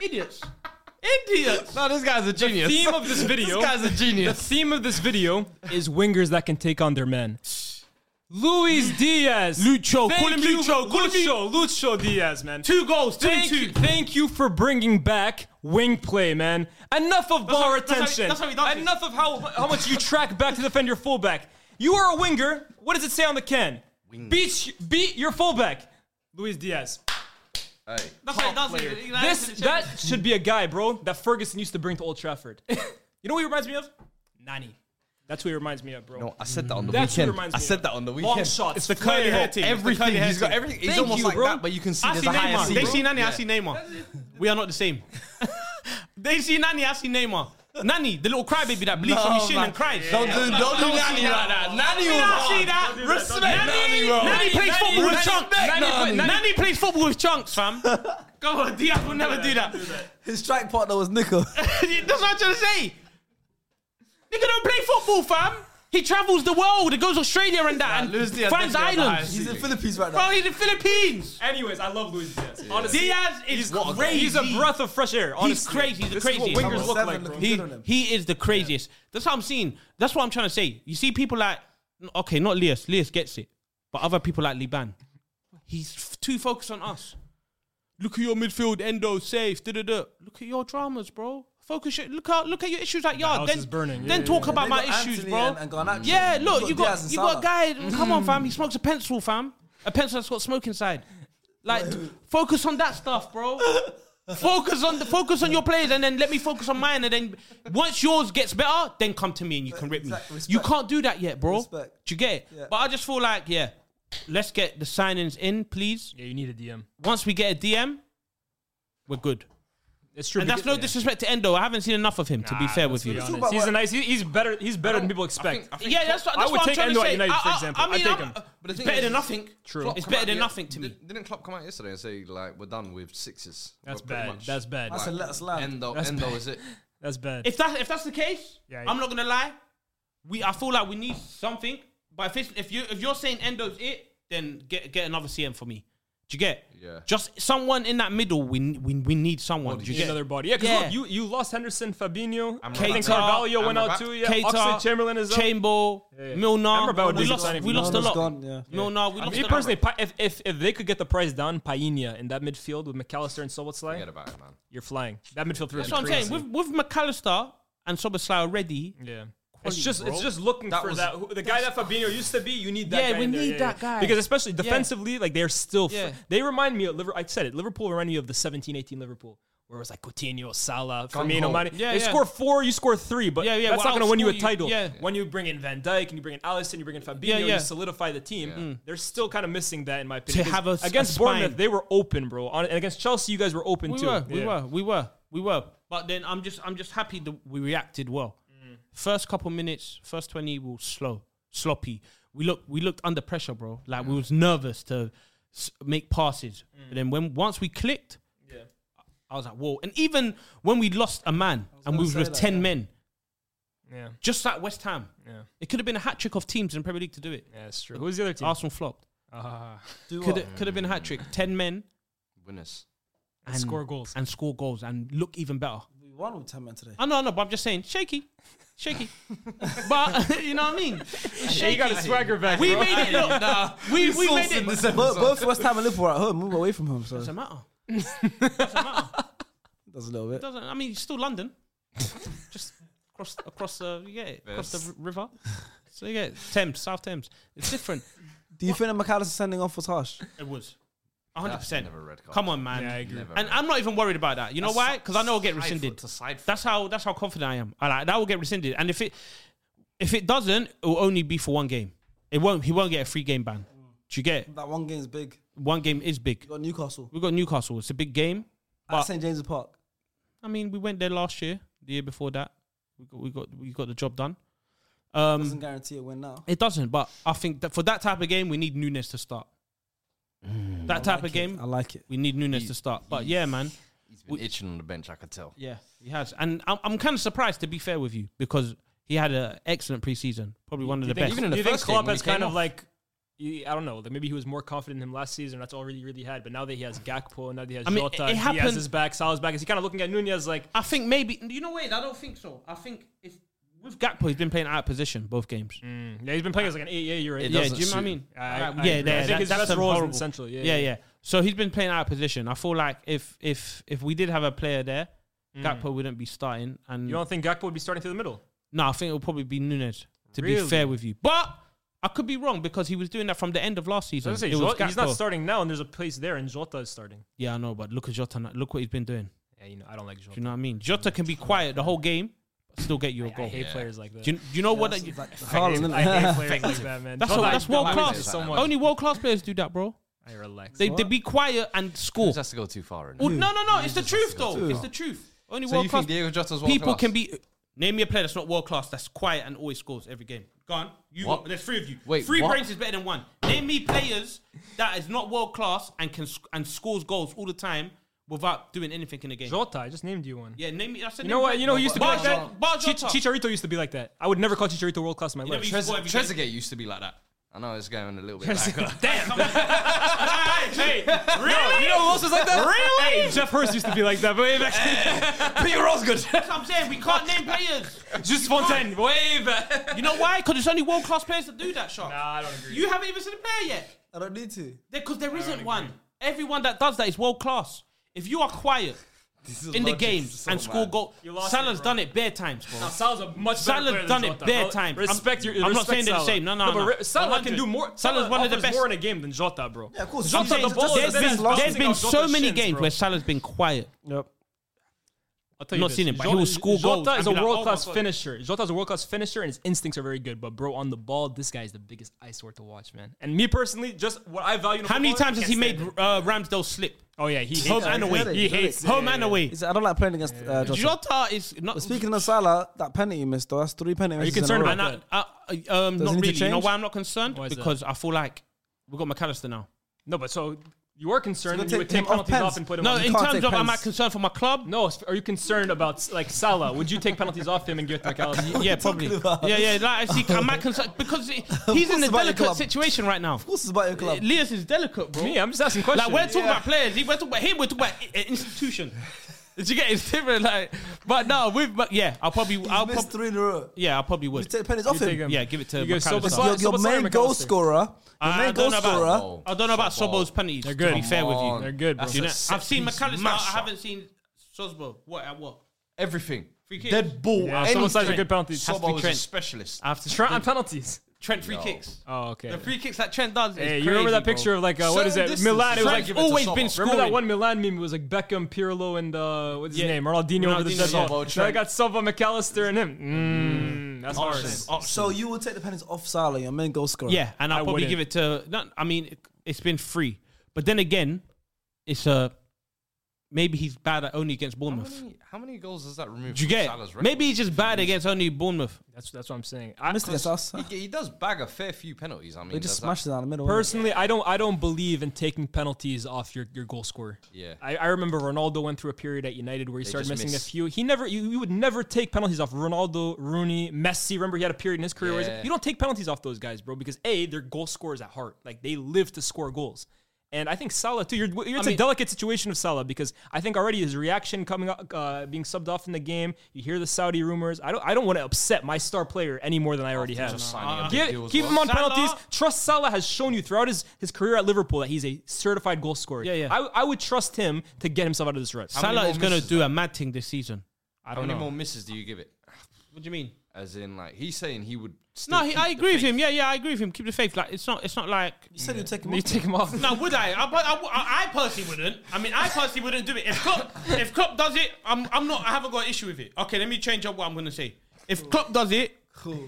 [SPEAKER 5] Idiots. Idiots.
[SPEAKER 4] No, this guy's a genius.
[SPEAKER 3] Theme of this video.
[SPEAKER 4] this guy's a
[SPEAKER 3] The
[SPEAKER 4] genius.
[SPEAKER 3] theme of this video is wingers that can take on their men. Luis Diaz.
[SPEAKER 5] Lucho,
[SPEAKER 3] Thank
[SPEAKER 5] call him
[SPEAKER 3] you-
[SPEAKER 5] Lucho, call him
[SPEAKER 3] Lucho, Lucho Diaz, man.
[SPEAKER 5] Two goals, two
[SPEAKER 3] Thank
[SPEAKER 5] two.
[SPEAKER 3] you, thank you for bringing back wing play, man. Enough of ball
[SPEAKER 5] how- that's how he-
[SPEAKER 3] retention.
[SPEAKER 5] that's how he does it.
[SPEAKER 3] Enough of how how much you track back to defend your fullback. You are a winger. What does it say on the can? Beat beat your fullback, Luis Diaz.
[SPEAKER 5] That's how it does it. He likes
[SPEAKER 3] This
[SPEAKER 5] to check
[SPEAKER 3] that should be a guy, bro. That Ferguson used to bring to Old Trafford. you know what he reminds me of? Nani. That's what he reminds me of, bro.
[SPEAKER 4] No, I said that on the
[SPEAKER 3] That's what
[SPEAKER 4] weekend.
[SPEAKER 3] reminds
[SPEAKER 4] I
[SPEAKER 3] me
[SPEAKER 4] said
[SPEAKER 3] of.
[SPEAKER 4] that on the weekend.
[SPEAKER 3] Long shots,
[SPEAKER 4] It's the
[SPEAKER 3] flair,
[SPEAKER 4] curly hair team.
[SPEAKER 3] it's the
[SPEAKER 4] Everything.
[SPEAKER 3] curly hair
[SPEAKER 4] He's got
[SPEAKER 3] team.
[SPEAKER 4] everything. He's
[SPEAKER 3] Thank
[SPEAKER 4] almost
[SPEAKER 3] you,
[SPEAKER 4] like
[SPEAKER 3] bro.
[SPEAKER 4] that, but you can see
[SPEAKER 5] I
[SPEAKER 4] there's
[SPEAKER 5] see
[SPEAKER 4] a higher
[SPEAKER 5] Neymar.
[SPEAKER 4] C,
[SPEAKER 5] They
[SPEAKER 4] bro.
[SPEAKER 5] see Nani, I see Neymar. We are not the same. they see Nani, I see Neymar. Nani, the little crybaby that bleeds from his shin
[SPEAKER 4] man.
[SPEAKER 5] and cries.
[SPEAKER 4] Don't do, don't do Nanny like that. Nanny
[SPEAKER 5] We
[SPEAKER 4] was
[SPEAKER 5] don't
[SPEAKER 4] hard.
[SPEAKER 5] see that.
[SPEAKER 4] Respect
[SPEAKER 5] Nanny,
[SPEAKER 4] bro.
[SPEAKER 5] Nanny plays
[SPEAKER 4] Nanny-
[SPEAKER 5] football with
[SPEAKER 4] Nanny-
[SPEAKER 5] chunks.
[SPEAKER 4] Nanny-
[SPEAKER 5] Nanny,
[SPEAKER 4] Nanny-
[SPEAKER 5] Nanny plays football with chunks, fam. Go on, Diaz will never do that.
[SPEAKER 2] His strike partner was Nico.
[SPEAKER 5] That's what I'm trying to say. Nigga don't play football, fam. He travels the world. He goes Australia and that, and
[SPEAKER 4] Luis Diaz
[SPEAKER 5] finds
[SPEAKER 4] definitely on the
[SPEAKER 5] islands.
[SPEAKER 4] high
[SPEAKER 2] he's in Philippines right
[SPEAKER 5] Bro,
[SPEAKER 2] now.
[SPEAKER 5] he's in the Philippines.
[SPEAKER 3] Anyways, I love Luis Diaz. Honestly,
[SPEAKER 5] Diaz is
[SPEAKER 4] what a guy.
[SPEAKER 5] crazy.
[SPEAKER 3] he's a breath of fresh air. Honestly,
[SPEAKER 5] He's crazy. He's the
[SPEAKER 3] This is what
[SPEAKER 5] craziest.
[SPEAKER 3] wingers look like, bro.
[SPEAKER 5] He, he is the craziest. That's what I'm seeing. That's what I'm trying to say. You see people like, okay, not Leas. Leas gets it. But other people like Liban, he's f- too focused on us. Look at your midfield, Endo, safe, da da da. Look at your dramas, bro. Focus. Your, look out. Look at your issues like yard.
[SPEAKER 3] house
[SPEAKER 5] Then,
[SPEAKER 3] is burning. Yeah,
[SPEAKER 5] then
[SPEAKER 3] yeah,
[SPEAKER 5] talk
[SPEAKER 3] yeah.
[SPEAKER 5] about
[SPEAKER 2] They
[SPEAKER 5] my
[SPEAKER 2] got
[SPEAKER 5] issues,
[SPEAKER 2] Anthony
[SPEAKER 5] bro.
[SPEAKER 2] and- and Garnacho.
[SPEAKER 5] Yeah, look, you
[SPEAKER 2] Diaz
[SPEAKER 5] got
[SPEAKER 2] and
[SPEAKER 5] you got a
[SPEAKER 2] Salah.
[SPEAKER 5] guy. Come on,
[SPEAKER 3] Mm-hmm.
[SPEAKER 5] fam. He smokes a pencil, fam. A pencil that's got smoke inside. Like, d- focus on that stuff, bro. Focus on the focus on your players, and then let me focus on mine. And then once yours gets better, then come to me and you can rip me.
[SPEAKER 2] Exact- respect.
[SPEAKER 5] You can't do that yet, bro.
[SPEAKER 2] Respect.
[SPEAKER 5] Do you get it?
[SPEAKER 2] Yeah.
[SPEAKER 5] But I just feel like, yeah, let's get the signings in, please.
[SPEAKER 3] yeah, you need a DM.
[SPEAKER 5] Once we get a DM, we're good.
[SPEAKER 3] It's true.
[SPEAKER 5] And that's no disrespect to Endo. I haven't seen enough of him, to be fair with you.
[SPEAKER 2] about
[SPEAKER 3] He's a
[SPEAKER 2] what-
[SPEAKER 3] nice. he- He's better. He's better than people expect.
[SPEAKER 5] Yeah, that's what,
[SPEAKER 3] I
[SPEAKER 5] that's
[SPEAKER 3] would
[SPEAKER 5] what I'm
[SPEAKER 3] take
[SPEAKER 5] trying
[SPEAKER 3] Endo
[SPEAKER 5] to
[SPEAKER 3] at
[SPEAKER 5] say.
[SPEAKER 3] United, for
[SPEAKER 5] I- I-
[SPEAKER 3] example.
[SPEAKER 5] I mean,
[SPEAKER 3] I'd take
[SPEAKER 5] I'm-
[SPEAKER 3] him.
[SPEAKER 4] But the
[SPEAKER 5] It's
[SPEAKER 4] thing
[SPEAKER 5] better
[SPEAKER 4] is-
[SPEAKER 5] than nothing.
[SPEAKER 3] True.
[SPEAKER 5] It's
[SPEAKER 4] Klopp
[SPEAKER 5] better
[SPEAKER 4] come
[SPEAKER 5] than
[SPEAKER 4] out-
[SPEAKER 5] nothing to me.
[SPEAKER 4] Didn't- Didn't Klopp come out yesterday and say like we're done with sixes?
[SPEAKER 3] That's
[SPEAKER 4] We're pretty
[SPEAKER 3] bad.
[SPEAKER 4] much-
[SPEAKER 3] That's bad.
[SPEAKER 2] I said, let us land.
[SPEAKER 4] Endo,
[SPEAKER 3] That's
[SPEAKER 4] Endo
[SPEAKER 3] bad.
[SPEAKER 4] is it?
[SPEAKER 3] That's bad.
[SPEAKER 5] If that's if that's the case,
[SPEAKER 3] Yeah,
[SPEAKER 5] I'm
[SPEAKER 3] yeah.
[SPEAKER 5] not gonna lie. We I feel like we need something. But if it's, if you if you're saying Endo's it, then get get another CM for me Do you get?
[SPEAKER 4] Yeah.
[SPEAKER 5] Just someone in that middle. We we, we need someone. Do you get?
[SPEAKER 3] Another body. Yeah, because
[SPEAKER 5] Yeah.
[SPEAKER 3] look, you, you lost Henderson, Fabinho, I think
[SPEAKER 5] Keita,
[SPEAKER 3] Carvalho went out
[SPEAKER 4] Amrabat.
[SPEAKER 3] too. Yeah,
[SPEAKER 5] Keita,
[SPEAKER 3] Oxlade Chamberlain is out.
[SPEAKER 5] Chamber, Milner.
[SPEAKER 3] Amrabat would
[SPEAKER 5] we
[SPEAKER 3] be
[SPEAKER 5] lost,
[SPEAKER 3] signing
[SPEAKER 5] we
[SPEAKER 3] for
[SPEAKER 5] lost a
[SPEAKER 2] Milner's
[SPEAKER 5] lot.
[SPEAKER 2] gone, yeah.
[SPEAKER 5] Milner, we
[SPEAKER 3] I
[SPEAKER 5] lost
[SPEAKER 3] mean,
[SPEAKER 5] a
[SPEAKER 3] personally,
[SPEAKER 5] lot.
[SPEAKER 3] Pi- if, if if they could get the price down, Paina in that midfield with McAllister and Sobotsly,
[SPEAKER 4] Forget about it, man.
[SPEAKER 3] you're flying. That midfield three would
[SPEAKER 5] That's
[SPEAKER 3] be
[SPEAKER 5] what I'm
[SPEAKER 3] crazy.
[SPEAKER 5] saying. With, with McAllister and Soboslai already,
[SPEAKER 3] yeah.
[SPEAKER 5] Quality,
[SPEAKER 3] it's just
[SPEAKER 5] bro.
[SPEAKER 3] it's just looking
[SPEAKER 4] That
[SPEAKER 3] for
[SPEAKER 4] was-
[SPEAKER 3] that who- the guy that Fabinho used to be. You need that.
[SPEAKER 5] Yeah,
[SPEAKER 3] guy
[SPEAKER 5] we
[SPEAKER 3] in there.
[SPEAKER 5] need that guy.
[SPEAKER 3] because especially
[SPEAKER 5] Yeah.
[SPEAKER 3] defensively, like they're still. fr-
[SPEAKER 5] Yeah.
[SPEAKER 3] They remind me of Liverpool. I said it. Liverpool remind me of the 17-18 Liverpool, where it was like Coutinho, Salah, Firmino,
[SPEAKER 4] ho.
[SPEAKER 3] Mane.
[SPEAKER 5] Yeah,
[SPEAKER 3] they
[SPEAKER 5] yeah.
[SPEAKER 3] score four, you score three, but
[SPEAKER 5] Yeah, yeah,
[SPEAKER 3] that's
[SPEAKER 5] we'll
[SPEAKER 3] not going to win you a
[SPEAKER 5] outscore you.
[SPEAKER 3] title.
[SPEAKER 5] Yeah.
[SPEAKER 3] When you bring in Van Dijk and you bring in Allison, you bring in Fabinho,
[SPEAKER 5] Yeah, yeah. Mm.
[SPEAKER 3] you solidify the team. They're still kind of missing that, in my opinion.
[SPEAKER 5] To
[SPEAKER 3] 'Cause
[SPEAKER 5] have a s-
[SPEAKER 3] against
[SPEAKER 5] a
[SPEAKER 3] Bournemouth,
[SPEAKER 5] spine.
[SPEAKER 3] they were open, bro. On- And against Chelsea, you guys were open
[SPEAKER 5] we
[SPEAKER 3] too.
[SPEAKER 5] were, we
[SPEAKER 3] Yeah.
[SPEAKER 5] were, we were, we were. But then I'm just, I'm just happy that we reacted well.
[SPEAKER 3] Mm.
[SPEAKER 5] First couple minutes, first twenty, we were slow, sloppy. We look, we looked under pressure, bro. Like we was nervous to s- make passes.
[SPEAKER 3] Mm.
[SPEAKER 5] But then when once we clicked, I was like, whoa. And even when we lost a man and we was with ten men,
[SPEAKER 3] Yeah.
[SPEAKER 5] just like West Ham,
[SPEAKER 3] Yeah.
[SPEAKER 5] it could have been a hat trick of teams in Premier League to do it.
[SPEAKER 3] Yeah, that's true. Who was the other team?
[SPEAKER 5] Arsenal flopped.
[SPEAKER 3] Ah.
[SPEAKER 5] Could have, could have been a hat trick. Ten men
[SPEAKER 4] Winners.
[SPEAKER 5] and
[SPEAKER 3] score goals.
[SPEAKER 5] and score goals and look even better.
[SPEAKER 2] We won with 10 men today.
[SPEAKER 5] I know, I know, but I'm just saying, shaky, shaky. but you know what I mean? It's shaky.
[SPEAKER 3] you got a swagger back.
[SPEAKER 5] we
[SPEAKER 3] bro.
[SPEAKER 5] made it look. Nah, we we made it.
[SPEAKER 2] Both, both West Ham and Liverpool are at home. Move away from home. So
[SPEAKER 5] Doesn't matter.
[SPEAKER 2] that's a little bit.
[SPEAKER 5] Doesn't. I mean, it's still London. just across across the you get it across the
[SPEAKER 4] Yes.
[SPEAKER 5] r- river. So you get it. Thames, South Thames. It's different.
[SPEAKER 2] Do you think that McAllister's sending off was harsh?
[SPEAKER 5] it was. 100. percent
[SPEAKER 4] never a red card.
[SPEAKER 5] Come on, man.
[SPEAKER 3] Yeah, I agree.
[SPEAKER 4] Never.
[SPEAKER 5] And I'm not even worried about that. You know why? Because I know I'll get rescinded.
[SPEAKER 4] It's a side foot.
[SPEAKER 5] That's how that's how confident I am. I like, that will get rescinded. And if it if it doesn't, it will only be for one game. It won't he won't get a free game ban. Do you get it?
[SPEAKER 2] That one game's big.
[SPEAKER 5] one game is big.
[SPEAKER 2] You got Newcastle
[SPEAKER 5] We've got Newcastle. It's a big game.
[SPEAKER 2] at St James's Park.
[SPEAKER 5] I mean, we went there last year, the year before that. We got we got we got the job done.
[SPEAKER 2] Doesn't
[SPEAKER 5] Um
[SPEAKER 2] guarantee a win now.
[SPEAKER 5] it doesn't, but I think that for that type of game we need Nunes to start. That type of game
[SPEAKER 2] Mm. I like it.
[SPEAKER 5] we need Nunes to start. But yeah, man.
[SPEAKER 4] He's been itching on the bench, I could tell.
[SPEAKER 5] Yeah, he has. And I'm, I'm kind of surprised, to be fair with you, because he had an excellent preseason, probably one of the best.
[SPEAKER 4] even in
[SPEAKER 3] Do
[SPEAKER 4] the
[SPEAKER 3] you think
[SPEAKER 4] first game
[SPEAKER 3] Klopp
[SPEAKER 4] when
[SPEAKER 3] has
[SPEAKER 4] he came
[SPEAKER 3] kind of
[SPEAKER 4] off.
[SPEAKER 3] like he- I don't know. like, Maybe he was more confident in him last season. That's all he really had. But now that he has Gakpo, now that he has
[SPEAKER 5] I mean,
[SPEAKER 3] Jota,
[SPEAKER 5] it
[SPEAKER 3] he
[SPEAKER 5] happened-
[SPEAKER 3] has his back, Salah's back. Is he kind of looking at Nunez like
[SPEAKER 5] I think maybe, you know, wait, I don't think so. I think if with Gakpo, he's been playing out of position both games.
[SPEAKER 3] "Hmm, yeah, he's been playing as like an eight. Yeah, you're right.
[SPEAKER 4] It
[SPEAKER 5] Yeah, do
[SPEAKER 4] doesn't
[SPEAKER 5] you know what I
[SPEAKER 4] suit.
[SPEAKER 5] mean?
[SPEAKER 3] I-
[SPEAKER 5] Like,
[SPEAKER 3] I
[SPEAKER 5] yeah,
[SPEAKER 3] agree.
[SPEAKER 5] there,
[SPEAKER 3] I think
[SPEAKER 5] that-
[SPEAKER 3] his
[SPEAKER 5] that's
[SPEAKER 3] best
[SPEAKER 5] a
[SPEAKER 3] role is in
[SPEAKER 5] horrible.
[SPEAKER 3] central, yeah,
[SPEAKER 5] yeah,
[SPEAKER 3] yeah.
[SPEAKER 5] So he's been playing out of position. I feel like if if if we did have a player there, Gakpo wouldn't be starting. And
[SPEAKER 3] Mm. You don't think Gakpo would be starting through the middle?
[SPEAKER 5] No, I think it'll probably be Nunes. To be
[SPEAKER 3] Really?
[SPEAKER 5] fair with you, but I could be wrong because he was doing that from the end of last
[SPEAKER 3] I
[SPEAKER 5] season.
[SPEAKER 3] was gonna
[SPEAKER 5] It
[SPEAKER 3] say,
[SPEAKER 5] was
[SPEAKER 3] Jota, he's not
[SPEAKER 5] Gakpo.
[SPEAKER 3] starting now, and there's a place there, and Jota is starting.
[SPEAKER 5] Yeah, I know, but look at Jota. now. Look what he's been doing.
[SPEAKER 3] Yeah, you know, I don't like
[SPEAKER 5] Do
[SPEAKER 3] Jota.
[SPEAKER 5] you know what I mean? Jota can be quiet the whole game, but still get you a
[SPEAKER 3] I
[SPEAKER 5] goal.
[SPEAKER 3] hate players like that.
[SPEAKER 5] Do you, do you know what? that-
[SPEAKER 3] I, hate, I hate
[SPEAKER 2] Haaland.
[SPEAKER 3] players like that, man.
[SPEAKER 5] that's
[SPEAKER 3] Jota,
[SPEAKER 5] that's
[SPEAKER 3] I don't
[SPEAKER 5] world
[SPEAKER 3] like
[SPEAKER 5] class.
[SPEAKER 3] it So much.
[SPEAKER 5] Only world class players do that, bro.
[SPEAKER 3] I relax.
[SPEAKER 5] They, they be quiet and score.
[SPEAKER 4] Just has to go too far. innit?
[SPEAKER 5] Oh, no, no, no. It's the truth, though. It's the truth. Only
[SPEAKER 4] So
[SPEAKER 5] world
[SPEAKER 4] you
[SPEAKER 5] class
[SPEAKER 4] think Diego Jota's world
[SPEAKER 5] people
[SPEAKER 4] class?
[SPEAKER 5] can be. Name me a player that's not world class that's quiet and always scores every game. Go on. You.
[SPEAKER 4] What?
[SPEAKER 5] There's three of you.
[SPEAKER 4] Wait,
[SPEAKER 5] three
[SPEAKER 4] what?
[SPEAKER 5] brains is better than one. Name me players that is not world class and can sc- and scores goals all the time without doing anything in the game.
[SPEAKER 3] Jota, I just named you one.
[SPEAKER 5] Yeah, name me. That's
[SPEAKER 3] You know what? You know who used to be
[SPEAKER 5] Bar
[SPEAKER 3] like that?
[SPEAKER 5] Bar
[SPEAKER 3] Chich-
[SPEAKER 5] Jota.
[SPEAKER 3] Chicharito used to be like that. I would never call Chicharito world class in my
[SPEAKER 5] never
[SPEAKER 3] life.
[SPEAKER 5] used to
[SPEAKER 4] Trez-
[SPEAKER 5] score every game.
[SPEAKER 4] Trezeguet used to be like that. I know it's going a little bit back.
[SPEAKER 5] Damn. hey, really?
[SPEAKER 3] You know who else was like that? really? Hey, Jeff Hurst used to be like that, but way back.
[SPEAKER 4] Peter Osgood.
[SPEAKER 5] That's what I'm saying. We can't name players.
[SPEAKER 3] Just Fontaine, way back.
[SPEAKER 5] You know why? Because there's only world class players that do that shot.
[SPEAKER 3] I don't agree.
[SPEAKER 5] You haven't even seen a player yet.
[SPEAKER 2] I don't need to.
[SPEAKER 5] Because there isn't one. Everyone that does that is world class. If you are quiet in the games and score goal,
[SPEAKER 3] lost
[SPEAKER 5] Salah's
[SPEAKER 3] it, bro.
[SPEAKER 5] done it bare times, bro.
[SPEAKER 3] Salah's a much better
[SPEAKER 5] Salah's
[SPEAKER 3] player
[SPEAKER 5] done
[SPEAKER 3] than
[SPEAKER 5] it
[SPEAKER 3] Jota.
[SPEAKER 5] bare
[SPEAKER 3] I'll-
[SPEAKER 5] times.
[SPEAKER 3] Respect
[SPEAKER 5] I'm-
[SPEAKER 3] your.
[SPEAKER 5] I'm not
[SPEAKER 3] respect
[SPEAKER 5] saying they're the
[SPEAKER 3] Salah.
[SPEAKER 5] same. No, no,
[SPEAKER 3] but
[SPEAKER 5] no.
[SPEAKER 3] re- Salah can
[SPEAKER 5] 100.
[SPEAKER 3] do more.
[SPEAKER 5] Salah's
[SPEAKER 3] Salah
[SPEAKER 5] one of the
[SPEAKER 3] offers
[SPEAKER 5] best.
[SPEAKER 3] more in a game than Jota, bro. Yeah,
[SPEAKER 2] of course.
[SPEAKER 3] Jota,
[SPEAKER 2] Jota-
[SPEAKER 3] the ball is
[SPEAKER 5] There's
[SPEAKER 3] better
[SPEAKER 5] been,
[SPEAKER 3] than
[SPEAKER 5] there's been
[SPEAKER 3] Jota's
[SPEAKER 5] so many
[SPEAKER 3] shins,
[SPEAKER 5] games
[SPEAKER 3] bro.
[SPEAKER 5] where Salah's been quiet.
[SPEAKER 2] Yep.
[SPEAKER 3] I'll tell you
[SPEAKER 5] not
[SPEAKER 3] this.
[SPEAKER 5] seen him, but he will score
[SPEAKER 3] Jota
[SPEAKER 5] goals
[SPEAKER 3] is
[SPEAKER 5] and
[SPEAKER 3] a
[SPEAKER 5] be like,
[SPEAKER 3] world class
[SPEAKER 5] "Oh my God."
[SPEAKER 3] finisher. Jota is a world class finisher, and his instincts are very good. But bro, on the ball, this guy is the biggest eyesore to watch, man. And me personally, just what I value. in a
[SPEAKER 5] How many
[SPEAKER 3] footballer,
[SPEAKER 5] times has
[SPEAKER 3] can't
[SPEAKER 5] he made
[SPEAKER 3] stand it.
[SPEAKER 5] uh, Ramsdale slip?
[SPEAKER 3] Oh yeah, he hates
[SPEAKER 5] Home
[SPEAKER 3] that.
[SPEAKER 5] and away.
[SPEAKER 2] He
[SPEAKER 3] hates it.
[SPEAKER 5] Home
[SPEAKER 3] Yeah,
[SPEAKER 5] and
[SPEAKER 3] yeah,
[SPEAKER 5] away.
[SPEAKER 2] He said, I don't like playing against uh, Jota.
[SPEAKER 5] Jota is not.
[SPEAKER 2] But speaking of Salah, that penalty he missed though, that's three penalties.
[SPEAKER 3] you concerned about
[SPEAKER 5] And I, I, I- um,
[SPEAKER 2] Does
[SPEAKER 5] not
[SPEAKER 2] he need to
[SPEAKER 5] really. You know
[SPEAKER 2] change?
[SPEAKER 5] why I'm not concerned?
[SPEAKER 3] Why is that?
[SPEAKER 5] because I feel like we've got McAllister now.
[SPEAKER 3] No, but so you are
[SPEAKER 2] So
[SPEAKER 3] concerned, then you
[SPEAKER 2] they'll
[SPEAKER 3] would
[SPEAKER 2] take
[SPEAKER 3] take
[SPEAKER 2] him off
[SPEAKER 3] penalties
[SPEAKER 2] pens.
[SPEAKER 3] off and put him
[SPEAKER 5] No,
[SPEAKER 3] on.
[SPEAKER 5] in
[SPEAKER 2] can't
[SPEAKER 5] terms
[SPEAKER 2] take
[SPEAKER 5] of, am I
[SPEAKER 2] pens.
[SPEAKER 5] concerned for my club?
[SPEAKER 3] No, are you concerned about like Salah? Would you take penalties off him and give it to McAllister?
[SPEAKER 5] Yeah, probably.
[SPEAKER 2] about?
[SPEAKER 5] Yeah, yeah. Like, I see, am I concerned because he- he's in
[SPEAKER 2] course about your
[SPEAKER 5] a delicate
[SPEAKER 2] club.
[SPEAKER 5] situation right now.
[SPEAKER 2] What's this about your club?
[SPEAKER 5] Leas is delicate, bro.
[SPEAKER 3] Me, I'm just asking questions.
[SPEAKER 5] Like we're talking about players. He- We're talking about him. We're talking about i- institution. Did you get it? It's different. Like, but no, with but yeah, I'll probably, I'll
[SPEAKER 2] I'll missed
[SPEAKER 5] prob-
[SPEAKER 2] three in a row.
[SPEAKER 5] yeah, I probably would.
[SPEAKER 2] You take pennies off him.
[SPEAKER 5] Yeah, give it to
[SPEAKER 3] You give
[SPEAKER 5] McAllister.
[SPEAKER 3] Sobasa-
[SPEAKER 2] Your,
[SPEAKER 3] Soboslai
[SPEAKER 2] your
[SPEAKER 3] or
[SPEAKER 2] main
[SPEAKER 3] McAllister?
[SPEAKER 2] goal scorer. Your
[SPEAKER 5] I
[SPEAKER 2] main
[SPEAKER 5] don't
[SPEAKER 2] goal
[SPEAKER 5] know about-
[SPEAKER 2] scorer.
[SPEAKER 5] I don't know about Sobo's penalties. They're
[SPEAKER 3] good.
[SPEAKER 5] To be fair with you,
[SPEAKER 4] on.
[SPEAKER 3] Oh, They're good, bro.
[SPEAKER 4] That's
[SPEAKER 3] You
[SPEAKER 4] a
[SPEAKER 3] know,
[SPEAKER 5] I've
[SPEAKER 4] set
[SPEAKER 5] seen
[SPEAKER 4] piece
[SPEAKER 5] McAllister. I
[SPEAKER 4] masher.
[SPEAKER 5] haven't seen Sosbo. What at what?
[SPEAKER 4] everything.
[SPEAKER 5] Free kicks.
[SPEAKER 4] Dead ball.
[SPEAKER 3] Yeah,
[SPEAKER 4] anything.
[SPEAKER 3] someone says a good penalty. Has to be
[SPEAKER 4] Sobo is a
[SPEAKER 3] Trent.
[SPEAKER 4] specialist.
[SPEAKER 5] After
[SPEAKER 3] Trent on penalties.
[SPEAKER 5] Trent free kicks.
[SPEAKER 3] Oh, okay.
[SPEAKER 5] The free kicks that Trent does. is
[SPEAKER 3] Hey, you remember
[SPEAKER 5] crazy,
[SPEAKER 3] that picture
[SPEAKER 5] bro.
[SPEAKER 3] of like uh, what is
[SPEAKER 4] Certain
[SPEAKER 3] it?
[SPEAKER 4] distance,
[SPEAKER 3] Milan. It was
[SPEAKER 4] Trent
[SPEAKER 3] like
[SPEAKER 4] give it to
[SPEAKER 5] always
[SPEAKER 4] Sobo.
[SPEAKER 5] been
[SPEAKER 3] remember that
[SPEAKER 5] scoring.
[SPEAKER 3] one Milan meme? It was like Beckham, Pirlo, and uh, what's his
[SPEAKER 5] Yeah.
[SPEAKER 3] name? Ronaldinho, over the
[SPEAKER 5] Ronaldinho,
[SPEAKER 3] dead
[SPEAKER 5] yeah.
[SPEAKER 3] ball.
[SPEAKER 4] Sobo,
[SPEAKER 3] So I
[SPEAKER 4] Trent.
[SPEAKER 3] got Silva, McAllister, and him. Mm, that's hard.
[SPEAKER 2] So you will take the pennies off Salah, your main goal scorer.
[SPEAKER 5] Yeah, and I'll
[SPEAKER 3] I
[SPEAKER 5] probably
[SPEAKER 3] wouldn't.
[SPEAKER 5] give it to. Not, I mean, it, it's been free, but then again, it's a maybe he's bad at only against
[SPEAKER 4] How
[SPEAKER 5] Bournemouth.
[SPEAKER 4] many, how many goals does that remove?
[SPEAKER 5] Do you
[SPEAKER 4] from
[SPEAKER 5] get?
[SPEAKER 4] Salah's record?
[SPEAKER 5] Maybe he's just bad against only Bournemouth.
[SPEAKER 3] That's that's what I'm saying. I,
[SPEAKER 2] Missed against us.
[SPEAKER 4] he, he does bag a fair few penalties. I mean,
[SPEAKER 2] They just
[SPEAKER 4] does that-
[SPEAKER 2] smashed it down the middle.
[SPEAKER 3] Personally, I don't I don't believe in taking penalties off your, your goal scorer.
[SPEAKER 4] Yeah.
[SPEAKER 3] I, I remember Ronaldo went through a period at United where he started
[SPEAKER 4] just
[SPEAKER 3] missing
[SPEAKER 4] miss.
[SPEAKER 3] a few. He never you, you would never take penalties off Ronaldo, Rooney, Messi. Remember he had a period in his career where
[SPEAKER 4] Yeah.
[SPEAKER 3] he's- you don't take penalties off those guys, bro, because A, they're goal scorers at heart. Like they live to score goals. And I think Salah too. You're, you're, it's a delicate situation of Salah because I think already his reaction coming up, uh, being subbed off in the game. You hear the Saudi rumors. I don't. I don't want to upset my star player any more than I already have.
[SPEAKER 4] just signing a big
[SPEAKER 3] Give-
[SPEAKER 4] deal as
[SPEAKER 3] keep
[SPEAKER 4] well.
[SPEAKER 3] him on
[SPEAKER 5] Salah-
[SPEAKER 3] penalties. Trust Salah has shown you throughout his, his career at Liverpool that he's a certified goal scorer.
[SPEAKER 5] Yeah, yeah.
[SPEAKER 3] I, I would trust him to get himself out of this rut.
[SPEAKER 4] many
[SPEAKER 5] Salah
[SPEAKER 4] more
[SPEAKER 5] is going to
[SPEAKER 4] misses
[SPEAKER 5] do a mad thing this season.
[SPEAKER 3] I
[SPEAKER 4] How
[SPEAKER 3] don't
[SPEAKER 4] many
[SPEAKER 3] know.
[SPEAKER 4] more misses do you give it?
[SPEAKER 5] What do you mean?
[SPEAKER 4] As in, like he's saying he would. still
[SPEAKER 5] No, he,
[SPEAKER 4] keep
[SPEAKER 5] I
[SPEAKER 4] the Oh,
[SPEAKER 5] agree with
[SPEAKER 4] faith.
[SPEAKER 5] him. Yeah, yeah, I agree with him. Keep the faith. Like it's not, it's not like.
[SPEAKER 2] you said you take him
[SPEAKER 3] You
[SPEAKER 2] off.
[SPEAKER 3] take him off.
[SPEAKER 5] No, would I? I, but I, I personally wouldn't. I mean, I personally wouldn't do it. If Klopp, if Klopp does it, I'm, I'm not. I haven't got an issue with it. Okay, let me change up what I'm gonna say. If Klopp does it,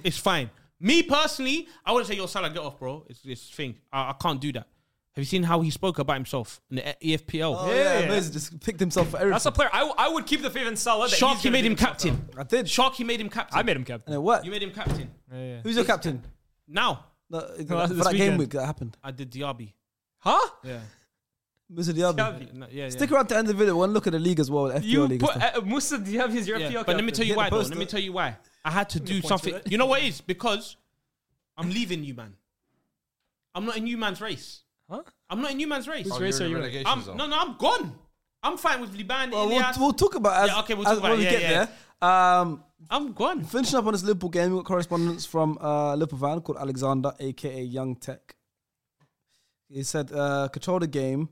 [SPEAKER 5] it's fine. Me personally, I wouldn't say your Salah get off, bro. It's this thing. I, I can't do that. Have you seen how he spoke about himself in the E- EFPL?
[SPEAKER 2] Oh, yeah, amazing. Just picked himself for everything.
[SPEAKER 3] That's a player. I, I would keep the faith in Salah. that he's
[SPEAKER 5] Sharky
[SPEAKER 3] gonna
[SPEAKER 5] made
[SPEAKER 3] dig
[SPEAKER 5] him
[SPEAKER 3] himself out.
[SPEAKER 5] captain.
[SPEAKER 2] I did.
[SPEAKER 5] Sharky made him captain.
[SPEAKER 3] I made him
[SPEAKER 2] And
[SPEAKER 3] captain.
[SPEAKER 2] it worked.
[SPEAKER 5] You made him captain.
[SPEAKER 2] Who's your captain?
[SPEAKER 5] Now
[SPEAKER 2] No, for
[SPEAKER 3] that's
[SPEAKER 2] that
[SPEAKER 3] this
[SPEAKER 2] game
[SPEAKER 3] weekend.
[SPEAKER 2] week that happened.
[SPEAKER 5] I did Diaby.
[SPEAKER 3] Huh?
[SPEAKER 2] Musa Diaby.
[SPEAKER 5] No, yeah, yeah.
[SPEAKER 2] Stick around to the end of the video and look at the league as well. FPL
[SPEAKER 3] You
[SPEAKER 2] league.
[SPEAKER 3] put
[SPEAKER 2] and stuff.
[SPEAKER 3] uh, Musa. Do you have his
[SPEAKER 5] Yeah,
[SPEAKER 3] FPL?
[SPEAKER 5] but let me tell you
[SPEAKER 2] Get
[SPEAKER 5] why,
[SPEAKER 2] the
[SPEAKER 5] though.
[SPEAKER 2] poster.
[SPEAKER 5] Let me tell you why. I had to do
[SPEAKER 3] points
[SPEAKER 5] something.
[SPEAKER 3] for that.
[SPEAKER 5] You know what it is? Because I'm leaving you, man. I'm not in you, man's race.
[SPEAKER 3] Huh?
[SPEAKER 5] I'm not in you, man's race.
[SPEAKER 4] Oh,
[SPEAKER 3] Race
[SPEAKER 4] you're in
[SPEAKER 3] are
[SPEAKER 4] the
[SPEAKER 3] you in?
[SPEAKER 4] relegation
[SPEAKER 5] I'm,
[SPEAKER 4] zone.
[SPEAKER 5] no, no, I'm gone. I'm fine with Liban.
[SPEAKER 2] Well, we'll,
[SPEAKER 5] Ilias.
[SPEAKER 2] we'll talk about it as,
[SPEAKER 5] Yeah, okay, we'll
[SPEAKER 2] as
[SPEAKER 5] talk about
[SPEAKER 2] when
[SPEAKER 5] it.
[SPEAKER 2] we
[SPEAKER 5] Yeah,
[SPEAKER 2] get
[SPEAKER 5] yeah.
[SPEAKER 2] there. Um,
[SPEAKER 5] I'm gone.
[SPEAKER 2] finishing up on this Liverpool game, we got correspondence from uh, Liverpool fan called Alexander, aka Young Tech. He said, uh, "Controlled the game,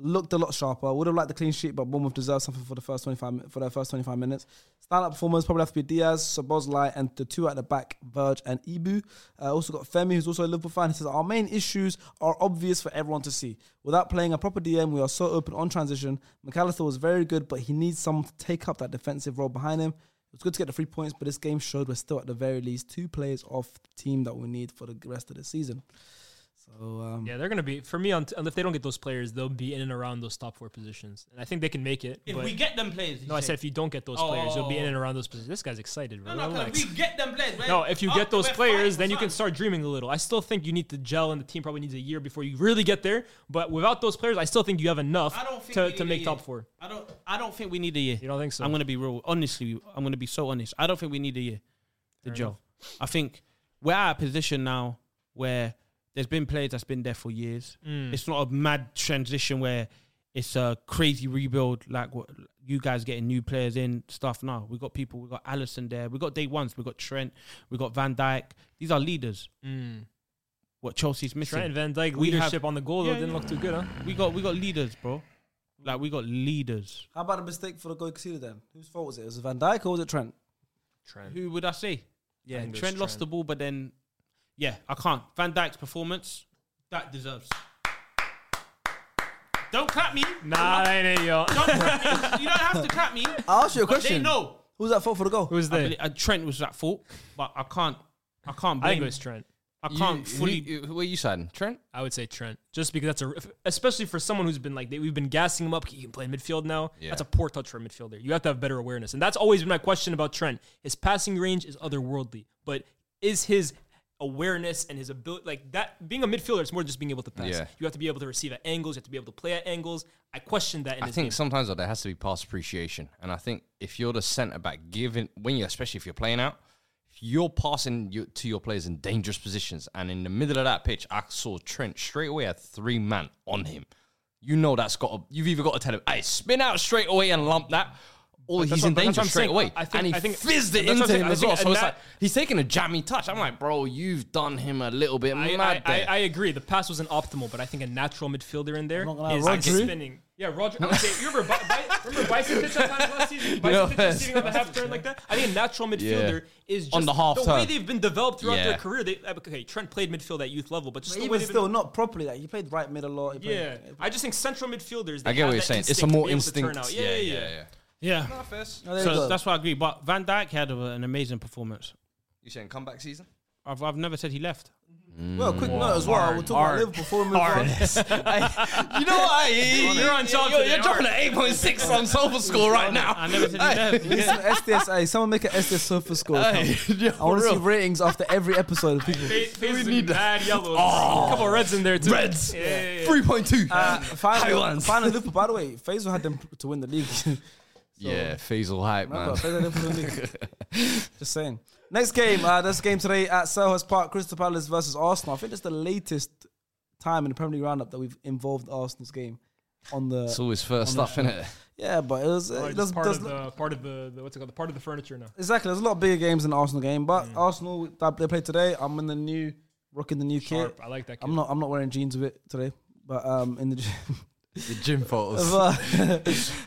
[SPEAKER 2] looked a lot sharper. Would have liked the clean sheet, but Bournemouth deserved something for the first twenty-five mi- for their first twenty-five minutes. Stand-up performers probably have to be Diaz, Sobozlai, and the two at the back, Verge and Ibu. Uh, also got Femi, who's also a Liverpool fan. He says our main issues are obvious for everyone to see. Without playing a proper DM, we are so open on transition. McAllister was very good, but he needs someone to take up that defensive role behind him." It was good to get the three points, but this game showed we're still at the very least two players off the team that we need for the rest of the season. So um,
[SPEAKER 3] Yeah, they're gonna be for me. On t- if they don't get those players, they'll be in and around those top four positions, and I think they can make it.
[SPEAKER 5] If
[SPEAKER 3] but
[SPEAKER 5] we get them players.
[SPEAKER 3] no, I said if you don't get those
[SPEAKER 5] Oh,
[SPEAKER 3] players, you'll be in
[SPEAKER 5] oh,
[SPEAKER 3] and around those positions. This guy's excited, bro.
[SPEAKER 5] no, no, 'cause
[SPEAKER 3] Relax.
[SPEAKER 5] if we get them players.
[SPEAKER 3] No,
[SPEAKER 5] we're-
[SPEAKER 3] if you
[SPEAKER 5] oh,
[SPEAKER 3] get those
[SPEAKER 5] we're
[SPEAKER 3] players,
[SPEAKER 5] fine,
[SPEAKER 3] then you
[SPEAKER 5] we're
[SPEAKER 3] can
[SPEAKER 5] fine.
[SPEAKER 3] start dreaming a little. I still think you need to gel, and the team probably needs a year before you really get there. But without those players, I still think you have enough
[SPEAKER 5] I don't think we
[SPEAKER 3] to,
[SPEAKER 5] need
[SPEAKER 3] to
[SPEAKER 5] a
[SPEAKER 3] make
[SPEAKER 5] year.
[SPEAKER 3] top four.
[SPEAKER 5] I don't. I don't think we need a year.
[SPEAKER 3] You don't think so?
[SPEAKER 5] I'm gonna be real. Honestly, I'm gonna be so honest. I don't think we need a year. The Joe. I think we're at a position now where there's been players that's been there for years.
[SPEAKER 3] Mm.
[SPEAKER 5] It's not a mad transition where it's a crazy rebuild like what you guys getting new players in stuff now. We got people, we got Allison there, we got day ones, we got Trent, we got Van Dyke. These are leaders. What Chelsea's missing.
[SPEAKER 3] Mm. Trent Van Dyke
[SPEAKER 5] We have-
[SPEAKER 3] leadership on the goal though
[SPEAKER 5] Yeah,
[SPEAKER 3] didn't
[SPEAKER 5] yeah.
[SPEAKER 3] look too good, huh?
[SPEAKER 5] We got we got leaders, bro. Like we got leaders.
[SPEAKER 2] how about a mistake for the goal conceded then? Whose fault was it? Was it Van Dijk or was it Trent?
[SPEAKER 3] Trent.
[SPEAKER 5] Who would I say? Yeah,
[SPEAKER 3] think it
[SPEAKER 5] Trent,
[SPEAKER 3] was
[SPEAKER 5] lost
[SPEAKER 3] Trent.
[SPEAKER 5] the ball, but then, yeah, I can't. Van Dyke's performance that deserves. Don't clap me.
[SPEAKER 3] Nah, that ain't it, yo.
[SPEAKER 5] Don't clap me. You don't have to clap me.
[SPEAKER 2] I'll ask you a
[SPEAKER 5] But They
[SPEAKER 2] question.
[SPEAKER 5] know.
[SPEAKER 2] Who's that fault for the goal?
[SPEAKER 3] Who's
[SPEAKER 5] I
[SPEAKER 3] there?
[SPEAKER 5] believe- uh, Trent was at fault, but I can't. I can't
[SPEAKER 3] I think
[SPEAKER 5] blame.
[SPEAKER 3] it
[SPEAKER 5] I,
[SPEAKER 3] was Trent.
[SPEAKER 5] I
[SPEAKER 4] You-
[SPEAKER 5] can't
[SPEAKER 4] who-
[SPEAKER 5] fully.
[SPEAKER 4] Who, who are you signing? Trent?
[SPEAKER 3] I would say Trent, just because that's a, if- especially for someone who's been like they, we've been gassing him up. He can play midfield now.
[SPEAKER 4] Yeah.
[SPEAKER 3] That's a poor touch for a midfielder. You have to have better awareness, and that's always been my question about Trent. His passing range is otherworldly, but is his awareness and his ability, like that, being a midfielder, it's more just being able to pass.
[SPEAKER 4] Yeah.
[SPEAKER 3] You have to be able to receive at angles. You have to be able to play at angles. I question that in
[SPEAKER 4] I
[SPEAKER 3] his
[SPEAKER 4] think
[SPEAKER 3] game.
[SPEAKER 4] sometimes though, there has to be pass appreciation, and I think if you're the centre back, given when you, especially if you're playing out, if you're passing you, to your players in dangerous positions, and in the middle of that pitch, I saw Trent straight away had three man on him. You know that's got to, you've either got to tell him, "Hey, spin out straight away and lump that." Or
[SPEAKER 3] But that's
[SPEAKER 4] he's
[SPEAKER 3] what-
[SPEAKER 4] in
[SPEAKER 3] but that's
[SPEAKER 4] danger
[SPEAKER 3] what I'm
[SPEAKER 4] straight
[SPEAKER 3] saying.
[SPEAKER 4] away,
[SPEAKER 3] I think-
[SPEAKER 4] and he
[SPEAKER 3] I think-
[SPEAKER 4] fizzed it
[SPEAKER 3] that's what I'm
[SPEAKER 4] into
[SPEAKER 3] saying.
[SPEAKER 4] him
[SPEAKER 3] I
[SPEAKER 4] as
[SPEAKER 3] think-
[SPEAKER 4] well. So
[SPEAKER 3] and
[SPEAKER 4] it's
[SPEAKER 3] that-
[SPEAKER 4] like he's taking a jammy touch. I'm like, bro, you've done him a little bit
[SPEAKER 3] I,
[SPEAKER 4] mad
[SPEAKER 3] I, I,
[SPEAKER 4] there.
[SPEAKER 3] I agree. The pass wasn't optimal, but I think a natural midfielder in there
[SPEAKER 2] not gonna lie,
[SPEAKER 3] is like
[SPEAKER 2] Rodri-
[SPEAKER 3] spinning. Yeah, Roger. Okay, you remember, Bi- Bi- remember Bison did that last season? Bison
[SPEAKER 4] No
[SPEAKER 3] did
[SPEAKER 4] offense.
[SPEAKER 3] receiving on the half turn like that? I think a natural midfielder is just
[SPEAKER 4] On the half
[SPEAKER 3] the way
[SPEAKER 4] turn.
[SPEAKER 3] they've been developed throughout
[SPEAKER 4] Yeah.
[SPEAKER 3] their career. They, uh, okay, Trent played midfield at youth level, but
[SPEAKER 2] But
[SPEAKER 3] just the way
[SPEAKER 2] even
[SPEAKER 3] they've
[SPEAKER 2] still,
[SPEAKER 3] been,
[SPEAKER 2] not properly. Like he played right mid a lot. He
[SPEAKER 3] yeah.
[SPEAKER 2] played,
[SPEAKER 3] I just think central midfielders. They
[SPEAKER 4] I get
[SPEAKER 3] have
[SPEAKER 4] what you're
[SPEAKER 3] that
[SPEAKER 4] saying. It's
[SPEAKER 3] instinct to
[SPEAKER 4] a more
[SPEAKER 3] be able to turn
[SPEAKER 4] instinct.
[SPEAKER 3] out. Yeah, yeah, yeah.
[SPEAKER 5] Yeah.
[SPEAKER 2] Oh, there you
[SPEAKER 5] So
[SPEAKER 2] go.
[SPEAKER 5] that's why I agree. But Van Dijk had a, an amazing performance.
[SPEAKER 4] You saying comeback season?
[SPEAKER 5] I've, I've never said he left.
[SPEAKER 2] Well, quick note as well. We'll talk about
[SPEAKER 4] hard,
[SPEAKER 2] Liverpool before we move on.
[SPEAKER 4] you know what? I,
[SPEAKER 3] You're on top
[SPEAKER 4] You're,
[SPEAKER 3] today,
[SPEAKER 4] you're dropping an eight point six on Sofa Score right now.
[SPEAKER 5] I never said he left.
[SPEAKER 2] Listen, SDS, hey, someone make an SDS sofa score.
[SPEAKER 4] Hey,
[SPEAKER 2] account.
[SPEAKER 4] yeah,
[SPEAKER 2] I want to
[SPEAKER 4] for
[SPEAKER 2] see
[SPEAKER 4] real.
[SPEAKER 2] ratings after every episode of people.
[SPEAKER 3] Face- Faces need bad
[SPEAKER 4] Oh.
[SPEAKER 3] yellows. a couple of reds in there too.
[SPEAKER 4] Reds.
[SPEAKER 3] Yeah, yeah, yeah.
[SPEAKER 4] Three point two.
[SPEAKER 2] Uh, final,
[SPEAKER 4] ones.
[SPEAKER 2] final Liverpool. By the way, Faisal had them to win the league.
[SPEAKER 4] yeah, Faisal hype
[SPEAKER 2] Remember,
[SPEAKER 4] man.
[SPEAKER 2] Faisal had them to win the league. Just saying. Next game. Uh, this game today at Selhurst Park, Crystal Palace versus Arsenal. I think it's the latest time in the Premier League roundup that we've involved Arsenal's game on the.
[SPEAKER 4] It's always first stuff, innit?
[SPEAKER 2] yeah, but it was.
[SPEAKER 3] Oh,
[SPEAKER 2] it
[SPEAKER 3] it's
[SPEAKER 2] does,
[SPEAKER 3] part,
[SPEAKER 2] does,
[SPEAKER 3] of the, part of the, the what's it called? The part of the furniture now.
[SPEAKER 2] Exactly. There's a lot of bigger games in the Arsenal game, but
[SPEAKER 4] Mm.
[SPEAKER 2] Arsenal that they play today. I'm in the new, rocking the new
[SPEAKER 3] Sharp.
[SPEAKER 2] kit.
[SPEAKER 3] I like that. Kid.
[SPEAKER 2] I'm not. I'm not wearing jeans with it today, but um, in the gym.
[SPEAKER 4] The gym photos,
[SPEAKER 2] But,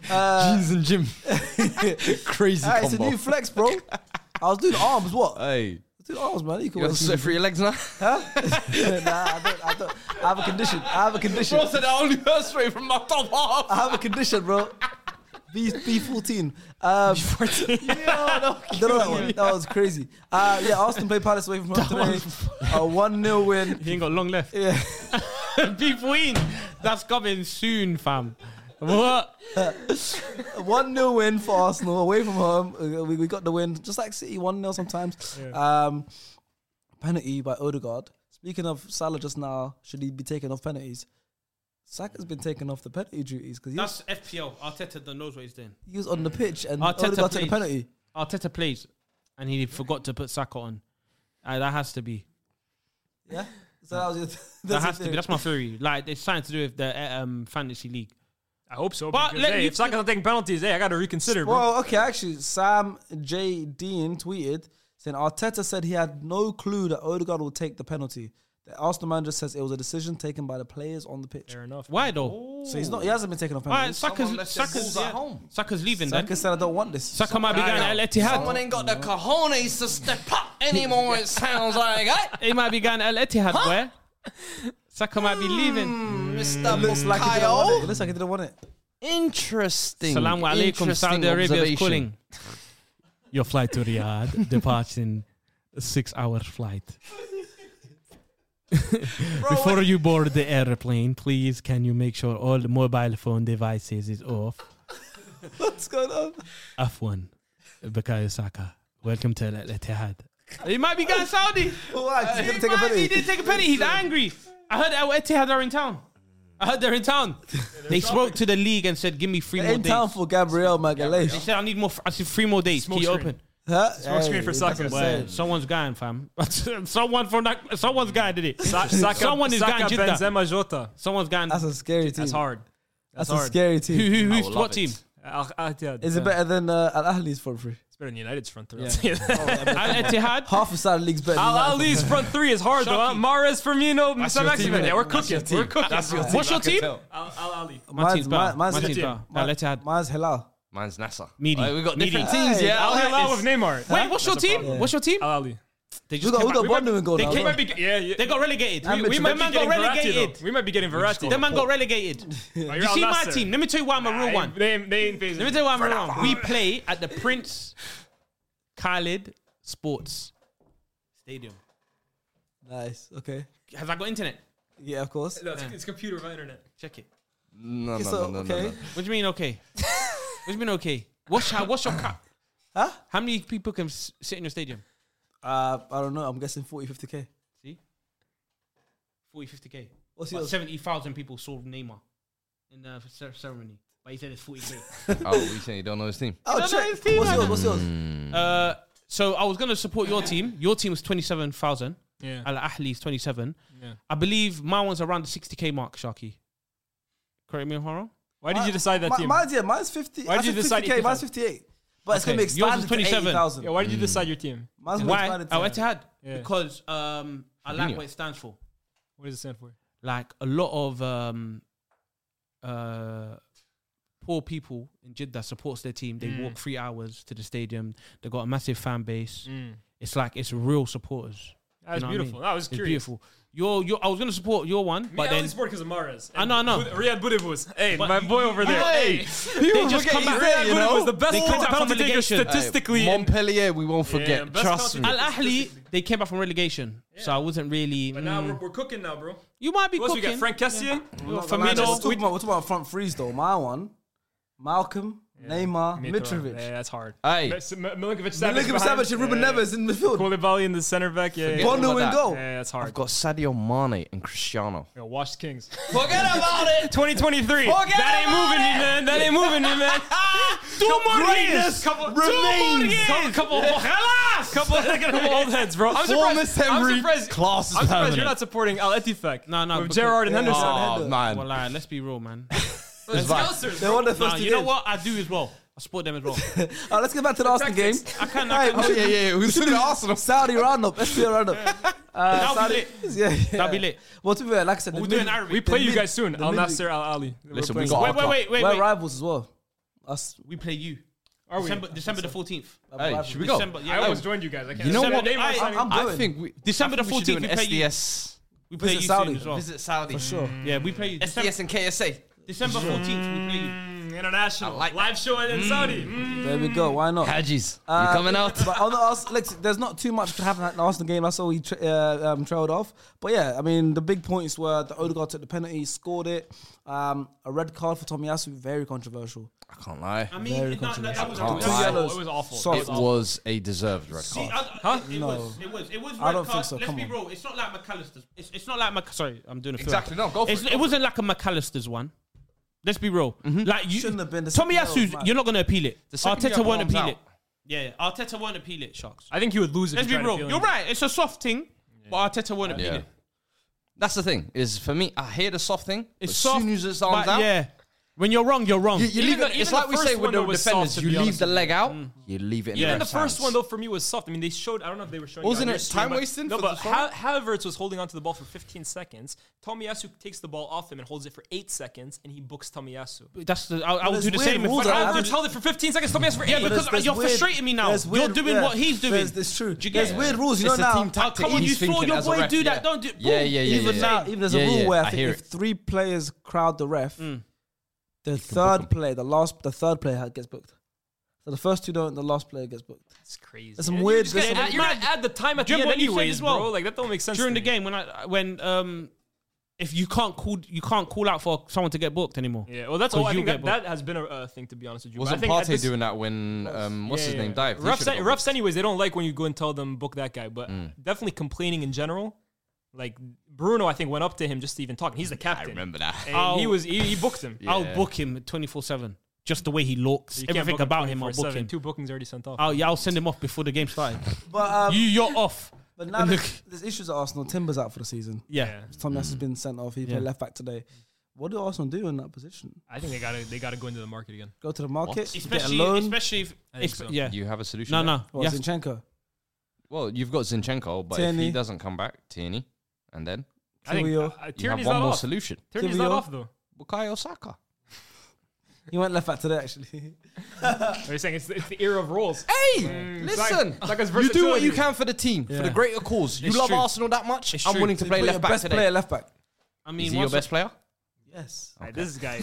[SPEAKER 2] uh,
[SPEAKER 4] jeans and gym, crazy
[SPEAKER 2] hey, it's a
[SPEAKER 4] combo.
[SPEAKER 2] new flex, bro. I was doing arms. What? I
[SPEAKER 4] hey,
[SPEAKER 2] was doing arms, man. You can
[SPEAKER 4] you
[SPEAKER 2] wear
[SPEAKER 4] have to sweat
[SPEAKER 2] jeans.
[SPEAKER 4] for your legs now.
[SPEAKER 2] nah, I don't, I don't. I have a condition. I have a condition.
[SPEAKER 4] Bro said I only heard straight from my top
[SPEAKER 2] I
[SPEAKER 4] half.
[SPEAKER 2] have a condition, bro. B B fourteen. Um, I don't know that one. That was crazy. Uh, yeah, Arsenal play Palace away from home today. A one 0 win.
[SPEAKER 5] He ain't got long left.
[SPEAKER 2] Yeah.
[SPEAKER 5] Beef win. That's coming soon, fam. What?
[SPEAKER 2] One 0 win for Arsenal away from home. Uh, We, we got the win, just like City, one 0 sometimes. Um, penalty by Odegaard. Speaking of Salah just now, should he be taking off penalties? Saka's been taking off the penalty duties because he, was-
[SPEAKER 5] That's FPL. Arteta don't knows what he's doing.
[SPEAKER 2] he was on the pitch and
[SPEAKER 5] Arteta
[SPEAKER 2] Odegaard took the
[SPEAKER 5] plays.
[SPEAKER 2] penalty.
[SPEAKER 5] Arteta plays, and he forgot to put Saka on. Uh, that has to be.
[SPEAKER 2] Yeah, so that was your
[SPEAKER 5] that has to be. That's my theory. Like it's something to do with the uh, um, fantasy league.
[SPEAKER 3] I hope so.
[SPEAKER 5] But
[SPEAKER 3] But
[SPEAKER 5] let
[SPEAKER 3] hey,
[SPEAKER 5] you-
[SPEAKER 3] if Saka's taking penalties, hey, I got to reconsider, bro.
[SPEAKER 2] Well, okay, actually, Sam J Dean tweeted saying Arteta said he had no clue that Odegaard will take the penalty. The Arsenal manager says it was a decision taken by the players on the pitch.
[SPEAKER 3] Fair enough.
[SPEAKER 5] Why though?
[SPEAKER 2] So he's not. He hasn't been taking off
[SPEAKER 5] All right,
[SPEAKER 2] penalties.
[SPEAKER 5] Saka's Saka's,
[SPEAKER 4] balls at home.
[SPEAKER 5] Saka's leaving. then.
[SPEAKER 2] Saka said I don't want this.
[SPEAKER 5] Saka might be going to Al
[SPEAKER 4] Someone
[SPEAKER 5] Etihad.
[SPEAKER 4] ain't got the cojones to step up anymore. It sounds like, eh?
[SPEAKER 5] He might be going to Al Etihad. Where? Saka might be
[SPEAKER 4] Hmm.
[SPEAKER 5] leaving.
[SPEAKER 4] Mr.
[SPEAKER 2] It looks like he didn't want it. It looks like he didn't want it.
[SPEAKER 4] Interesting.
[SPEAKER 5] Salaam alaikum. Saudi Arabia is
[SPEAKER 4] observation.
[SPEAKER 5] calling. Your flight to Riyadh departs in a six-hour flight. Before you board the airplane, please can you make sure all mobile phone devices is off?
[SPEAKER 2] What's going on?
[SPEAKER 5] F1, Bukayo Saka. Welcome to Al Etihad. He might be going Saudi.
[SPEAKER 2] Why? 'Cause He's gonna Oh. take a
[SPEAKER 5] He
[SPEAKER 2] penalty.
[SPEAKER 5] didn't take a penny. He's angry. I heard Al Etihad are in town. I heard they're in town. they spoke to the league and said, "Give me three more
[SPEAKER 2] In
[SPEAKER 5] days."
[SPEAKER 2] town for Gabriel
[SPEAKER 5] They
[SPEAKER 2] Magalhaes.
[SPEAKER 5] said, "I need more. I said three more days.
[SPEAKER 3] Smoke
[SPEAKER 5] Keep
[SPEAKER 3] screen.
[SPEAKER 5] open."
[SPEAKER 2] Huh?
[SPEAKER 3] Smoke screen
[SPEAKER 2] Hey,
[SPEAKER 3] for
[SPEAKER 2] that's
[SPEAKER 3] Saka.
[SPEAKER 2] what I'm
[SPEAKER 5] Well,
[SPEAKER 2] saying.
[SPEAKER 5] someone's going, fam. Someone from that. Someone's going did it.
[SPEAKER 3] Sa- Saka,
[SPEAKER 5] Someone is
[SPEAKER 3] Saka,
[SPEAKER 5] going Jeddah.
[SPEAKER 3] Benzema, Jota.
[SPEAKER 5] Someone's going.
[SPEAKER 2] That's a scary team.
[SPEAKER 3] That's hard.
[SPEAKER 2] That's,
[SPEAKER 3] That's
[SPEAKER 2] a
[SPEAKER 3] hard.
[SPEAKER 2] scary
[SPEAKER 5] Who?
[SPEAKER 2] team.
[SPEAKER 5] Who?
[SPEAKER 4] I
[SPEAKER 5] Who's
[SPEAKER 4] will
[SPEAKER 5] what
[SPEAKER 4] love it.
[SPEAKER 5] team?
[SPEAKER 3] Al Ittihad.
[SPEAKER 2] Is it better than uh, Al Ahly's front three?
[SPEAKER 3] It's better than United's front three. I'll tell you that.
[SPEAKER 5] Al Etihad.
[SPEAKER 2] Half of Saudi league's better.
[SPEAKER 3] Al
[SPEAKER 2] than United.
[SPEAKER 3] Ali's front three is hard though. huh?
[SPEAKER 5] Shocking.
[SPEAKER 3] Mares, Firmino, Sam
[SPEAKER 4] your team,
[SPEAKER 3] Maximin. Yeah,
[SPEAKER 4] innit?
[SPEAKER 3] we're cooking. We're cooking. bro.
[SPEAKER 5] What's your team?
[SPEAKER 3] Al Al Ali.
[SPEAKER 2] Mine's-
[SPEAKER 5] Martin's better.
[SPEAKER 2] mine's-
[SPEAKER 5] Martin's
[SPEAKER 2] mine's-
[SPEAKER 5] better. Al Etihad.
[SPEAKER 2] Mine's Hilal.
[SPEAKER 4] Mine's NASA.
[SPEAKER 5] Meaty.
[SPEAKER 4] we got
[SPEAKER 5] Meaty.
[SPEAKER 4] different teams, yeah.
[SPEAKER 3] Al
[SPEAKER 4] I
[SPEAKER 3] Hilal
[SPEAKER 4] like
[SPEAKER 3] with
[SPEAKER 4] this.
[SPEAKER 3] Neymar.
[SPEAKER 5] Wait, what's your team?
[SPEAKER 2] Yeah.
[SPEAKER 5] What's your team?
[SPEAKER 3] Al Ali.
[SPEAKER 5] They
[SPEAKER 2] We
[SPEAKER 5] just
[SPEAKER 2] got,
[SPEAKER 5] came
[SPEAKER 2] we
[SPEAKER 5] out-
[SPEAKER 2] got Bondo in goal.
[SPEAKER 5] They
[SPEAKER 2] now,
[SPEAKER 5] came
[SPEAKER 2] bro.
[SPEAKER 5] out big-
[SPEAKER 3] Yeah, yeah.
[SPEAKER 5] They got relegated.
[SPEAKER 2] And
[SPEAKER 3] We
[SPEAKER 2] Mitchell.
[SPEAKER 3] might
[SPEAKER 5] Them man
[SPEAKER 3] be
[SPEAKER 5] got
[SPEAKER 3] getting relegated.
[SPEAKER 5] relegated.
[SPEAKER 3] Though. We might be getting Verratti.
[SPEAKER 5] Them man got relegated.
[SPEAKER 3] Oh,
[SPEAKER 5] You
[SPEAKER 3] you're Al
[SPEAKER 5] see my
[SPEAKER 3] Nasser.
[SPEAKER 5] team. Let me tell you why I'm a
[SPEAKER 3] Nah,
[SPEAKER 5] real one.
[SPEAKER 3] They ain't, they ain't phasing.
[SPEAKER 5] Let me tell you why I'm wrong. We play at the Prince Khalid Sports Stadium.
[SPEAKER 2] Nice. Okay.
[SPEAKER 5] Has I got internet?
[SPEAKER 2] Yeah, of course.
[SPEAKER 3] No, it's, it's computer by internet.
[SPEAKER 5] Check it.
[SPEAKER 4] No,
[SPEAKER 2] Okay,
[SPEAKER 4] no,
[SPEAKER 2] so,
[SPEAKER 4] no, no,
[SPEAKER 2] okay.
[SPEAKER 4] no, no.
[SPEAKER 5] What do you mean okay? what do you mean okay? What's how, what's your cap?
[SPEAKER 2] Huh?
[SPEAKER 5] How many people can s- sit in your stadium?
[SPEAKER 2] Uh, I don't know. I'm guessing 40, 50k.
[SPEAKER 5] 40, 50k.
[SPEAKER 2] What's
[SPEAKER 5] But
[SPEAKER 2] yours? Oh,
[SPEAKER 5] 70,000 people saw Neymar in the cer- ceremony. But he said it's 40k.
[SPEAKER 4] Oh, you saying you don't know his team?
[SPEAKER 2] Oh,
[SPEAKER 5] Don't know
[SPEAKER 2] check.
[SPEAKER 5] his team
[SPEAKER 2] What's
[SPEAKER 5] like
[SPEAKER 2] yours?
[SPEAKER 5] that.
[SPEAKER 2] What's yours?
[SPEAKER 5] uh, so I was going to support your team. Your team was 27,000.
[SPEAKER 3] Yeah.
[SPEAKER 5] Al Ahli's 27.
[SPEAKER 3] Yeah.
[SPEAKER 5] I believe my one's around the 60k mark, Sharky. Correct me if I'm wrong.
[SPEAKER 3] Why did you decide that
[SPEAKER 2] Mi-
[SPEAKER 3] team?
[SPEAKER 2] Mine's yeah, mine's fifty.
[SPEAKER 3] Why did
[SPEAKER 2] I
[SPEAKER 3] you
[SPEAKER 2] said
[SPEAKER 3] decide
[SPEAKER 2] 50K, mine's
[SPEAKER 3] 85?
[SPEAKER 2] fifty-eight. But it's gonna be
[SPEAKER 5] Okay, yours
[SPEAKER 2] expanded
[SPEAKER 5] was
[SPEAKER 2] to
[SPEAKER 5] 27.
[SPEAKER 2] eighty thousand.
[SPEAKER 3] yeah, why did you decide your team?
[SPEAKER 2] Mine's gonna be
[SPEAKER 5] Why?
[SPEAKER 2] expanded to
[SPEAKER 5] Al Ittihad.
[SPEAKER 3] Yeah.
[SPEAKER 5] Because um, I like
[SPEAKER 4] Mourinho.
[SPEAKER 5] what it stands for.
[SPEAKER 3] What does it stand for?
[SPEAKER 5] like a lot of um uh poor people in Jeddah supports their team. They
[SPEAKER 3] Mm.
[SPEAKER 5] walk three hours to the stadium. They got a massive fan base. It's like it's real supporters.
[SPEAKER 3] Mm. That was
[SPEAKER 5] know what I
[SPEAKER 3] beautiful.
[SPEAKER 5] mean?
[SPEAKER 3] That was
[SPEAKER 5] It's
[SPEAKER 3] curious.
[SPEAKER 5] beautiful. Your your I was gonna support your one,
[SPEAKER 3] Me,
[SPEAKER 5] but
[SPEAKER 3] I
[SPEAKER 5] then
[SPEAKER 3] only support because of Mares.
[SPEAKER 5] I know, I know.
[SPEAKER 3] Bud- Riyad Boudibuz. Hey,
[SPEAKER 5] But
[SPEAKER 3] my
[SPEAKER 5] you-
[SPEAKER 3] boy
[SPEAKER 5] you-
[SPEAKER 3] over there.
[SPEAKER 5] Hey!
[SPEAKER 3] Hey,
[SPEAKER 5] they just come
[SPEAKER 3] Riyad
[SPEAKER 5] back.
[SPEAKER 3] Boudibuz
[SPEAKER 4] you know?
[SPEAKER 3] was the best
[SPEAKER 5] They come back from
[SPEAKER 3] penalty taker
[SPEAKER 5] relegation. Hey,
[SPEAKER 3] statistically. in-
[SPEAKER 4] Montpellier, we won't forget.
[SPEAKER 3] best
[SPEAKER 4] Trust me.
[SPEAKER 3] counter-
[SPEAKER 5] Al Ahly, they came back from relegation, so I wasn't really.
[SPEAKER 3] But now
[SPEAKER 5] mm,
[SPEAKER 3] we're, we're cooking now, bro.
[SPEAKER 5] you might be
[SPEAKER 3] What else we
[SPEAKER 5] cooking.
[SPEAKER 3] got? Frank Kessié?
[SPEAKER 5] You got
[SPEAKER 2] But man, let's
[SPEAKER 5] Firmino.
[SPEAKER 2] talk about- We're talking about front threes though. My one, Malcolm, Neymar, Mitrovic.
[SPEAKER 3] Yeah, that's hard.
[SPEAKER 4] Hey.
[SPEAKER 3] Mi- Milinkovic Savic.
[SPEAKER 2] Milinkovic
[SPEAKER 3] behind.
[SPEAKER 2] Savic and Ruben
[SPEAKER 3] Yeah.
[SPEAKER 2] Neves in midfield.
[SPEAKER 3] Koulibaly in the center back. Yeah, yeah,
[SPEAKER 4] Forget
[SPEAKER 2] Bono
[SPEAKER 4] about
[SPEAKER 2] in
[SPEAKER 4] that.
[SPEAKER 2] goal.
[SPEAKER 3] yeah that's hard.
[SPEAKER 4] I've got Sadio Mane and Cristiano.
[SPEAKER 3] Yo, Wash Kings.
[SPEAKER 4] Forget about it.
[SPEAKER 3] 2023. that ain't moving me, man. That ain't moving me, man. Two
[SPEAKER 4] more years.
[SPEAKER 3] Couple,
[SPEAKER 4] Remains.
[SPEAKER 3] Two more years. Couple, couple, couple old heads, bro. I'm
[SPEAKER 4] Former
[SPEAKER 3] surprised. I'm surprised.
[SPEAKER 4] class is
[SPEAKER 3] I'm surprised
[SPEAKER 4] permanent.
[SPEAKER 3] you're not supporting Al Etifek.
[SPEAKER 5] No, no,
[SPEAKER 3] With
[SPEAKER 5] because-
[SPEAKER 3] Gerard and Henderson.
[SPEAKER 4] Oh, man.
[SPEAKER 5] Well, like, let's be real, man.
[SPEAKER 3] It's
[SPEAKER 4] fine.
[SPEAKER 3] Scousers,
[SPEAKER 2] They
[SPEAKER 3] bro.
[SPEAKER 2] won the
[SPEAKER 5] nah,
[SPEAKER 2] first Uh, two
[SPEAKER 5] you know
[SPEAKER 2] games.
[SPEAKER 5] what? I do as well. I support them as well.
[SPEAKER 2] All right, let's get back to the Arsenal game.
[SPEAKER 3] tactics.
[SPEAKER 5] I can.
[SPEAKER 2] Hey,
[SPEAKER 5] I
[SPEAKER 2] we
[SPEAKER 5] can
[SPEAKER 4] Oh,
[SPEAKER 2] should
[SPEAKER 4] yeah,
[SPEAKER 2] do-
[SPEAKER 4] yeah. Who's in the Arsenal?
[SPEAKER 2] Saudi roundup. Let's do a roundup. Uh,
[SPEAKER 5] That'll be
[SPEAKER 2] Saudi,
[SPEAKER 5] lit.
[SPEAKER 2] yeah, yeah.
[SPEAKER 5] That'll be lit.
[SPEAKER 2] Well, to be fair, like I said,
[SPEAKER 5] We'll
[SPEAKER 2] the
[SPEAKER 5] do
[SPEAKER 2] mid-
[SPEAKER 5] an Arabic.
[SPEAKER 3] We play you
[SPEAKER 2] mid-
[SPEAKER 3] guys soon.
[SPEAKER 2] the
[SPEAKER 3] Al
[SPEAKER 2] mid-
[SPEAKER 3] Nasser Al Ali. We're
[SPEAKER 4] Listen, we
[SPEAKER 3] playing-
[SPEAKER 4] got
[SPEAKER 5] Wait, wait, wait, wait,
[SPEAKER 2] We're
[SPEAKER 5] wait.
[SPEAKER 2] rivals as well. Us.
[SPEAKER 5] We play you.
[SPEAKER 3] Are we?
[SPEAKER 5] December, December the 14th.
[SPEAKER 4] Hey,
[SPEAKER 2] rivals.
[SPEAKER 4] should we go?
[SPEAKER 5] December, yeah.
[SPEAKER 3] I almost
[SPEAKER 5] Hey,
[SPEAKER 3] joined you guys. I can't.
[SPEAKER 4] You know
[SPEAKER 3] December,
[SPEAKER 4] what?
[SPEAKER 3] Neymar
[SPEAKER 5] I-
[SPEAKER 3] signing.
[SPEAKER 2] I'm
[SPEAKER 4] I
[SPEAKER 2] going.
[SPEAKER 4] think we
[SPEAKER 5] December the
[SPEAKER 4] I think we should
[SPEAKER 5] 14th,
[SPEAKER 4] do
[SPEAKER 5] we
[SPEAKER 4] an
[SPEAKER 5] play you.
[SPEAKER 4] SDS.
[SPEAKER 5] We play
[SPEAKER 2] Visit
[SPEAKER 5] you
[SPEAKER 2] Saudi.
[SPEAKER 5] soon as well.
[SPEAKER 4] Visit Saudi. For
[SPEAKER 2] sure.
[SPEAKER 5] Yeah, we play you. December,
[SPEAKER 4] SDS and KSA.
[SPEAKER 5] December 14th, we play you.
[SPEAKER 3] Mm, International.
[SPEAKER 4] I like that.
[SPEAKER 3] Live show in Saudi. Mm.
[SPEAKER 2] There we go. Why not?
[SPEAKER 4] Hadjis,
[SPEAKER 2] Uh,
[SPEAKER 4] you coming out?
[SPEAKER 2] But on the Arsenal, Lex, there's not too much to happen at the Arsenal game. That's all he tra- uh, um, trailed off. But yeah, I mean, the big points were that Odegaard took the penalty, scored it. Um, a red card for Tomiyasu, very controversial.
[SPEAKER 4] I can't lie.
[SPEAKER 5] I mean,
[SPEAKER 2] Very
[SPEAKER 5] it- no, no, that, was
[SPEAKER 4] controversial.
[SPEAKER 5] awful.
[SPEAKER 4] Two
[SPEAKER 2] yellows.
[SPEAKER 5] It was awful.
[SPEAKER 2] Soft.
[SPEAKER 5] It was.
[SPEAKER 4] it was a deserved red
[SPEAKER 5] See,
[SPEAKER 4] card.
[SPEAKER 5] I, I, it, was, it was. It was.
[SPEAKER 2] I
[SPEAKER 5] red
[SPEAKER 2] don't think
[SPEAKER 5] card.
[SPEAKER 2] so,
[SPEAKER 5] Let's
[SPEAKER 2] come
[SPEAKER 5] be
[SPEAKER 2] on.
[SPEAKER 5] real. It's not like McAllister's. It's, it's not like Mac. Sorry, I'm doing a film.
[SPEAKER 4] Exactly, no, go for
[SPEAKER 5] it's,
[SPEAKER 4] it, go
[SPEAKER 5] It wasn't like a McAllister's one. Let's be real. Like you,
[SPEAKER 2] Shouldn't have been the
[SPEAKER 5] Tommy
[SPEAKER 2] second yellow, man.
[SPEAKER 5] you're not going to appeal it.
[SPEAKER 4] The second
[SPEAKER 5] Arteta
[SPEAKER 4] yellow
[SPEAKER 5] won't
[SPEAKER 4] comes
[SPEAKER 5] appeal
[SPEAKER 4] out.
[SPEAKER 5] it. Yeah, yeah, Arteta won't appeal it. Sharks.
[SPEAKER 3] I think he would lose. if
[SPEAKER 5] Let's
[SPEAKER 3] he tried
[SPEAKER 5] be
[SPEAKER 3] to
[SPEAKER 5] real.
[SPEAKER 3] appeal
[SPEAKER 5] You're
[SPEAKER 3] him.
[SPEAKER 5] right. It's a soft thing, but Arteta won't appeal it.
[SPEAKER 4] That's the thing. Is for me, I hear the soft thing.
[SPEAKER 5] It's
[SPEAKER 4] as
[SPEAKER 5] soft.
[SPEAKER 4] soon as it's
[SPEAKER 5] but
[SPEAKER 4] arms out,
[SPEAKER 5] Yeah. When you're wrong, you're wrong.
[SPEAKER 4] you, you
[SPEAKER 3] Even
[SPEAKER 4] leave
[SPEAKER 3] the-
[SPEAKER 4] it. It's
[SPEAKER 3] even
[SPEAKER 4] like
[SPEAKER 3] the
[SPEAKER 4] we
[SPEAKER 3] first
[SPEAKER 4] say
[SPEAKER 3] one
[SPEAKER 4] with the
[SPEAKER 3] though was soft,
[SPEAKER 4] defenders,
[SPEAKER 3] to
[SPEAKER 4] you
[SPEAKER 3] be
[SPEAKER 4] leave
[SPEAKER 3] honest
[SPEAKER 4] the
[SPEAKER 3] with
[SPEAKER 4] leg out, you leave it. in
[SPEAKER 5] Yeah.
[SPEAKER 4] the
[SPEAKER 3] Even the
[SPEAKER 4] ref's
[SPEAKER 3] first
[SPEAKER 4] hands.
[SPEAKER 3] one though for me was soft. I mean, they showed. I don't know if they were showing.
[SPEAKER 4] Wasn't
[SPEAKER 3] on
[SPEAKER 4] it
[SPEAKER 3] your screen,
[SPEAKER 4] time
[SPEAKER 3] but-
[SPEAKER 4] wasting
[SPEAKER 3] No,
[SPEAKER 4] for
[SPEAKER 3] but
[SPEAKER 4] the song?
[SPEAKER 3] Ha- Havertz was holding onto the ball for 15 seconds. Tomiyasu takes the ball off him and holds it for eight seconds, and he books Tomiyasu.
[SPEAKER 5] That's the. I, I would
[SPEAKER 2] there's
[SPEAKER 5] do the
[SPEAKER 2] weird
[SPEAKER 5] same.
[SPEAKER 2] rules
[SPEAKER 5] If
[SPEAKER 2] that
[SPEAKER 5] I,
[SPEAKER 2] happen.
[SPEAKER 5] would
[SPEAKER 3] Havertz held it for 15 seconds. Tomiyasu for eight.
[SPEAKER 5] Yeah, because
[SPEAKER 2] There's- there's
[SPEAKER 5] you're
[SPEAKER 2] weird-
[SPEAKER 5] frustrating me now.
[SPEAKER 2] there's
[SPEAKER 5] You're
[SPEAKER 2] weird-
[SPEAKER 5] doing
[SPEAKER 2] yeah.
[SPEAKER 5] what he's doing.
[SPEAKER 2] There's, there's true.
[SPEAKER 5] Do you get
[SPEAKER 2] There's
[SPEAKER 5] it?
[SPEAKER 2] weird rules. You
[SPEAKER 4] It's
[SPEAKER 2] know
[SPEAKER 4] a
[SPEAKER 2] now.
[SPEAKER 4] team tactic.
[SPEAKER 5] come on,
[SPEAKER 4] He's
[SPEAKER 5] you saw
[SPEAKER 4] thinking
[SPEAKER 5] your
[SPEAKER 4] as a
[SPEAKER 5] boy
[SPEAKER 4] ref,
[SPEAKER 5] do that.
[SPEAKER 4] yeah.
[SPEAKER 5] Don't do-
[SPEAKER 4] Yeah,
[SPEAKER 5] Boom.
[SPEAKER 4] yeah, yeah.
[SPEAKER 2] even
[SPEAKER 4] yeah,
[SPEAKER 2] now,
[SPEAKER 4] yeah.
[SPEAKER 2] even there's a
[SPEAKER 4] Yeah,
[SPEAKER 2] rule
[SPEAKER 4] yeah,
[SPEAKER 2] where
[SPEAKER 4] I
[SPEAKER 2] I think
[SPEAKER 4] hear
[SPEAKER 2] if
[SPEAKER 4] it.
[SPEAKER 2] three players crowd the
[SPEAKER 5] Mm.
[SPEAKER 2] ref, the third player, the last, the third player gets booked. So the first two don't, the last player gets booked.
[SPEAKER 3] That's crazy.
[SPEAKER 2] There's some weird. there's
[SPEAKER 3] You're, gonna
[SPEAKER 2] some-
[SPEAKER 3] add, you're gonna add the time at
[SPEAKER 5] Do
[SPEAKER 3] the
[SPEAKER 5] you
[SPEAKER 3] end
[SPEAKER 5] remember what you said
[SPEAKER 3] anyways,
[SPEAKER 5] as well?
[SPEAKER 3] bro. Like that don't make sense
[SPEAKER 5] during
[SPEAKER 3] to
[SPEAKER 5] the
[SPEAKER 3] me.
[SPEAKER 5] game when I when um if you can't call you can't call out for someone to get booked anymore.
[SPEAKER 3] Yeah, well, that's
[SPEAKER 5] 'Cause
[SPEAKER 3] all. I
[SPEAKER 5] you
[SPEAKER 3] think
[SPEAKER 5] get
[SPEAKER 3] that, that has been a uh, thing to be honest with you. But I
[SPEAKER 4] Wasn't
[SPEAKER 3] think at
[SPEAKER 4] Partey
[SPEAKER 3] this-
[SPEAKER 4] doing that when um, what's
[SPEAKER 3] Yeah,
[SPEAKER 4] his
[SPEAKER 3] yeah,
[SPEAKER 4] name
[SPEAKER 3] yeah.
[SPEAKER 4] died? He
[SPEAKER 3] Refs,
[SPEAKER 4] should've got Mm.
[SPEAKER 3] refs anyways, they don't like when you go and tell them book that guy, but definitely complaining in general. Like Bruno, I think went up to him just to even talk. He's the
[SPEAKER 4] I
[SPEAKER 3] captain.
[SPEAKER 4] remember that.
[SPEAKER 3] And he
[SPEAKER 5] Oh.
[SPEAKER 3] was he, he booked him.
[SPEAKER 5] I'll
[SPEAKER 4] Yeah.
[SPEAKER 5] book him twenty four seven. Just the way he looks,
[SPEAKER 3] You can't
[SPEAKER 5] everything
[SPEAKER 3] book
[SPEAKER 5] about him, I'll book
[SPEAKER 3] 24/7.
[SPEAKER 5] him.
[SPEAKER 3] Two bookings already sent off.
[SPEAKER 5] I'll, yeah, I'll send him off before the game started.
[SPEAKER 2] but um,
[SPEAKER 5] you, you're off.
[SPEAKER 2] but now there's, there's issues at Arsenal. Timber's out for the season.
[SPEAKER 5] Yeah.
[SPEAKER 2] Tommy
[SPEAKER 4] Mm.
[SPEAKER 2] has been sent off. He played
[SPEAKER 5] Yeah.
[SPEAKER 2] left back today. What do Arsenal do in that position?
[SPEAKER 3] I think they gotta they gotta go into the market again.
[SPEAKER 2] Go to the market, get a
[SPEAKER 5] especially
[SPEAKER 2] loan.
[SPEAKER 5] especially if,
[SPEAKER 3] think
[SPEAKER 5] if-
[SPEAKER 3] so.
[SPEAKER 5] yeah.
[SPEAKER 4] You have a solution.
[SPEAKER 5] No,
[SPEAKER 4] there?
[SPEAKER 5] no.
[SPEAKER 2] What,
[SPEAKER 5] you have to-
[SPEAKER 2] Zinchenko?
[SPEAKER 4] Well, you've got Zinchenko, but if
[SPEAKER 2] Tierney.
[SPEAKER 4] he doesn't come back, Tierney, and then
[SPEAKER 3] I think uh,
[SPEAKER 2] Kiwior.
[SPEAKER 3] uh,
[SPEAKER 4] you have
[SPEAKER 3] Tierney's
[SPEAKER 4] one
[SPEAKER 3] not
[SPEAKER 4] more
[SPEAKER 3] off.
[SPEAKER 4] solution.
[SPEAKER 3] Tierney's not
[SPEAKER 2] Kiwior.
[SPEAKER 3] off though.
[SPEAKER 4] Bukayo Saka.
[SPEAKER 2] He went left back today, actually.
[SPEAKER 3] Are you saying it's, it's the era of roles?
[SPEAKER 4] Hey,
[SPEAKER 3] listen,
[SPEAKER 4] listen.
[SPEAKER 3] Saka- Saka's
[SPEAKER 4] you do what
[SPEAKER 3] versatility.
[SPEAKER 4] you can for the team, for the greater cause. You
[SPEAKER 5] It's
[SPEAKER 4] love
[SPEAKER 5] true.
[SPEAKER 4] Arsenal that much.
[SPEAKER 5] It's
[SPEAKER 4] I'm
[SPEAKER 5] true.
[SPEAKER 4] willing to
[SPEAKER 5] To
[SPEAKER 4] play
[SPEAKER 2] Put
[SPEAKER 4] left
[SPEAKER 2] your
[SPEAKER 4] back
[SPEAKER 2] best
[SPEAKER 4] today.
[SPEAKER 2] player left back.
[SPEAKER 5] I mean,
[SPEAKER 4] Is he your
[SPEAKER 5] once-
[SPEAKER 4] best player?
[SPEAKER 2] Yes.
[SPEAKER 3] Hey, this guy.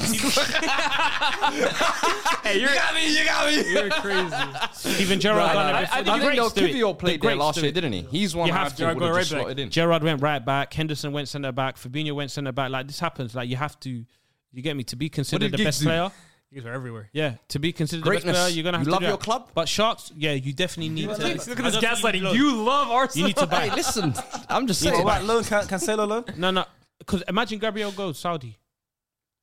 [SPEAKER 3] hey, you're,
[SPEAKER 4] you got me.
[SPEAKER 3] you're crazy.
[SPEAKER 5] Even Gerard.
[SPEAKER 4] I,
[SPEAKER 5] done it
[SPEAKER 4] I,
[SPEAKER 5] before.
[SPEAKER 4] I,
[SPEAKER 5] The
[SPEAKER 4] I think
[SPEAKER 5] greats do it.
[SPEAKER 4] Kivio
[SPEAKER 5] The
[SPEAKER 4] played there
[SPEAKER 5] greats
[SPEAKER 4] last
[SPEAKER 5] do
[SPEAKER 4] year,
[SPEAKER 5] it.
[SPEAKER 4] didn't he? He's one
[SPEAKER 5] You
[SPEAKER 4] I
[SPEAKER 5] have
[SPEAKER 4] have
[SPEAKER 5] to
[SPEAKER 4] to
[SPEAKER 3] go
[SPEAKER 4] go
[SPEAKER 3] right
[SPEAKER 4] right
[SPEAKER 3] back.
[SPEAKER 4] slotted in.
[SPEAKER 5] Gerard went right back. Henderson went centre back. Fabinho went centre back. Like this happens. Like you have to, you get me to be considered
[SPEAKER 4] did
[SPEAKER 5] the
[SPEAKER 4] Giggs
[SPEAKER 5] best
[SPEAKER 4] do?
[SPEAKER 5] player.
[SPEAKER 3] You guys are everywhere.
[SPEAKER 5] Yeah, to be considered the
[SPEAKER 4] Greatness.
[SPEAKER 5] best player, you're gonna have
[SPEAKER 4] You
[SPEAKER 5] to
[SPEAKER 4] love
[SPEAKER 5] do
[SPEAKER 4] your
[SPEAKER 5] that.
[SPEAKER 4] club?
[SPEAKER 5] But Sharks, yeah, you definitely need to.
[SPEAKER 3] Look at this
[SPEAKER 5] I don't think
[SPEAKER 3] gaslighting.
[SPEAKER 5] need to
[SPEAKER 3] You love Arsenal.
[SPEAKER 5] You need to
[SPEAKER 4] Hey,
[SPEAKER 5] buy.
[SPEAKER 4] listen, I'm just
[SPEAKER 5] Need to
[SPEAKER 4] saying.
[SPEAKER 2] What about loan? Can, Cancelo loan?
[SPEAKER 5] no, no,
[SPEAKER 3] Because imagine Gabriel goes Saudi.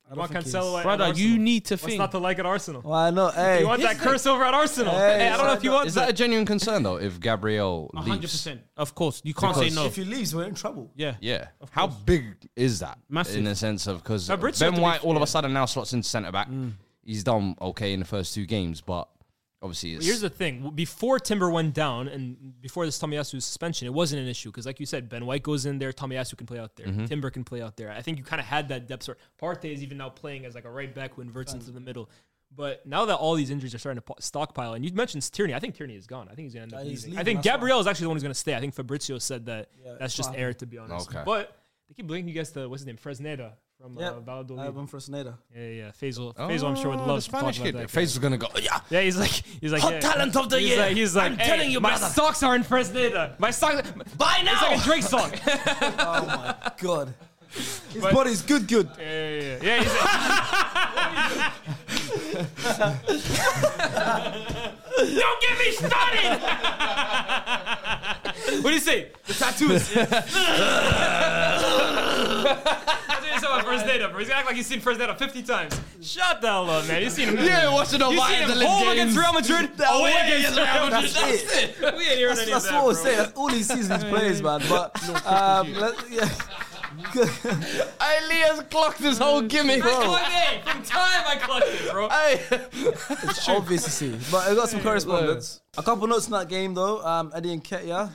[SPEAKER 2] I
[SPEAKER 5] You want
[SPEAKER 2] think he's-
[SPEAKER 5] Cancelo at
[SPEAKER 3] Brother,
[SPEAKER 5] Arsenal.
[SPEAKER 3] you need to
[SPEAKER 5] What's
[SPEAKER 3] think.
[SPEAKER 5] not to like at Arsenal?
[SPEAKER 2] Why not? Hey,
[SPEAKER 5] you want that curse over at Arsenal?
[SPEAKER 2] Hey,
[SPEAKER 5] Hey, I don't know if you want
[SPEAKER 4] Is that a
[SPEAKER 5] that.
[SPEAKER 4] genuine concern though? If Gabriel leaves,
[SPEAKER 3] 100%. Of course. You can't say
[SPEAKER 4] Because-
[SPEAKER 3] no.
[SPEAKER 2] if he leaves, we're in trouble.
[SPEAKER 3] yeah.
[SPEAKER 4] Yeah. How big is that?
[SPEAKER 3] Massive.
[SPEAKER 4] In the sense of because
[SPEAKER 5] Fabrizio
[SPEAKER 4] Ben
[SPEAKER 5] to be Mm.
[SPEAKER 4] White all of
[SPEAKER 5] fair-
[SPEAKER 4] a sudden now slots in centre back. He's done okay in the first two games, but obviously it's
[SPEAKER 5] Here's the thing: before Timber went down and before this Tomiyasu suspension, it wasn't an issue because, like you said, Ben White goes in there, Tomiyasu can play out there,
[SPEAKER 4] Mm-hmm.
[SPEAKER 5] Timber can play out there. I think you kind of had that depth. Sort. Partey is even now playing as like a right back who inverts into the middle. But now that all these injuries are starting to po- stockpile, and you mentioned Tierney, I think Tierney is gone. I think he's going to end
[SPEAKER 2] Uh,
[SPEAKER 5] up
[SPEAKER 2] he's
[SPEAKER 5] leaving. I
[SPEAKER 2] leaving,
[SPEAKER 5] think
[SPEAKER 2] that's why.
[SPEAKER 5] Gabriel is actually the one who's going to stay. I think Fabrizio said that that's just
[SPEAKER 2] fine.
[SPEAKER 5] air, to be honest.
[SPEAKER 4] Okay.
[SPEAKER 5] But they keep linking you guys to what's his name, Fresneda from
[SPEAKER 2] Yeah,
[SPEAKER 5] uh, Valladolid.
[SPEAKER 2] I went for Sneda.
[SPEAKER 5] Yeah, yeah, yeah. Faisal, Faisal, I'm sure would
[SPEAKER 4] Oh,
[SPEAKER 5] love
[SPEAKER 4] the
[SPEAKER 5] to talk
[SPEAKER 4] Spanish
[SPEAKER 5] about
[SPEAKER 4] kid.
[SPEAKER 5] that. guy.
[SPEAKER 4] Fazel's gonna go. Yeah.
[SPEAKER 5] Yeah, he's like, he's like,
[SPEAKER 4] Hot
[SPEAKER 5] yeah.
[SPEAKER 4] talent of the
[SPEAKER 5] he's
[SPEAKER 4] year.
[SPEAKER 5] Like, he's like,
[SPEAKER 4] I'm
[SPEAKER 5] "Hey,
[SPEAKER 4] telling you,
[SPEAKER 5] my
[SPEAKER 4] brother."
[SPEAKER 5] socks are in Fresneda. My socks. Buy now. It's like a Drake song. yeah,
[SPEAKER 2] Oh my god. His body's good, good.
[SPEAKER 5] yeah, yeah. yeah he's like, Don't get me started. what do you say? The tattoos. That's what you said about Fresneda, bro. He's gonna act like he's seen Fresneda 50 times. Shut the hell up, man. You've seen him.
[SPEAKER 4] Yeah, watching the
[SPEAKER 5] You seen him home against Real Madrid,
[SPEAKER 2] Oh,
[SPEAKER 5] away against Real Madrid.
[SPEAKER 2] That's it.
[SPEAKER 5] We ain't hearing
[SPEAKER 2] That's,
[SPEAKER 5] any of
[SPEAKER 2] that's
[SPEAKER 5] that,
[SPEAKER 2] what I was
[SPEAKER 5] bro.
[SPEAKER 2] saying. That's all he sees is plays, man. But um, let, yeah.
[SPEAKER 4] Elias clocked this whole gimmick.
[SPEAKER 2] Mm. Bro.
[SPEAKER 5] Hey, from time I clutched it, bro.
[SPEAKER 2] it's obvious to see. But I got some correspondence. A couple notes in that game, though. Um, Eddie Nketiah,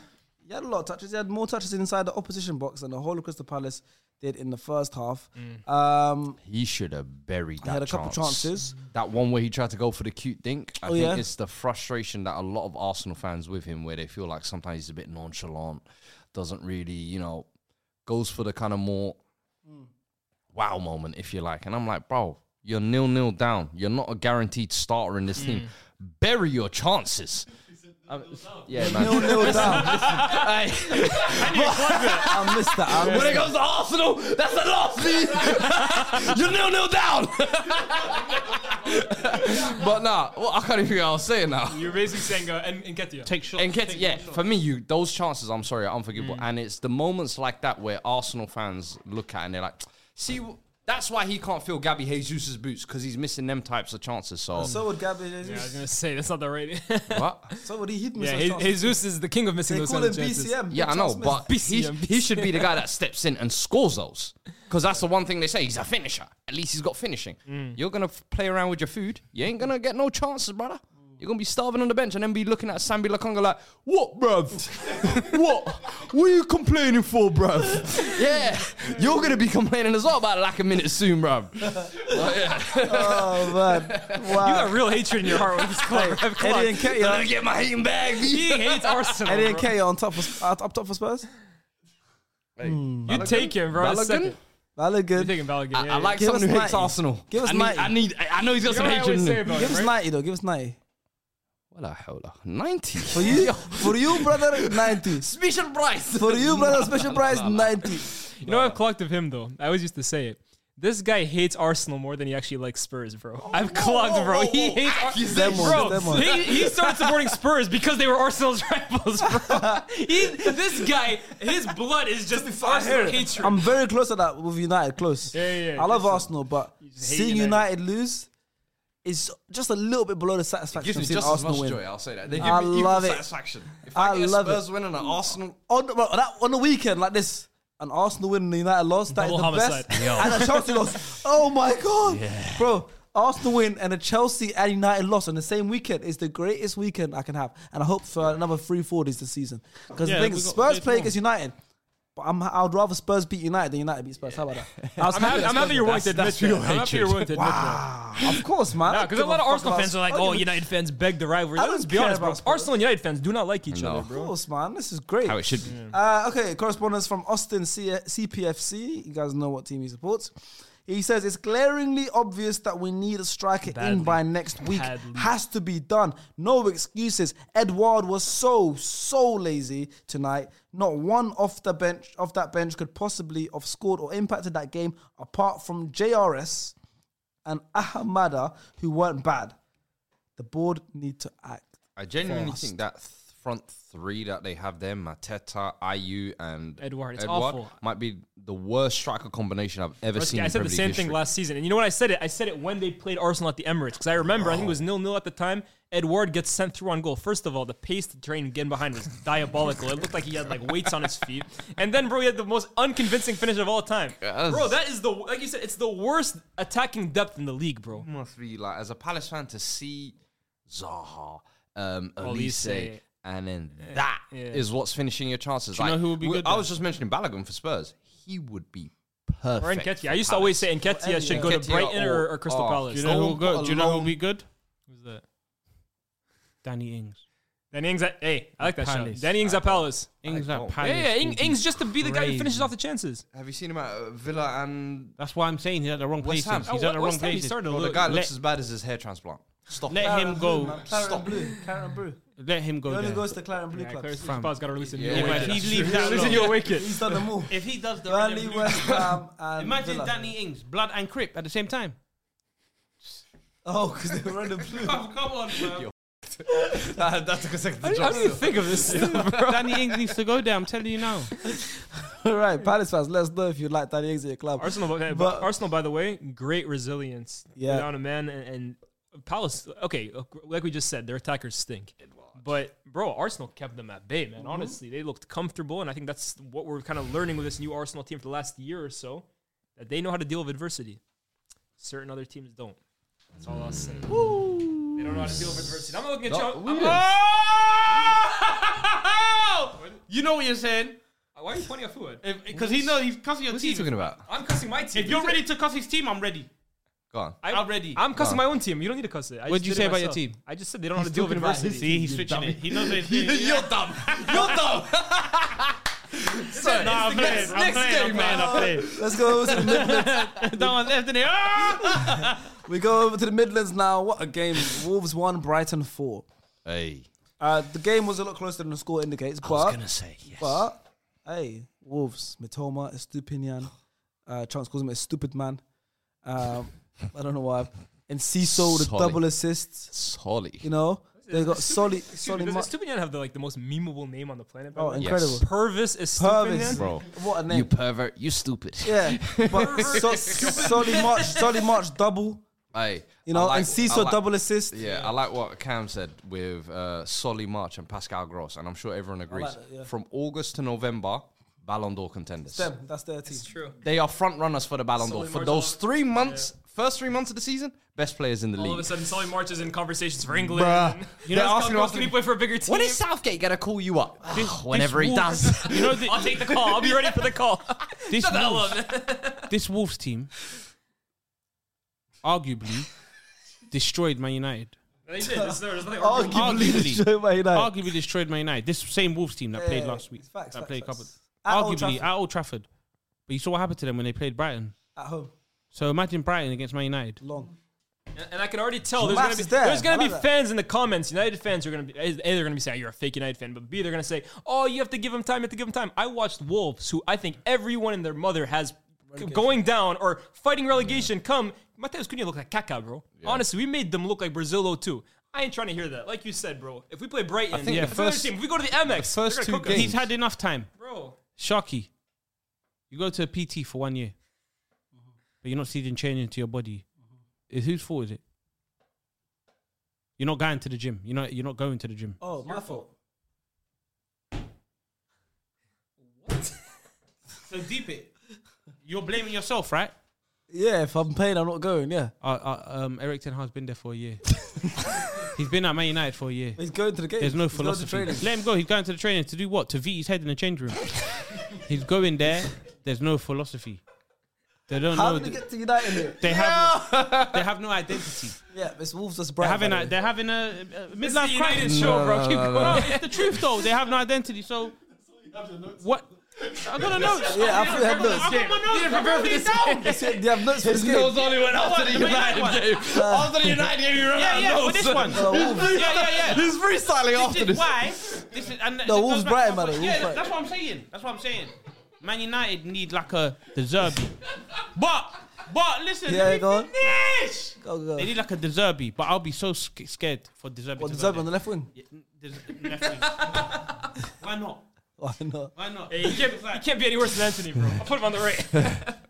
[SPEAKER 2] he had a lot of touches. He had more touches inside the opposition box than the whole of Crystal Palace did in the first half.
[SPEAKER 5] Mm.
[SPEAKER 2] Um,
[SPEAKER 4] He should have buried that.
[SPEAKER 2] had a couple
[SPEAKER 4] chance.
[SPEAKER 2] chances.
[SPEAKER 4] That one where he tried to go for the cute dink. I
[SPEAKER 2] Oh,
[SPEAKER 4] think
[SPEAKER 2] yeah.
[SPEAKER 4] it's the frustration that a lot of Arsenal fans with him, where they feel like sometimes he's a bit nonchalant, doesn't really, you know, goes for the kind of more
[SPEAKER 2] Mm.
[SPEAKER 4] wow moment, if you like. And I'm like, bro, you're nil nil down. You're not a guaranteed starter in this team. Bury your chances. Um, yeah,
[SPEAKER 2] Mm. nil
[SPEAKER 4] man.
[SPEAKER 2] nil down.
[SPEAKER 4] Hey,
[SPEAKER 2] I missed that. I
[SPEAKER 4] when
[SPEAKER 2] missed
[SPEAKER 4] it goes to Arsenal, that's a loss. you're nil nil down. but nah, well, I can't even think what I was saying now.
[SPEAKER 5] You're basically saying, uh, and, and get you.
[SPEAKER 3] Take shots.
[SPEAKER 4] And Nketiah,
[SPEAKER 3] take
[SPEAKER 4] yeah,
[SPEAKER 3] shots.
[SPEAKER 4] for me, you those chances, I'm sorry, are unforgivable. And it's the moments like that where Arsenal fans look at and they're like, see, that's why he can't fill Gabby Jesus' boots because he's missing them types of chances. So,
[SPEAKER 2] So would Gabby.
[SPEAKER 5] I was gonna say that's not the right.
[SPEAKER 4] what?
[SPEAKER 2] so would he hit me?
[SPEAKER 5] yeah, Je- Jesus is the king of missing
[SPEAKER 2] They
[SPEAKER 5] those
[SPEAKER 2] call
[SPEAKER 5] kind
[SPEAKER 2] him
[SPEAKER 5] of chances.
[SPEAKER 2] BCM.
[SPEAKER 4] Yeah, I
[SPEAKER 2] big
[SPEAKER 4] know,
[SPEAKER 2] chance miss.
[SPEAKER 4] but he,
[SPEAKER 5] BCM.
[SPEAKER 4] he should be the guy that steps in and scores those because that's the one thing they say. He's a finisher. At least he's got finishing. You're gonna f- play around with your food. You ain't gonna get no chances, brother. You're gonna be starving on the bench and then be looking at Sambi Lakonga like, what, bruv? what? What are you complaining for, bruv? yeah, you're gonna be complaining as well about lack of minutes soon, bruv. Like, yeah.
[SPEAKER 2] Oh man, wow.
[SPEAKER 5] You got real hatred in your heart with this club. Rev. Come on.
[SPEAKER 2] Eddie Nketiah.
[SPEAKER 4] Gotta get my heating bag.
[SPEAKER 5] He hates Arsenal.
[SPEAKER 2] Eddie
[SPEAKER 5] bro.
[SPEAKER 2] Nketiah on top for uh, up top for Spurs.
[SPEAKER 5] You take him, bro.
[SPEAKER 4] Balogun?
[SPEAKER 5] Second.
[SPEAKER 2] Valid
[SPEAKER 5] You
[SPEAKER 2] good.
[SPEAKER 5] taking Balogun?
[SPEAKER 4] I,
[SPEAKER 5] yeah,
[SPEAKER 4] I like
[SPEAKER 2] Give
[SPEAKER 4] someone
[SPEAKER 2] us
[SPEAKER 4] who hates
[SPEAKER 2] 90.
[SPEAKER 4] Arsenal.
[SPEAKER 2] Give us
[SPEAKER 4] I need,
[SPEAKER 2] 90.
[SPEAKER 4] I need. I I know he's got
[SPEAKER 5] yeah.
[SPEAKER 4] some
[SPEAKER 5] You know what I
[SPEAKER 4] hatred.
[SPEAKER 5] always
[SPEAKER 4] in
[SPEAKER 5] say
[SPEAKER 4] him.
[SPEAKER 5] about
[SPEAKER 2] Give
[SPEAKER 5] him,
[SPEAKER 2] us
[SPEAKER 5] right?
[SPEAKER 2] ninety though. Give us ninety.
[SPEAKER 4] Well, hold on. 90.
[SPEAKER 2] For you, for you, brother, ninety.
[SPEAKER 4] Special price.
[SPEAKER 2] For you, brother, special price, ninety.
[SPEAKER 5] You know what I've clocked of him though? I always used to say it. This guy hates Arsenal more than he actually likes Spurs, bro. I've clocked,
[SPEAKER 4] whoa,
[SPEAKER 5] bro.
[SPEAKER 4] whoa,
[SPEAKER 5] he
[SPEAKER 4] whoa.
[SPEAKER 5] hates Ar-
[SPEAKER 4] He's
[SPEAKER 2] them
[SPEAKER 5] bro.
[SPEAKER 2] on, them on.
[SPEAKER 5] He, he started supporting Spurs because they were Arsenal's rivals, bro. He, this guy, his blood is just Arsenal hatred.
[SPEAKER 2] I'm very close to that with United. Close.
[SPEAKER 5] Yeah, yeah, yeah.
[SPEAKER 2] I love Arsenal, but
[SPEAKER 5] hate
[SPEAKER 2] seeing United. lose is just a little bit below the satisfaction
[SPEAKER 4] Gives me
[SPEAKER 2] of seeing
[SPEAKER 4] just
[SPEAKER 2] Arsenal
[SPEAKER 4] as much
[SPEAKER 2] win.
[SPEAKER 4] joy. I'll say that. They give
[SPEAKER 2] I
[SPEAKER 4] me equal
[SPEAKER 2] love it.
[SPEAKER 4] satisfaction. If
[SPEAKER 2] I
[SPEAKER 4] I, get
[SPEAKER 2] love
[SPEAKER 4] a Spurs
[SPEAKER 2] it.
[SPEAKER 4] win and an Arsenal,
[SPEAKER 2] On the, well, that, on the weekend like this, an Arsenal win and a United loss. That is
[SPEAKER 5] Double
[SPEAKER 2] the
[SPEAKER 5] homicide.
[SPEAKER 2] best. And a Chelsea loss. Oh my god, bro. Arsenal win and a Chelsea and United loss on the same weekend is the greatest weekend I can have, and I hope for another three forties this season. Because
[SPEAKER 3] Yeah,
[SPEAKER 2] the thing
[SPEAKER 3] we
[SPEAKER 2] is,
[SPEAKER 3] got-
[SPEAKER 2] Spurs
[SPEAKER 3] there's
[SPEAKER 2] play
[SPEAKER 3] more.
[SPEAKER 2] against United, but I'm, I'd rather Spurs beat United than United beat Spurs. How about that? I was
[SPEAKER 5] I'm happy, I'm happy you're willing to admit that. I'm happy you're willing to admit that.
[SPEAKER 2] Of course, man.
[SPEAKER 5] Because a lot of Arsenal fans are like, oh, United fans beg the rivalry.
[SPEAKER 2] I
[SPEAKER 5] Let's
[SPEAKER 2] don't
[SPEAKER 5] be
[SPEAKER 2] care
[SPEAKER 5] honest, bro.
[SPEAKER 2] about Spurs.
[SPEAKER 5] Arsenal and United fans do not like each
[SPEAKER 4] No.
[SPEAKER 5] other,
[SPEAKER 2] Of
[SPEAKER 5] bro.
[SPEAKER 2] course, man. This is great.
[SPEAKER 4] how it should be.
[SPEAKER 2] Uh, okay, correspondence from Austin C- CPFC. You guys know what team he supports. He says it's glaringly obvious that we need a striker in
[SPEAKER 5] Badly.
[SPEAKER 2] by next week.
[SPEAKER 5] Badly.
[SPEAKER 2] Has to be done. No excuses. Edward was so so lazy tonight. Not one off the bench off that bench could possibly have scored or impacted that game apart from JRS and Ahamada who weren't bad. The board need to act.
[SPEAKER 4] I genuinely
[SPEAKER 2] Fast.
[SPEAKER 4] think that th- front three that they have there, Mateta, IU, and
[SPEAKER 3] Edouard. It's awful.
[SPEAKER 4] Might be the worst striker combination I've ever seen.
[SPEAKER 3] I
[SPEAKER 4] in
[SPEAKER 3] said the
[SPEAKER 4] Premier
[SPEAKER 3] same
[SPEAKER 4] League
[SPEAKER 3] thing
[SPEAKER 4] history.
[SPEAKER 3] last season, and you know what I said it? I said it when they played Arsenal at the Emirates because I remember I think it was nil nil at the time. Edward gets sent through on goal. First of all, the pace to train and get behind was diabolical. It looked like he had like weights on his feet, and then bro, he had the most unconvincing finish of all time. Bro, that is the like you said, it's the worst attacking depth in the league, bro.
[SPEAKER 4] must be like as a Palace fan to see Zaha, um,
[SPEAKER 3] Olise.
[SPEAKER 4] Elise, and then that is what's finishing your chances. like,
[SPEAKER 5] know who would be
[SPEAKER 4] we-
[SPEAKER 5] good
[SPEAKER 4] I
[SPEAKER 5] then?
[SPEAKER 4] was just mentioning Balogun for Spurs. He would be perfect.
[SPEAKER 3] Or Nketiah.
[SPEAKER 4] for
[SPEAKER 3] I used to always say
[SPEAKER 4] Palace.
[SPEAKER 3] Nketiah should go to
[SPEAKER 4] Nketiah
[SPEAKER 3] Brighton or, or Crystal
[SPEAKER 4] or-
[SPEAKER 3] Palace.
[SPEAKER 5] Do Oh, you know who
[SPEAKER 4] got
[SPEAKER 5] go,
[SPEAKER 4] a
[SPEAKER 5] Do you know who
[SPEAKER 4] long-
[SPEAKER 5] will be good?
[SPEAKER 3] Who's that?
[SPEAKER 5] Danny Ings.
[SPEAKER 3] Danny Ings at hey, I like that
[SPEAKER 5] Palace.
[SPEAKER 3] shot. Danny Ings at Palace.
[SPEAKER 5] Ings
[SPEAKER 4] I
[SPEAKER 5] at
[SPEAKER 4] don't-
[SPEAKER 5] Palace.
[SPEAKER 3] Yeah, yeah,
[SPEAKER 5] will
[SPEAKER 3] Ing-
[SPEAKER 5] be
[SPEAKER 3] Ings just to be the guy who finishes
[SPEAKER 5] crazy.
[SPEAKER 3] off the chances.
[SPEAKER 4] Have you seen him at uh, Villa and
[SPEAKER 5] That's why I'm saying he's at the wrong
[SPEAKER 4] West
[SPEAKER 5] place.
[SPEAKER 4] Ham.
[SPEAKER 5] He's
[SPEAKER 4] Oh,
[SPEAKER 5] at the wrong
[SPEAKER 3] West Ham, he
[SPEAKER 5] place.
[SPEAKER 3] started to
[SPEAKER 4] Well, the
[SPEAKER 3] look-
[SPEAKER 4] guy
[SPEAKER 5] let-
[SPEAKER 4] looks as bad as his hair transplant. Stop.
[SPEAKER 5] Let him go.
[SPEAKER 2] Claret Blue. Claret Blue.
[SPEAKER 5] Let him go
[SPEAKER 2] He only
[SPEAKER 5] there.
[SPEAKER 2] goes to Claret Blue
[SPEAKER 3] Yeah,
[SPEAKER 2] club.
[SPEAKER 3] Clarice
[SPEAKER 5] Fam.
[SPEAKER 3] Lispaw's got to release a new
[SPEAKER 4] Yeah, Wait,
[SPEAKER 5] Yeah, but
[SPEAKER 3] awakening.
[SPEAKER 5] if he leaves that
[SPEAKER 3] Releasing
[SPEAKER 5] alone-
[SPEAKER 3] your wicket.
[SPEAKER 2] He's done them all.
[SPEAKER 5] if he does the
[SPEAKER 2] Burnley,
[SPEAKER 5] red
[SPEAKER 2] West Ham, and
[SPEAKER 5] imagine
[SPEAKER 2] Villa.
[SPEAKER 5] Danny Ings, blood and crip at the same time.
[SPEAKER 2] Oh, because they were in the blue.
[SPEAKER 5] Oh, Come on,
[SPEAKER 4] that's a consecutive
[SPEAKER 3] How do you think of this?
[SPEAKER 5] Danny Ings needs to go there. I'm telling you now.
[SPEAKER 2] All right, Palace fans, let us know if you like Danny Ings at your club.
[SPEAKER 3] Arsenal, but,
[SPEAKER 2] But-
[SPEAKER 3] Arsenal, by the way, great resilience.
[SPEAKER 2] Yeah.
[SPEAKER 3] down a man and, and Palace. Okay, like we just said, their attackers stink. But bro, Arsenal kept them at bay, man. Honestly, they looked comfortable, and I think that's what we're kind of learning with this new Arsenal team for the last year or so, that they know how to deal with adversity. Certain other teams don't. That's all I'll say. They don't know how to deal with adversity. I'm looking at you. I'm-
[SPEAKER 5] You know what you're saying?
[SPEAKER 3] Why are you pointing at Fuad?
[SPEAKER 5] Because he knows he's cussing your
[SPEAKER 4] What's he
[SPEAKER 5] team.
[SPEAKER 4] talking about?
[SPEAKER 3] I'm cussing my team.
[SPEAKER 5] If you're ready to cuss his team, I'm ready.
[SPEAKER 4] Go on.
[SPEAKER 3] I'm,
[SPEAKER 5] I'm ready.
[SPEAKER 3] I'm cussing my own team. You don't need to cuss it. I
[SPEAKER 5] What'd
[SPEAKER 3] just
[SPEAKER 5] you
[SPEAKER 3] did
[SPEAKER 5] say
[SPEAKER 3] it
[SPEAKER 5] about your
[SPEAKER 3] myself.
[SPEAKER 5] team?
[SPEAKER 3] I just said they don't know how to deal with adversity.
[SPEAKER 5] See, he's switching it. He knows what he's doing.
[SPEAKER 4] You're dumb. You're dumb.
[SPEAKER 5] No, I'm playing.
[SPEAKER 4] next- next
[SPEAKER 5] I'm playing. I'm
[SPEAKER 4] game,
[SPEAKER 5] playing. I'm playing.
[SPEAKER 2] Let's go over to the Midlands.
[SPEAKER 5] That one's left Ah! in there.
[SPEAKER 2] We go over to the Midlands now. What a game. Wolves won, Brighton four.
[SPEAKER 4] Hey.
[SPEAKER 2] Uh, the game was a lot closer than the score indicates, but
[SPEAKER 4] say yes.
[SPEAKER 2] But hey, Wolves, Mitoma, Estupinian, uh, Chance calls him a stupid man. Um, I don't know why. And Ciso, the
[SPEAKER 4] Solly.
[SPEAKER 2] double assist.
[SPEAKER 4] Solly.
[SPEAKER 2] You know, they got Solly, Solly,
[SPEAKER 3] Does
[SPEAKER 2] Ma-
[SPEAKER 3] Estupinian have the like the most memeable name on the planet? by
[SPEAKER 2] oh,
[SPEAKER 3] the way?
[SPEAKER 2] incredible,
[SPEAKER 4] Yes.
[SPEAKER 3] Purvis Estupinian.
[SPEAKER 2] Purvis,
[SPEAKER 4] Bro.
[SPEAKER 2] What a
[SPEAKER 4] You
[SPEAKER 2] name!
[SPEAKER 4] pervert. You stupid.
[SPEAKER 2] yeah, but so, Solly March, Solly March double.
[SPEAKER 4] Hey.
[SPEAKER 2] You know,
[SPEAKER 4] I like-
[SPEAKER 2] and
[SPEAKER 4] I
[SPEAKER 2] Ciso
[SPEAKER 4] like-
[SPEAKER 2] double assist.
[SPEAKER 4] Yeah, I like what Cam said with uh, Solly March and Pascal Gross, and I'm sure everyone agrees.
[SPEAKER 2] that, yeah.
[SPEAKER 4] From August to November, Ballon d'Or contenders.
[SPEAKER 2] Them, that's their team.
[SPEAKER 3] True.
[SPEAKER 4] They are front runners for the Ballon d'Or.
[SPEAKER 3] Solly
[SPEAKER 4] For
[SPEAKER 3] March-
[SPEAKER 4] those three months, first three months of the season, best players in the
[SPEAKER 3] All
[SPEAKER 4] league.
[SPEAKER 3] of a sudden, Solly March is in conversations for England.
[SPEAKER 4] Bruh.
[SPEAKER 3] You
[SPEAKER 4] They're
[SPEAKER 3] know,
[SPEAKER 4] asking
[SPEAKER 3] asking
[SPEAKER 4] us-
[SPEAKER 3] can he play for a bigger team?
[SPEAKER 4] When is Southgate gonna call you up? Ah,
[SPEAKER 5] This-
[SPEAKER 4] Whenever
[SPEAKER 5] this
[SPEAKER 4] he
[SPEAKER 5] Wolves-
[SPEAKER 4] does.
[SPEAKER 5] You know, thi-
[SPEAKER 3] I'll take the call. I'll be ready for the call.
[SPEAKER 5] this
[SPEAKER 3] Shut the hell
[SPEAKER 5] Wolves,
[SPEAKER 3] up.
[SPEAKER 5] this Wolves team arguably destroyed Man United.
[SPEAKER 3] They did. There's, there's nothing
[SPEAKER 5] Arguably.
[SPEAKER 2] Arguably, Man United.
[SPEAKER 5] Arguably destroyed Man United. This same Wolves team that
[SPEAKER 2] Yeah,
[SPEAKER 5] played
[SPEAKER 2] yeah,
[SPEAKER 5] last week.
[SPEAKER 2] it's facts,
[SPEAKER 5] that
[SPEAKER 2] facts,
[SPEAKER 5] played a couple.
[SPEAKER 2] facts. At Old
[SPEAKER 5] Arguably
[SPEAKER 2] Trafford.
[SPEAKER 5] at Old Trafford. But you saw what happened to them when they played Brighton.
[SPEAKER 2] at home,
[SPEAKER 5] So imagine Brighton against Man United.
[SPEAKER 2] long.
[SPEAKER 3] And I can already tell there's
[SPEAKER 2] Max
[SPEAKER 3] gonna be
[SPEAKER 2] is there.
[SPEAKER 3] there's gonna
[SPEAKER 2] I like
[SPEAKER 3] be
[SPEAKER 2] that.
[SPEAKER 3] fans in the comments. United fans are gonna be a they're gonna be saying you're a fake United fan, but b they're gonna say oh you have to give him time, you have to give him time. I watched Wolves, who I think everyone and their mother has going down or fighting relegation. Come, Mateus Cunha looked like caca, bro. Honestly, we made them look like Brazilo too. I ain't trying to hear that. Like you said, bro. If we play Brighton,
[SPEAKER 4] think
[SPEAKER 3] yeah,
[SPEAKER 4] the
[SPEAKER 3] first
[SPEAKER 4] first-
[SPEAKER 3] team, if we go to the MX, they're
[SPEAKER 4] first
[SPEAKER 3] gonna
[SPEAKER 4] two
[SPEAKER 3] cook us.
[SPEAKER 4] games-
[SPEAKER 5] He's had enough time.
[SPEAKER 3] bro.
[SPEAKER 5] Sharky, you go to a PT for one year, but you're not seeing change into your body. It's whose fault is it? You're not going to the gym. You're not. You're not going to the gym.
[SPEAKER 2] Oh, my fault.
[SPEAKER 5] So deep it. You're blaming yourself, right?
[SPEAKER 2] Yeah, if I'm paying, I'm not going. Yeah,
[SPEAKER 5] Uh, uh, um, Eric Ten Hag's been there for a year. He's been at Man United for a year.
[SPEAKER 2] he's going to the game.
[SPEAKER 5] There's no
[SPEAKER 2] He's going to
[SPEAKER 5] philosophy.
[SPEAKER 2] training.
[SPEAKER 5] Let him go. He's going to the training to do what? To beat his head in the change room. He's going there. There's no philosophy. They don't
[SPEAKER 2] How
[SPEAKER 5] know.
[SPEAKER 2] did we
[SPEAKER 5] th-
[SPEAKER 2] get to United here?
[SPEAKER 5] they have. they have no identity.
[SPEAKER 2] Yeah, it's Wolves versus
[SPEAKER 5] They're
[SPEAKER 2] Brighton.
[SPEAKER 5] having
[SPEAKER 2] by
[SPEAKER 5] a
[SPEAKER 2] the way.
[SPEAKER 5] they're having a, a midlife
[SPEAKER 3] United
[SPEAKER 5] crisis.
[SPEAKER 3] show, bro. Keep
[SPEAKER 5] No, it's the truth though. They have no identity. So what? I got to know.
[SPEAKER 2] Yeah, I thought they had notes.
[SPEAKER 5] I got my notes. I'm
[SPEAKER 3] prepare for
[SPEAKER 5] writing
[SPEAKER 3] this
[SPEAKER 5] it down.
[SPEAKER 2] They said they have notes for this game.
[SPEAKER 4] only went after
[SPEAKER 5] the United
[SPEAKER 4] game. After the United game, you remember
[SPEAKER 5] Yeah, yeah, for this one.
[SPEAKER 2] Uh, Wolves.
[SPEAKER 5] Yeah, yeah, yeah.
[SPEAKER 4] He's freestyling after
[SPEAKER 5] This is why. This is and
[SPEAKER 2] No,
[SPEAKER 5] it
[SPEAKER 2] Wolves
[SPEAKER 5] goes
[SPEAKER 2] Brighton, man,
[SPEAKER 5] back to my point.
[SPEAKER 2] Wolves
[SPEAKER 5] Yeah,
[SPEAKER 2] Brighton.
[SPEAKER 5] that's what I'm saying. That's what I'm saying. Man United need like a the Zerbi, but But listen,
[SPEAKER 2] Yeah,
[SPEAKER 5] let me
[SPEAKER 2] go on.
[SPEAKER 5] finish.
[SPEAKER 2] Go, go.
[SPEAKER 5] They need like a Deserbi, but I'll be so sc- scared for Deserbi.
[SPEAKER 2] What, Deserbi on the left wing?
[SPEAKER 5] Why not?
[SPEAKER 2] Why not?
[SPEAKER 5] Why not?
[SPEAKER 8] He can't, he can't be any worse than Anthony, bro. I'll put him on the right.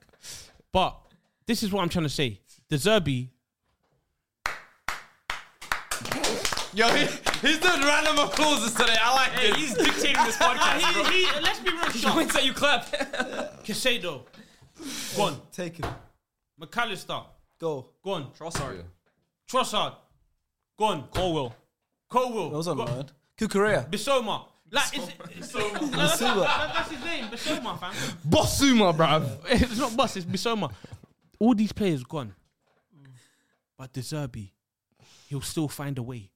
[SPEAKER 5] But this is what I'm trying to say. Deserbi,
[SPEAKER 4] Yo, he, he's doing random applauses today. I like
[SPEAKER 8] Hey, he's dictating this podcast, bro.
[SPEAKER 5] he, let's be real,
[SPEAKER 8] He points at you, clap.
[SPEAKER 5] Casado, gone.
[SPEAKER 2] Take him.
[SPEAKER 5] McAllister,
[SPEAKER 2] Go.
[SPEAKER 5] gone.
[SPEAKER 8] Trossard.
[SPEAKER 5] Trossard, gone.
[SPEAKER 8] Colwell.
[SPEAKER 5] Colwell,
[SPEAKER 2] That was on
[SPEAKER 5] gone.
[SPEAKER 2] word. Kukurea.
[SPEAKER 5] Bisoma. Like, it's, it's, Bisoma. That's,
[SPEAKER 2] Bisoma.
[SPEAKER 5] that- that's his name, Bisoma, fam.
[SPEAKER 4] Bossuma, bruv.
[SPEAKER 5] it's not Bus, it's Bisoma. All these players gone. But Deserbi, he'll still find a way.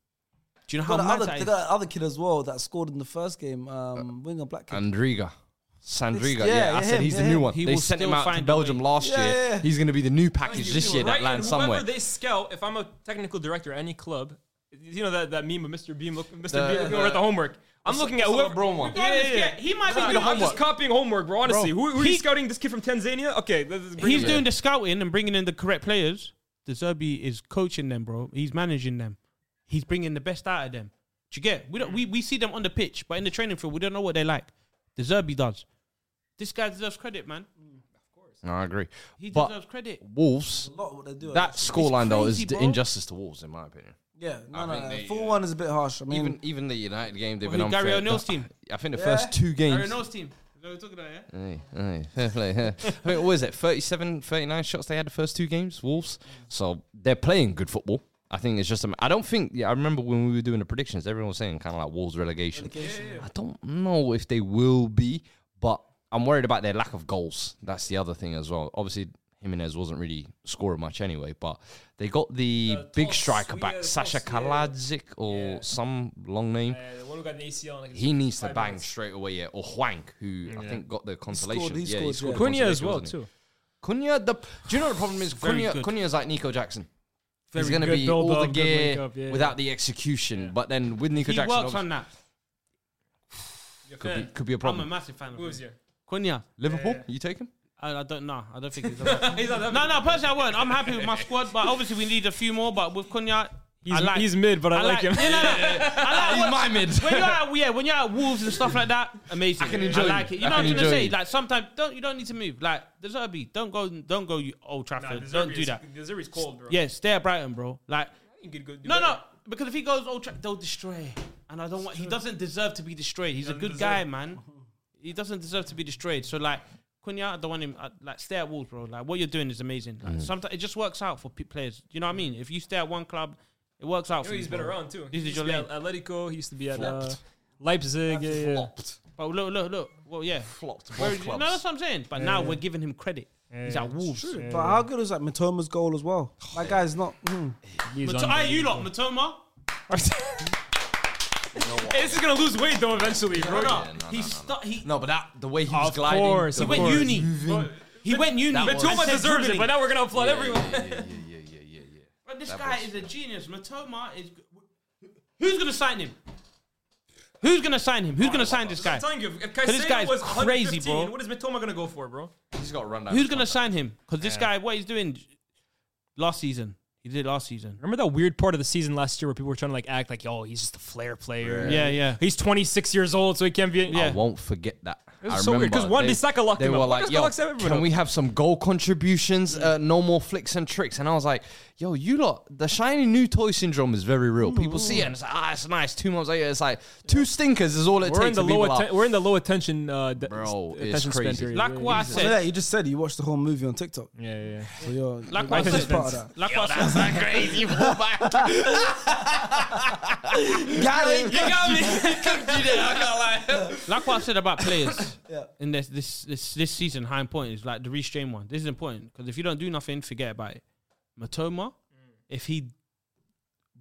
[SPEAKER 5] Do you know how
[SPEAKER 2] Got that
[SPEAKER 5] mad
[SPEAKER 2] other,
[SPEAKER 5] that
[SPEAKER 2] they
[SPEAKER 5] is?
[SPEAKER 2] got that other kid as well that scored in the first game.
[SPEAKER 4] Uh,
[SPEAKER 2] Um, winger, black kid.
[SPEAKER 4] Andriga. Sandriga,
[SPEAKER 2] It's- yeah,
[SPEAKER 4] yeah,
[SPEAKER 2] yeah,
[SPEAKER 4] I said he's
[SPEAKER 2] him,
[SPEAKER 4] the
[SPEAKER 2] yeah,
[SPEAKER 4] new
[SPEAKER 2] him.
[SPEAKER 4] one.
[SPEAKER 5] He
[SPEAKER 4] they
[SPEAKER 5] will
[SPEAKER 4] sent
[SPEAKER 5] still
[SPEAKER 4] him out to
[SPEAKER 5] find a
[SPEAKER 4] Belgium
[SPEAKER 5] way.
[SPEAKER 4] last
[SPEAKER 2] Yeah,
[SPEAKER 4] year.
[SPEAKER 2] yeah, yeah.
[SPEAKER 4] He's going to be the new package this year that
[SPEAKER 8] and
[SPEAKER 4] lands
[SPEAKER 8] whoever
[SPEAKER 4] somewhere.
[SPEAKER 8] they scout, if I'm a technical director at any club, you know that, that meme of Mr. Beam, look, Mr.
[SPEAKER 4] The-
[SPEAKER 8] Beam looking over at the homework. I'm looking at
[SPEAKER 4] it's
[SPEAKER 8] whoever.
[SPEAKER 4] not Brown one.
[SPEAKER 8] Yeah, yeah, yeah.
[SPEAKER 5] He might be
[SPEAKER 8] I'm
[SPEAKER 5] doing
[SPEAKER 8] just- I'm just copying homework, bro. Honestly,
[SPEAKER 5] Bro,
[SPEAKER 8] who, who are you
[SPEAKER 5] he-
[SPEAKER 8] scouting? This kid from Tanzania? Okay, let's bring
[SPEAKER 5] He's
[SPEAKER 8] him.
[SPEAKER 5] doing the scouting and bringing in the correct players. Deserbi is coaching them, bro. He's managing them. He's bringing the best out of them. Do you get? We don't. We, we see them on the pitch, but in the training field, we don't know what they like. Deserbi does. This guy deserves credit, man.
[SPEAKER 4] No, I agree.
[SPEAKER 5] He
[SPEAKER 4] but
[SPEAKER 5] deserves credit.
[SPEAKER 4] Wolves,
[SPEAKER 2] A lot of what they do.
[SPEAKER 4] that scoreline though is
[SPEAKER 5] crazy,
[SPEAKER 4] the
[SPEAKER 5] bro.
[SPEAKER 4] injustice to Wolves, in my opinion.
[SPEAKER 2] yeah, no,
[SPEAKER 4] I
[SPEAKER 2] no,
[SPEAKER 4] think
[SPEAKER 2] no.
[SPEAKER 4] they,
[SPEAKER 2] Four
[SPEAKER 4] uh,
[SPEAKER 2] one is a bit harsh. I mean,
[SPEAKER 4] Even even the United game, they've
[SPEAKER 5] Well,
[SPEAKER 4] been
[SPEAKER 5] who,
[SPEAKER 4] unfair.
[SPEAKER 5] Gary O'Neill's
[SPEAKER 4] The-
[SPEAKER 5] team?
[SPEAKER 4] I think the first two
[SPEAKER 5] Aaron
[SPEAKER 4] games.
[SPEAKER 5] Noel's team. Is that what we're talking about, yeah?
[SPEAKER 4] Aye, aye, fair play, yeah. I think, what is it, 37, 39 shots they had the first two games, Wolves? So they're playing good football. I think it's just, a, I don't think, yeah, I remember when we were doing the predictions, everyone was saying kind of like Wolves relegation. I don't know if they will be, but I'm worried about their lack of goals. That's the other thing as well. Obviously, Jimenez wasn't really scoring much anyway, but they got the big striker back, Sasha Kaladzic or some long name.
[SPEAKER 8] Uh, the one who got an ACL. Like,
[SPEAKER 4] He needs to
[SPEAKER 8] five
[SPEAKER 4] bang
[SPEAKER 8] minutes.
[SPEAKER 4] straight away, yeah. Or Huang, who I think got the consolation.
[SPEAKER 2] he
[SPEAKER 4] yeah,
[SPEAKER 2] scored, yeah.
[SPEAKER 8] Cunha as
[SPEAKER 4] consolation,
[SPEAKER 8] well,
[SPEAKER 4] wasn't he?
[SPEAKER 8] too.
[SPEAKER 4] Cunha, the do you know the problem is Cunha,
[SPEAKER 5] good.
[SPEAKER 4] Cunha's like Nico Jackson. He's
[SPEAKER 8] Very
[SPEAKER 4] going to
[SPEAKER 8] good
[SPEAKER 4] be
[SPEAKER 8] build
[SPEAKER 4] all
[SPEAKER 8] up,
[SPEAKER 4] the
[SPEAKER 8] good
[SPEAKER 4] gear
[SPEAKER 8] link up, yeah,
[SPEAKER 4] without the execution, but then with Nico
[SPEAKER 5] He
[SPEAKER 4] Jackson,
[SPEAKER 5] works on
[SPEAKER 4] obviously,
[SPEAKER 5] that.
[SPEAKER 4] could,
[SPEAKER 8] uh,
[SPEAKER 4] be, could be a
[SPEAKER 5] I'm a
[SPEAKER 4] problem.
[SPEAKER 5] massive fan of
[SPEAKER 8] Who was
[SPEAKER 5] him.
[SPEAKER 8] here?
[SPEAKER 5] Konya.
[SPEAKER 4] Liverpool, you take him?
[SPEAKER 5] I, I don't know. I don't think he's. no, no. Personally, I won't. I'm happy with my squad, but obviously we need a few more. But with Konya,
[SPEAKER 8] He's,
[SPEAKER 5] I like.
[SPEAKER 8] he's mid, but I, like, him.
[SPEAKER 5] Yeah, no, no. I like
[SPEAKER 4] He's
[SPEAKER 5] what-
[SPEAKER 4] my mid.
[SPEAKER 5] When you're at, yeah, when you're at Wolves and stuff like that, amazing. I
[SPEAKER 4] can enjoy
[SPEAKER 5] like
[SPEAKER 4] you.
[SPEAKER 5] it. You
[SPEAKER 4] I
[SPEAKER 5] know what
[SPEAKER 4] can
[SPEAKER 5] I'm trying to
[SPEAKER 4] enjoy
[SPEAKER 5] say?
[SPEAKER 4] you.
[SPEAKER 5] Like sometimes don't you don't need to move. Like Deserbi, don't go, don't go. You Old Trafford, don't do that.
[SPEAKER 8] Deserbi's cold, bro.
[SPEAKER 5] Yeah, stay at Brighton, bro. Like
[SPEAKER 8] You could go do
[SPEAKER 5] no,
[SPEAKER 8] better.
[SPEAKER 5] no, because if he goes Old Trafford, they'll destroy. And I don't want. He doesn't deserve to be destroyed. He's a good guy, man. He doesn't deserve to be destroyed. So like. Cunha, I don't want him. I, uh, like, stay at Wolves, bro. Like, what you're doing is amazing.
[SPEAKER 4] Mm.
[SPEAKER 5] Like, sometimes it just works out for p- players. You know what I mean? If you stay at one club, it works out
[SPEAKER 8] You
[SPEAKER 5] for
[SPEAKER 8] know,
[SPEAKER 5] you.
[SPEAKER 8] he's been
[SPEAKER 5] bro.
[SPEAKER 8] around, too.
[SPEAKER 5] This
[SPEAKER 8] he
[SPEAKER 5] is
[SPEAKER 8] used
[SPEAKER 5] your
[SPEAKER 8] to
[SPEAKER 5] lane.
[SPEAKER 8] be at Atletico. He used to be at uh, Leipzig. Yeah, yeah.
[SPEAKER 4] Flopped,
[SPEAKER 5] But look, look, look. Well, yeah.
[SPEAKER 4] flopped. Both
[SPEAKER 5] Where-
[SPEAKER 4] clubs.
[SPEAKER 5] No, that's what I'm saying. But now we're giving him credit. He's at Wolves.
[SPEAKER 2] True, but how good was like Matoma's goal as well?
[SPEAKER 4] Oh,
[SPEAKER 2] That guy's not. Hmm.
[SPEAKER 5] Mato- Aye, you lot, Matoma.
[SPEAKER 8] Hey, this is gonna lose weight though eventually, bro.
[SPEAKER 5] No,
[SPEAKER 4] no, no,
[SPEAKER 5] he
[SPEAKER 4] no,
[SPEAKER 5] stu- he,
[SPEAKER 4] no, but that the way he was gliding,
[SPEAKER 8] course,
[SPEAKER 4] the
[SPEAKER 8] of
[SPEAKER 4] way
[SPEAKER 5] went
[SPEAKER 4] he was
[SPEAKER 5] uni.
[SPEAKER 4] moving.
[SPEAKER 5] he went uni.
[SPEAKER 4] That was-
[SPEAKER 8] Matoma deserves it, but now we're gonna applaud everyone.
[SPEAKER 4] Yeah, yeah, yeah, yeah, yeah, yeah.
[SPEAKER 5] But this
[SPEAKER 4] That
[SPEAKER 5] guy
[SPEAKER 4] was-
[SPEAKER 5] is a genius. Matoma is. Who's gonna sign him? Who's gonna sign him? Who's gonna sign this guy?
[SPEAKER 8] I'm telling you, if
[SPEAKER 5] this guy
[SPEAKER 8] Caicedo was
[SPEAKER 5] is crazy,
[SPEAKER 8] crazy,
[SPEAKER 5] bro.
[SPEAKER 8] bro. What is Matoma gonna go for, bro?
[SPEAKER 4] He's got to run down.
[SPEAKER 5] Who's
[SPEAKER 4] his
[SPEAKER 5] gonna
[SPEAKER 4] contract.
[SPEAKER 5] sign him? Because this guy, what he's doing, last season he did last season.
[SPEAKER 8] Remember that weird part of the season last year where people were trying to like act like, oh, he's just a flair player.
[SPEAKER 5] Yeah, yeah.
[SPEAKER 8] He's 26 years old, so he can't be.
[SPEAKER 4] I
[SPEAKER 8] Yeah.
[SPEAKER 4] won't forget that. I
[SPEAKER 8] so weird, 'cause
[SPEAKER 4] remember
[SPEAKER 8] Wan
[SPEAKER 4] they-
[SPEAKER 8] Bissaka locked
[SPEAKER 4] They
[SPEAKER 8] him
[SPEAKER 4] were
[SPEAKER 8] up. Wan
[SPEAKER 4] like,
[SPEAKER 8] Bissaka
[SPEAKER 4] "Yo,
[SPEAKER 8] locks everyone
[SPEAKER 4] can
[SPEAKER 8] up."
[SPEAKER 4] we have some goal contributions? Uh, no more flicks and tricks." And I was like, "Yo, you lot, the shiny new toy syndrome is very real. People see it and it's like, ah, it's nice." Two months later, it's like two stinkers is all it
[SPEAKER 8] We're in
[SPEAKER 4] takes.
[SPEAKER 8] the
[SPEAKER 4] and
[SPEAKER 8] low
[SPEAKER 4] people
[SPEAKER 8] atten-
[SPEAKER 4] are-
[SPEAKER 8] we're in the low attention uh, de-
[SPEAKER 4] Bro, it's
[SPEAKER 8] attention span
[SPEAKER 4] crazy.
[SPEAKER 8] period.
[SPEAKER 5] Like what I
[SPEAKER 2] So yeah,
[SPEAKER 5] said.
[SPEAKER 2] you just said you watched the whole movie on TikTok.
[SPEAKER 8] yeah, yeah, yeah.
[SPEAKER 2] So you're,
[SPEAKER 5] Like
[SPEAKER 2] you're
[SPEAKER 5] what I
[SPEAKER 2] just
[SPEAKER 5] said.
[SPEAKER 2] part of that.
[SPEAKER 5] Like what I said.
[SPEAKER 4] That's a crazy fullback.
[SPEAKER 2] Got it.
[SPEAKER 4] got me. Cooked you there. I can't lie.
[SPEAKER 5] like what I said about players
[SPEAKER 2] Yeah.
[SPEAKER 5] in this this this this season, how important is like the restrain one. This is important because if you don't do nothing, forget about it. Matoma,
[SPEAKER 4] Mm.
[SPEAKER 5] if he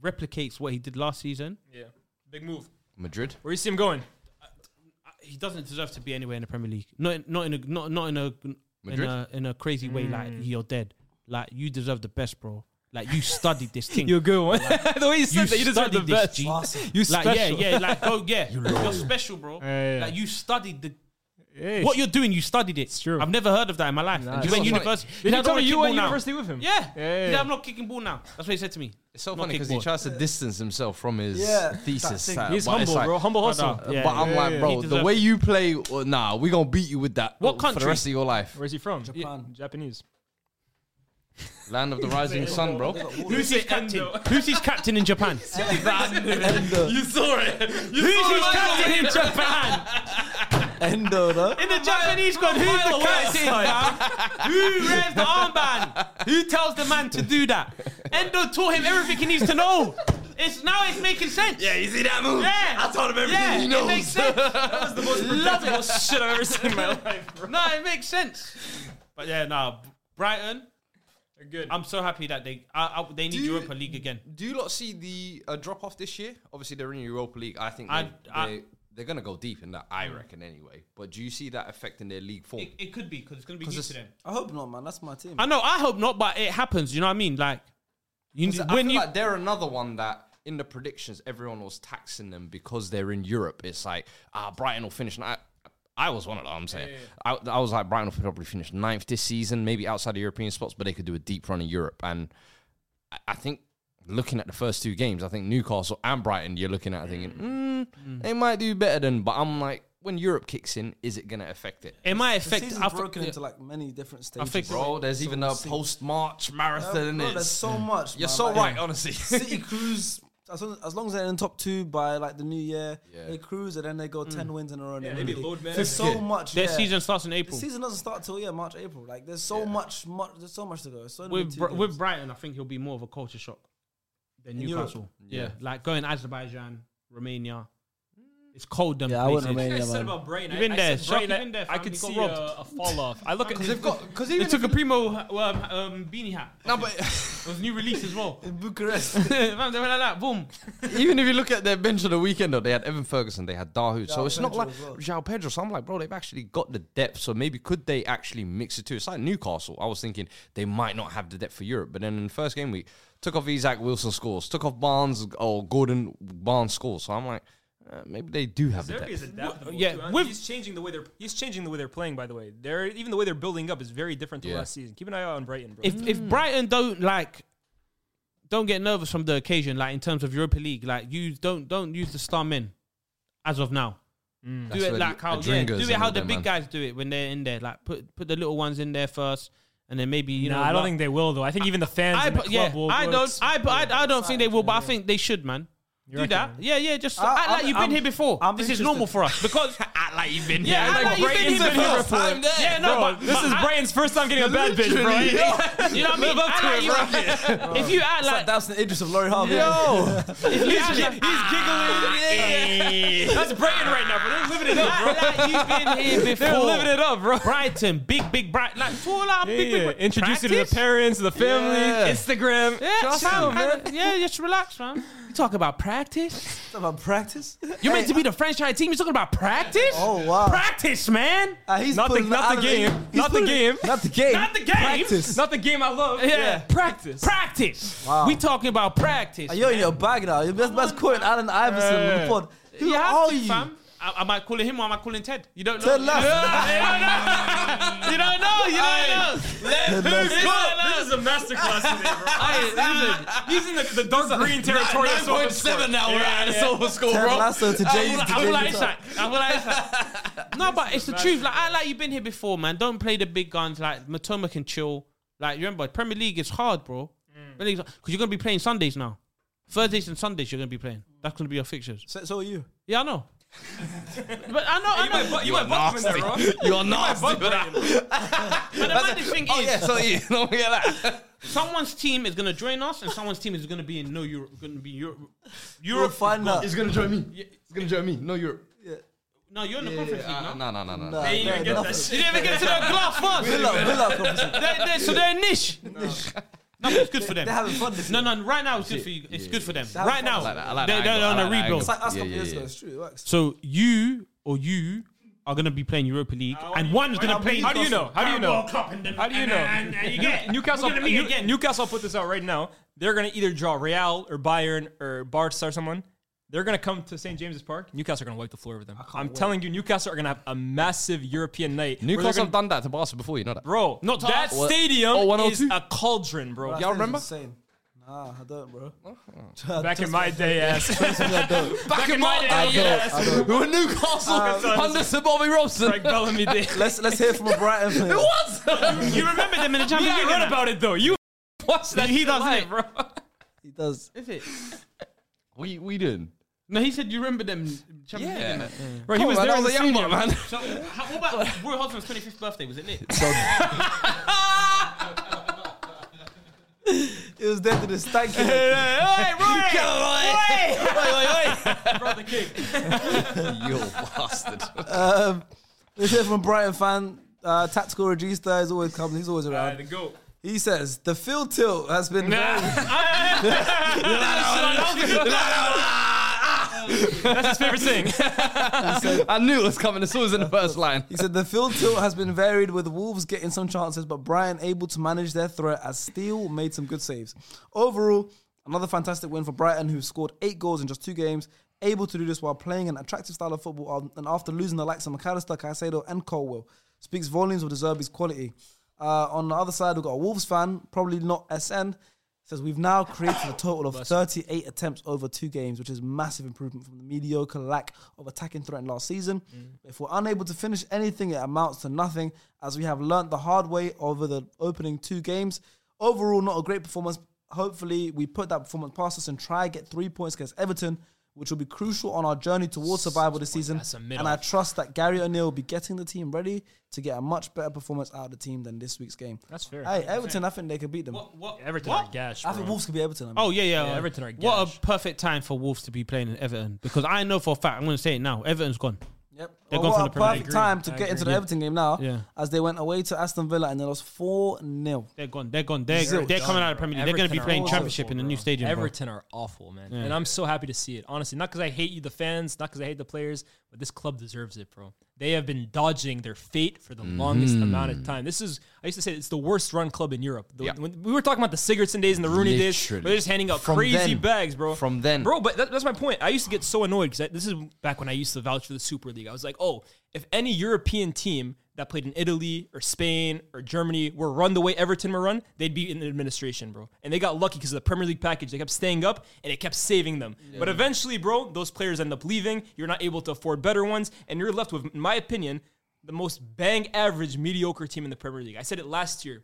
[SPEAKER 5] replicates what he did last season,
[SPEAKER 8] Yeah. Big move.
[SPEAKER 4] Madrid.
[SPEAKER 8] Where you see him going?
[SPEAKER 5] he doesn't deserve to be anywhere in the Premier League. Not in, not in a not not in a in a, in a crazy way like
[SPEAKER 4] Mm.
[SPEAKER 5] you're dead. Like you deserve the best, bro. Like you studied this thing.
[SPEAKER 8] You're a good one. the way you said
[SPEAKER 5] You
[SPEAKER 8] that, you deserve the
[SPEAKER 5] studied this,
[SPEAKER 8] best.
[SPEAKER 5] G.
[SPEAKER 8] You
[SPEAKER 5] like
[SPEAKER 8] special.
[SPEAKER 5] yeah, yeah, like go yeah. You're special, bro.
[SPEAKER 8] Yeah, yeah, yeah.
[SPEAKER 5] Like you studied the What you're doing, you studied it. It's
[SPEAKER 8] true.
[SPEAKER 5] I've never heard of that in my life.
[SPEAKER 4] It's
[SPEAKER 5] You went
[SPEAKER 4] so funny.
[SPEAKER 5] university.
[SPEAKER 4] Did
[SPEAKER 5] He said,
[SPEAKER 8] Did
[SPEAKER 5] "I
[SPEAKER 8] you
[SPEAKER 5] don't
[SPEAKER 8] tell me
[SPEAKER 5] wanna kick
[SPEAKER 8] you were at
[SPEAKER 5] ball now."
[SPEAKER 8] university with him?
[SPEAKER 5] Yeah.
[SPEAKER 8] yeah,
[SPEAKER 5] He said,
[SPEAKER 8] yeah.
[SPEAKER 5] I'm not kicking ball now. That's what he said to me.
[SPEAKER 4] It's so
[SPEAKER 5] Not
[SPEAKER 4] funny because he
[SPEAKER 5] kickball.
[SPEAKER 4] tries to distance himself from his
[SPEAKER 2] Yeah,
[SPEAKER 4] thesis.
[SPEAKER 2] that thing.
[SPEAKER 4] uh,
[SPEAKER 8] He's
[SPEAKER 4] but it's
[SPEAKER 8] humble,
[SPEAKER 4] like-
[SPEAKER 8] bro. Humble hustle.
[SPEAKER 5] Brother.
[SPEAKER 4] But
[SPEAKER 5] Yeah,
[SPEAKER 4] I'm
[SPEAKER 5] yeah,
[SPEAKER 4] like,
[SPEAKER 5] yeah. He
[SPEAKER 4] bro, the
[SPEAKER 5] deserves-
[SPEAKER 4] way you play, well, nah, we gonna beat you with that.
[SPEAKER 5] What
[SPEAKER 4] for the
[SPEAKER 5] country?
[SPEAKER 4] rest of your life?
[SPEAKER 8] Where's he from?
[SPEAKER 2] Japan.
[SPEAKER 8] Japanese.
[SPEAKER 4] Land of the rising sun, bro.
[SPEAKER 5] Who's his captain? Who's his captain in Japan?
[SPEAKER 2] Endo,
[SPEAKER 5] saw it. who's his captain in Japan?
[SPEAKER 2] Endo, though.
[SPEAKER 5] In the Japanese squad, who's the captain? fam? Who wears the armband? Who tells the man to do that? Endo taught him everything he needs to know. It's now it's making sense. Yeah, you see that move? Yeah, I taught him everything yeah, he knows. It makes sense. that was the most love shit I've ever seen in my life. Bro. No, it makes sense. But yeah, no, Brighton.
[SPEAKER 8] good.
[SPEAKER 5] I'm so happy that they I, I, they need
[SPEAKER 4] Do you-
[SPEAKER 5] Europa League again.
[SPEAKER 4] Do you lot see the uh, drop off this year? Obviously, they're in Europa League. I think
[SPEAKER 5] I-
[SPEAKER 4] they,
[SPEAKER 5] I- Mm.
[SPEAKER 4] they, they're going to go deep in that, I reckon, anyway. But do you see that affecting their league form?
[SPEAKER 5] It, it could be because it's gonna be good to them.
[SPEAKER 2] I hope not, man. That's my team.
[SPEAKER 5] I know. I hope not, but it happens. You know what I mean? Like you
[SPEAKER 4] So I
[SPEAKER 5] when
[SPEAKER 4] feel
[SPEAKER 5] you
[SPEAKER 4] like they're another one that in the predictions everyone was taxing them because they're in Europe. It's like ah, Brighton will finish. And I, I was one of them. I'm saying I, I was like Brighton will probably finish ninth this season, maybe outside of European spots, but they could do a deep run in Europe. And I, I think looking at the first two games, I think Newcastle and Brighton, you're looking at thinking mm, they might do better than. But I'm like, when Europe kicks in, is it going to affect it?
[SPEAKER 5] it might
[SPEAKER 2] The
[SPEAKER 5] affect.
[SPEAKER 2] season's
[SPEAKER 5] I fe-
[SPEAKER 2] broken into like many different stages.
[SPEAKER 5] think-
[SPEAKER 4] Bro, there's even a post March marathon.
[SPEAKER 2] Bro,
[SPEAKER 4] it's-
[SPEAKER 2] there's so much.
[SPEAKER 4] you're
[SPEAKER 2] man.
[SPEAKER 4] so
[SPEAKER 2] Like,
[SPEAKER 4] right, honestly.
[SPEAKER 2] City cruise as long as long as they're in top two by like the new year. They cruise and then they go ten wins in a row. and they win
[SPEAKER 8] maybe
[SPEAKER 2] the league.
[SPEAKER 8] load
[SPEAKER 2] There's
[SPEAKER 8] management.
[SPEAKER 2] so much.
[SPEAKER 5] Their
[SPEAKER 2] yeah.
[SPEAKER 5] season starts in
[SPEAKER 2] The
[SPEAKER 5] April.
[SPEAKER 2] season doesn't start till yeah March April. Like there's so much, much. There's so much to go. So
[SPEAKER 5] With Br- with Brighton, I think he'll be more of a culture shock than
[SPEAKER 2] In
[SPEAKER 5] Newcastle.
[SPEAKER 4] Yeah.
[SPEAKER 5] like going Azerbaijan, Romania. It's cold. Them
[SPEAKER 2] yeah, I wouldn't
[SPEAKER 5] places.
[SPEAKER 2] remain
[SPEAKER 8] I
[SPEAKER 2] there,
[SPEAKER 8] said
[SPEAKER 2] man.
[SPEAKER 8] about Brighton.
[SPEAKER 5] You've been
[SPEAKER 8] Mm. I,
[SPEAKER 5] there.
[SPEAKER 8] I, said
[SPEAKER 5] Shock,
[SPEAKER 8] Brighton,
[SPEAKER 5] you've been there,
[SPEAKER 8] I
[SPEAKER 5] fam.
[SPEAKER 8] could
[SPEAKER 5] You got
[SPEAKER 8] see
[SPEAKER 5] robbed.
[SPEAKER 8] A, a fall off. I look at because
[SPEAKER 4] they've got because
[SPEAKER 5] They
[SPEAKER 4] even
[SPEAKER 5] took a primo um, um, beanie hat.
[SPEAKER 4] No, but
[SPEAKER 5] It was new release as well.
[SPEAKER 2] In Bucharest.
[SPEAKER 5] Fam, they went like that. Boom.
[SPEAKER 4] even if you look at their bench on the weekend, though, they had Evan Ferguson, they had Dahoud. so
[SPEAKER 2] João
[SPEAKER 4] it's not
[SPEAKER 2] Pedro
[SPEAKER 4] like
[SPEAKER 2] as well.
[SPEAKER 4] João Pedro. So I'm like, bro, they've actually got the depth. So maybe could they actually mix it too? It's like Newcastle. I was thinking they might not have the depth for Europe, but then in the first game week, took off Isaac Wilson scores, took off Barnes or Gordon Barnes scores. So I'm like, uh, maybe they do have the
[SPEAKER 8] Derby
[SPEAKER 4] depth.
[SPEAKER 8] is adaptable.
[SPEAKER 5] yeah,
[SPEAKER 8] too, and
[SPEAKER 5] with-
[SPEAKER 8] he's changing the way they're he's changing the way they're playing. By the way, they're even the way they're building up is very different to
[SPEAKER 4] Yeah.
[SPEAKER 8] last season. Keep an eye out on Brighton, bro.
[SPEAKER 5] If if Brighton don't like, don't get nervous from the occasion. Like in terms of Europa League, like use don't don't use the star men as of now. do
[SPEAKER 4] That's
[SPEAKER 5] it
[SPEAKER 4] where
[SPEAKER 5] like
[SPEAKER 4] the
[SPEAKER 5] how yeah, do
[SPEAKER 4] Adringas
[SPEAKER 5] it
[SPEAKER 4] and
[SPEAKER 5] how
[SPEAKER 4] all
[SPEAKER 5] the
[SPEAKER 4] them,
[SPEAKER 5] big
[SPEAKER 4] man.
[SPEAKER 5] guys do it when they're in there. Like put put the little ones in there first, and then maybe you
[SPEAKER 8] Nah,
[SPEAKER 5] know.
[SPEAKER 8] I don't
[SPEAKER 5] like-
[SPEAKER 8] think they will though. I think even the fans
[SPEAKER 5] I
[SPEAKER 8] in the
[SPEAKER 5] but
[SPEAKER 8] club
[SPEAKER 5] yeah,
[SPEAKER 8] will.
[SPEAKER 5] I
[SPEAKER 8] will
[SPEAKER 5] don't
[SPEAKER 8] ex-
[SPEAKER 5] I but I, I don't think they will, but I
[SPEAKER 2] yeah.
[SPEAKER 5] think they should, man. Do
[SPEAKER 8] reckon,
[SPEAKER 5] that,
[SPEAKER 8] man?
[SPEAKER 5] yeah, yeah. Just
[SPEAKER 2] I-
[SPEAKER 5] act like
[SPEAKER 2] I'm-
[SPEAKER 5] you've been
[SPEAKER 2] I'm-
[SPEAKER 5] here before.
[SPEAKER 2] I'm
[SPEAKER 5] this is
[SPEAKER 2] interested.
[SPEAKER 5] normal for us because act like you've been Yeah, act like you've been
[SPEAKER 8] Brighton's
[SPEAKER 5] here
[SPEAKER 8] been here
[SPEAKER 5] before.
[SPEAKER 8] before.
[SPEAKER 5] Yeah, no,
[SPEAKER 8] Bro,
[SPEAKER 5] but
[SPEAKER 8] this
[SPEAKER 5] but
[SPEAKER 8] is
[SPEAKER 5] I-
[SPEAKER 8] Brighton's first time getting a bad bitch, bro.
[SPEAKER 5] You know what I mean? Act like you- If you act
[SPEAKER 2] Like,
[SPEAKER 5] like
[SPEAKER 2] that's the Idris of Laurie Harvey.
[SPEAKER 5] if you act like
[SPEAKER 8] He's giggling. That's Brighton right now, bro. They're living it up, bro.
[SPEAKER 5] act like you've been here before.
[SPEAKER 8] They're living it up, bro.
[SPEAKER 5] Brighton, big, big, bright, like full out, big, big,
[SPEAKER 8] Yeah,
[SPEAKER 5] bright.
[SPEAKER 8] Introduce you to the
[SPEAKER 5] Practice?
[SPEAKER 8] parents, the family,
[SPEAKER 4] Yeah.
[SPEAKER 8] Instagram.
[SPEAKER 5] Yeah,
[SPEAKER 8] Just
[SPEAKER 5] chill,
[SPEAKER 8] chill,
[SPEAKER 5] man. yeah, just relax, man. You talking about practice?
[SPEAKER 2] about practice.
[SPEAKER 5] You're meant to be the franchise team. You're talking about practice?
[SPEAKER 2] Oh, wow.
[SPEAKER 5] Practice, man.
[SPEAKER 2] Uh, he's
[SPEAKER 8] Not the-
[SPEAKER 2] pulling
[SPEAKER 8] not the
[SPEAKER 2] out of
[SPEAKER 8] game.
[SPEAKER 2] He's
[SPEAKER 8] Not the
[SPEAKER 2] pulling-
[SPEAKER 8] game.
[SPEAKER 2] Not the game.
[SPEAKER 5] Not the game.
[SPEAKER 2] Practice.
[SPEAKER 8] Not the game I love.
[SPEAKER 5] Yeah.
[SPEAKER 8] Practice.
[SPEAKER 5] Practice.
[SPEAKER 2] Wow.
[SPEAKER 5] We talking about practice.
[SPEAKER 2] Are you in your bag now? You're best, best quoting Alan Iverson on the pod. Who
[SPEAKER 5] You have
[SPEAKER 2] are
[SPEAKER 5] to,
[SPEAKER 2] you?
[SPEAKER 5] fam. I, am I calling him or am I calling Ted? You don't know.
[SPEAKER 2] Ted Lasso.
[SPEAKER 5] You don't know. You don't know. You don't know. You don't know.
[SPEAKER 8] This is a masterclass today, bro.
[SPEAKER 5] I,
[SPEAKER 8] He's in the, the dark green territory. of Silver Sport.
[SPEAKER 5] at the Silver School,
[SPEAKER 2] Ted Lasso to
[SPEAKER 5] I
[SPEAKER 2] Jay.
[SPEAKER 5] will- I will like Shaq. I will like Shaq. No, but it's the truth. Like I like you've been here before, man. Don't play the big guns. Like Matoma can chill. Like you remember, Premier League is hard, bro.
[SPEAKER 8] Mm.
[SPEAKER 5] Because you're gonna be playing Sundays now. Thursdays and Sundays you're gonna be playing. That's gonna be your fixtures.
[SPEAKER 2] So, so are you.
[SPEAKER 5] Yeah, I know. but I know, I know.
[SPEAKER 8] You might bust him in there, bro.
[SPEAKER 4] You're nasty.
[SPEAKER 8] Bust Brighton.
[SPEAKER 5] but the maddest thing
[SPEAKER 4] Oh
[SPEAKER 5] is,
[SPEAKER 4] yeah, so you don't get that.
[SPEAKER 5] someone's team is gonna join us, and someone's team is gonna be in no Europe. Gonna be Europe.
[SPEAKER 2] You'll
[SPEAKER 5] Europe.
[SPEAKER 2] find out.
[SPEAKER 4] gonna join me. It's gonna join me. No, Europe.
[SPEAKER 5] No, you're in the conference league.
[SPEAKER 4] Uh,
[SPEAKER 5] now.
[SPEAKER 4] no, no, no, no.
[SPEAKER 2] Nah,
[SPEAKER 4] no.
[SPEAKER 8] They
[SPEAKER 2] nah,
[SPEAKER 8] even get
[SPEAKER 2] nah.
[SPEAKER 8] that
[SPEAKER 5] You
[SPEAKER 8] shit.
[SPEAKER 5] didn't even get to the glass first.
[SPEAKER 2] Bill up, bill up, obviously.
[SPEAKER 5] They're- they're- so they're niche. No, but it's good for them.
[SPEAKER 2] They're having fun this
[SPEAKER 5] no,
[SPEAKER 2] year.
[SPEAKER 5] no, right now it's good for you. It's good for them. Right now,
[SPEAKER 4] like that, I like that
[SPEAKER 5] they're, they're
[SPEAKER 4] angle,
[SPEAKER 5] on
[SPEAKER 4] I
[SPEAKER 5] a
[SPEAKER 4] like that
[SPEAKER 5] rebuild.
[SPEAKER 4] angle.
[SPEAKER 2] It's like us a
[SPEAKER 4] Yeah,
[SPEAKER 2] couple
[SPEAKER 4] yeah,
[SPEAKER 2] years ago.
[SPEAKER 4] yeah.
[SPEAKER 2] It's true. It works.
[SPEAKER 5] So you or you are going to be playing Europa League, and one's going to play.
[SPEAKER 8] How do you know? How do you know?
[SPEAKER 5] World Cup and then-
[SPEAKER 8] How do you
[SPEAKER 5] and-
[SPEAKER 8] know?
[SPEAKER 5] and- and you get-
[SPEAKER 8] Newcastle,
[SPEAKER 5] we're gonna meet
[SPEAKER 8] New-
[SPEAKER 5] again.
[SPEAKER 8] Newcastle put this out right now. They're going to either draw Real or Bayern or Barca or someone.
[SPEAKER 3] They're going to come to St. James's Park. Newcastle are going to wipe the floor with them. I'm telling you, Newcastle are going to have a massive European night. where they're
[SPEAKER 4] Newcastle
[SPEAKER 3] gonna-
[SPEAKER 4] have done that to Barca before, you know that.
[SPEAKER 3] Bro,
[SPEAKER 5] Not to
[SPEAKER 3] that
[SPEAKER 5] us.
[SPEAKER 4] What?
[SPEAKER 3] stadium
[SPEAKER 4] Oh, 102?
[SPEAKER 3] is a cauldron, bro.
[SPEAKER 4] Y'all remember?
[SPEAKER 2] Insane. Nah, I don't, bro.
[SPEAKER 3] Back in my day, ass.
[SPEAKER 4] Back in my
[SPEAKER 3] I
[SPEAKER 4] day,
[SPEAKER 3] don't,
[SPEAKER 4] yes. Um,
[SPEAKER 2] I don't.
[SPEAKER 4] We were Newcastle under Sir Bobby Robson.
[SPEAKER 3] Frank Bellamy day.
[SPEAKER 2] Let's let's hear from a Brighton
[SPEAKER 4] It
[SPEAKER 2] player.
[SPEAKER 4] was.
[SPEAKER 5] You remember them in the
[SPEAKER 3] Yeah,
[SPEAKER 5] Champions
[SPEAKER 3] I
[SPEAKER 5] League?
[SPEAKER 3] read about it though. You watched that.
[SPEAKER 5] He
[SPEAKER 3] shit
[SPEAKER 5] doesn't,
[SPEAKER 3] live,
[SPEAKER 5] it?
[SPEAKER 3] bro.
[SPEAKER 2] He does.
[SPEAKER 4] we we didn't.
[SPEAKER 5] No, he said you remember them. Champions
[SPEAKER 4] Yeah.
[SPEAKER 5] League, innit? yeah.
[SPEAKER 3] Bro, he was there
[SPEAKER 4] I
[SPEAKER 3] in
[SPEAKER 4] was
[SPEAKER 3] the
[SPEAKER 4] a young boy,
[SPEAKER 3] stadium.
[SPEAKER 4] man.
[SPEAKER 5] So, how, what about Roy Hodgson's 25th birthday? Was it lit?
[SPEAKER 2] It was dead to the stank. Hey,
[SPEAKER 4] you bastard.
[SPEAKER 2] um, let's hear from a Brighton fan. Uh, Tactical Regista is always coming. He's always around.
[SPEAKER 3] The goat.
[SPEAKER 2] He says the field tilt has been.
[SPEAKER 3] That's his favorite thing.
[SPEAKER 4] I knew it was coming. It's always in the first line.
[SPEAKER 2] He said the field tilt has been varied with Wolves getting some chances, but Brighton able to manage their threat as Steele made some good saves. Overall, another fantastic win for Brighton, who scored eight goals in just two games, able to do this while playing an attractive style of football um, and after losing the likes of McAllister, Caicedo, and Colwell. Speaks volumes of the Zerbi's quality. Uh, on the other side, we've got a Wolves fan, probably not SN. Says we've now created a total of 38 attempts over two games, which is massive improvement from the mediocre lack of attacking threat last season.
[SPEAKER 3] Mm.
[SPEAKER 2] If we're unable to finish anything, it amounts to nothing, as we have learnt the hard way over the opening two games. Overall, not a great performance. Hopefully, we put that performance past us and try get three points against Everton, which will be crucial on our journey towards survival this season.
[SPEAKER 3] a mid
[SPEAKER 2] And I trust that Gary O'Neill will be getting the team ready to get a much better performance out of the team than this week's game.
[SPEAKER 3] That's fair.
[SPEAKER 2] Hey, Everton, I think they can beat them.
[SPEAKER 5] What? what
[SPEAKER 3] Everton
[SPEAKER 5] what?
[SPEAKER 3] are gash.
[SPEAKER 2] I think Wolves could be Everton. I mean.
[SPEAKER 5] Oh yeah, yeah.
[SPEAKER 3] Yeah, Everton are
[SPEAKER 5] what
[SPEAKER 3] gash.
[SPEAKER 5] a perfect time for Wolves to be playing in Everton because I know for a fact I'm going to say it now. Everton's gone.
[SPEAKER 2] Yep.
[SPEAKER 5] They're
[SPEAKER 2] well,
[SPEAKER 5] gone
[SPEAKER 2] what
[SPEAKER 5] for
[SPEAKER 2] a
[SPEAKER 5] the Premier
[SPEAKER 2] perfect
[SPEAKER 5] League.
[SPEAKER 2] time to
[SPEAKER 3] I
[SPEAKER 2] get into the
[SPEAKER 5] Yeah.
[SPEAKER 2] Everton game now,
[SPEAKER 5] Yeah.
[SPEAKER 2] as they went away to Aston Villa and they lost 4 0.
[SPEAKER 5] They're gone. They're gone. They're
[SPEAKER 2] Zilch.
[SPEAKER 5] they're coming out of the Premier League. they're going
[SPEAKER 3] Everton
[SPEAKER 5] to be
[SPEAKER 3] are
[SPEAKER 5] playing
[SPEAKER 2] awful,
[SPEAKER 5] Championship in the new
[SPEAKER 3] bro.
[SPEAKER 5] stadium. bro.
[SPEAKER 3] Everton are awful, man. And I'm so happy to see it. Honestly, not because I hate you, the fans, not because I hate the players, but this club deserves it, bro. They have been dodging their fate for the longest amount
[SPEAKER 5] Mm.
[SPEAKER 3] of time. This is, I used to say, it's the worst run club in Europe. The-
[SPEAKER 4] Yeah.
[SPEAKER 3] when we were talking about the Sigurdsson days and the Rooney days. where
[SPEAKER 4] Literally.
[SPEAKER 3] They're just handing out
[SPEAKER 4] From
[SPEAKER 3] crazy
[SPEAKER 4] then.
[SPEAKER 3] bags, bro.
[SPEAKER 4] From then.
[SPEAKER 3] Bro, but that, that's my point. I used to get so annoyed because this is back when I used to vouch for the Super League. I was like, oh, if any European team that played in Italy or Spain or Germany were run the way Everton were run, they'd be in administration, bro. And they got lucky because of the Premier League package. They kept staying up and it kept saving them. But eventually, bro, those players end up leaving. You're not able to afford better ones. And you're left with, in my opinion, the most bang average mediocre team in the Premier League. I said it last year